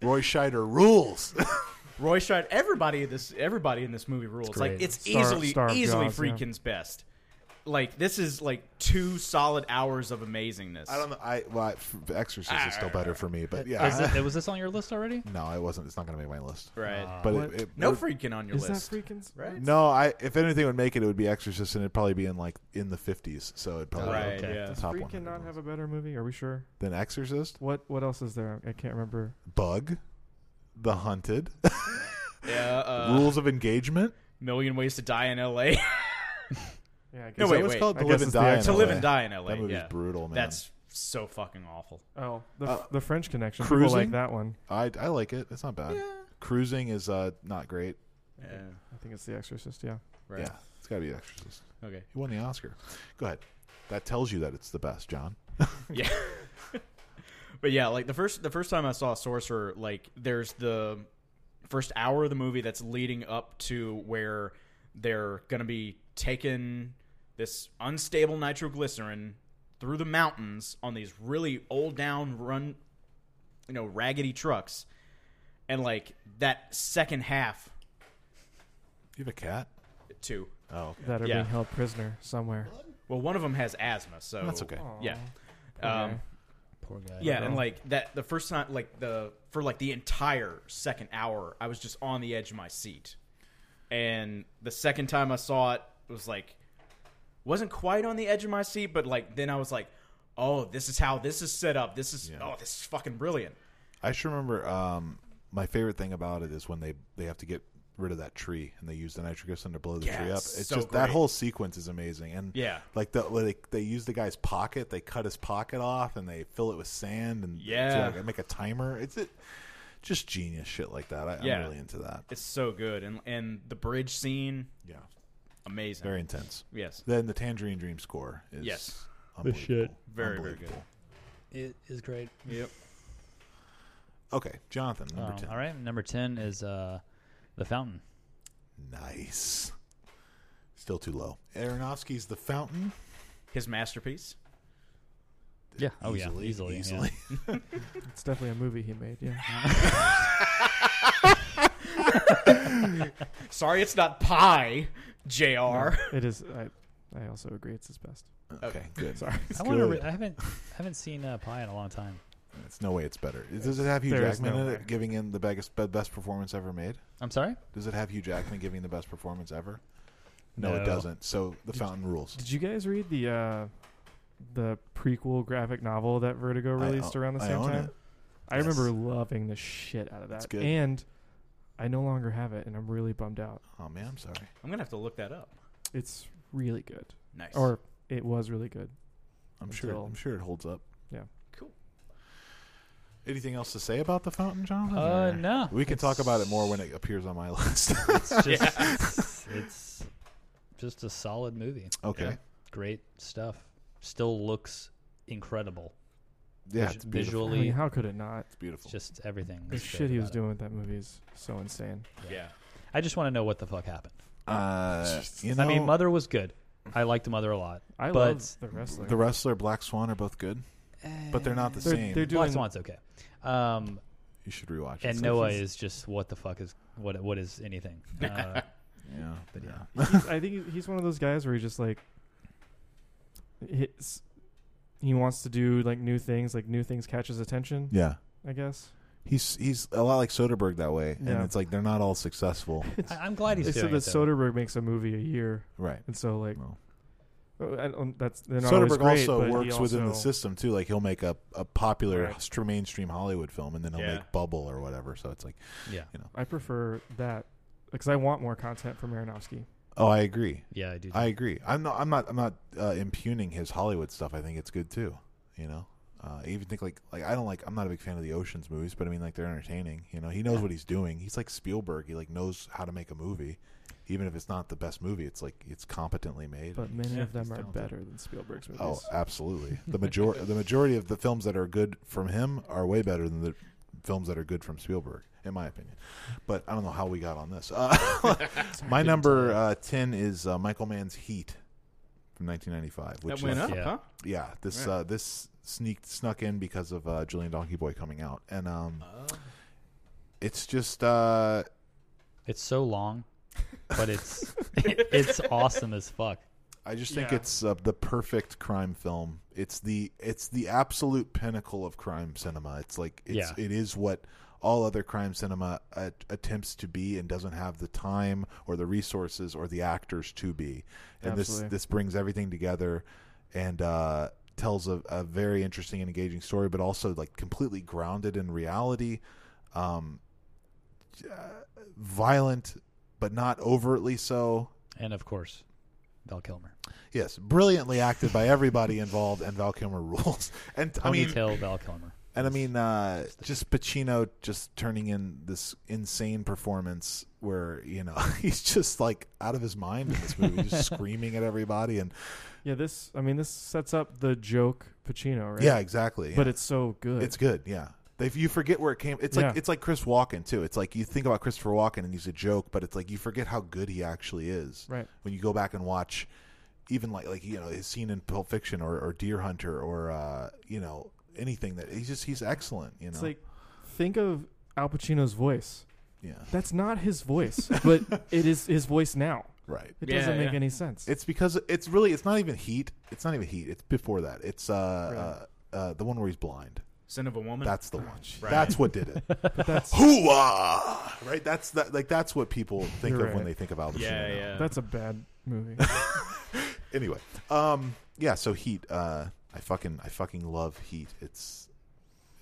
B: Roy Scheider rules.
C: Roy Scheider. Everybody in this everybody in this movie rules. Like
E: great.
C: it's
D: Star-
C: easily
D: Star of
C: easily
D: Jaws, yeah.
C: Friedkin's best. Like this is like two solid hours of amazingness.
B: I don't know. I well, I, f- Exorcist is still better for me, but yeah.
E: Is it- was this on your list already?
B: no, it wasn't. It's not going to make my list.
C: Right.
E: Uh,
B: But
D: What?
B: it, it,
C: no
B: it-
C: Friedkin on your
D: Is
C: list.
D: that freaking?
C: right.
B: no. I if anything would make it, it would be Exorcist, and it'd probably be in like in the fifties. So it'd probably
C: Right.
E: okay.
C: Yeah.
D: Does
B: Top 100
D: Freakin not
B: movies.
D: have a better movie? Are we sure?
B: then Exorcist,
D: What What else is there? I can't remember.
B: Bug, The Hunted,
C: Yeah. Uh,
B: Rules of Engagement.
C: Million Ways to Die in L.A.
D: Yeah. I guess
C: No,
B: Is
C: wait,
B: that what's
C: wait.
B: called
D: I
B: To
D: guess
B: Live and
D: it's the
B: Die? in
D: Ex-
C: to live
B: LA?
C: and die in L.A.
B: That movie's
C: yeah.
B: brutal, man.
C: That's so fucking awful.
D: Oh, the,
B: Uh,
D: the French Connection. People
B: Cruising?
D: like that one.
B: I I like it. It's not bad. Cruising is uh not great.
C: Yeah.
D: I think it's The Exorcist. Yeah.
C: Right.
B: Yeah, it's got to be The Exorcist.
C: Okay.
B: He won the Oscar. Go ahead. That tells you that it's the best, John.
C: Yeah. but yeah, like the first the first time I saw Sorcerer, like there's the first hour of the movie that's leading up to where they're gonna be taking this unstable nitroglycerin through the mountains on these really old down run you know, raggedy trucks. And like that second half
B: You have a cat?
C: too.
B: Oh, okay.
D: That are
C: Yeah.
D: being held prisoner somewhere.
C: Well, one of them has asthma, so
B: that's okay.
C: Yeah.
D: Aw,
C: Um,
D: okay.
E: Poor guy.
C: Yeah, and like that the first time like the for like the entire second hour, I was just on the edge of my seat. And the second time I saw it was like wasn't quite on the edge of my seat, but like then I was like, "Oh, this is how this is set up. This is
B: Yeah.
C: oh, this is fucking brilliant."
B: I just remember um, my favorite thing about it is when they they have to get rid of that tree and they use the nitroglycerin to blow the
C: Yeah,
B: tree up.
C: it's
B: It's
C: so
B: just that
C: great.
B: whole sequence is amazing. And
C: Yeah.
B: like the like they use the guy's pocket, they cut his pocket off and they fill it with sand and
C: Yeah.
B: so, like, make a timer. It's it, just genius shit like that. I,
C: Yeah.
B: I'm really into that.
C: It's so good. And and the bridge scene,
B: Yeah,
C: amazing.
B: very intense.
C: yes.
B: Then the Tangerine Dream score is
C: Yes.
B: unbelievable.
E: shit.
C: Very, very
B: Unbelievable.
E: it is great.
C: Yep.
B: Okay, Jonathan, number
E: Um,
B: ten.
E: All right, number ten is uh, The Fountain.
B: Nice. Still too low. Aronofsky's The Fountain.
C: His masterpiece.
E: Yeah. Oh
B: easily,
E: yeah. Easily.
B: easily.
D: it's definitely a movie he made. Yeah.
C: Sorry it's not pie, JR.
D: it is. I, I also agree. It's his best.
B: Okay, good.
D: Sorry.
E: I wonder.
B: good.
E: I haven't I haven't seen uh, Pie in a long time.
B: It's no way it's better. Does it have Hugh
D: There is
B: Jackman
D: no
B: in
D: way.
B: it, giving in the biggest, be- best performance ever made?
E: I'm sorry.
B: Does it have Hugh Jackman giving the best performance ever? No, it
E: No.
B: doesn't. So the fountain rules.
D: Did you guys read the uh, the prequel graphic novel that Vertigo
B: I- uh,
D: released around the
B: I
D: same
B: own
D: time?
B: it.
D: I
B: Yes.
D: remember loving the shit out of that.
B: It's good.
D: And I no longer have it, and I'm really bummed out.
B: Oh man, I'm sorry.
C: I'm going to have to look that up.
D: It's really good,
C: Nice.
D: or it was really good.
B: I'm sure.
D: Until-
B: I'm sure it holds up.
C: cool.
B: Anything else to say about the fountain, Jonathan?
E: Uh,
B: or-
E: no.
B: We can talk about it more when it appears on my list.
E: It's just it's, it's just a solid movie.
B: okay.
E: Great stuff. Still looks incredible.
B: Yeah,
E: Vis-
B: it's beautiful.
D: I
E: visually,
D: mean, how could it not?
B: It's beautiful.
E: just everything.
D: The
E: is great
D: shit he was
E: about it.
D: doing with that movie is so insane.
C: Yeah.
E: I just want to know what the fuck happened.
B: Uh, you know,
E: I mean, Mother was good. I liked Mother a lot.
D: I
E: But-
D: love the wrestler.
B: the wrestler, Black Swan are both good, but they're not the
D: They're-
B: same.
D: they're
E: Black
D: doing-
E: Swan's okay. Um,
B: You should rewatch it.
E: and
B: So
E: Noah
B: he's-
E: is just what the fuck is what what is anything? Uh,
B: Yeah,
E: but yeah,
D: He's- I think he's one of those guys where he just like hits. He wants to do like new things, like new things catches attention.
B: yeah.
D: I guess.
B: He's he's a lot like Soderbergh that way, and
D: Yeah.
B: it's like they're not all successful,
E: I, I'm glad he's
D: They
E: doing
D: said that
E: it. though.
D: Soderbergh makes a movie a year,
B: right?
D: and so like
B: Well,
D: uh, I don't, that's they're not always
B: Soderbergh
D: great,
B: also
D: but he
B: works within the
D: also-
B: system too. Like he'll make a a popular
D: Right.
B: str- mainstream Hollywood film, and then he'll
C: Yeah.
B: make Bubble or whatever. So it's like,
E: Yeah,
D: I prefer that because I want more content from Aronofsky.
B: oh, I agree.
E: yeah, I do.
B: I agree. I'm not. I'm not. I'm not uh, impugning his Hollywood stuff. I think it's good too. You know, uh, I even think like like I don't like. I'm not a big fan of the Ocean's movies, but I mean like they're entertaining. You know, he knows what he's doing. He's like Spielberg. He like knows how to make a movie, even if it's not the best movie. It's like it's competently made.
D: But many
E: Yeah,
D: of them
E: he's
D: are
E: talented.
D: better than Spielberg's movies.
B: oh, absolutely. The major the majority of the films that are good from him are way better than the films that are good from Spielberg, in my opinion. But I don't know how we got on this. Uh, my number uh, ten is uh, Michael Mann's Heat. From 1995, which
C: that went
B: is,
C: up,
E: Yeah.
C: huh?
B: yeah, this
C: Right.
B: uh, this sneaked snuck in because of uh, Julian Donkey Boy coming out, and um,
C: Oh.
B: it's just uh,
E: It's so long, but it's it's awesome as fuck.
B: I just think
D: Yeah.
B: it's uh, the perfect crime film. It's the it's the absolute pinnacle of crime cinema. It's like it's
E: Yeah.
B: it is what all other crime cinema uh, attempts to be and doesn't have the time or the resources or the actors to be. And
D: Absolutely.
B: this this brings everything together and uh, tells a, a very interesting and engaging story, but also like completely grounded in reality. Um, uh, violent, but not overtly so.
E: And of course, Val Kilmer.
B: Yes, brilliantly acted by everybody involved, and Val Kilmer rules. And I mean,
E: Ponytail Val Kilmer.
B: and I mean, uh, just Pacino just turning in this insane performance where you know he's just like out of his mind in this movie, just screaming at everybody, and
D: Yeah, this. I mean, this sets up the joke Pacino, right?
B: yeah, exactly.
D: but it's so good.
B: It's good, yeah. If you forget where it came, it's like
D: Yeah.
B: it's like Chris Walken too. It's like you think about Christopher Walken and he's a joke, but it's like you forget how good he actually is
D: Right.
B: when you go back and watch, even like like you know his scene in Pulp Fiction or, or Deer Hunter or uh, you know anything that he's just he's excellent. You know,
D: It's like think of Al Pacino's voice.
B: yeah,
D: That's not his voice, but it is his voice now.
B: right.
D: It
C: Yeah,
D: doesn't make
C: yeah.
D: any sense.
B: It's because it's really it's not even Heat. It's not even Heat. It's before that. It's uh, uh, uh the one where he's blind.
C: Sin of a Woman.
B: That's the one.
C: Right.
B: That's what did it.
D: but that's
B: Hooah! Right. That's that. Like that's what people think
D: You're
B: of when
D: right.
B: they think of Al Pacino.
C: yeah,
B: now.
C: yeah.
D: that's a bad movie.
B: anyway, um, yeah. So Heat, uh, I fucking, I fucking love Heat. It's,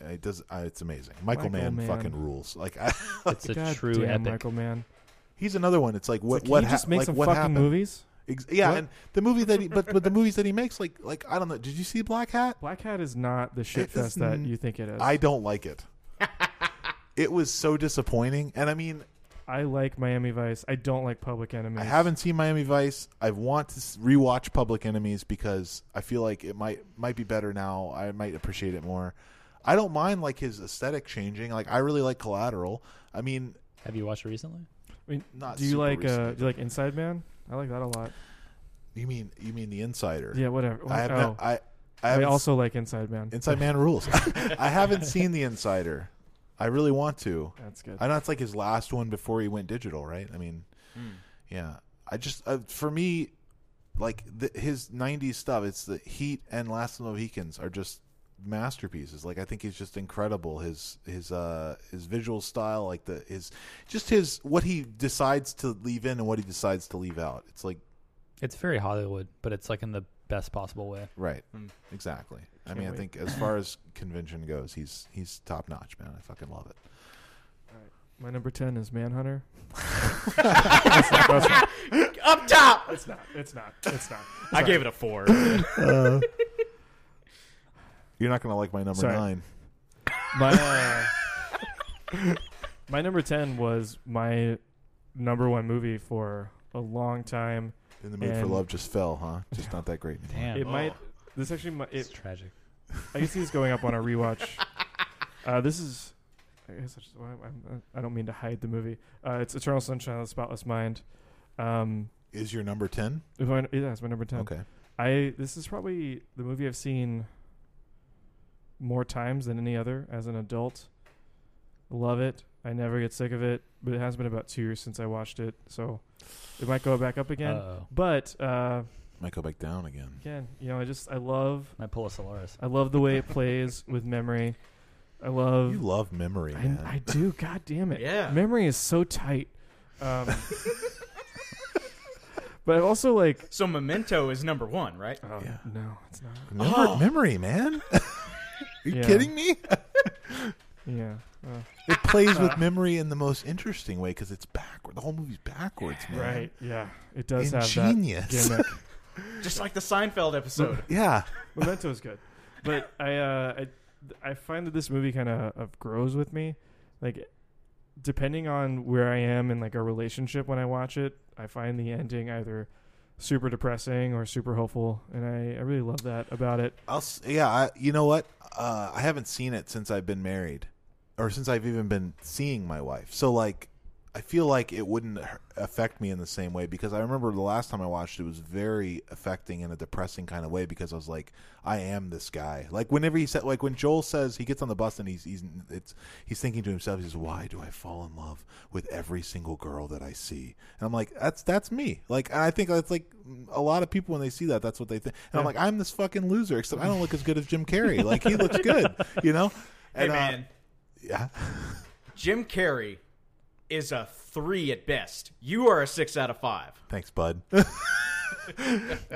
B: it does, uh, it's amazing. Michael,
D: Michael
B: Mann,
D: Mann.
B: fucking rules. Like, I,
E: It's a
D: God
E: true
D: damn,
E: epic.
D: Michael Mann.
B: he's another one. It's like what,
D: It's like,
B: what
D: can you just
B: hap-
D: make
B: like,
D: some
B: what
D: fucking
B: happened?
D: movies?
B: Ex- yeah,
D: What?
B: and the movie that he, but but the movies that he makes, like like I don't know. Did you see Black Hat?
D: Black Hat is not the
B: It
D: shit
B: is
D: fest that
B: n-
D: you think it is.
B: I don't like it. it was so disappointing, and I mean,
D: I like Miami Vice. I don't like Public Enemy.
B: I haven't seen Miami Vice. I want to s- rewatch Public Enemies because I feel like it might might be better now. I might appreciate it more. I don't mind like his aesthetic changing. Like I really like Collateral. I mean,
E: Have you watched it recently?
D: I mean,
B: not
D: do you
B: super
D: like uh,
B: recently.
D: do you like Inside Man? I like that a lot.
B: you mean you mean The Insider?
D: Yeah, whatever.
B: I have
D: oh,
B: not, I I
D: I
B: haven't s-
D: also like Inside Man.
B: Inside Man rules. I haven't seen The Insider. I really want to.
D: That's good.
B: I know it's like his last one before he went digital, right? I mean, yeah. I just uh, for me, like the, his '90s stuff. It's the Heat and Last of the Mohicans are just masterpieces. Like I think he's just incredible. His his uh his visual style, like the his just his what he decides to leave in and what he decides to leave out. It's like
E: It's very Hollywood, but it's like in the best possible way.
B: right,
C: Mm.
B: exactly. I
D: Hmm. Can't
B: mean, I
D: wait.
B: think as far as convention goes, he's he's top notch, man. I fucking love it.
D: My number ten is Manhunter.
C: Up top.
D: It's not. It's not. It's not.
C: I gave it a four.
B: You're not gonna like my number
D: Uh, Sorry.
B: nine.
D: My uh, my number ten was my number one movie for a long time.
B: In the mood for
D: And-
B: love just fell, huh? Just not that great. anymore.
E: Damn,
D: It might. This actually. mi-
E: it's
D: It,
E: tragic.
D: I can see this going up on a rewatch. Uh, this is. I guess I, just, well, I'm, uh, I don't mean to hide the movie. Uh, it's Eternal Sunshine of the Spotless Mind. Um,
B: Is your number ten?
D: if I, yeah, it's my number ten.
B: Okay.
D: I this is probably the movie I've seen more times than any other as an adult. Love it. I never get sick of it, but it has been about two years since I watched it, so it might go back up again.
E: Uh-oh.
D: but uh,
B: Might go back down again.
D: again, you know, I just I love
E: Might pull a Solaris.
D: I love the way it plays with memory. I love
B: You love memory,
D: I,
B: man.
D: I do. God damn it.
C: Yeah.
D: Memory is so tight. Um, but I also like.
C: So Memento is number one, right?
D: Oh,
B: Yeah.
D: No, it's not.
B: Remember- Memory, man. you
D: Yeah.
B: kidding me?
D: Yeah. Oh,
B: It plays with memory in the most interesting way because it's backward. The whole movie's backwards, man.
D: right. Yeah. It does have
B: Ingenious.
D: that gimmick.
C: Just like the Seinfeld episode.
B: Yeah.
D: Memento is good, but I, uh, I I find that this movie kind of of grows with me, like depending on where I am in like a relationship when I watch it, I find the ending either super depressing or super hopeful, and I, I really love that about it.
B: I'll. s- Yeah. I, you know what? Uh, I haven't seen it since I've been married, or since I've even been seeing my wife. So like, I feel like it wouldn't h- affect me in the same way because I remember the last time I watched it was very affecting in a depressing kind of way because I was like, I am this guy. Like whenever he said, like when Joel says he gets on the bus and he's he's it's he's thinking to himself, he says, Why do I fall in love with every single girl that I see? And I'm like, that's that's me. Like and I think that's like a lot of people when they see that, that's what they think. And I'm like, I'm this fucking loser. Except I don't look as good as Jim Carrey. Like he looks good, you know.
C: Hey
B: uh,
C: man,
B: yeah.
C: Jim Carrey is a three at best. You are a six out of five.
B: Thanks, bud.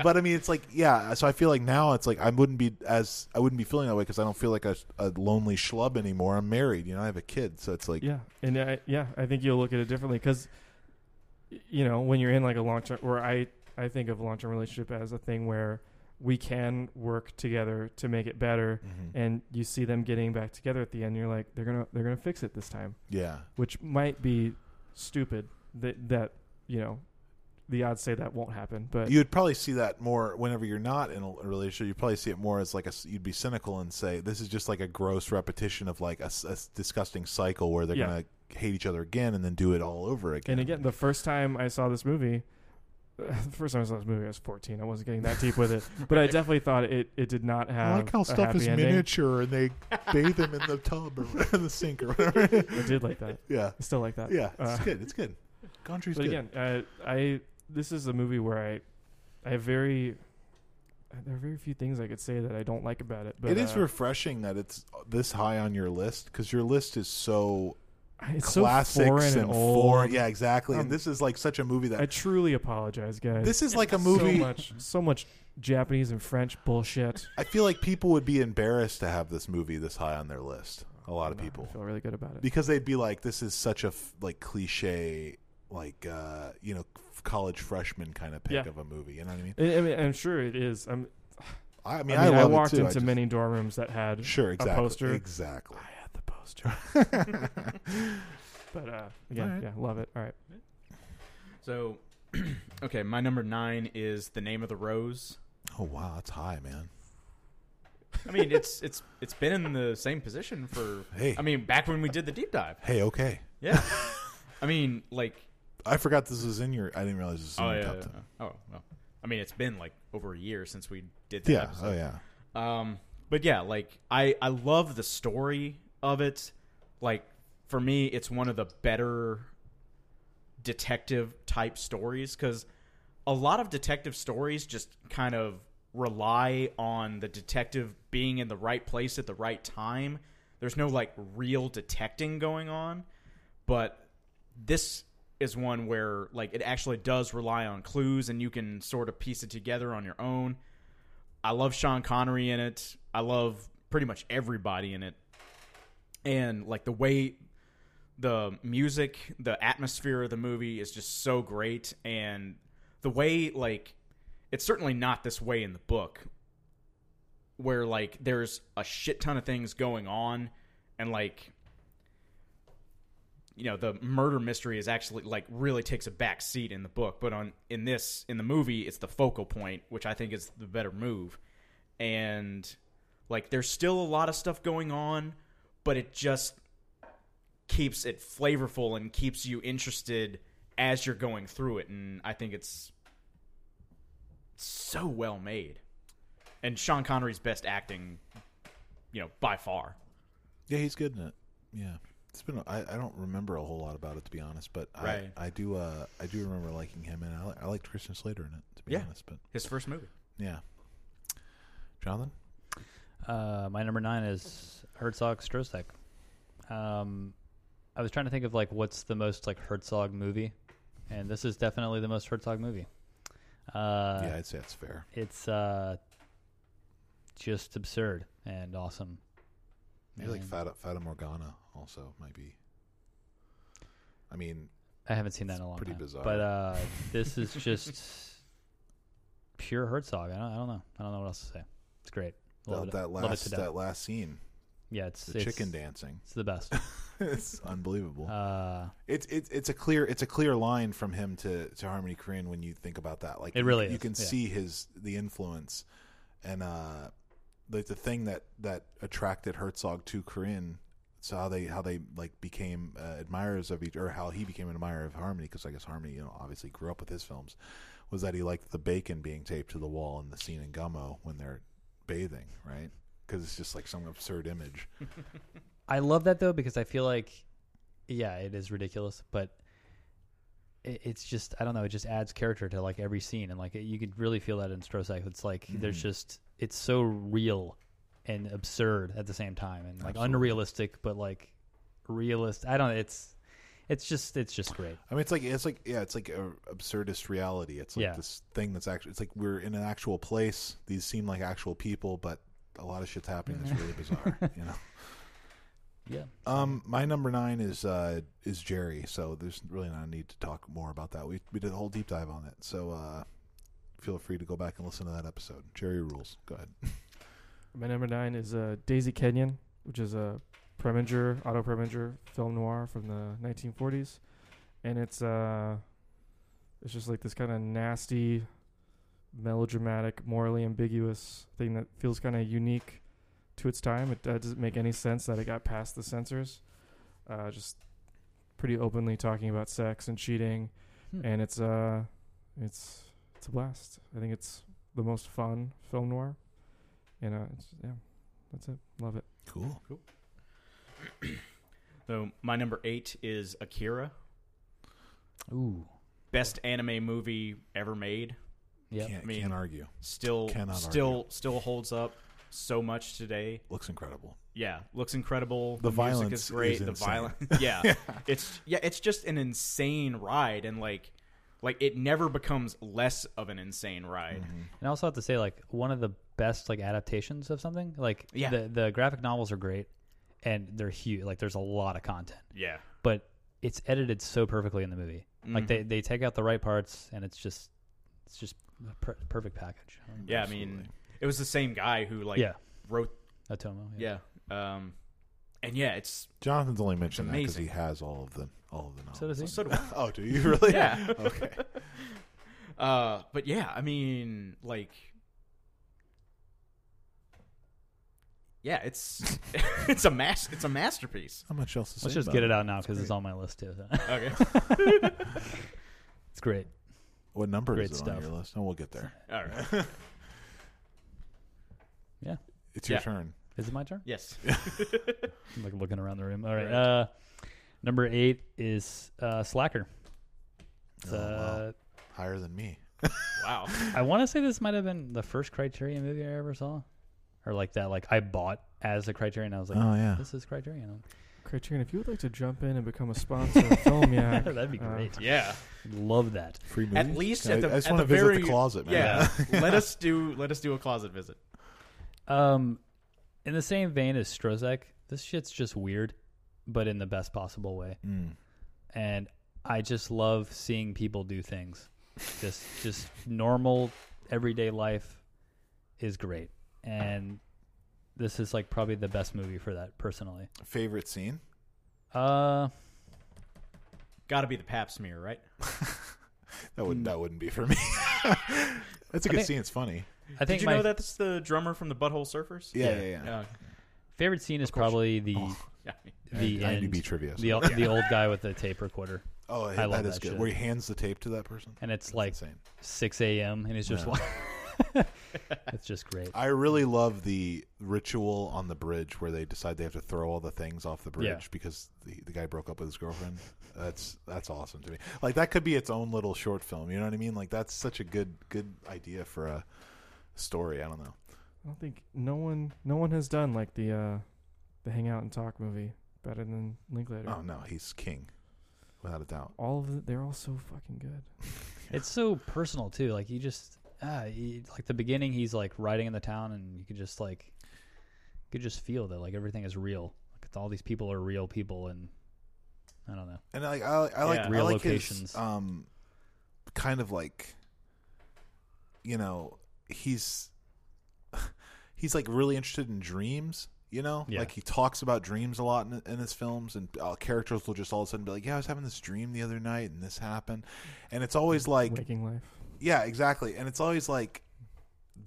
B: but I mean, it's like, yeah. So I feel like now it's like I wouldn't be as I wouldn't be feeling that way because I don't feel like a, a lonely schlub anymore. I'm married, you know. I have a kid, so it's like,
D: Yeah, and I, yeah, I think you'll look at it differently because, you know, when you're in like a long term, or I, I think of a long term relationship as a thing where we can work together to make it better,
B: mm-hmm.
D: and you see them getting back together at the end, you're like, they're gonna, they're gonna fix it this time,
B: yeah,
D: which might be stupid that that you know, the odds say that won't happen, but
B: you would probably see that more whenever you're not in a relationship. You probably see it more as like a you'd be cynical and say this is just like a gross repetition of like a, s- a s- disgusting cycle where they're
D: Yeah.
B: gonna hate each other again and then do it all over again.
D: And again, the first time I saw this movie, the first time I saw this movie, I was 14. I wasn't getting that deep with it, but I definitely thought it, it did not
B: I
D: have.
B: like how
D: a
B: stuff
D: happy
B: is
D: ending.
B: miniature and they bathe them in the tub or in the sink or whatever.
D: I did like that.
B: yeah,
D: I still like that.
B: yeah, it's
D: Uh,
B: good. It's good. Country's
D: But
B: good.
D: again, I, I this is a movie where I I have very there are very few things I could say that I don't like about it. But
B: it is
D: uh,
B: refreshing that it's this high on your list because your list is so
D: it's so
B: classics
D: foreign
B: and,
D: and old.
B: foreign. Yeah, exactly.
D: Um,
B: and this is like such a movie that
D: I truly apologize, guys.
B: this is like a
D: so
B: movie.
D: much so much Japanese and French bullshit.
B: I feel like people would be embarrassed to have this movie this high on their list. A lot of people
D: I feel really good about it.
B: because they'd be like, "This is such a f- like cliche, like uh, you know, f- college freshman kind of pick
D: Yeah.
B: of a movie." You know what I mean?
D: I I mean, I'm sure it is. I'm,
B: I, I
D: I mean,
B: mean,
D: I,
B: love it,
D: walked
B: too.
D: into
B: I just-
D: many dorm rooms that had
B: sure exactly
D: poster.
B: exactly.
D: I had the poster. but uh, again,
B: Alright.
D: yeah, love it. All right,
C: So, okay, my number nine is the name of the rose.
B: Oh wow, that's high, man.
C: I mean, it's it's it's been in the same position for.
B: Hey.
C: I mean, back when we did the deep dive.
B: Hey, okay.
C: Yeah. I mean, like.
B: I forgot this was in your. I didn't realize this was in
C: Oh
B: your
C: yeah.
B: top ten.
C: Oh well. I mean, it's been like over a year since we did that.
B: Yeah.
C: episode.
B: Oh yeah.
C: Um, but yeah, like I I love the story of it. Like for me, it's one of the better detective type stories because a lot of detective stories just kind of rely on the detective being in the right place at the right time. There's no like real detecting going on, but this is one where like it actually does rely on clues and you can sort of piece it together on your own. I love Sean Connery in it. I love pretty much everybody in it. And like the way the music, the atmosphere of the movie is just so great and the way like it's certainly not this way in the book where like there's a shit ton of things going on and like you know the murder mystery is actually like really takes a back seat in the book but on in this in the movie it's the focal point which i think is the better move and like there's still a lot of stuff going on but it just keeps it flavorful and keeps you interested as you're going through it and i think it's so well made and sean connery's best acting you know by far
B: Yeah, he's good in it. Yeah. It's been. I, I don't remember a whole lot about it to be honest, but
C: Right.
B: I I do. Uh, I do remember liking him, and I, li- I liked Christian Slater in it to be
C: Yeah.
B: honest. But
C: His first movie.
B: yeah, Jonathan.
E: Uh, my number nine is Herzog Strosek. Um, I was trying to think of like what's the most like Herzog movie, and this is definitely the most Herzog movie. Uh,
B: yeah, I'd say that's fair.
E: it's uh, just absurd and awesome.
B: Maybe like
E: And
B: Fata, Fata Morgana also might be. I mean,
E: I haven't seen that in
B: it's
E: a long
B: pretty
E: time.
B: bizarre.
E: But uh, this is just pure Herzog. I don't, I don't know. I don't know what else to say. It's great. Love
B: that,
E: it.
B: that
E: Love it to
B: last
E: death.
B: that last scene,
E: yeah, it's,
B: the
E: it's
B: chicken dancing,
E: It's the best.
B: it's unbelievable.
E: Uh,
B: it's it's it's a clear it's a clear line from him to to Harmony Korine when you think about that. Like
E: It really
B: you,
E: is,
B: can
E: yeah.
B: see his the influence and uh like the thing that that attracted Herzog to Korine. So how they how they like became uh, admirers of each or how he became an admirer of Harmony because I guess Harmony you know obviously grew up with his films was that he liked the bacon being taped to the wall in the scene in Gummo when they're bathing right because it's just like some absurd image
E: I love that though because I feel like, yeah, it is ridiculous, but it, it's just I don't know. It just adds character to like every scene, and like it, you could really feel that in Strosack. It's like there's just it's so real and absurd at the same time, and like
B: Absolutely.
E: unrealistic, but like realist. I don't. know. It's it's just it's just great.
B: I mean, it's like it's like yeah, it's like a absurdist reality. It's like
E: Yeah.
B: this thing that's actually. It's like we're in an actual place. These seem like actual people, but a lot of shit's happening that's really bizarre. You know.
E: Yeah.
B: Um, my number nine is uh is Jerry. So there's really not a need to talk more about that. We we did a whole deep dive on it. So uh, feel free to go back and listen to that episode. Jerry rules. Go ahead.
D: My number nine is uh, Daisy Kenyon, which is a Preminger, Otto Preminger film noir from the 1940s, and it's uh, it's just like this kind of nasty, melodramatic, morally ambiguous thing that feels kind of unique to its time. It uh, doesn't make any sense that it got past the censors. Uh, just pretty openly talking about sex and cheating,
E: Hmm.
D: and it's uh, it's it's a blast. I think it's the most fun film noir. And uh, it's, yeah, that's it. Love it.
B: Cool.
C: So my number eight is Akira,
E: Ooh.
C: best anime movie ever made.
E: Yeah.
B: Can't,
C: I mean-
B: can't argue.
C: Still,
B: Cannot
C: still,
B: argue.
C: still holds up so much today.
B: Looks incredible.
C: Yeah, looks incredible.
B: The
C: music
B: violence
C: is great.
B: is
C: the
B: insane.
C: violence, yeah. it's yeah, it's just an insane ride, and like, like it never becomes less of an insane ride.
B: Mm-hmm.
E: And I also have to say, like, one of the best like adaptations of something. Like,
C: Yeah.
E: the the graphic novels are great, and they're huge. Like, there's a lot of content.
C: Yeah,
E: but it's edited so perfectly in the movie. Like
C: Mhm.
E: they, they take out the right parts, and it's just it's just a per- perfect package.
C: yeah. I mean,
B: Absolutely.
C: it was the same guy who like
E: Yeah.
C: wrote.
E: Otomo.
C: Yeah, um, and yeah, it's
B: Jonathan's only mentioned that because
C: amazing.
B: he has all of the all of the novels.
E: So does he?
C: so do I.
B: Oh, do you really?
C: Yeah.
B: okay.
C: Uh, but yeah, I mean, like, yeah, it's it's a mas- it's a masterpiece.
B: How much else? To
E: Let's just get it out now because it's on my list too. so.
C: Okay,
E: it's great.
B: What number
E: Great
B: is it on
E: stuff.
B: your list? Oh, we'll get there.
C: all right.
B: It's your
C: Yeah.
B: turn.
E: Is it my turn?
C: Yes.
E: I'm like looking around the room. All right.
C: Right.
E: Uh, number eight is uh, Slacker. It's,
B: Oh, wow.
E: uh,
B: Higher than me.
C: Wow.
E: I want to say this might have been the first Criterion movie I ever saw, or like that. Like I bought as a Criterion. I was like,
B: oh yeah.
E: this is Criterion.
D: Criterion, if you would like to jump in and become a sponsor of Film Yak,
E: That'd be
D: uh,
E: great.
C: Yeah.
E: Love that.
B: Free movies.
C: At least
B: Can I,
C: at the,
B: I just
C: at
B: want
C: the
B: to visit
C: very
B: the closet, man.
C: Yeah. let us do let us do a closet visit.
E: Um, in the same vein as Strozek, this shit's just weird, but in the best possible way.
B: Mm.
E: And I just love seeing people do things. Just, just normal everyday life is great, and this is like probably the best movie for that personally.
B: Favorite scene?
E: Uh,
C: Got to be the pap smear, right?
B: That would that wouldn't be for me. That's a good
E: Hmm. I think-
B: scene. It's funny.
E: I think
C: Did you
E: my
C: know that's the drummer from the Butthole Surfers?
B: Yeah, yeah,
E: Yeah.
B: yeah.
C: Yeah.
E: favorite scene is probably the
C: Yeah, I mean,
E: the
B: I-
E: end,
B: IMDb trivia.
E: the o- the old guy with the tape recorder,
B: oh, yeah,
E: I love
B: that is
E: that
B: good.
E: shit.
B: Where he hands the tape to that person.
E: and it's
B: That's
E: like
B: insane.
E: six a.m. and he's just
B: Yeah.
E: wa- It's just great.
B: I really love the ritual on the bridge where they decide they have to throw all the things off the bridge
E: Yeah.
B: because the, the guy broke up with his girlfriend. That's that's awesome to me. Like that could be its own little short film. You know what I mean? Like that's such a good good idea for a story. I don't know.
D: I don't think no one no one has done like the uh the hangout and talk movie better than Linklater.
B: Oh no, he's king, without a doubt.
D: All of the, they're all so fucking good.
E: It's so personal too. Like you just ah, you, like the beginning, he's like riding in the town, and you could just like you could just feel that like everything is real. Like it's, all these people are real people, and I don't know.
B: And I I, I like
C: Yeah.
B: I
E: Real
B: like
E: locations.
B: his um, kind of like, you know, he's he's like really interested in dreams. You know,
E: Yeah.
B: like he talks about dreams a lot in, in his films, and uh, characters will just all of a sudden be like, "Yeah, I was having this dream the other night, and this happened," and it's always like,
D: Waking Life.
B: yeah, exactly. And it's always like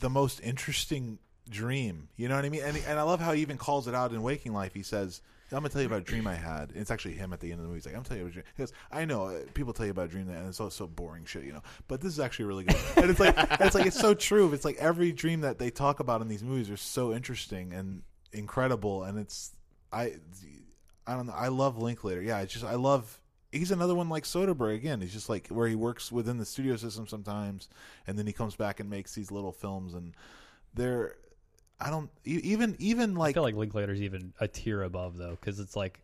B: the most interesting dream. You know what I mean? And and I love how he even calls it out in Waking Life. He says, "I'm gonna tell you about a dream I had." And it's actually him at the end of the movie. He's like, "I'm gonna tell you about a dream." He goes, "I know uh, people tell you about a dream and it's all so boring shit, you know, but this is actually really good." And it's like and it's like it's so true. It's like every dream that they talk about in these movies are so interesting and incredible. And it's I I don't know. I love Linklater. Yeah, it's just I love. He's another one like Soderbergh again. He's just like where he works within the studio system sometimes, and then he comes back and makes these little films, and they're I don't e- even even
E: I
B: like.
E: feel like Linklater's even a tier above though, because it's like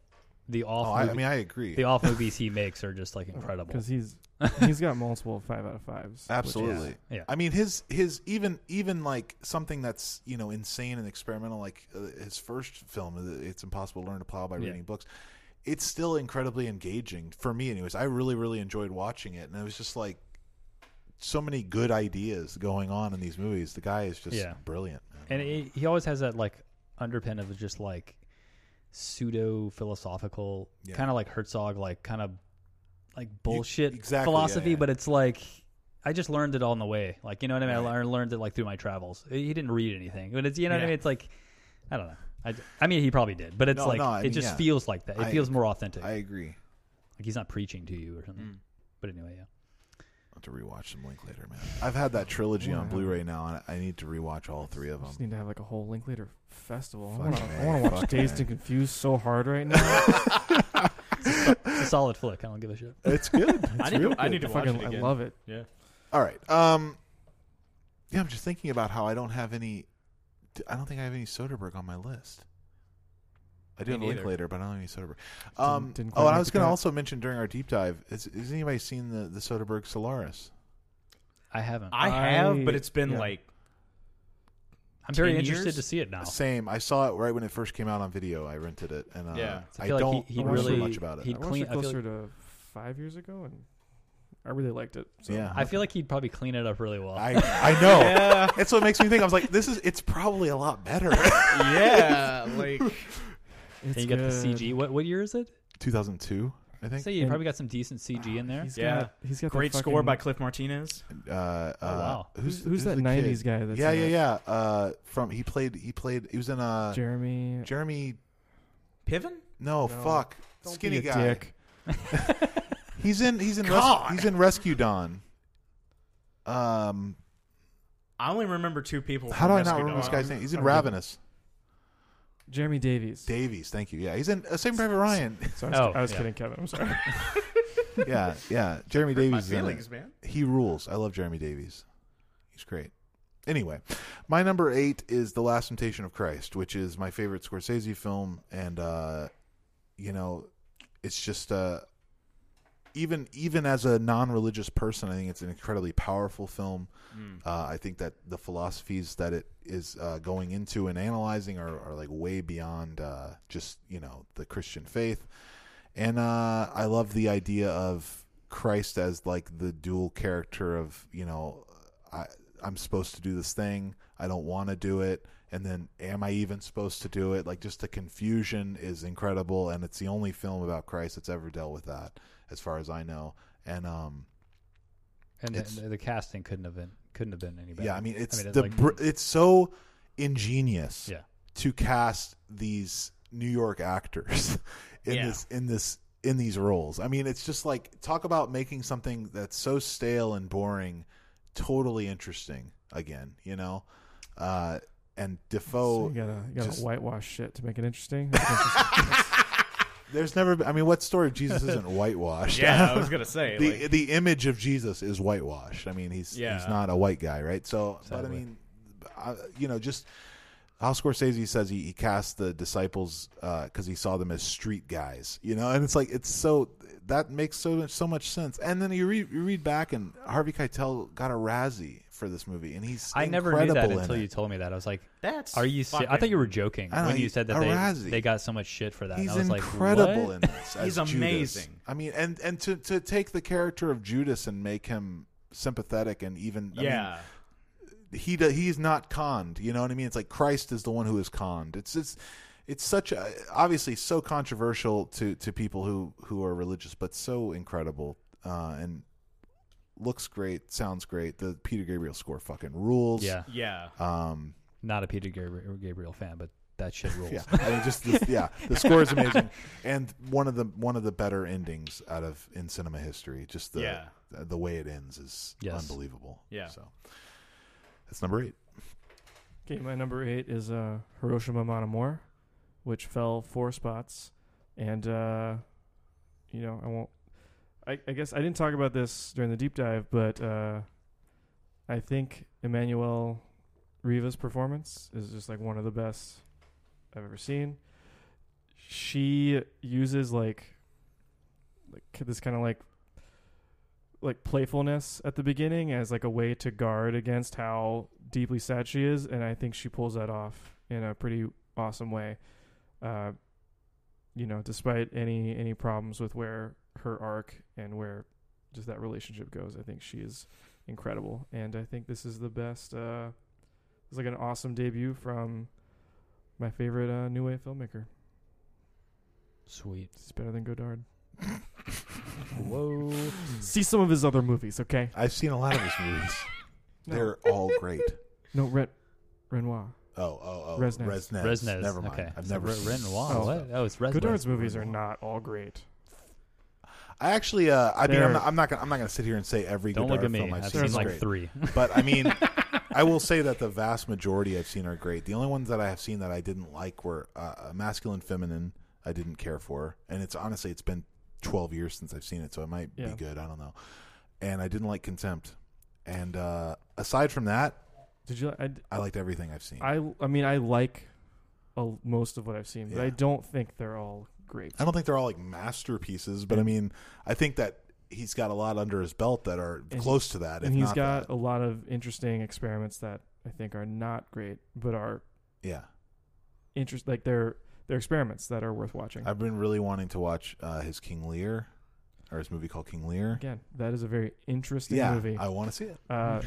E: the off.
B: oh, I, I
E: movie-
B: mean, I agree.
E: the off movies he makes are just like incredible.
D: Because he's he's got multiple five out of fives. which is-
B: Absolutely.
E: Yeah.
B: I mean, his his even even like something that's you know insane and experimental, like uh, his first film, uh, "It's Impossible to Learn to Plow by
E: Yeah.
B: Reading Books." It's still incredibly engaging for me, anyways. I really really enjoyed watching it, and it was just like so many good ideas going on in these movies. The guy is just
E: Yeah.
B: brilliant. man.
E: and he he always has that like underpin of just like pseudo philosophical
B: Yeah.
E: kind of like Herzog like kind of like bullshit
B: exactly, yeah,
E: philosophy
B: yeah.
E: but it's like I just learned it all on the way like you know what I mean I
B: Right.
E: learned, learned it like through my travels he didn't read anything but it's you know what I
C: Yeah.
E: mean it's like I don't know I, I mean he probably did but it's
B: No,
E: like
B: no, I
E: it
B: mean,
E: just
B: yeah.
E: feels like that it
B: I-
E: feels more authentic
B: I Mm.
E: like
B: agree.
E: he's not preaching to you or something but anyway yeah
B: I'll have to rewatch some Link later, man. I've had that trilogy on
D: Yeah.
B: Blu-ray now, and I need to rewatch all three of
D: I
B: them.
D: just need to have like a whole Linklater festival. I
B: Fuck
D: wanna-
B: man,
D: I want to watch
B: fuck
D: Dazed
B: man.
D: and Confused so hard right now.
E: it's a solid flick I don't give a shit
B: It's good. It's
C: I need
B: real
C: to, I
B: good.
C: need to
D: I
C: watch
D: fucking
C: it
D: I
C: again.
D: love it.
C: Yeah.
B: All right. Um, yeah, I'm just thinking about how I don't have any. I don't think I have any Soderbergh on my list. I do
C: Me
B: have a link
C: neither.
B: later, but I don't have any Soderbergh. Um,
D: Didn't-
B: oh,
D: didn't quite
B: and I
D: make
B: was
D: the
B: going to
D: cut.
B: also mention during our deep dive. Is, has anybody seen the the Soderbergh Solaris?
E: I haven't
C: I
D: I-
C: have, but it's been
D: yeah.
C: like
E: I'm very
C: 10
E: interested
C: years?
E: to see it now
B: Same. I saw it right when it first came out on video. I rented it, and uh,
C: Yeah.
E: I
B: I,
E: feel like
B: don't
E: he- he
B: remember
D: really-
B: much about it.
E: he-
D: I watched
E: clean-
D: it
E: I feel
D: closer to five years ago, and I really liked it. So.
B: Yeah.
E: I feel like he'd probably clean it up really well.
B: I I know.
C: yeah,
B: That's what makes me think. I was like, this is. It's probably a lot better.
C: yeah, like
E: and
D: It's
E: you got
D: good.
E: the CG. What what year is it?
B: 2002, I think. Ah,
E: So you
D: And-
E: probably got some decent CG in there.
D: He's
C: Yeah.
D: got, he's got that
C: great score
D: fucking-
C: by Cliff Martinez.
B: Uh, uh,
E: Oh, wow.
D: Who's,
B: Who's,
D: who's that
B: the kid?
D: '90s guy? That's
B: yeah,
D: in
B: yeah,
D: it?
B: yeah. Uh, from he played, he played. He was in uh,
D: Jeremy.
B: Jeremy.
C: Piven?
B: No,
D: No.
B: fuck,
D: Don't be
B: skinny
D: a
B: guy.
D: dick.
B: He's in. He's in. Res-
C: God.
B: he's in Rescue Dawn. Um,
C: I only remember two people.
B: how do
C: from
B: I not
C: Rescue
B: remember this
C: Dawn.
B: guy's name? He's in
D: I'm
B: Ravenous.
D: Jeremy Davies.
B: Davies, thank you. Yeah, he's in uh, Saving Private Ryan.
D: So I was,
E: Oh,
D: I was
E: yeah.
D: kidding, Kevin. I'm sorry.
B: yeah, yeah. Jeremy
C: Hurt my
B: Davies is in it.
C: feelings, man.
B: He rules. I love Jeremy Davies. He's great. Anyway, my number eight is The Last Temptation of Christ, which is my favorite Scorsese film, and uh, you know, it's just uh, even even as a non-religious person, I think it's an incredibly powerful film. Uh, I think that the philosophies that it is uh, going into and analyzing are, are like way beyond uh, just you know the Christian faith, and uh, I love the idea of Christ as like the dual character of you know I I'm supposed to do this thing I don't want to do it and then am I even supposed to do it like just the confusion is incredible and it's the only film about Christ that's ever dealt with that as far as I know and um
E: And
B: It's-
E: the, the casting couldn't have been couldn't have been any better.
B: yeah I mean it's
E: it,
B: the
E: like-
B: br- it's so ingenious
E: yeah.
B: to cast these New York actors in
C: Yeah.
B: this in this in these roles. I mean, it's just like talk about making something that's so stale and boring totally interesting again. You know, uh, and
D: So
B: Defoe.
D: you gotta you gotta
B: Oh, just-
D: whitewash shit to make it interesting. That's interesting.
B: There's never. been- I mean, what story of Jesus isn't whitewashed?
C: Yeah, I was gonna say.
B: the
C: like,
B: the image of Jesus is whitewashed. I mean, he's he's
C: Yeah.
B: not a white guy, right? So, but I
E: Sadly.
B: mean, I, you know, just how Scorsese says he, he cast the disciples because he saw them as street guys, you know, and it's like it's so that makes so much so much sense. And then you read you read back, and Harvey Keitel got a Razzie for this movie, and he's
E: I never knew
B: incredible
E: that
B: in
E: until
B: it.
E: you told me that. I was like,
C: that's.
E: "Are you? Se- I
C: fucking-
E: thought you were joking
B: I don't
E: when
B: know,
E: you said that
B: a
E: they
B: Razzie.
E: they got so much shit for that." and
B: He's
E: I was like,
B: incredible
E: "What?"
B: in this. as
C: He's
B: Judas.
C: amazing.
B: I mean, and and to to take the character of Judas and make him sympathetic and even I mean,
C: Yeah.
B: he do, he's not conned. You know what I mean? It's like Christ is the one who is conned. It's it's it's such a, obviously so controversial to to people who who are religious, but so incredible uh, and looks great, sounds great. The Peter Gabriel score fucking rules.
E: Yeah,
C: yeah.
B: Um.
E: not a Peter Gabri- Gabriel fan, but that shit rules.
B: Yeah. I mean, just this, yeah. The score is amazing, and one of the one of the better endings out of in cinema history. Just the
C: Yeah.
B: the, the way it ends is
E: Yes.
B: unbelievable.
C: Yeah.
B: So that's number eight.
D: okay, my number eight is uh, Hiroshima Monomore, which fell four spots, and uh, you know I won't. I, I guess I didn't talk about this during the deep dive, but uh, I think Emmanuel Riva's performance is just like one of the best I've ever seen. She uses like like this kind of like like playfulness at the beginning as like a way to guard against how deeply sad she is, and I think she pulls that off in a pretty awesome way. Uh, you know, despite any any problems with where her arc and where just that relationship goes, I think she is incredible, and I think this is the best. Uh, it's like an awesome debut from my favorite uh, new wave filmmaker.
E: Sweet.
D: He's better than Godard.
E: Whoa.
D: See some of his other movies, okay?
B: I've seen a lot of his movies.
D: No.
B: They're all great.
D: No, Ren- Renoir.
B: Oh, oh, oh.
D: Resnez.
B: Resnez.
E: Resnes.
B: Never mind.
E: Okay.
B: I've never
E: Re-
B: seen
E: Renoir.
D: Oh.
E: What? Oh, it's Resnes.
D: Godard's movies are not all great.
B: I actually, uh, I mean,
D: They're-
B: I'm not, I'm not gonna, I'm not gonna sit here and say every
E: Don't
B: Godard
E: look at me.
B: film I've
E: I've
B: seen
E: seen
B: is
E: like
B: great.
E: three.
B: But I mean, I will say that the vast majority I've seen are great. The only ones that I have seen that I didn't like were uh, masculine, feminine. I didn't care for, and it's honestly, it's been 12 years since I've seen it, so it might be
D: Yeah.
B: good. I don't know. And I didn't like contempt. And uh, aside from that,
D: Did you? I,
B: I liked everything I've seen. I,
D: I, I mean, I like a, most of what I've seen, but I
B: Yeah.
D: don't think they're all great.
B: don't think they're all like masterpieces, but I mean, I think that he's got a lot under his belt that are
D: And-
B: close to that. If
D: And he's
B: not
D: got
B: that.
D: a lot of interesting experiments that I think are not great, but are
B: yeah.
D: interest like they're they're experiments that are worth watching.
B: I've been really wanting to watch uh, his King Lear, or his movie called King Lear.
D: Again, that is a very interesting
B: yeah,
D: movie.
B: I want to see it.
D: uh,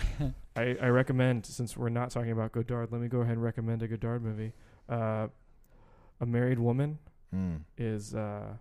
D: I, I recommend, since we're not talking about Godard, let me go ahead and recommend a Godard movie. Uh, a Married Woman
B: Mm.
D: is uh,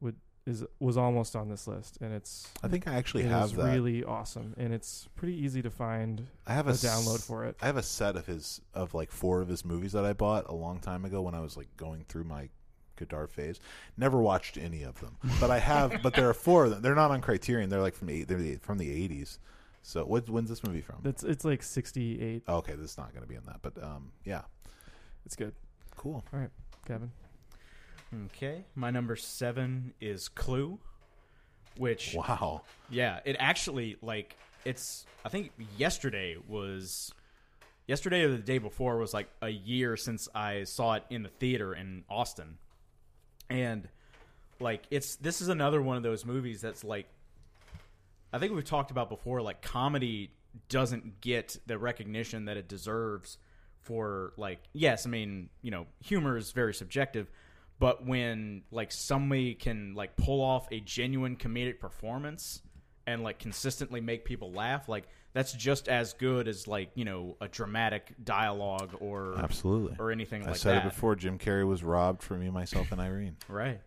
D: would is was almost on this list, and it's
B: I think I actually
D: it
B: have
D: is
B: that.
D: really awesome, and it's pretty easy to find
B: I have
D: a
B: a
D: download
B: s-
D: for it.
B: I have a set of his of like four of his movies that I bought a long time ago when I was like going through my guitar phase. Never watched any of them, but I have. but there are four of them. They're not on Criterion. They're like from the eight- they're the, from the eighties. So what, when's this movie from?
D: That's it's like sixty eight.
B: Oh, okay, this is not going to be in that. But um, yeah,
D: It's good,
B: cool.
D: Kevin.
C: Okay. My number seven is Clue, which
B: Wow.
C: Yeah, it actually like it's. I think yesterday was yesterday or the day before was like a year since I saw it in the theater in Austin, and like it's this is another one of those movies that's like I think we've talked about before. Like comedy doesn't get the recognition that it deserves for like yes, I mean you know humor is very subjective. But when like somebody can like pull off a genuine comedic performance, and like consistently make people laugh like that's just as good as like you know a dramatic dialogue or
B: Absolutely.
C: or anything
B: I
C: like
B: said
C: that
B: it before. Jim Carrey was robbed from me, myself, and Irene.
C: right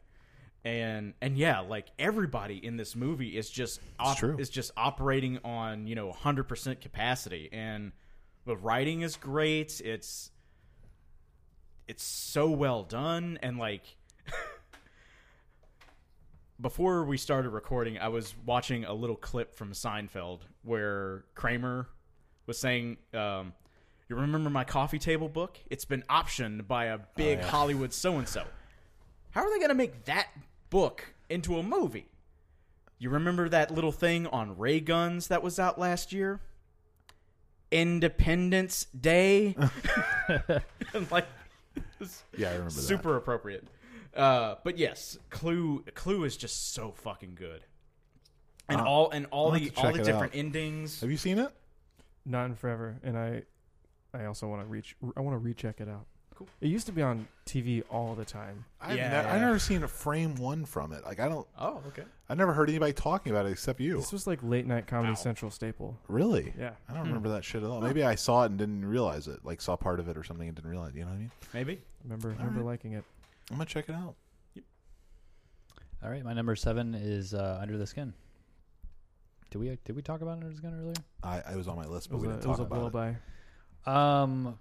C: and and yeah like everybody in this movie is just op-
B: true.
C: is just operating on you know 100% capacity and the writing is great it's it's so well done and like before we started recording, I was watching a little clip from Seinfeld where Kramer was saying, um, "You remember my coffee table book? It's been optioned by a big Hollywood so and so. How are they going to make that book into a movie? You remember that little thing on ray guns that was out last year? Independence Day. And like."
B: Yeah, I remember that.
C: super appropriate. Uh, but yes, Clue Clue is just so fucking good, and
B: Uh,
C: all and all
B: I'll have
C: the
B: to
C: all
B: check
C: the
B: it
C: different
B: out.
C: endings.
B: Have you seen it?
D: Not in forever, and I, I also want to reach. I want to recheck it out.
C: Cool.
D: It used to be on TV all the time.
B: I've
C: Yeah,
B: ne-
C: yeah.
B: I've never seen a frame one from it. Like I don't.
C: Oh, okay.
B: I never heard anybody talking about it except you.
D: This was like late night Comedy
C: Ow.
D: Central staple.
B: Really?
D: Yeah.
B: I don't remember that shit at all. Maybe I saw it and didn't realize it. Like saw part of it or something and didn't realize. You know what I mean?
C: Maybe.
D: Remember, remember liking it.
B: I'm gonna check it out.
E: All right, my number seven is uh, Under the Skin. Did we did we talk about Under the Skin earlier?
B: I, I was on my list,
D: It
B: but
D: was
B: we
D: a,
B: didn't
D: it
B: talk
D: was a blow
B: about it.
D: by.
E: Um,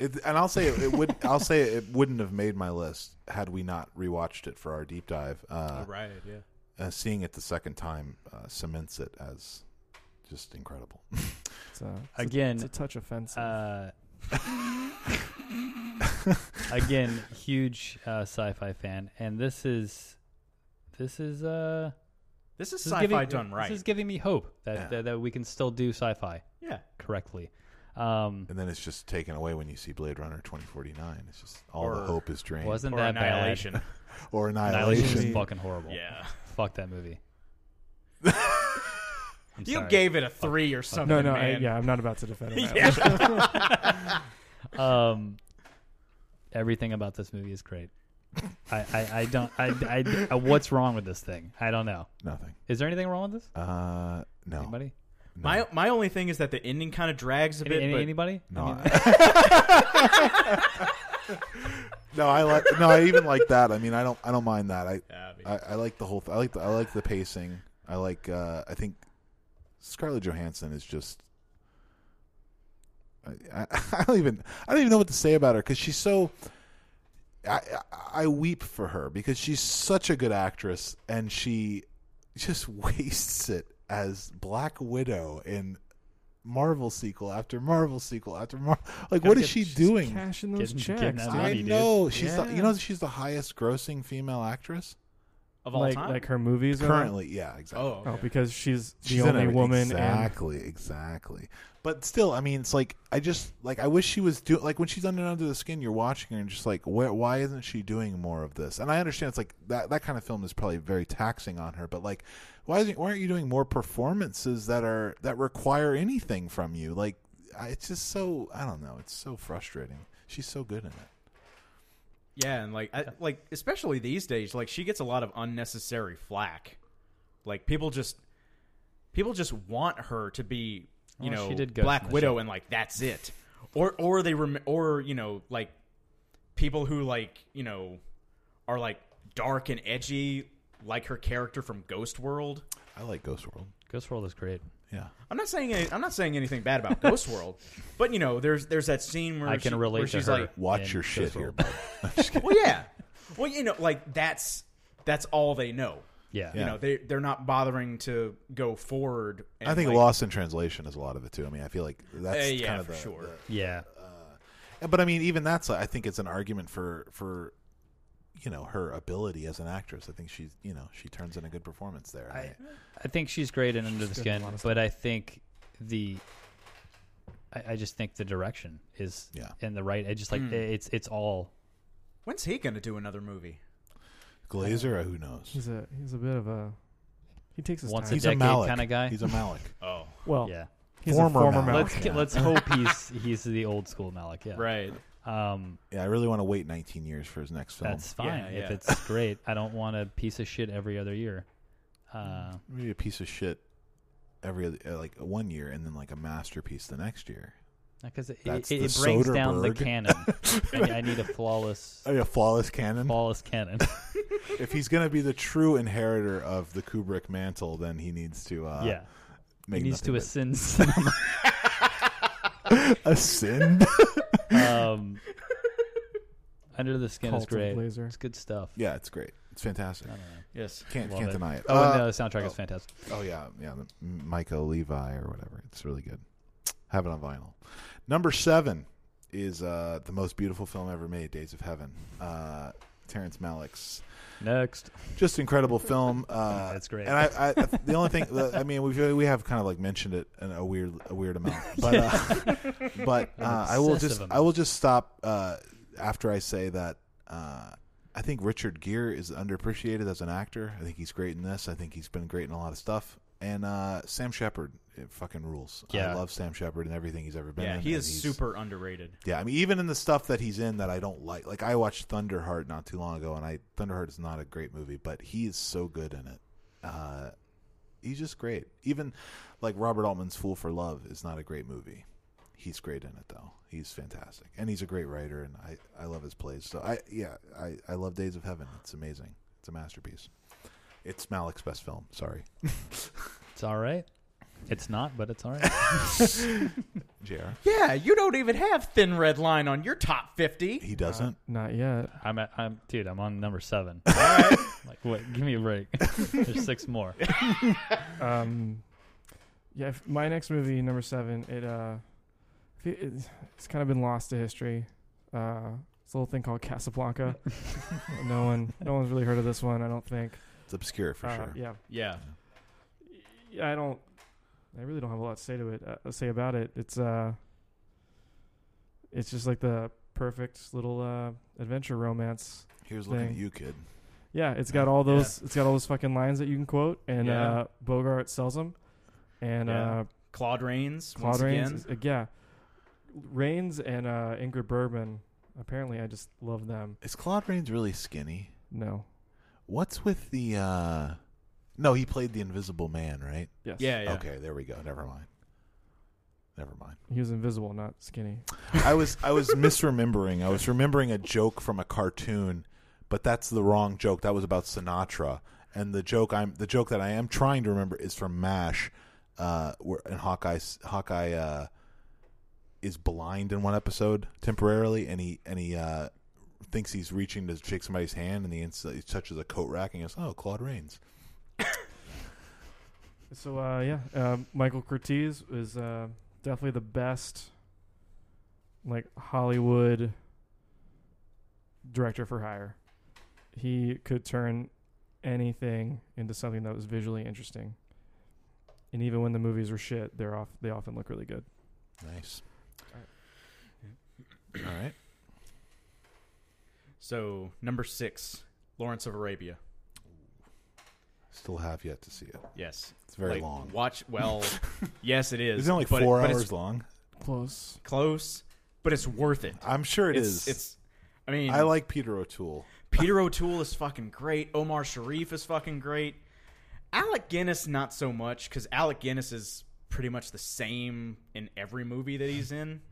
B: it. And I'll say it, it would. I'll say it wouldn't have made my list had we not rewatched it for our deep dive. Uh,
C: right. Yeah.
B: uh, seeing it the second time uh, cements it as just incredible.
D: It's a, it's a-
E: Again,
D: it's a touch offensive.
E: uh, again, huge uh, sci-fi fan, and this is this is uh
C: This is
E: this is
C: sci-fi
E: giving-
C: done right.
E: This is giving me hope that
B: Yeah.
E: that, that we can still do sci-fi
C: yeah.
E: correctly. Um,
B: and then it's just taken away when you see Blade Runner 2049. It's just all the
C: Or-
B: hope is drained.
E: wasn't
C: Or
E: that bad?
C: annihilation.
B: or
E: Annihilation
B: Annihilation.
E: is fucking horrible.
C: yeah.
E: Fuck that movie. I'm
C: You
E: sorry.
C: gave it a three or something.
D: no, no, I,
C: man.
D: yeah, I'm not about to defend him.
C: Yeah.
E: um, everything about this movie is great. I, I, I don't I, I, I- what's wrong with this thing? I don't know.
B: Nothing.
E: Is there anything wrong with this?
B: Uh, no.
E: Anybody?
B: No.
C: My my only thing is that the ending kind of drags a
E: Any,
C: bit.
E: any-
C: but
E: anybody?
B: No,
E: I mean,
B: no, I like. No, I even like that. I mean, I don't. I don't mind that. I.
C: Yeah, I mean,
B: I, I like the whole. Th- I like. The, I like the pacing. I like. Uh, I think Scarlett Johansson is just. I, I, I don't even. I don't even know what to say about her because she's so. I, I I weep for her because she's such a good actress and she just wastes it as Black Widow in Marvel sequel after Marvel sequel after Marvel. Like, what is she doing?
D: Cashing those
E: Getting-
D: checks.
E: getting that
D: dude.
E: money.
B: I
E: dude.
B: know she's the,
D: Yeah.
B: you know she's the highest grossing female actress
C: of all
D: like,
C: time.
D: like her movies are-
B: currently. Yeah, exactly.
C: oh,
D: Oh,
C: okay.
D: because she's the
B: She's in
D: only
B: everything.
D: woman. and-
B: Exactly, exactly. But still, I mean, it's like I just like I wish she was doing like when she's under under the skin. You're watching her and just like, where, why isn't she doing more of this? And I understand it's like that that kind of film is probably very taxing on her. But like, why isn't why aren't you doing more performances that are that require anything from you? Like, I, it's just so I don't know. It's so frustrating. She's so good in it.
C: Yeah, and like I, like especially these days, like she gets a lot of unnecessary flack. Like people just people just want her to be, you
E: Well,
C: know,
E: she did Ghost in
C: Black
E: the
C: Widow
E: Shell.
C: and like that's it. Or or they rem- or you know, like people who like, you know, are like dark and edgy like her character from Ghost World.
B: I like Ghost World.
E: Ghost World is great.
B: Yeah.
C: I'm not saying any, I'm not saying anything bad about Ghost World, but you know, there's there's that scene where
E: I can
C: she-
E: relate
C: where
E: to
C: she's
E: her.
C: like
B: Watch
E: And
B: your
E: Ghost
B: shit here,
E: World.
B: bud. I'm just kidding.
C: well yeah well you know like that's that's all they know
E: Yeah.
C: you know they they're not bothering to go forward and
B: I think
C: like,
B: Lost in Translation is a lot of it too. I mean, I feel like
C: uh,
B: that's
C: yeah
B: kind of
C: for
B: the,
C: sure
E: Yeah.
B: the- But I mean, even that's I think it's an argument for for you know her ability as an actress. I think she's you know she turns in a good performance there.
E: I, I think she's great in Under the
D: good in a
E: Skin,
D: lot of
E: but I think the I, I just think the direction is
B: Yeah.
E: in the right. I just like it's it's all
C: when's he gonna do another movie
B: Glazer, uh, who knows?
D: He's a he's a bit of a he takes his
E: Once
D: time.
E: a
B: He's a
E: decade
B: Malik
E: kinda guy?
B: He's a Malik.
C: oh
D: well,
E: yeah.
D: he's
B: Former
D: a former
B: Malik.
D: Malik.
E: Let's get, let's hope he's he's the old school Malik. Yeah.
C: right
E: Um,
B: Yeah, I really want to wait 19 years for his next film.
E: that's fine
C: Yeah,
E: if
C: yeah.
E: it's great. I don't want a piece of shit every other year. Uh,
B: Maybe a piece of shit every other, uh, like one year, and then like a masterpiece the next year.
E: because it,
B: That's
E: it,
B: the
E: it breaks down the
B: Soderbergh.
E: canon. I, I need a flawless
B: I mean, a flawless canon.
E: flawless canon.
B: if he's going to be the true inheritor of the Kubrick mantle, then he needs to uh,
E: yeah,
B: make
E: he needs
B: nothing
E: to
B: but-
E: ascend.
B: ascend.
E: um, Under the Skin
D: Cult
E: is
D: of
E: great.
D: Blazer.
E: It's good stuff.
B: yeah, it's great. It's fantastic.
C: Yes.
B: Can't
E: Love
B: can't
E: it.
B: deny it.
E: Oh,
B: Uh,
E: and the soundtrack is fantastic.
B: Oh yeah, yeah, the M- Michael Levi or whatever. It's really good. Have it on vinyl. Number seven is uh, the most beautiful film ever made, Days of Heaven. Uh, Terrence Malick's
E: Next,
B: just incredible film. Uh,
E: That's great.
B: And I, I, the only thing, I mean, we have we have kind of like mentioned it in a weird a weird amount, but uh, but uh, I will
E: obsessive
B: just
E: amount.
B: I will just stop uh, after I say that. Uh, I think Richard Gere is underappreciated as an actor. I think he's great in this. I think he's been great in a lot of stuff. And uh, Sam Shepard, it fucking rules. I
E: Yeah.
B: love Sam Shepard and everything he's ever been in.
C: Yeah, he
B: and
C: is
B: he's-
C: super underrated.
B: yeah, I mean, even in the stuff that he's in that I don't like, like I watched Thunderheart not too long ago, and I Thunderheart is not a great movie, but he is so good in it. Uh, he's just great. Even like Robert Altman's Fool for Love is not a great movie. He's great in it though. He's fantastic, and he's a great writer, and I I love his plays. So I yeah I I love Days of Heaven. It's amazing. It's a masterpiece. It's Malik's best film. Sorry,
E: it's all right. It's not, but it's all right.
B: Jr.
C: Yeah, you don't even have Thin Red Line on your top 50.
B: He doesn't.
D: Uh, Not yet.
E: I'm at, I'm dude. I'm on number seven. like, wait, give me a break. There's six more.
D: Um, yeah, if- my next movie, number seven. It uh, if it- it's- it's kind of been lost to history. Uh, it's a little thing called Casablanca. no one, no one's really heard of this one. I don't think.
B: It's obscure for
D: uh,
B: sure.
D: Yeah,
C: Yeah.
D: Yeah, I don't. I really don't have a lot to say to it. Uh, say about it. It's uh. It's just like the perfect little uh, adventure romance.
B: Here's looking at
D: Thing.
B: you, kid.
D: Yeah, it's got all those. It's got all those fucking lines that you can quote, and
C: Yeah.
D: uh, Bogart sells them, and
C: Yeah.
D: uh,
C: Claude Rains.
D: Claude
C: once
D: Rains,
C: again.
D: is- uh, yeah, Rains and uh, Ingrid Bergman. Apparently, I just love them.
B: Is Claude Rains really skinny?
D: No,
B: What's with the uh No, he played the Invisible Man, right?
D: yes,
C: Yeah, yeah.
B: Okay, there we go. Never mind. Never mind.
D: he was invisible, not skinny.
B: I was I was misremembering. I was remembering a joke from a cartoon, but that's the wrong joke. That was about Sinatra. And the joke I'm the joke that I am trying to remember is from MASH uh where and Hawkeye Hawkeye uh is blind in one episode temporarily and he and he uh thinks he's reaching to shake somebody's hand and he, insta- he touches a coat rack and he goes, "Oh, Claude Rains."
D: So uh, yeah, um, Michael Curtiz was uh, definitely the best, like Hollywood director for hire. He could turn anything into something that was visually interesting, and even when the movies were shit, they're off. They often look really good.
B: Nice. All right.
C: So, number six, Lawrence of Arabia.
B: Still have yet to see it.
C: Yes.
B: It's very
C: Like,
B: long.
C: Watch, well, yes, it is.
B: It's only
C: but it-
B: four
C: but
B: hours
C: It's
B: long.
D: Close.
C: close, but it's worth it.
B: I'm sure it
C: it's,
B: is.
C: It's, I mean,
B: I like Peter O'Toole.
C: Peter O'Toole is fucking great. Omar Sharif is fucking great. Alec Guinness, not so much, because Alec Guinness is pretty much the same in every movie that he's in.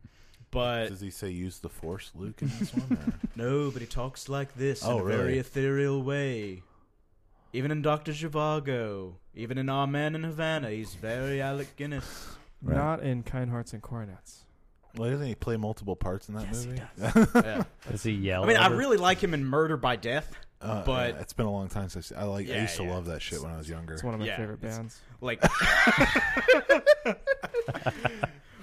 C: But
B: Does he say use the force, Luke, in this one? or-
C: no, but he talks like this
B: Oh,
C: in a
B: really?
C: very ethereal way. Even in Doctor Zhivago, even in Our Man in Havana, he's very Alec Guinness.
B: Right.
D: Not in Kind Hearts and Coronets.
B: well, doesn't he play multiple parts in that
D: Yes, he
B: movie?
C: Yeah.
E: Does he yell?
C: I mean, I
E: ever?
C: really like him in Murder by Death,
B: Uh,
C: but
B: yeah, it's been a long time since I like. I
C: Yeah,
B: used to
C: yeah.
B: love that shit when I was younger.
D: It's one of my
C: Yeah,
D: favorite
C: it's-
D: bands.
C: like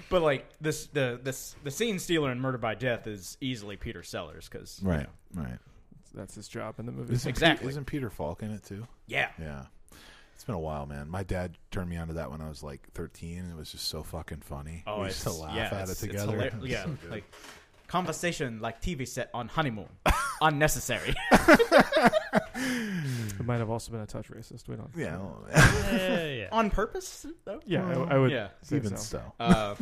C: but like this the this the scene stealer in murder by death is easily peter sellers because
B: Right, right.
D: That's his job in the movie.
B: Isn't Pe-
C: Exactly.
B: isn't Peter Falk in it too?
C: yeah
B: Yeah. It's been a while, man. My dad turned me onto that when I was like 13, and it was just so fucking funny.
C: oh
B: we
C: it's
B: used to laugh
C: yeah,
B: at
C: it's-
B: it
C: it's
B: together.
C: hilar-
B: It was
C: yeah
B: so good.
C: like conversation like tv set on honeymoon unnecessary
D: It might have also been a touch racist. We don't.
B: yeah, well,
E: Yeah, yeah, yeah.
C: on purpose though
D: Yeah, I, I would.
C: yeah
D: say
B: even
D: so.
B: so.
C: Uh,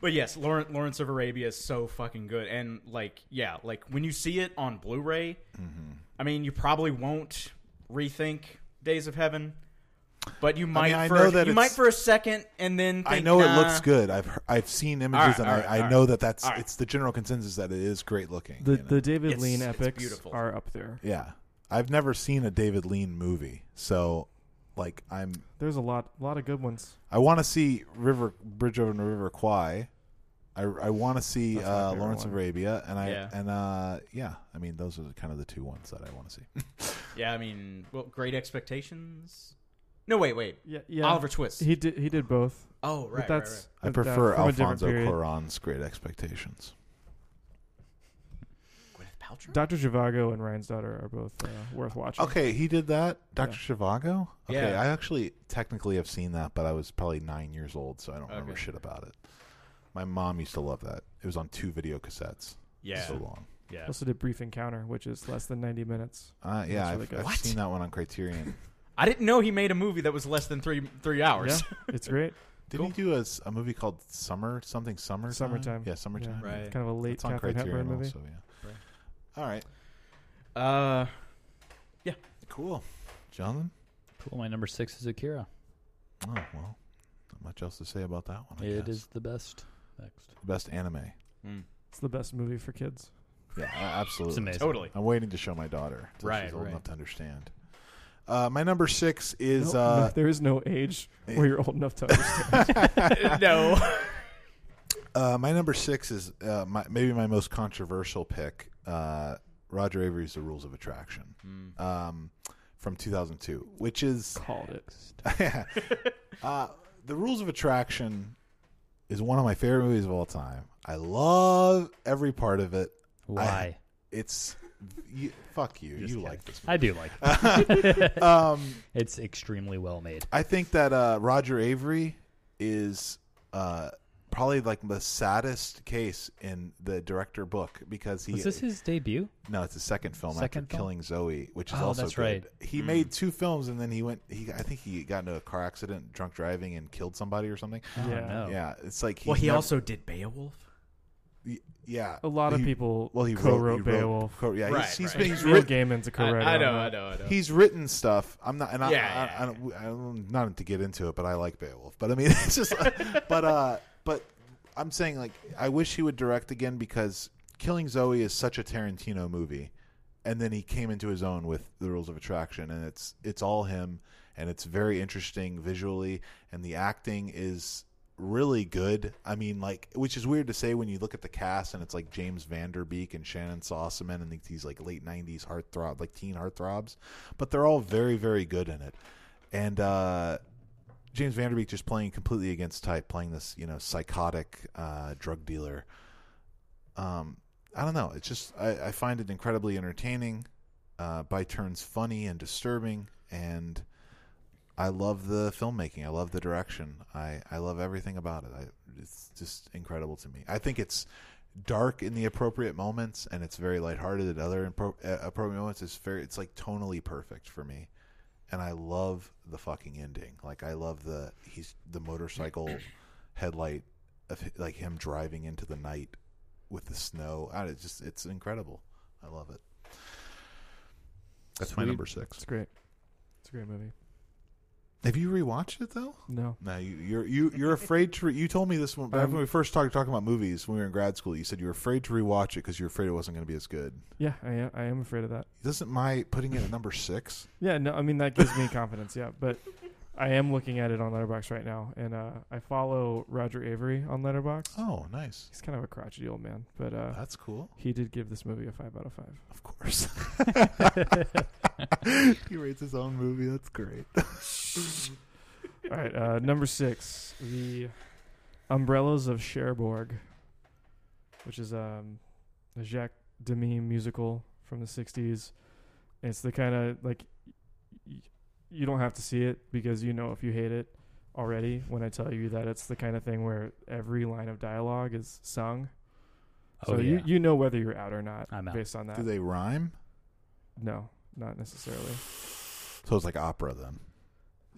C: but yes, Lawrence, Lawrence of Arabia is so fucking good, and like, yeah, like when you see it on Blu-ray,
B: Mm-hmm.
C: I mean, you probably won't rethink Days of Heaven, but you might
B: I
C: for
B: know
C: a,
B: that
C: you
B: it's-
C: might for a second, and then
B: I
C: think,
B: know it
C: nah.
B: looks good. I've he- I've seen
C: right,
B: images, and
C: all
B: I,
C: right,
B: I
C: all
B: know that that's
C: all right.
B: it's the general consensus that it is great looking.
D: The
B: you know?
D: the David
C: It's-
D: Lean
C: it's
D: epics
C: beautiful.
D: are up there.
B: yeah, I've never seen a David Lean movie, so like I'm
D: There's a lot, lot of good ones.
B: I want to see River Bridge over the River Kwai. I, I want to see
D: That's my
B: uh,
D: favorite
B: Lawrence of
D: one.
B: Arabia, and I
C: Yeah.
B: and uh, yeah, I mean those are kind of the two ones that I want to see.
C: Yeah, I mean, well, Great Expectations. No, wait, wait.
D: Yeah, yeah.
C: Oliver Twist.
D: He did. He did both.
C: oh, right,
D: but that's.
B: I
D: but that-
B: prefer
D: from a different
B: Alfonso
D: period.
B: Cuarón's Great Expectations.
C: right, right. Gwyneth Paltrow.
D: Doctor Zhivago and Ryan's daughter are both uh, worth watching.
B: Okay, he did that, Doctor Shivago. Okay,
C: Yeah.
B: I actually technically have seen that, but I was probably nine years old, so I don't remember
C: Okay.
B: shit about it. My mom used to love that. It was on two video cassettes.
C: Yeah,
B: so long.
C: yeah.
D: Also did Brief Encounter, which is less than ninety minutes.
B: Uh, yeah,
D: That's
B: I've,
D: really good.
B: I've
C: What?
B: seen that one on Criterion.
C: I didn't know he made a movie that was less than three three hours.
D: Yeah, it's great.
B: Did he do a, s- a movie called Summer something Summer
D: Summertime.
B: Yeah, summertime.
C: Right.
D: It's kind of a late
B: It's on
D: Catherine
B: Criterion
D: Hepburn movie.
B: also. Yeah.
C: Right.
B: All right.
C: Uh,
B: Cool. Jonathan.
E: Cool. My number six is Akira.
B: Oh well, not much else to say about that one. I
E: It is
B: guess.
E: the best. Next.
B: the best anime.
C: mm,
D: It's the best movie for kids.
B: Yeah, a- absolutely.
E: It's amazing.
C: totally.
B: I'm waiting to show my daughter. till
C: Right,
B: she's old
C: right.
B: enough to understand. Uh, my number six is
D: No,
B: uh,
D: no, there is no age
B: eh.
D: where you're old enough to. Understand.
C: no.
B: uh, my number six is uh, my, maybe my most controversial pick. Uh, Roger Avery's The Rules of Attraction um, from 2002, which is
D: Called it.
B: uh, the Rules of Attraction is one of my favorite movies of all time. I love every part of it.
E: Why?
B: It's you, fuck you.
E: Just
B: you
E: kidding.
B: like this
E: I do like it.
B: movie. Um,
E: It's extremely well made.
B: I think that uh, Roger Avery is uh, probably like the saddest case in the director book because he
E: Was this his debut?
B: no, it's his second film
E: Second
B: after
E: film?
B: Killing Zoe, which is
E: Oh,
B: also
E: that's
B: good.
E: right.
B: He made two films and then he went. He I think he got into a car accident, drunk driving, and killed somebody or something.
D: Yeah.
E: no.
B: Yeah, it's like he
C: well, he
B: never-
C: also did Beowulf.
B: y- yeah.
D: A lot of
B: he-
D: people.
B: Well, he
D: co-wrote
B: wrote, he wrote-
D: Beowulf.
B: co- yeah, he's-
C: Right,
B: he's
C: right.
B: been- he's
D: Neil
B: written-
D: Gaiman's a
C: I,
D: co-writer.
C: I
D: on
C: know,
D: that.
C: I know, I know.
B: he's written stuff. I'm not, and I,
C: Yeah,
B: I, I, I, am not to get into it, but I like Beowulf. But I mean, it's just, but uh, but I'm saying like I wish he would direct again because Killing Zoe is such a Tarantino movie, and then he came into his own with The Rules of Attraction, and it's it's all him, and it's very interesting visually, and the acting is really good. I mean, like, which is weird to say when you look at the cast and it's like James Vanderbeek and Shannon Sossaman and these like late '90s heartthrob, like teen heartthrobs, but they're all very, very good in it. And uh, James Vanderbeek just playing completely against type, playing this you know psychotic uh, drug dealer. Um, I don't know. It's just I, I find it incredibly entertaining, uh, by turns funny and disturbing, and I love the filmmaking. I love the direction. I, I love everything about it. I, it's just incredible to me. I think it's dark in the appropriate moments, and it's very lighthearted at other impro- uh, appropriate moments. It's very it's like tonally perfect for me, and I love the fucking ending. Like I love the he's the motorcycle headlight of hi- like him driving into the night with the snow. I, it's just it's incredible. I love it. That's my
E: Sweet.
B: number six.
D: It's great. It's a great movie.
B: Have you rewatched it though?
D: No.
B: No, you, you're you, you're afraid to. Re- you told me this when, back
D: Um,
B: when we first talked talking about movies when we were in grad school. You said you were afraid to rewatch it because you were afraid it wasn't going to be as good.
D: Yeah, I am. I am afraid of that.
B: Doesn't my putting it at number six?
D: Yeah, no, I mean that gives me confidence. Yeah, but I am looking at it on Letterbox right now, and uh, I follow Roger Avery on Letterbox.
B: Oh, nice.
D: He's kind of a crotchety old man, but uh,
B: That's cool.
D: he did give this movie a five out of five.
B: Of course. he rates his own movie. That's great.
D: All right, uh, number six, the Umbrellas of Cherbourg, which is um, a Jacques Demy musical from the '60s. It's the kind of like y- you don't have to see it because you know if you hate it already. When I tell you that it's the kind of thing where every line of dialogue is sung,
E: Oh,
D: so
E: yeah.
D: you you know whether you're out or not
E: I'm out.
D: based on that.
B: Do they rhyme?
D: no, not necessarily.
B: So it's like opera then.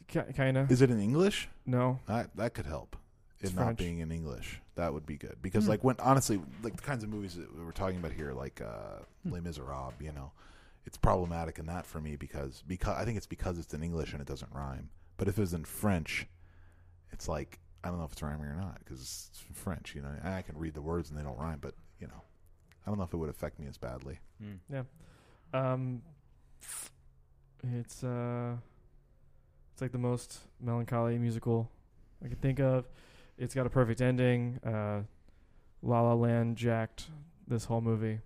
D: Ki kind of
B: Is it in English?
D: no.
B: That that could help. It
D: It's
B: not
D: French.
B: being in English, that would be good because,
E: Hmm.
B: like, when honestly, like the kinds of movies that we're talking about here, like uh, Les Miserables, you know, it's problematic in that for me because because I think it's because it's in English and it doesn't rhyme. But if it was in French, it's like I don't know if it's rhyming or not because it's French. You know, and I can read the words and they don't rhyme, but you know, I don't know if it would affect me as badly.
C: Mm.
D: Um, it's uh, it's like the most melancholy musical I can think of. It's got a perfect ending. Uh, La La Land jacked this whole movie.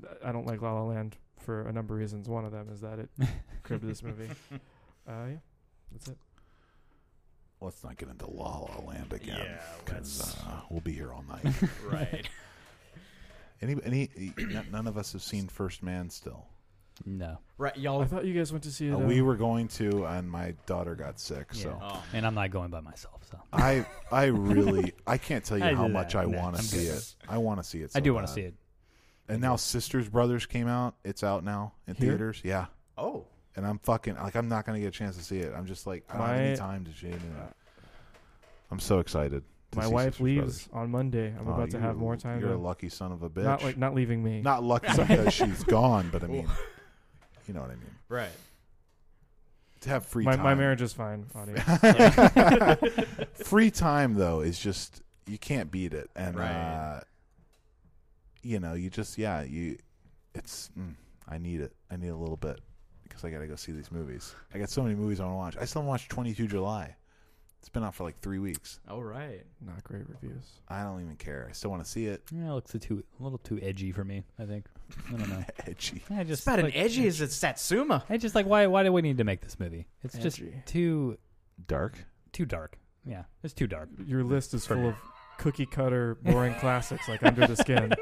D: Th- I don't like La La Land for a number of reasons. One of them is that it cribbed this movie. Uh, yeah, that's it.
B: Let's not get into La La Land again.
C: Yeah,
B: 'cause,
C: let's-
B: uh, we'll be here all night.
C: right.
B: any, any, e, n- none of us have seen First Man still.
E: No,
C: Right,
D: I
C: y'all.
D: thought you guys went to see it.
B: Uh,
D: Uh,
B: we were going to, and my daughter got sick, so
E: Yeah.
C: Oh,
E: and I'm not going by myself. So
B: I, I really, I can't tell you
E: I
B: how
E: did
B: much
E: that.
B: I
E: No,
B: want to
E: I'm
B: see
E: good.
B: it. I want to see it.
E: I
B: so
E: do want to
B: bad.
E: see it.
B: And now Sisters Brothers came out. It's out now in
E: Here?
B: theaters. Yeah.
C: oh,
B: And I'm fucking like I'm not gonna get a chance to see it. I'm just like I don't have
D: My-
B: any time to see it. I'm so excited. to
D: my
B: see
D: wife
B: Sisters
D: leaves
B: Brothers.
D: on Monday. I'm
B: Oh,
D: about to
B: you're-
D: have more time.
B: You're a
D: than-
B: lucky son of a bitch.
D: not like not leaving me.
B: Not lucky because she's gone, but I mean, you know what I mean.
C: right.
B: To have free
D: my,
B: time.
D: my marriage is fine. Audience.
B: free time though is just you can't beat it, and
C: Right.
B: uh, you know you just yeah you it's mm, I need it. I need a little bit because I gotta go see these movies. I got so many movies I want to watch. I still watched Twenty Two July. It's been out for like three weeks.
C: All right.
D: not great reviews.
B: I don't even care. I still want to see it.
E: Yeah, it looks a, too, a little too edgy for me. I think. I don't know.
B: Edgy.
E: I
C: It's
E: just
C: about
E: like-
C: an edgy as it's Satsuma.
E: I just like why? Why do we need to make this movie? It's just
D: Edgy.
E: too
B: Dark.
E: too dark. Yeah, it's too dark.
D: Your list is full of cookie cutter boring classics like Under the Skin.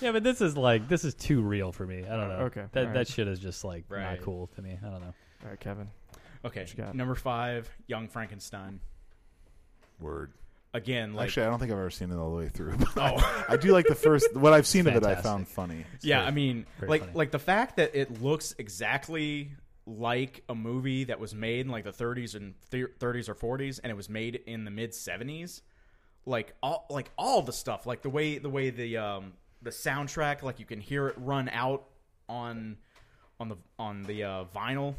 E: Yeah, but this is like this is too real for me. I
C: Uh,
E: don't know.
D: Okay,
E: that
D: alright.
E: that shit is just like
C: Right.
E: not cool to me. I don't know.
D: All right, Kevin.
C: Okay,
D: you got?
C: number five, Young Frankenstein.
B: Word.
C: Again, like
B: Actually, I don't think I've ever seen it all the way through.
C: oh,
B: I do like the first. What I've seen of it, I
E: Fantastic.
B: found funny.
C: yeah.
E: very-
C: I mean,
E: very
C: like
E: funny.
C: like the fact that it looks exactly like a movie that was made in like the 30s and th- 30s or 40s, and it was made in the mid 70s. Like all like all the stuff, like the way the way the um the soundtrack, like you can hear it run out on on the on the uh, vinyl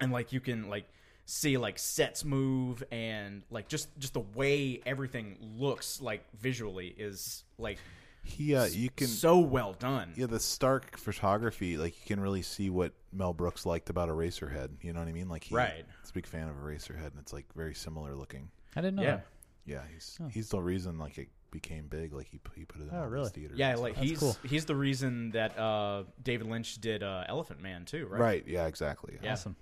C: and like you can like see like sets move and like just just the way everything looks like visually is like
B: He, uh, you can.
C: so well done
B: yeah, the stark photography, like you can really see what Mel Brooks liked about Eraserhead. You know what I mean? Like, he,
C: Right.
B: He's a big fan of Eraserhead, and it's like very similar looking.
E: I didn't know.
C: Yeah.
E: that.
B: Yeah, he's he's the reason like it became big. Like he he put it in
E: Oh,
B: all
E: really?
B: these theaters.
C: yeah
B: and
C: like
B: stuff.
C: he's
E: cool.
C: he's the reason that uh david lynch did uh elephant man too right,
B: right. Yeah, exactly.
C: Yeah.
E: Awesome.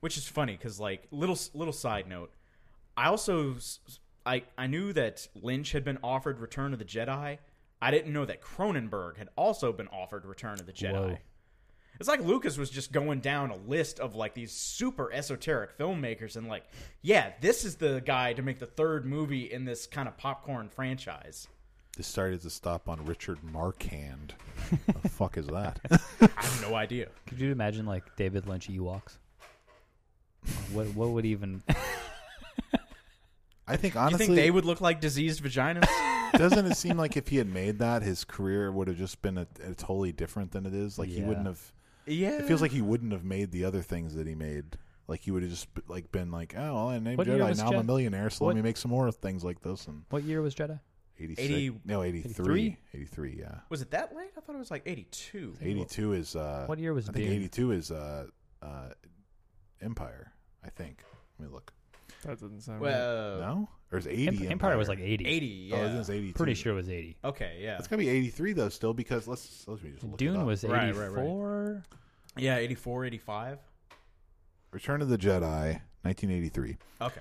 C: which is funny because like little little side note i also s- s- I, I knew that lynch had been offered return of the jedi i didn't know that cronenberg had also been offered return of the jedi
E: Whoa.
C: it's like lucas was just going down a list of like these super esoteric filmmakers and like yeah this is the guy to make the third movie in this kind of popcorn franchise
B: This started to stop on Richard Marquand. the fuck is that?
C: i have no idea
E: Could you imagine like David Lynch Ewoks? what what would even?
B: I think
C: you
B: honestly,
C: think they would look like diseased vaginas
B: Doesn't it seem like if he had made that, his career would have just been a, a totally different than it is? Like he
E: Yeah.
B: wouldn't have.
C: yeah
B: It feels like he wouldn't have made the other things that he made. Like he would have just b- like been like, oh, well, I named
E: What year
B: Jedi.
E: was
B: Now I'm a
E: Jedi?
B: millionaire, so
E: What-
B: let me make some more things like this. And
E: What year was Jedi?
B: 86,
C: 80
B: no, 83,
E: 83?
B: 83, yeah.
C: was it that late i thought it was like 82
B: 82 is uh,
E: What year was
B: I think
E: Dune?
B: 82 is uh, uh, Empire. I think. Let me look.
D: That doesn't sound right.
C: well
B: no, or is 80
E: Oh. Emp- Empire, was like eighty.
C: 80
B: Oh,
C: yeah
B: I was eighty.
E: Pretty sure it was eighty.
C: okay yeah
B: it's gotta be 83 though. Still because let's let me just look it
E: Dune
B: up.
E: was
C: Right,
E: eighty
C: right, right.
E: four.
C: yeah 84 85
B: Return of the Jedi, 1983.
C: okay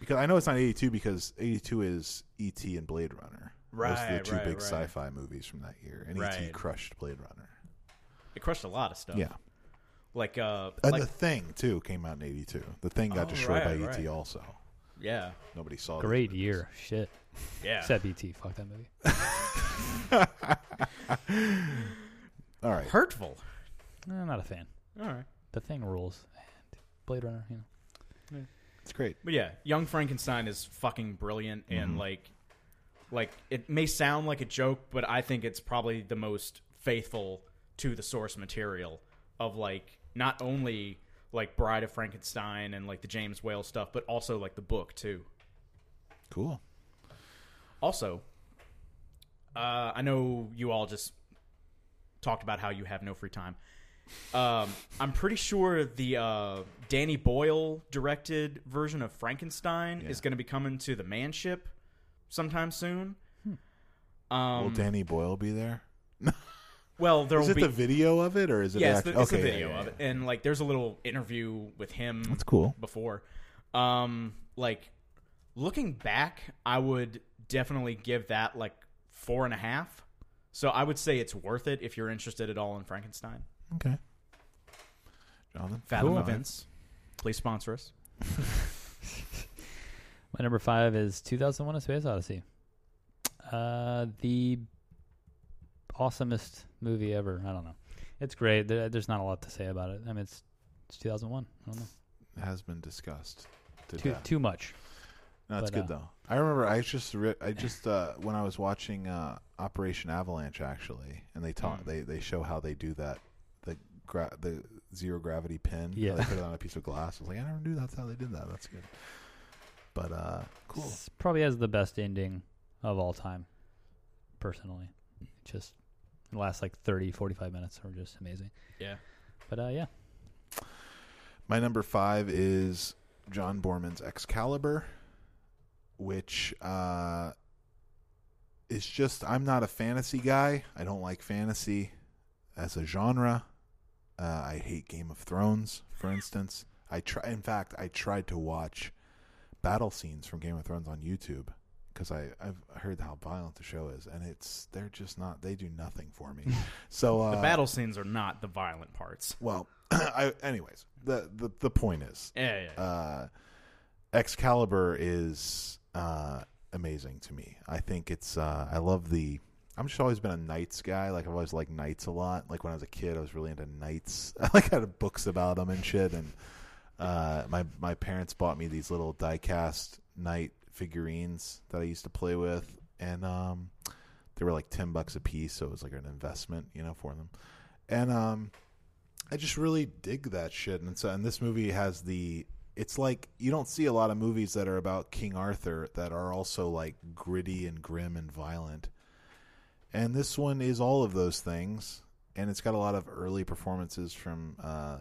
B: Because I know it's not 82 because 82 is E.T. and Blade Runner. Those are the
C: Right,
B: two
C: right,
B: big
C: right.
B: sci-fi movies from that year. And E.T.
C: Right.
B: crushed Blade Runner.
C: it crushed a lot of stuff
B: Yeah.
C: like uh
B: And
C: like
B: The Thing, too, came out in 82. The Thing got
C: Oh,
B: destroyed
C: right,
B: by E.T.
C: right.
B: also.
C: yeah
B: Nobody saw those
E: Great
B: movies.
E: year. Shit.
C: yeah
E: Except ET. Fuck that movie.
B: All right.
C: hurtful
E: No, I'm not a fan.
C: all right
E: The thing rules. And Blade Runner. You know.
B: It's great.
C: But yeah, Young Frankenstein is fucking brilliant and like like it may sound like a joke, but I think it's probably the most faithful to the source material of like not only like Bride of Frankenstein and like the James Whale stuff, but also like the book too.
B: Cool.
C: Also, uh, I know you all just talked about how you have no free time. Um, I'm pretty sure the uh, Danny Boyle directed version of Frankenstein
B: Yeah.
C: is going to be coming to the man ship sometime soon.
B: Will
C: Um,
B: Danny Boyle be there?
C: well, there
B: Is
C: will
B: it
C: be
B: the video of it or is it?
C: yeah, it's,
B: act-
C: the, it's the
B: okay, yeah,
C: video
B: yeah,
C: of
B: yeah.
C: it, and like there's a little interview with him
B: That's cool.
C: before. Um, like looking back, I would definitely give that like four and a half. So I would say it's worth it if you're interested at all in Frankenstein.
B: Okay. Jonathan,
C: Fathom
B: Cool.
C: Events, please sponsor us.
E: My number five is 2001: A Space Odyssey. Uh, the awesomest movie ever. I don't know. It's great. There, there's not a lot to say about it. I mean, it's it's 2001. I don't know.
B: has been discussed. To
E: Too
B: death.
E: too much.
B: No, it's
E: But,
B: good
E: uh,
B: though. I remember I just re- I just uh, when I was watching uh, Operation Avalanche actually, and they talk
C: Mm.
B: they they show how they do that the gra- the zero gravity pin. how
E: Yeah.
B: they put it on a piece of glass. I was like, I never knew that's how they did that. That's good. But uh, cool.
E: It's probably has the best ending of all time. Personally, it just the last like 30, 45 minutes are just amazing.
C: Yeah.
E: But uh, yeah,
B: My number five is John Borman's Excalibur, which uh, is just I'm not a fantasy guy. I don't like fantasy as a genre. Uh, I hate Game of Thrones, for instance. I try. In fact, I tried to watch battle scenes from Game of Thrones on YouTube because I I've heard how violent the show is, and it's they're just not. They do nothing for me. So uh,
C: The battle scenes are not the violent parts.
B: Well, I, anyways, the, the the point is
C: Yeah, yeah.
B: uh, Excalibur is uh, amazing to me. I think it's uh, I love the. I'm just always been a knights guy. Like I've always liked knights a lot. Like when I was a kid, I was really into knights. I like had books about them and shit. And uh, my my parents bought me these little diecast knight figurines that I used to play with, and um, they were like ten bucks a piece, so it was like an investment, you know, for them. And um, I just really dig that shit. And so, and this movie has the. It's like you don't see a lot of movies that are about King Arthur that are also like gritty and grim and violent. And this one is all of those things, and it's got a lot of early performances from uh,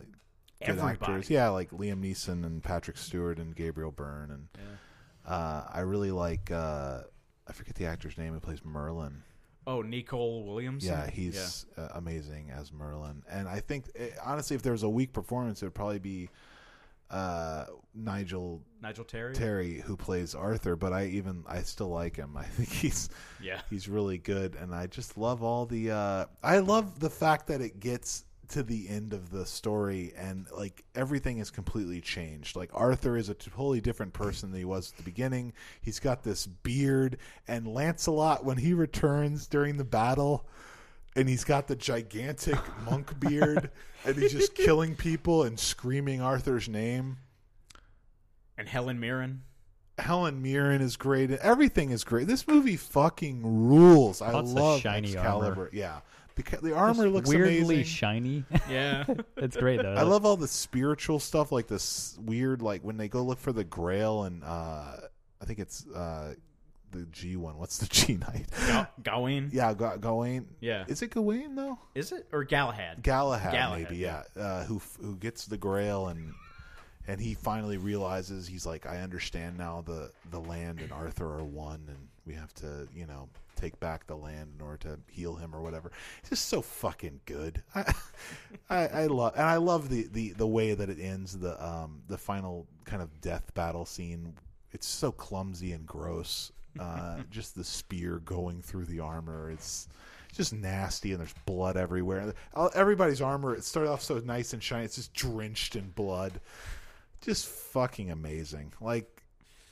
B: good
C: Everybody.
B: actors. Yeah, like Liam Neeson and Patrick Stewart and Gabriel Byrne, and uh, I really like. Uh, I forget the actor's name who plays Merlin.
C: Oh, Nicole Williams.
B: Yeah, he's Uh, amazing as Merlin, and I think eh, honestly, if there was a weak performance, it would probably be uh, Nigel
C: Nigel Terry.
B: Terry who plays Arthur. But I even I still like him. I think he's
C: Yeah.
B: he's really good, and I just love all the. Uh, I love the fact that it gets to the end of the story and like everything is completely changed. Like Arthur is a totally different person than he was at the beginning. He's got this beard, and Lancelot when he returns during the battle. And he's got the gigantic monk beard, and he's just killing people and screaming Arthur's name.
C: And Helen Mirren.
B: Helen Mirren is great. Everything is great. This movie fucking rules. I
E: Lots of
B: love
E: shiny
B: Excalibur.
E: armor.
B: Yeah, the, ca- the armor
E: Just
B: looks
E: weirdly
B: amazing.
E: shiny.
C: Yeah.
E: it's great though.
B: I love all the spiritual stuff, like this weird, like when they go look for the Grail, and uh, I think it's uh, the G one. What's the G knight?
C: Ga- Gawain.
B: yeah, Ga- Gawain.
C: Yeah.
B: is it Gawain though?
C: Is it or Galahad?
B: Galahad,
C: Galahad,
B: maybe, yeah. Uh, who f- who gets the Grail and and he finally realizes he's like, I understand now. The the land and Arthur are one, and we have to, you know, take back the land in order to heal him or whatever. It's just so fucking good. I I, I love and I love the, the the way that it ends. The um the final kind of death battle scene. It's so clumsy and gross. Uh, just the spear going through the armor. It's it's just nasty and there's blood everywhere. All- Everybody's armor, it started off so nice and shiny, it's just drenched in blood. Just fucking amazing. Like,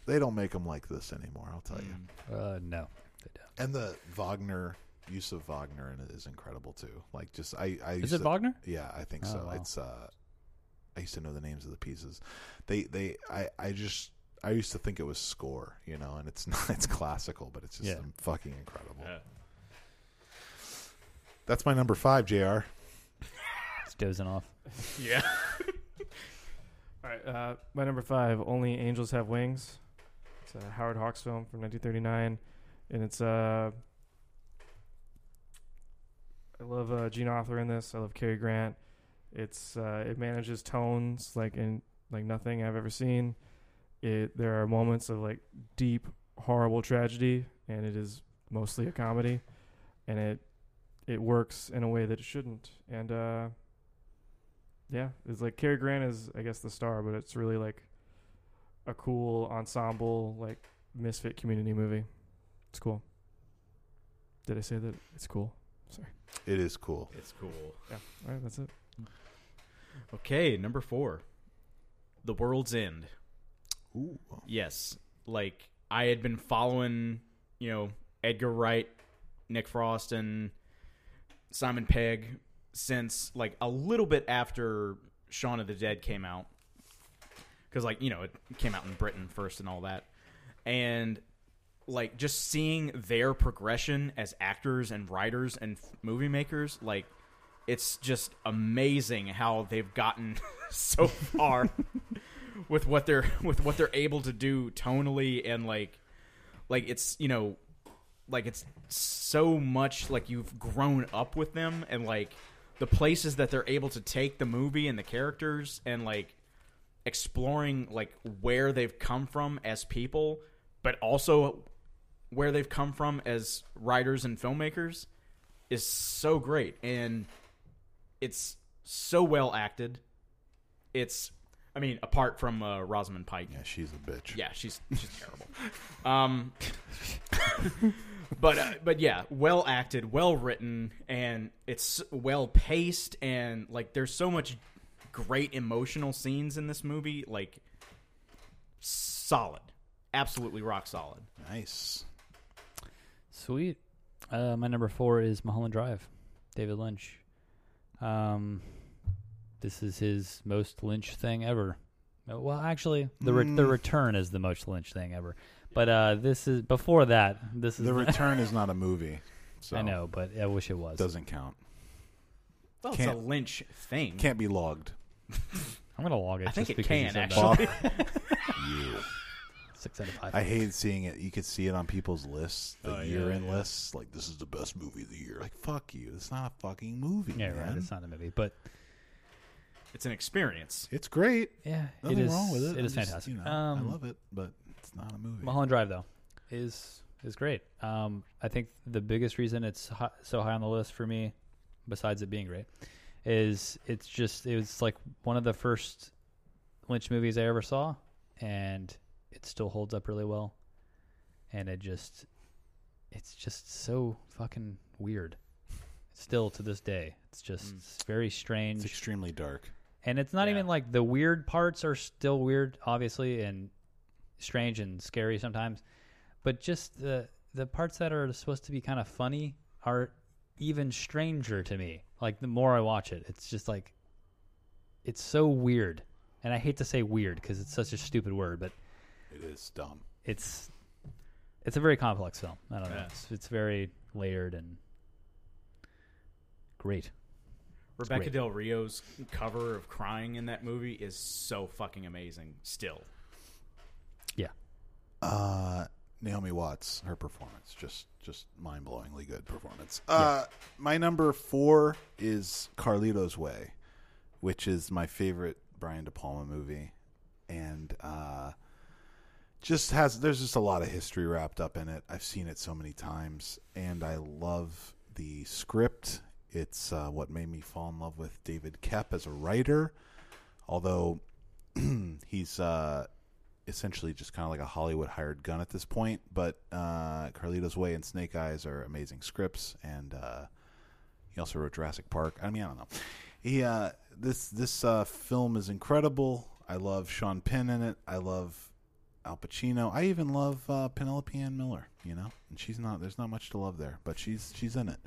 B: they don't make them like this anymore, I'll tell you.
E: Uh, no, they don't.
B: And the Wagner, use of Wagner in it is incredible too. Like, just, I, I
E: Is
B: used
E: it
B: to-
E: Wagner?
B: Yeah, I think
E: Oh,
B: so.
E: wow.
B: It's, uh, I used to know the names of the pieces. They, they, I, I just, I used to think it was score, you know, and it's not, it's classical, but it's just
E: Yeah.
B: fucking incredible.
C: Mm, Yeah.
B: That's my number five, JR.
E: It's dozing off.
C: Yeah.
D: All right, uh, my number five, Only Angels Have Wings. It's a Howard Hawks film from 1939, and it's uh, I love uh, Gene Author in this. I love Cary Grant. It's uh, it manages tones like in like nothing I've ever seen. It there are moments of like deep horrible tragedy, and it is mostly a comedy, and it it works in a way that it shouldn't. And uh, yeah, it's like Cary Grant is, I guess, the star, but it's really like a cool ensemble, like misfit community movie. It's cool. Did I say that it's cool?
B: It is cool.
C: It's cool.
D: Yeah. All right, that's it.
C: Okay, number four, The World's End.
B: Ooh.
C: Yes, like I had been following, you know, Edgar Wright, Nick Frost, and Simon Pegg since like a little bit after Shaun of the Dead came out, because like you know it came out in Britain first and all that, and like just seeing their progression as actors and writers and f- movie makers, like it's just amazing how they've gotten so far with what they're with what they're able to do tonally and like like it's you know like it's so much like you've grown up with them and like the places that they're able to take the movie and the characters and like exploring like where they've come from as people but also where they've come from as writers and filmmakers is so great and it's so well acted it's i mean apart from uh, rosamund pike
B: Yeah, she's a bitch.
C: yeah, she's she's terrible. Um, but uh, but yeah, well acted, well written, and it's well paced, and like there's so much great emotional scenes in this movie. Like solid, absolutely rock solid.
B: Nice.
E: Sweet. Uh, my number four is Mulholland Drive, David Lynch. Um, this is his most Lynch thing ever. Uh, Well, actually, the re-
B: Mm.
E: the return is the most Lynch thing ever. But uh, this is before that. This is
B: The Return is not a movie. So
E: I know, but I wish it was.
B: Doesn't count.
C: Well, it's a
B: Can't-
C: Lynch
E: Mm.
C: thing.
B: Can't be logged.
E: I'm gonna log it.
C: I think
E: just
C: it
E: because
C: can,
E: you said that.
B: Fuck you.
E: Six out of five.
B: I hated seeing it. You could see it on people's lists,
E: Oh,
B: the year-end lists. Like this is the best movie of the year. Like fuck you. It's not a fucking movie.
E: yeah,
B: man.
E: right. It's not a movie, but
C: It's an experience.
B: It's great.
E: yeah,
B: Nothing
E: it is.
B: wrong with it.
E: It is
B: I'm just,
E: fantastic.
B: you know,
E: um,
B: I love it, but it's not a movie.
E: Mulholland Drive though is is great. Um, I think the biggest reason it's hi- so high on the list for me, besides it being great, is it's just it was like one of the first Lynch movies I ever saw, and it still holds up really well, and it just it's just so fucking weird. Still to this day, it's just very strange
B: It's extremely dark.
E: and it's not
C: Yeah.
E: even like the weird parts are still weird obviously and strange and scary sometimes but just the the parts that are supposed to be kind of funny are even stranger to me like the more i watch it it's just like it's so weird and i hate to say weird because it's such a stupid word but
B: It is dumb.
E: it's it's a very complex film i don't know
C: Yeah.
E: it's, it's very layered and great
C: Rebecca
E: great.
C: Del Rio's cover of "Crying" in that movie is so fucking amazing. Still,
E: yeah
B: Uh, Naomi Watts, her performance, just just mind blowingly good performance. Uh, my number four is Carlito's Way, which is my favorite Brian De Palma movie, and uh, just has there's just a lot of history wrapped up in it. I've seen it so many times, and I love the script. It's uh, what made me fall in love with David Kep as a writer, although he's uh, essentially just kind of like a Hollywood hired gun at this point. But uh, Carlito's Way and Snake Eyes are amazing scripts, and uh, he also wrote Jurassic Park. I mean, I don't know. He uh, this this uh, film is incredible. I love Sean Penn in it. I love Al Pacino. I even love uh, Penelope Ann Miller. You know, and she's not. There's not much to love there, but she's she's in it.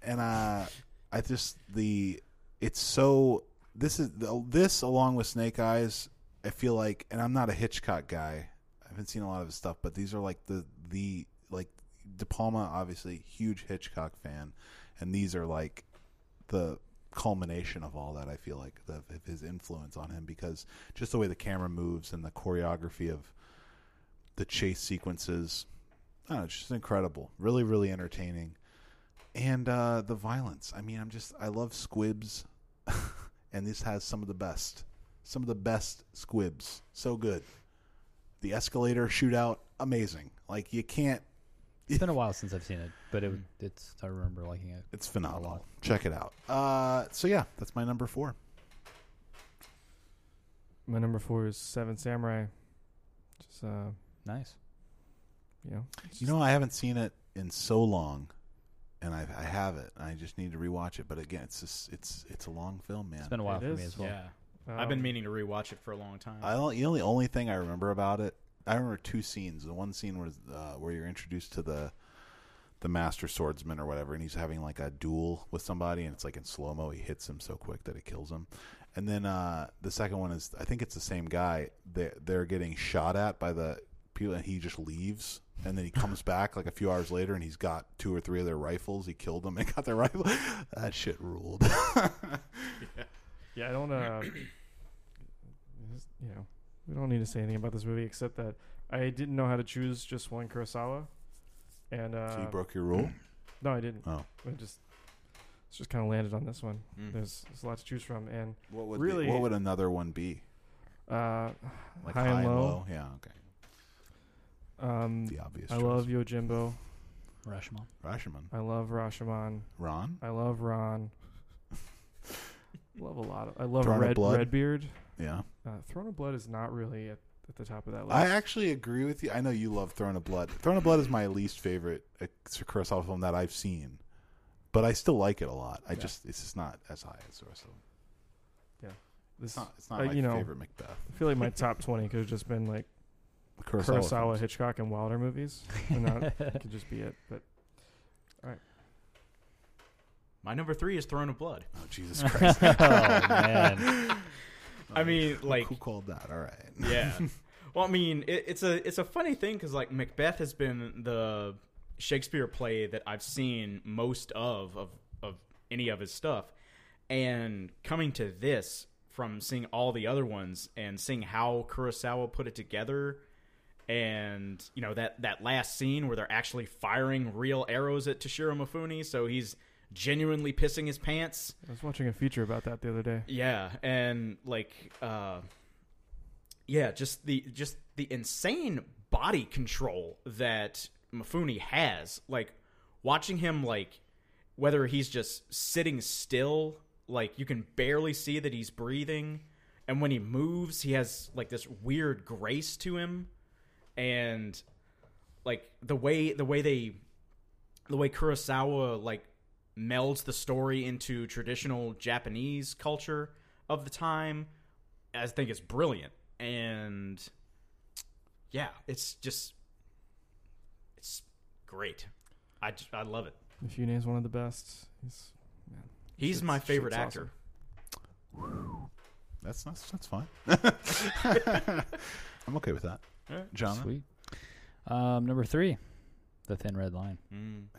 B: And uh, I just the it's so this is this along with Snake Eyes. I feel like, and I'm not a Hitchcock guy. I haven't seen a lot of his stuff, but these are like the the like De Palma, obviously huge Hitchcock fan, and these are like the culmination of all that. I feel like the, of his influence on him because just the way the camera moves and the choreography of the chase sequences, I don't know, it's just incredible. Really, really entertaining, and uh, the violence. I mean, I'm just I love squibs, and this has some of the best, some of the best squibs. So good. The escalator shootout, amazing. Like you can't.
E: It's been a while since I've seen it, but it it's I remember liking it.
B: It's phenomenal. Check it out. Uh, so yeah, that's my number four.
D: My number four is Seven Samurai. Just uh,
E: Nice.
D: you know,
B: You know, I haven't seen it in so long, and I, I have it. And I just need to rewatch it. But again, it's just, it's it's a long film, man.
E: It's been a while
D: It
E: for me
D: is.
E: as well.
C: yeah.
D: um,
C: I've been meaning to rewatch it for a long time. Mm.
B: I don't, you know the only thing I remember about it. I remember two scenes. The one scene was uh, where you're introduced to the the master swordsman or whatever, and he's having like a duel with somebody, and it's like in slow mo. He hits him so quick that it kills him. And then uh, the second one is I think it's the same guy. They they're getting shot at by the people, and he just leaves. And then he comes back like a few hours later, and he's got two or three of their rifles. He killed them and got their rifle. that shit ruled.
D: Yeah, I don't. Uh, just, you know, we don't need to say anything about this movie except that I didn't know how to choose just one Kurosawa, and uh,
B: so you broke your rule.
D: no, I didn't.
B: Oh.
D: I just it's just kind of landed on this one.
C: Mm.
D: There's there's a lot to choose from, and
B: What would
D: Really-
B: be, what would another one be?
D: uh, High and Low.
B: Yeah. Okay.
D: um,
B: the obvious
D: I
B: choice.
D: love Yojimbo.
E: Rashomon.
B: Rashomon.
D: I love Rashomon.
B: Ron?
D: I love Ron. love a lot. Of, I love
B: Throne of
D: Red
B: Blood.
D: Redbeard.
B: Yeah.
D: Uh, Throne of Blood is not really at, at the top of that list.
B: I actually agree with you. I know you love Throne of Blood. Throne of Blood is my least favorite uh, Kurosawa film that I've seen, but I still like it a lot. I just it's just not as high as the rest of them.
D: this,
B: It's not, it's not
D: Uh,
B: my
D: you know,
B: favorite Macbeth.
D: I feel like my top twenty could have just been like
B: Kurosawa.
D: Kurosawa,
B: films.
D: Hitchcock, and Wilder movies. And that could just be it. But
C: My number three is Throne of Blood.
B: Oh Jesus Christ!
E: oh man.
C: I mean, like,
B: who called that? All right.
C: yeah. Well, I mean, it, it's a it's a funny thing because like Macbeth has been the Shakespeare play that I've seen most of of of any of his stuff, and coming to this from seeing all the other ones and seeing how Kurosawa put it together, and you know that that last scene where they're actually firing real arrows at Toshiro Mifune, so he's genuinely pissing his pants.
D: I was watching a feature about that the other day.
C: Yeah, and like uh yeah, just the just the insane body control that Mafuni has. Like watching him like whether he's just sitting still, like you can barely see that he's breathing, and when he moves, he has like this weird grace to him and like the way the way they the way Kurosawa like melds the story into traditional Japanese culture of the time, I think it's brilliant. And yeah, it's just it's great. I, j- I love it.
D: If you name's one of the best, he's
C: He's
D: Shit's-
C: my favorite
D: shit's
C: actor.
D: awesome.
B: That's that's that's fine. I'm okay with that. John,
E: Sweet. Um, number three, the thin red line.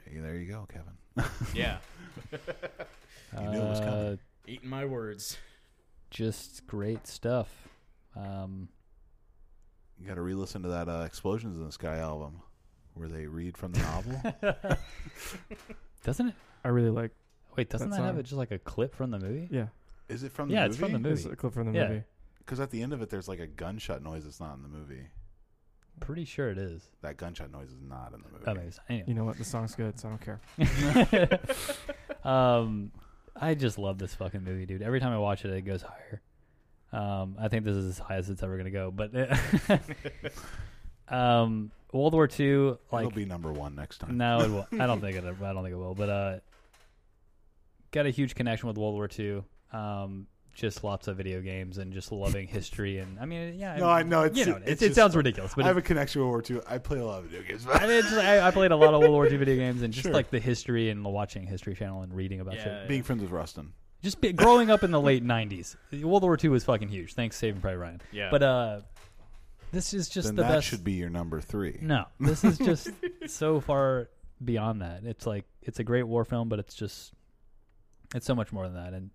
B: hey, there you go, Kevin.
C: Mm. Yeah,
B: You knew it was coming.
E: Uh,
C: eating my words.
E: just great stuff. Um,
B: You got to re-listen to that uh, "Explosions in the Sky" album, where they read from the novel.
E: doesn't it?
D: I really like.
E: Wait, doesn't
D: That
E: that, have
D: song.
E: it just like a clip from the movie?
D: Yeah,
B: Is it from
E: Yeah,
B: the
E: it's
B: movie?
E: from the
D: there's
E: Movie.
D: a clip from the
E: Yeah.
D: movie.
B: Because at the end of it, there's like a gunshot noise that's not in the movie.
E: Pretty sure it is.
B: That gunshot noise is not in the movie.
E: Oh, maybe it's, anyway.
D: You know what? The song's good, so I don't care.
E: um, I just love this fucking movie, dude. Every time I watch it, it goes higher. Um, I think this is as high as it's ever gonna go. But um, World War II,
B: It'll
E: like
B: be number one next time.
E: no, it will. I don't think it. I don't think it will. But uh, got a huge connection with World War II. Um, just lots of video games and just loving history. And I mean, yeah.
B: No, I know, it's-
E: you know,
B: it's
E: it, it
B: just-
E: sounds ridiculous, but
B: I have
E: it,
B: a connection with World War II. I play a lot of video games.
E: I mean, it's, I, I played a lot of World War II video games and just
B: Sure.
E: like the history and watching History Channel and reading about shit.
C: Yeah,
B: Being friends with Rustin.
E: just be, growing up in the late '90s, World War II was fucking huge. Thanks, Saving Private Ryan.
C: Yeah.
E: but uh, this is just
B: Then
E: the
B: that
E: best.
B: should be your number three.
E: no, this is just so far beyond that. It's like it's a great war film, but it's just it's so much more than that. And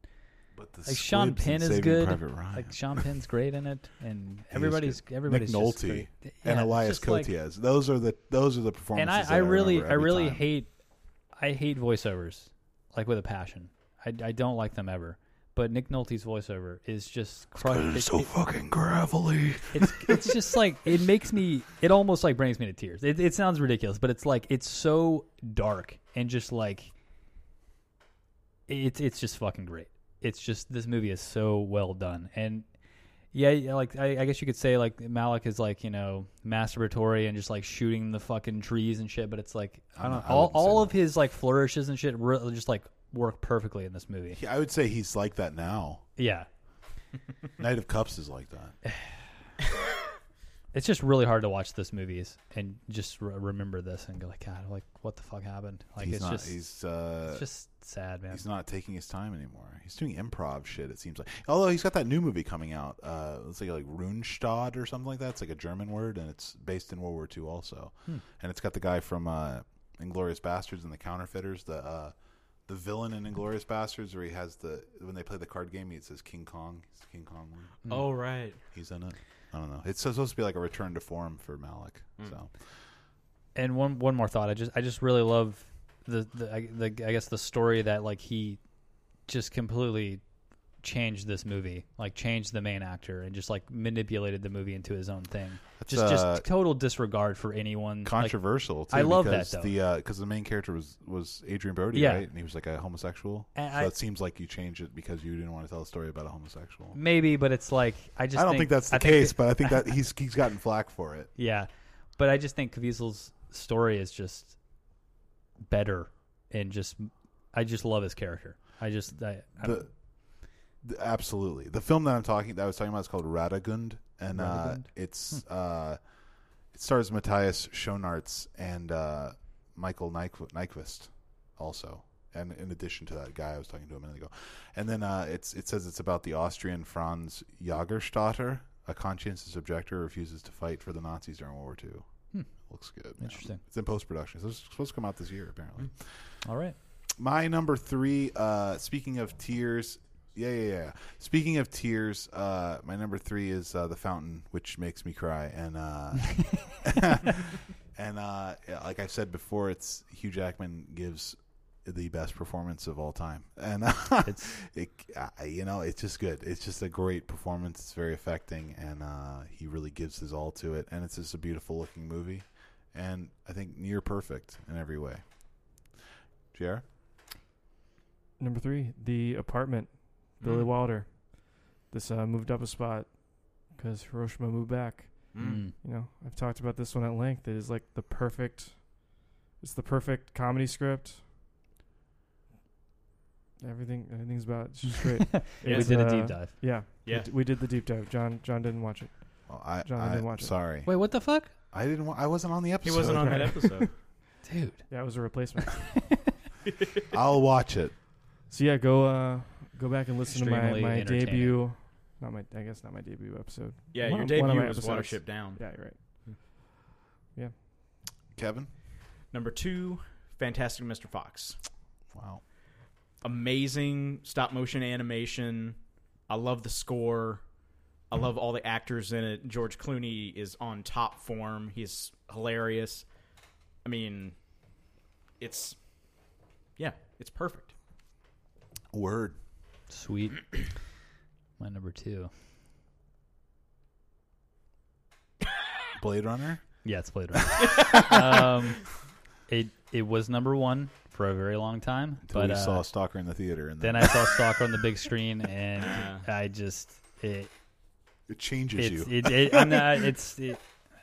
B: But the
E: like Sean
B: squibs in
E: Penn is
B: Saving
E: good.
B: Private Ryan.
E: Like Sean Penn's great in it, and
B: He is
E: everybody's
B: good.
E: everybody's
B: Nick
E: just
B: Nolte
E: great. Yeah,
B: and
E: it's
B: Elias
E: just like-
B: Koteas. Those are the those are the performances.
E: and I,
B: that
E: I really,
B: remember
E: I
B: every
E: really
B: time.
E: hate, I hate voiceovers like with a passion. I, I don't like them ever. but Nick Nolte's voiceover is just crushed. It's, it-
B: fucking gravelly.
E: it's it's just like it makes me. It almost like brings me to tears. It, it sounds ridiculous, but it's like it's so dark and just like it's it's just fucking great. It's just this movie is so well done and. Yeah, yeah, like I, I guess you could say like Malik is like you know masturbatory and just like shooting the fucking trees and shit, but it's like I
B: I'm
E: don't
B: not- I
E: all
B: wouldn't say
E: all
B: that.
E: of his like flourishes and shit re- just like work perfectly in this movie.
B: I would say he's like that now.
E: Yeah,
B: Knight of Cups is like that.
E: it's just really hard to watch this movies and just re- remember this and go like God, like what the fuck happened? Like
B: he's
E: it's
B: not.
E: just
B: he's uh,
E: it's just sad, man.
B: he's not taking his time anymore. He's doing improv shit. It seems like. Although he's got that new movie coming out. Uh, let's say like Runestad or something like that. It's like a German word, and it's based in World War II also.
E: Hmm.
B: And it's got the guy from uh, Inglorious Bastards and the Counterfeiters. The uh, the villain in Inglorious Bastards, where he has the when they play the card game, he says King Kong. He's the King Kong. One.
C: Oh right.
B: He's in it. I don't know. It's supposed to be like a return to form for Malik.
E: Hmm.
B: So
E: and one one more thought. I just I just really love the the I, the I guess the story that like he just completely changed this movie, like changed the main actor and just like manipulated the movie into his own thing.
B: That's,
E: just
B: uh,
E: just total disregard for anyone. like,
B: controversial. too,
E: I love
B: because
E: that, though.
B: The because the main character was was Adrian Brody,
E: Yeah.
B: right? And he was like a homosexual.
E: And
B: so
E: I-
B: it seems like you changed it because you didn't want to tell a story about a homosexual.
E: maybe, but it's like I just
B: I don't think, that's the
E: I
B: case,
E: that-
B: but I think that he's he's gotten flack for it.
E: yeah, but I just think Caviezel's story is just better and just I just love his character. I just I, I don't-
B: The, the- absolutely, the film that I'm talking that I was talking about is called Radagund, and uh,
E: Radegund?
B: it's
E: Hmm.
B: uh, it stars Matthias Schoenaerts and uh, Michael Nyqu- Nyquist also. And in addition to that guy I was talking to a minute ago, and then uh, it's it says it's about the Austrian Franz Jagerstatter, a conscientious objector who refuses to fight for the Nazis during World War II. Looks good. yeah.
E: Hmm. Interesting. Hmm.
B: It's in post production. So it's supposed to come out this year apparently
E: all right.
B: my number three uh speaking of tears yeah yeah yeah speaking of tears uh my number three is uh the fountain which makes me cry and uh and uh yeah, like i've said before it's hugh jackman gives the best performance of all time and
E: It's-
B: it, uh, you know it's just good it's just a great performance it's very affecting and uh he really gives his all to it and it's just a beautiful looking movie and i think near perfect in every way Jared?
D: Number three, The Apartment, Billy
C: Mm.
D: Wilder. This uh, moved up a spot because Hiroshima moved back.
C: Mm.
E: Mm.
D: You know, I've talked about this one at length. It is like the perfect, it's the perfect comedy script. Everything, everything's about it. It's just great.
E: we
D: was,
E: did a
D: uh,
E: deep dive.
D: yeah,
C: Yeah.
D: We, d- we did the deep dive. John, John didn't watch it.
B: Well, Oh, I,
D: Jonathan
B: I
D: didn't watch it.
B: sorry.
E: Wait, what the fuck,
B: I didn't. Wa- I wasn't on the
C: He
B: episode.
C: wasn't on that
D: Right.
C: episode.
E: dude?
D: Yeah, it was a replacement.
B: I'll watch it.
D: so yeah, go, uh, go back and listen to my
E: Extremely
D: my
E: entertaining.
D: debut. Not my, I guess not my debut episode.
C: Yeah,
D: One
C: your
D: of- one of
C: debut
D: my
C: was
D: episodes.
C: Watership Down.
D: Yeah, you're right.
B: Kevin.
C: Number two, Fantastic Mr. Fox.
B: Wow.
C: Amazing stop motion animation. I love the score. I love all the actors in it. George Clooney is on top form. He's hilarious. I mean, it's yeah, it's perfect.
B: Word.
E: Sweet. My number two.
B: Blade Runner.
E: Yeah, it's Blade Runner. um, it it was number one for a very long time,
B: Until
E: but
B: we
E: uh,
B: saw Stalker in the theater, and
E: then
B: then
E: I saw Stalker on the big screen, and
C: Yeah.
E: I just it
B: it changes
E: it's
B: you.
E: it, it, I'm not, it's it,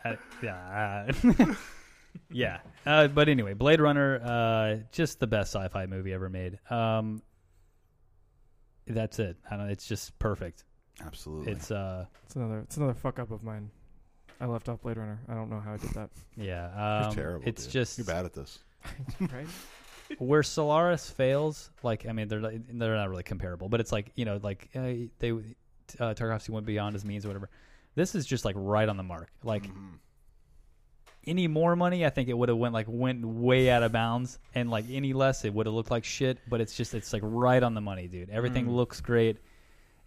E: I, yeah uh, yeah. Uh, but anyway, Blade Runner, uh, just the best sci-fi movie ever made. Um, that's it. I don't. It's just perfect.
B: Absolutely.
E: It's uh
D: It's another it's another fuck up of mine. I left off Blade Runner. I don't know how I did that.
E: yeah. Um,
B: You're terrible.
E: It's
B: dude.
E: just
B: you're bad at this.
D: right?
E: where Solaris fails, like I mean, they're not- they're not really comparable, but it's like you know, like uh, they uh, Tarkovsky went beyond his means or whatever. This is just like right on the mark. Like
B: Mm-hmm.
E: any more money, I think it would have went like went way out of bounds, and like any less, it would have looked like shit. But it's just it's like right on the money, dude. Everything
C: Mm.
E: looks great,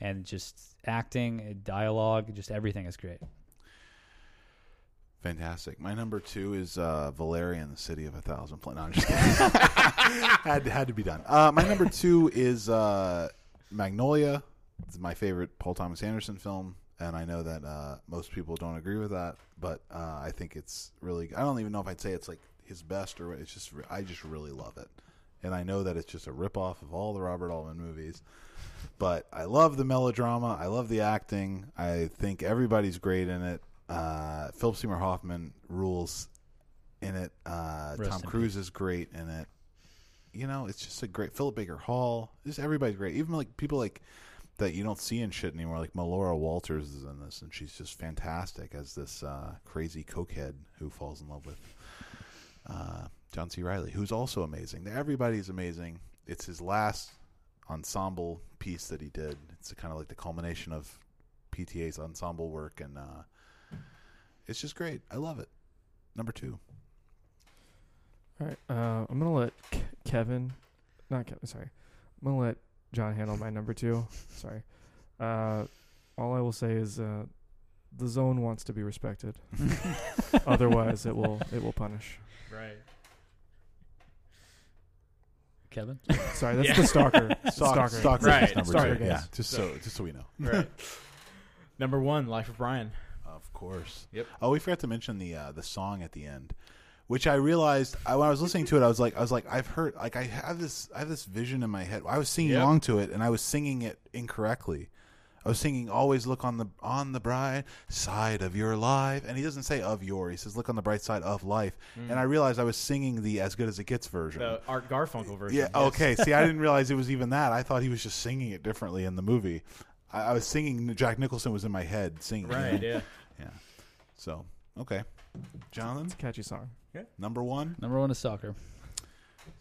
E: and just acting, uh, dialogue, just everything is great.
B: Fantastic. My number two is uh, Valerian, the City of a Thousand Planets. No, I'm just kidding. had, had to be done. Uh, my number two is uh, Magnolia is my favorite Paul Thomas Anderson film, and I know that uh, most people don't agree with that, but uh, I think it's really. I don't even know if I'd say it's like his best or what. It's just I just really love it, and I know that it's just a ripoff of all the Robert Altman movies. But I love the melodrama. I love the acting. I think everybody's great in it. Uh, Philip Seymour Hoffman rules in it. Uh,
E: Rest
B: Tom
E: in
B: Cruise is great in it. You know, it's just a great Philip Baker Hall. Just everybody's great. Even like people like that you don't see in shit anymore. Like Melora Walters is in this, and she's just fantastic as this uh, crazy cokehead who falls in love with uh, John C. Riley, who's also amazing. Everybody's amazing. It's his last ensemble piece that he did. It's kind of like the culmination of PTA's ensemble work, and uh, it's just great. I love it. Number two.
D: All right. Uh, I'm gonna let K- Kevin, not Kevin. Sorry, I'm gonna let John handle my number two. Sorry. Uh, all I will say is uh, the zone wants to be respected. Otherwise, it will it will punish.
C: Right.
E: Kevin.
D: Sorry, that's the stalker.
B: Stalker,
D: stalker.
B: Stalker
C: Right.
B: is number
D: Stalker,
B: two.
D: guys.
B: Yeah, just so just so we know.
C: Right. Number one, Life of Brian.
B: Of course.
C: Yep.
B: Oh, we forgot to mention the uh, the song at the end, which I realized I, when I was listening to it, I was like, I was like, I've heard, like, I have this, I have this vision in my head. I was singing
C: Yep.
B: along to it, and I was singing it incorrectly. I was singing "Always look on the on the bright side of your life," and he doesn't say "of your." He says "Look on the bright side of life,"
C: Mm.
B: and I realized I was singing the "As Good as It Gets" version.
C: The Art Garfunkel version.
B: Yeah. Okay. See, I didn't realize it was even that. I thought he was just singing it differently in the movie. I, I was singing. Jack Nicholson was in my head singing. you
C: Right.
B: know?
C: Yeah.
B: Yeah. So okay, Jonathan,
D: It's a catchy song.
B: number one.
E: Number one is soccer.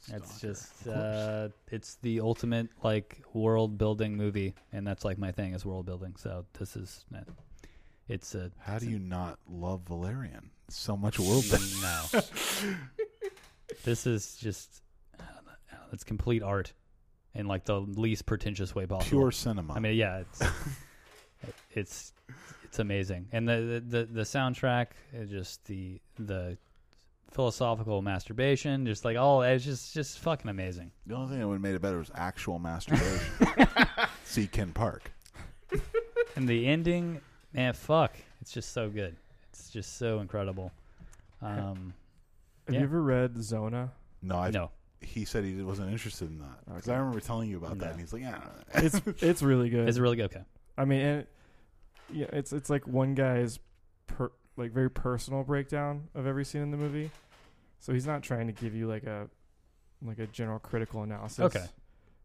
E: That's just uh, it's the ultimate like world building movie, and that's like my thing is world building. So this is it's a
B: How do you not love Valerian? So much world.
E: no. this is just I don't know, I don't know, it's complete art in like the least pretentious way possible.
B: Pure cinema.
E: I mean, yeah, it's it's it's amazing, and the the the, the soundtrack, uh, just the the philosophical masturbation, just like all it's just just fucking amazing.
B: the only thing that would have made it better was actual masturbation. See Ken Park.
E: And the ending, man, fuck, it's just so good. It's just so incredible. Um,
D: Have
E: Yeah.
D: you ever read Zona?
B: No, I.
E: no,
B: He said he wasn't interested in that because
D: Okay.
B: I remember telling you about
E: No.
B: that, and he's like, "Yeah."
D: It's it's really good.
E: it's really good. Okay,
D: I mean, and it, yeah, it's it's like one guy's per, like very personal breakdown of every scene in the movie. So he's not trying to give you like a like a general critical analysis.
E: Okay.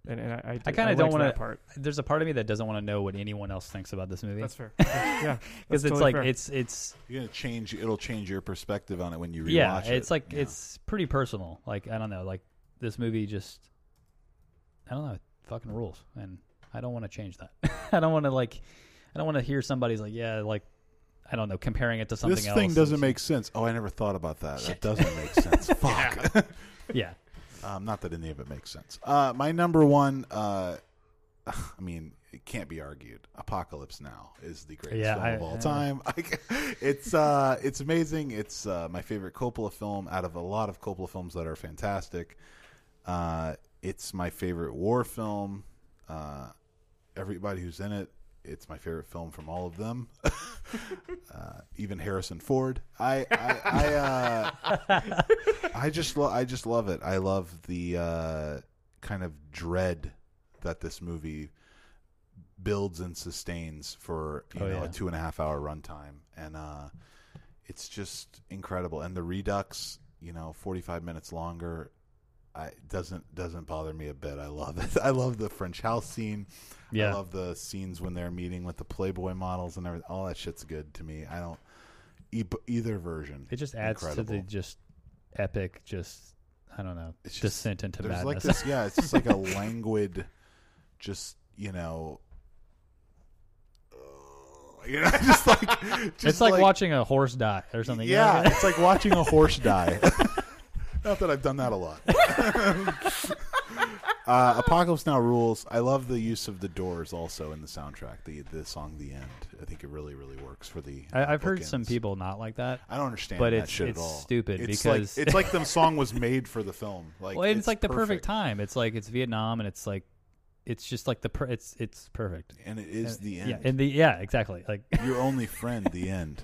D: And, and I, I, did-
E: kinda
D: liked
E: don't wanna-
D: that part.
E: there's a part of me that doesn't want to know what anyone else thinks about this movie
D: That's fair. yeah,
E: because it's
D: that's totally
E: like
D: fair.
E: it's it's
B: You're gonna change. It'll change your perspective on it when you rewatch
E: yeah,
B: it.
E: it's like
B: Yeah.
E: it's pretty personal. Like I don't know, like this movie just I don't know, it fucking rules, and I don't want to change that. I don't want to like I don't want to hear somebody's like yeah, like I don't know, comparing it to something
B: this
E: else.
B: thing doesn't
E: It's-
B: make sense. Oh, I never thought about that. That doesn't make sense. Fuck.
E: yeah.
B: Um, not that any of it makes sense. Uh, my number one, uh, I mean, it can't be argued. Apocalypse Now is the greatest
E: Yeah,
B: film
E: I-
B: of all
E: I-
B: time. it's uh, it's amazing. It's uh, my favorite Coppola film out of a lot of Coppola films that are fantastic. Uh, it's my favorite war film. Uh, everybody who's in it, it's my favorite film from all of them. uh, even Harrison Ford. I I, I uh, I just lo- I just love it. I love the uh, kind of dread that this movie builds and sustains for you
E: Oh,
B: know a
E: yeah.
B: two and a half hour runtime, and uh, it's just incredible. And the redux, you know, forty five minutes longer, I doesn't doesn't bother me a bit. I love it. I love the French house scene. I
E: Yeah.
B: love the scenes when they're meeting with the Playboy models and everything. All that shit's good to me. I don't e- either version.
E: It just adds to the
B: Incredible.
E: just epic, just I don't know,
B: It's just-
E: descent into
B: there's like
E: madness.
B: this yeah it's just like a languid just you know uh, you know just like just
E: it's like, watching a horse die or something. you know what I
B: yeah
E: mean?
B: it's like watching a horse die not that i've done that a lot uh, apocalypse now rules i love the use of the doors also in the soundtrack the the song the end i think it really really works for the
E: I, I've heard some
B: bookends.
E: people not like that.
B: I don't understand
E: But
B: that
E: it's-
B: shit
E: it's
B: at all.
E: stupid
B: it's
E: because-
B: like, it's like the song was made for the film. Like
E: well, it's, like the
B: perfect
E: perfect time. It's like it's Vietnam, and it's like it's just like the per- it's it's perfect.
B: and it is
E: And-
B: the end.
E: Yeah, and the yeah, exactly. Like
B: Your only friend, the end.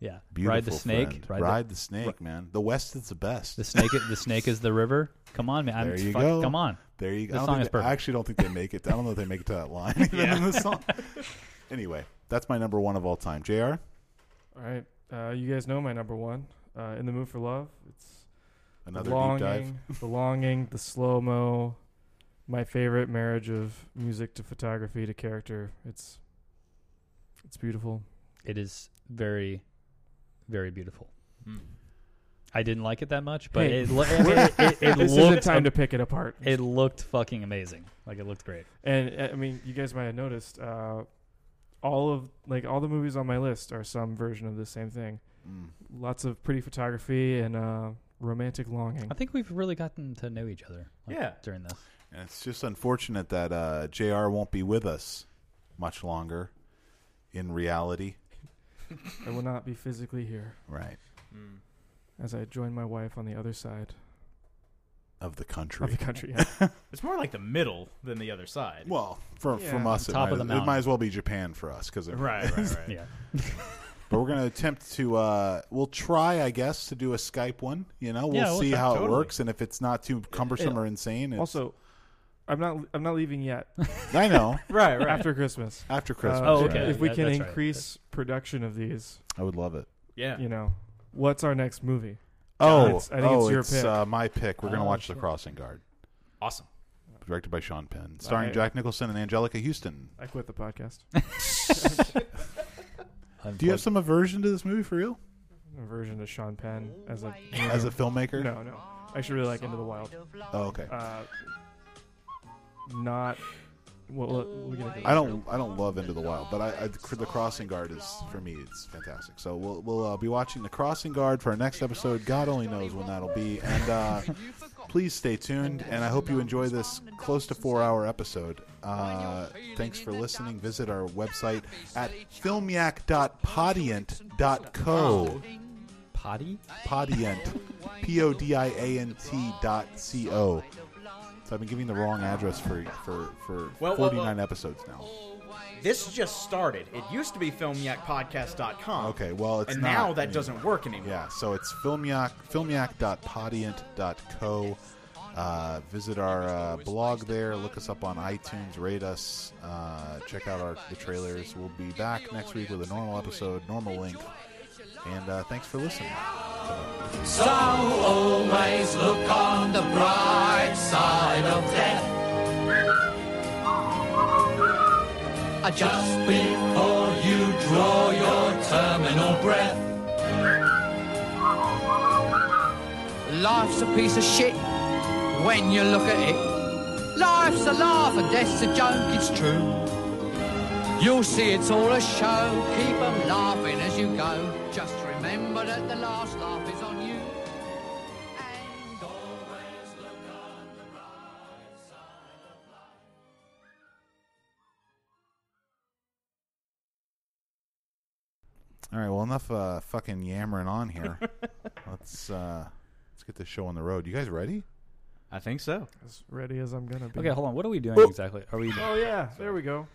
E: yeah,
B: Beautiful
E: ride the snake.
B: friend.
E: Ride,
B: Ride,
E: the-
B: the, snake, man. The West is the best.
E: the, snake. The snake is the river. Come on, man. I'm
B: There you
E: fuck-
B: go.
E: Come on.
B: there you go.
E: the
B: I don't
E: song
B: think
E: is
B: they-
E: perfect.
B: I actually don't think they make it. I don't know if they make it to that line even in the song. anyway, that's my number one of all time. Jr.
D: All right, uh, you guys know my number one. Uh, in the mood for love. It's
B: Another
D: belonging,
B: deep dive.
D: belonging, the slow mo. My favorite marriage of music to photography to character. It's it's beautiful.
E: It is very, very beautiful.
C: Mm.
E: I didn't like it that much, but
D: Hey.
E: it, lo- it, it, it
D: this
E: looked
D: isn't time to pick it apart.
E: it looked fucking amazing. Like it looked great.
D: And uh, I mean, you guys might have noticed uh, all of like all the movies on my list are some version of the same thing.
B: Mm.
D: Lots of pretty photography and uh, romantic longing.
E: I think we've really gotten to know each other. like,
C: Yeah.
E: during this.
B: And it's just unfortunate that uh, Jr. won't be with us much longer. In reality,
D: I will not be physically here
B: right
C: Mm.
D: as I join my wife on the other side
B: of the
D: of
B: country.
D: the country. Yeah.
C: It's more like the middle than the other side.
B: Well, for,
D: Yeah.
B: from us, it,
E: Top
B: might,
E: of the
B: it
E: mountain.
B: might as well be Japan for us because
C: right, right, right.
E: Yeah,
B: But we're going to attempt to. Uh, we'll try, I guess, to do a Skype one. You know, we'll
E: Yeah, we'll
B: see
E: try.
B: how it
C: Totally.
B: works, and if it's not too cumbersome or insane. It's,
D: also, I'm not I'm not leaving yet
B: I know
C: right, right.
D: after Christmas.
B: after Christmas.
D: Uh,
E: Oh,
D: if-
E: okay.
D: If we
E: That-
D: can
E: that's right.
D: increase production of these,
B: I would love it.
C: yeah.
D: you know, what's our next movie?
B: Oh,
D: it's- I think
B: oh,
D: it's your pick.
B: Uh, my pick. We're going to
E: Oh,
B: watch
E: shit.
B: The Crossing Guard,
C: Awesome.
B: directed by Sean Penn, starring
D: Alright.
B: Jack Nicholson and Angelica Houston.
D: I quit the podcast.
B: Do you have some aversion to this movie for real?
D: A version of Sean Penn as a
B: As a filmmaker?
D: no no. I should really like Into the Wild.
B: Oh, okay.
D: Uh, not what well, we're gonna do.
B: I don't. I don't love Into the Wild, but I, I the Crossing Guard is for me. It's fantastic. So we'll we'll uh, be watching the Crossing Guard for our next episode. God only knows when that'll be. And uh, please stay tuned. And I hope you enjoy this close to four hour episode. Uh, thanks for listening. Visit our website at filmyak.podient.co.
E: potty?
B: Podient. P O D I A N T dot C O. So I've been giving the wrong address for for for
C: Well, well, well.
B: 49 episodes now.
C: This just started. It used to be filmyakpodcast.com.
B: Okay, well, it's
C: and
B: not
C: now that
B: anymore.
C: doesn't work anymore.
B: Yeah, so it's filmyak, filmyak.podient.co. Uh, visit our uh, blog there. Look us up on iTunes. Rate us. Uh, check out our the trailers. We'll be back next week with a normal episode, normal length. And uh, thanks for listening.
F: So always look on the bright side of death. Uh, Just before you draw your terminal breath. Life's a piece of shit when you look at it. Life's a laugh and death's a joke, it's true. You'll see it's all a show. Keep 'em laughing as you go. Just remember that the last laugh is on you. And always look on the bright side of life.
B: All right, well, enough uh, fucking yammering on here. let's uh, let's get this show on the road. You guys ready?
C: I think so.
D: As ready as I'm gonna be.
B: Oh,
E: Okay, hold on. What are we doing exactly? Are we?
D: Oh yeah, there we go.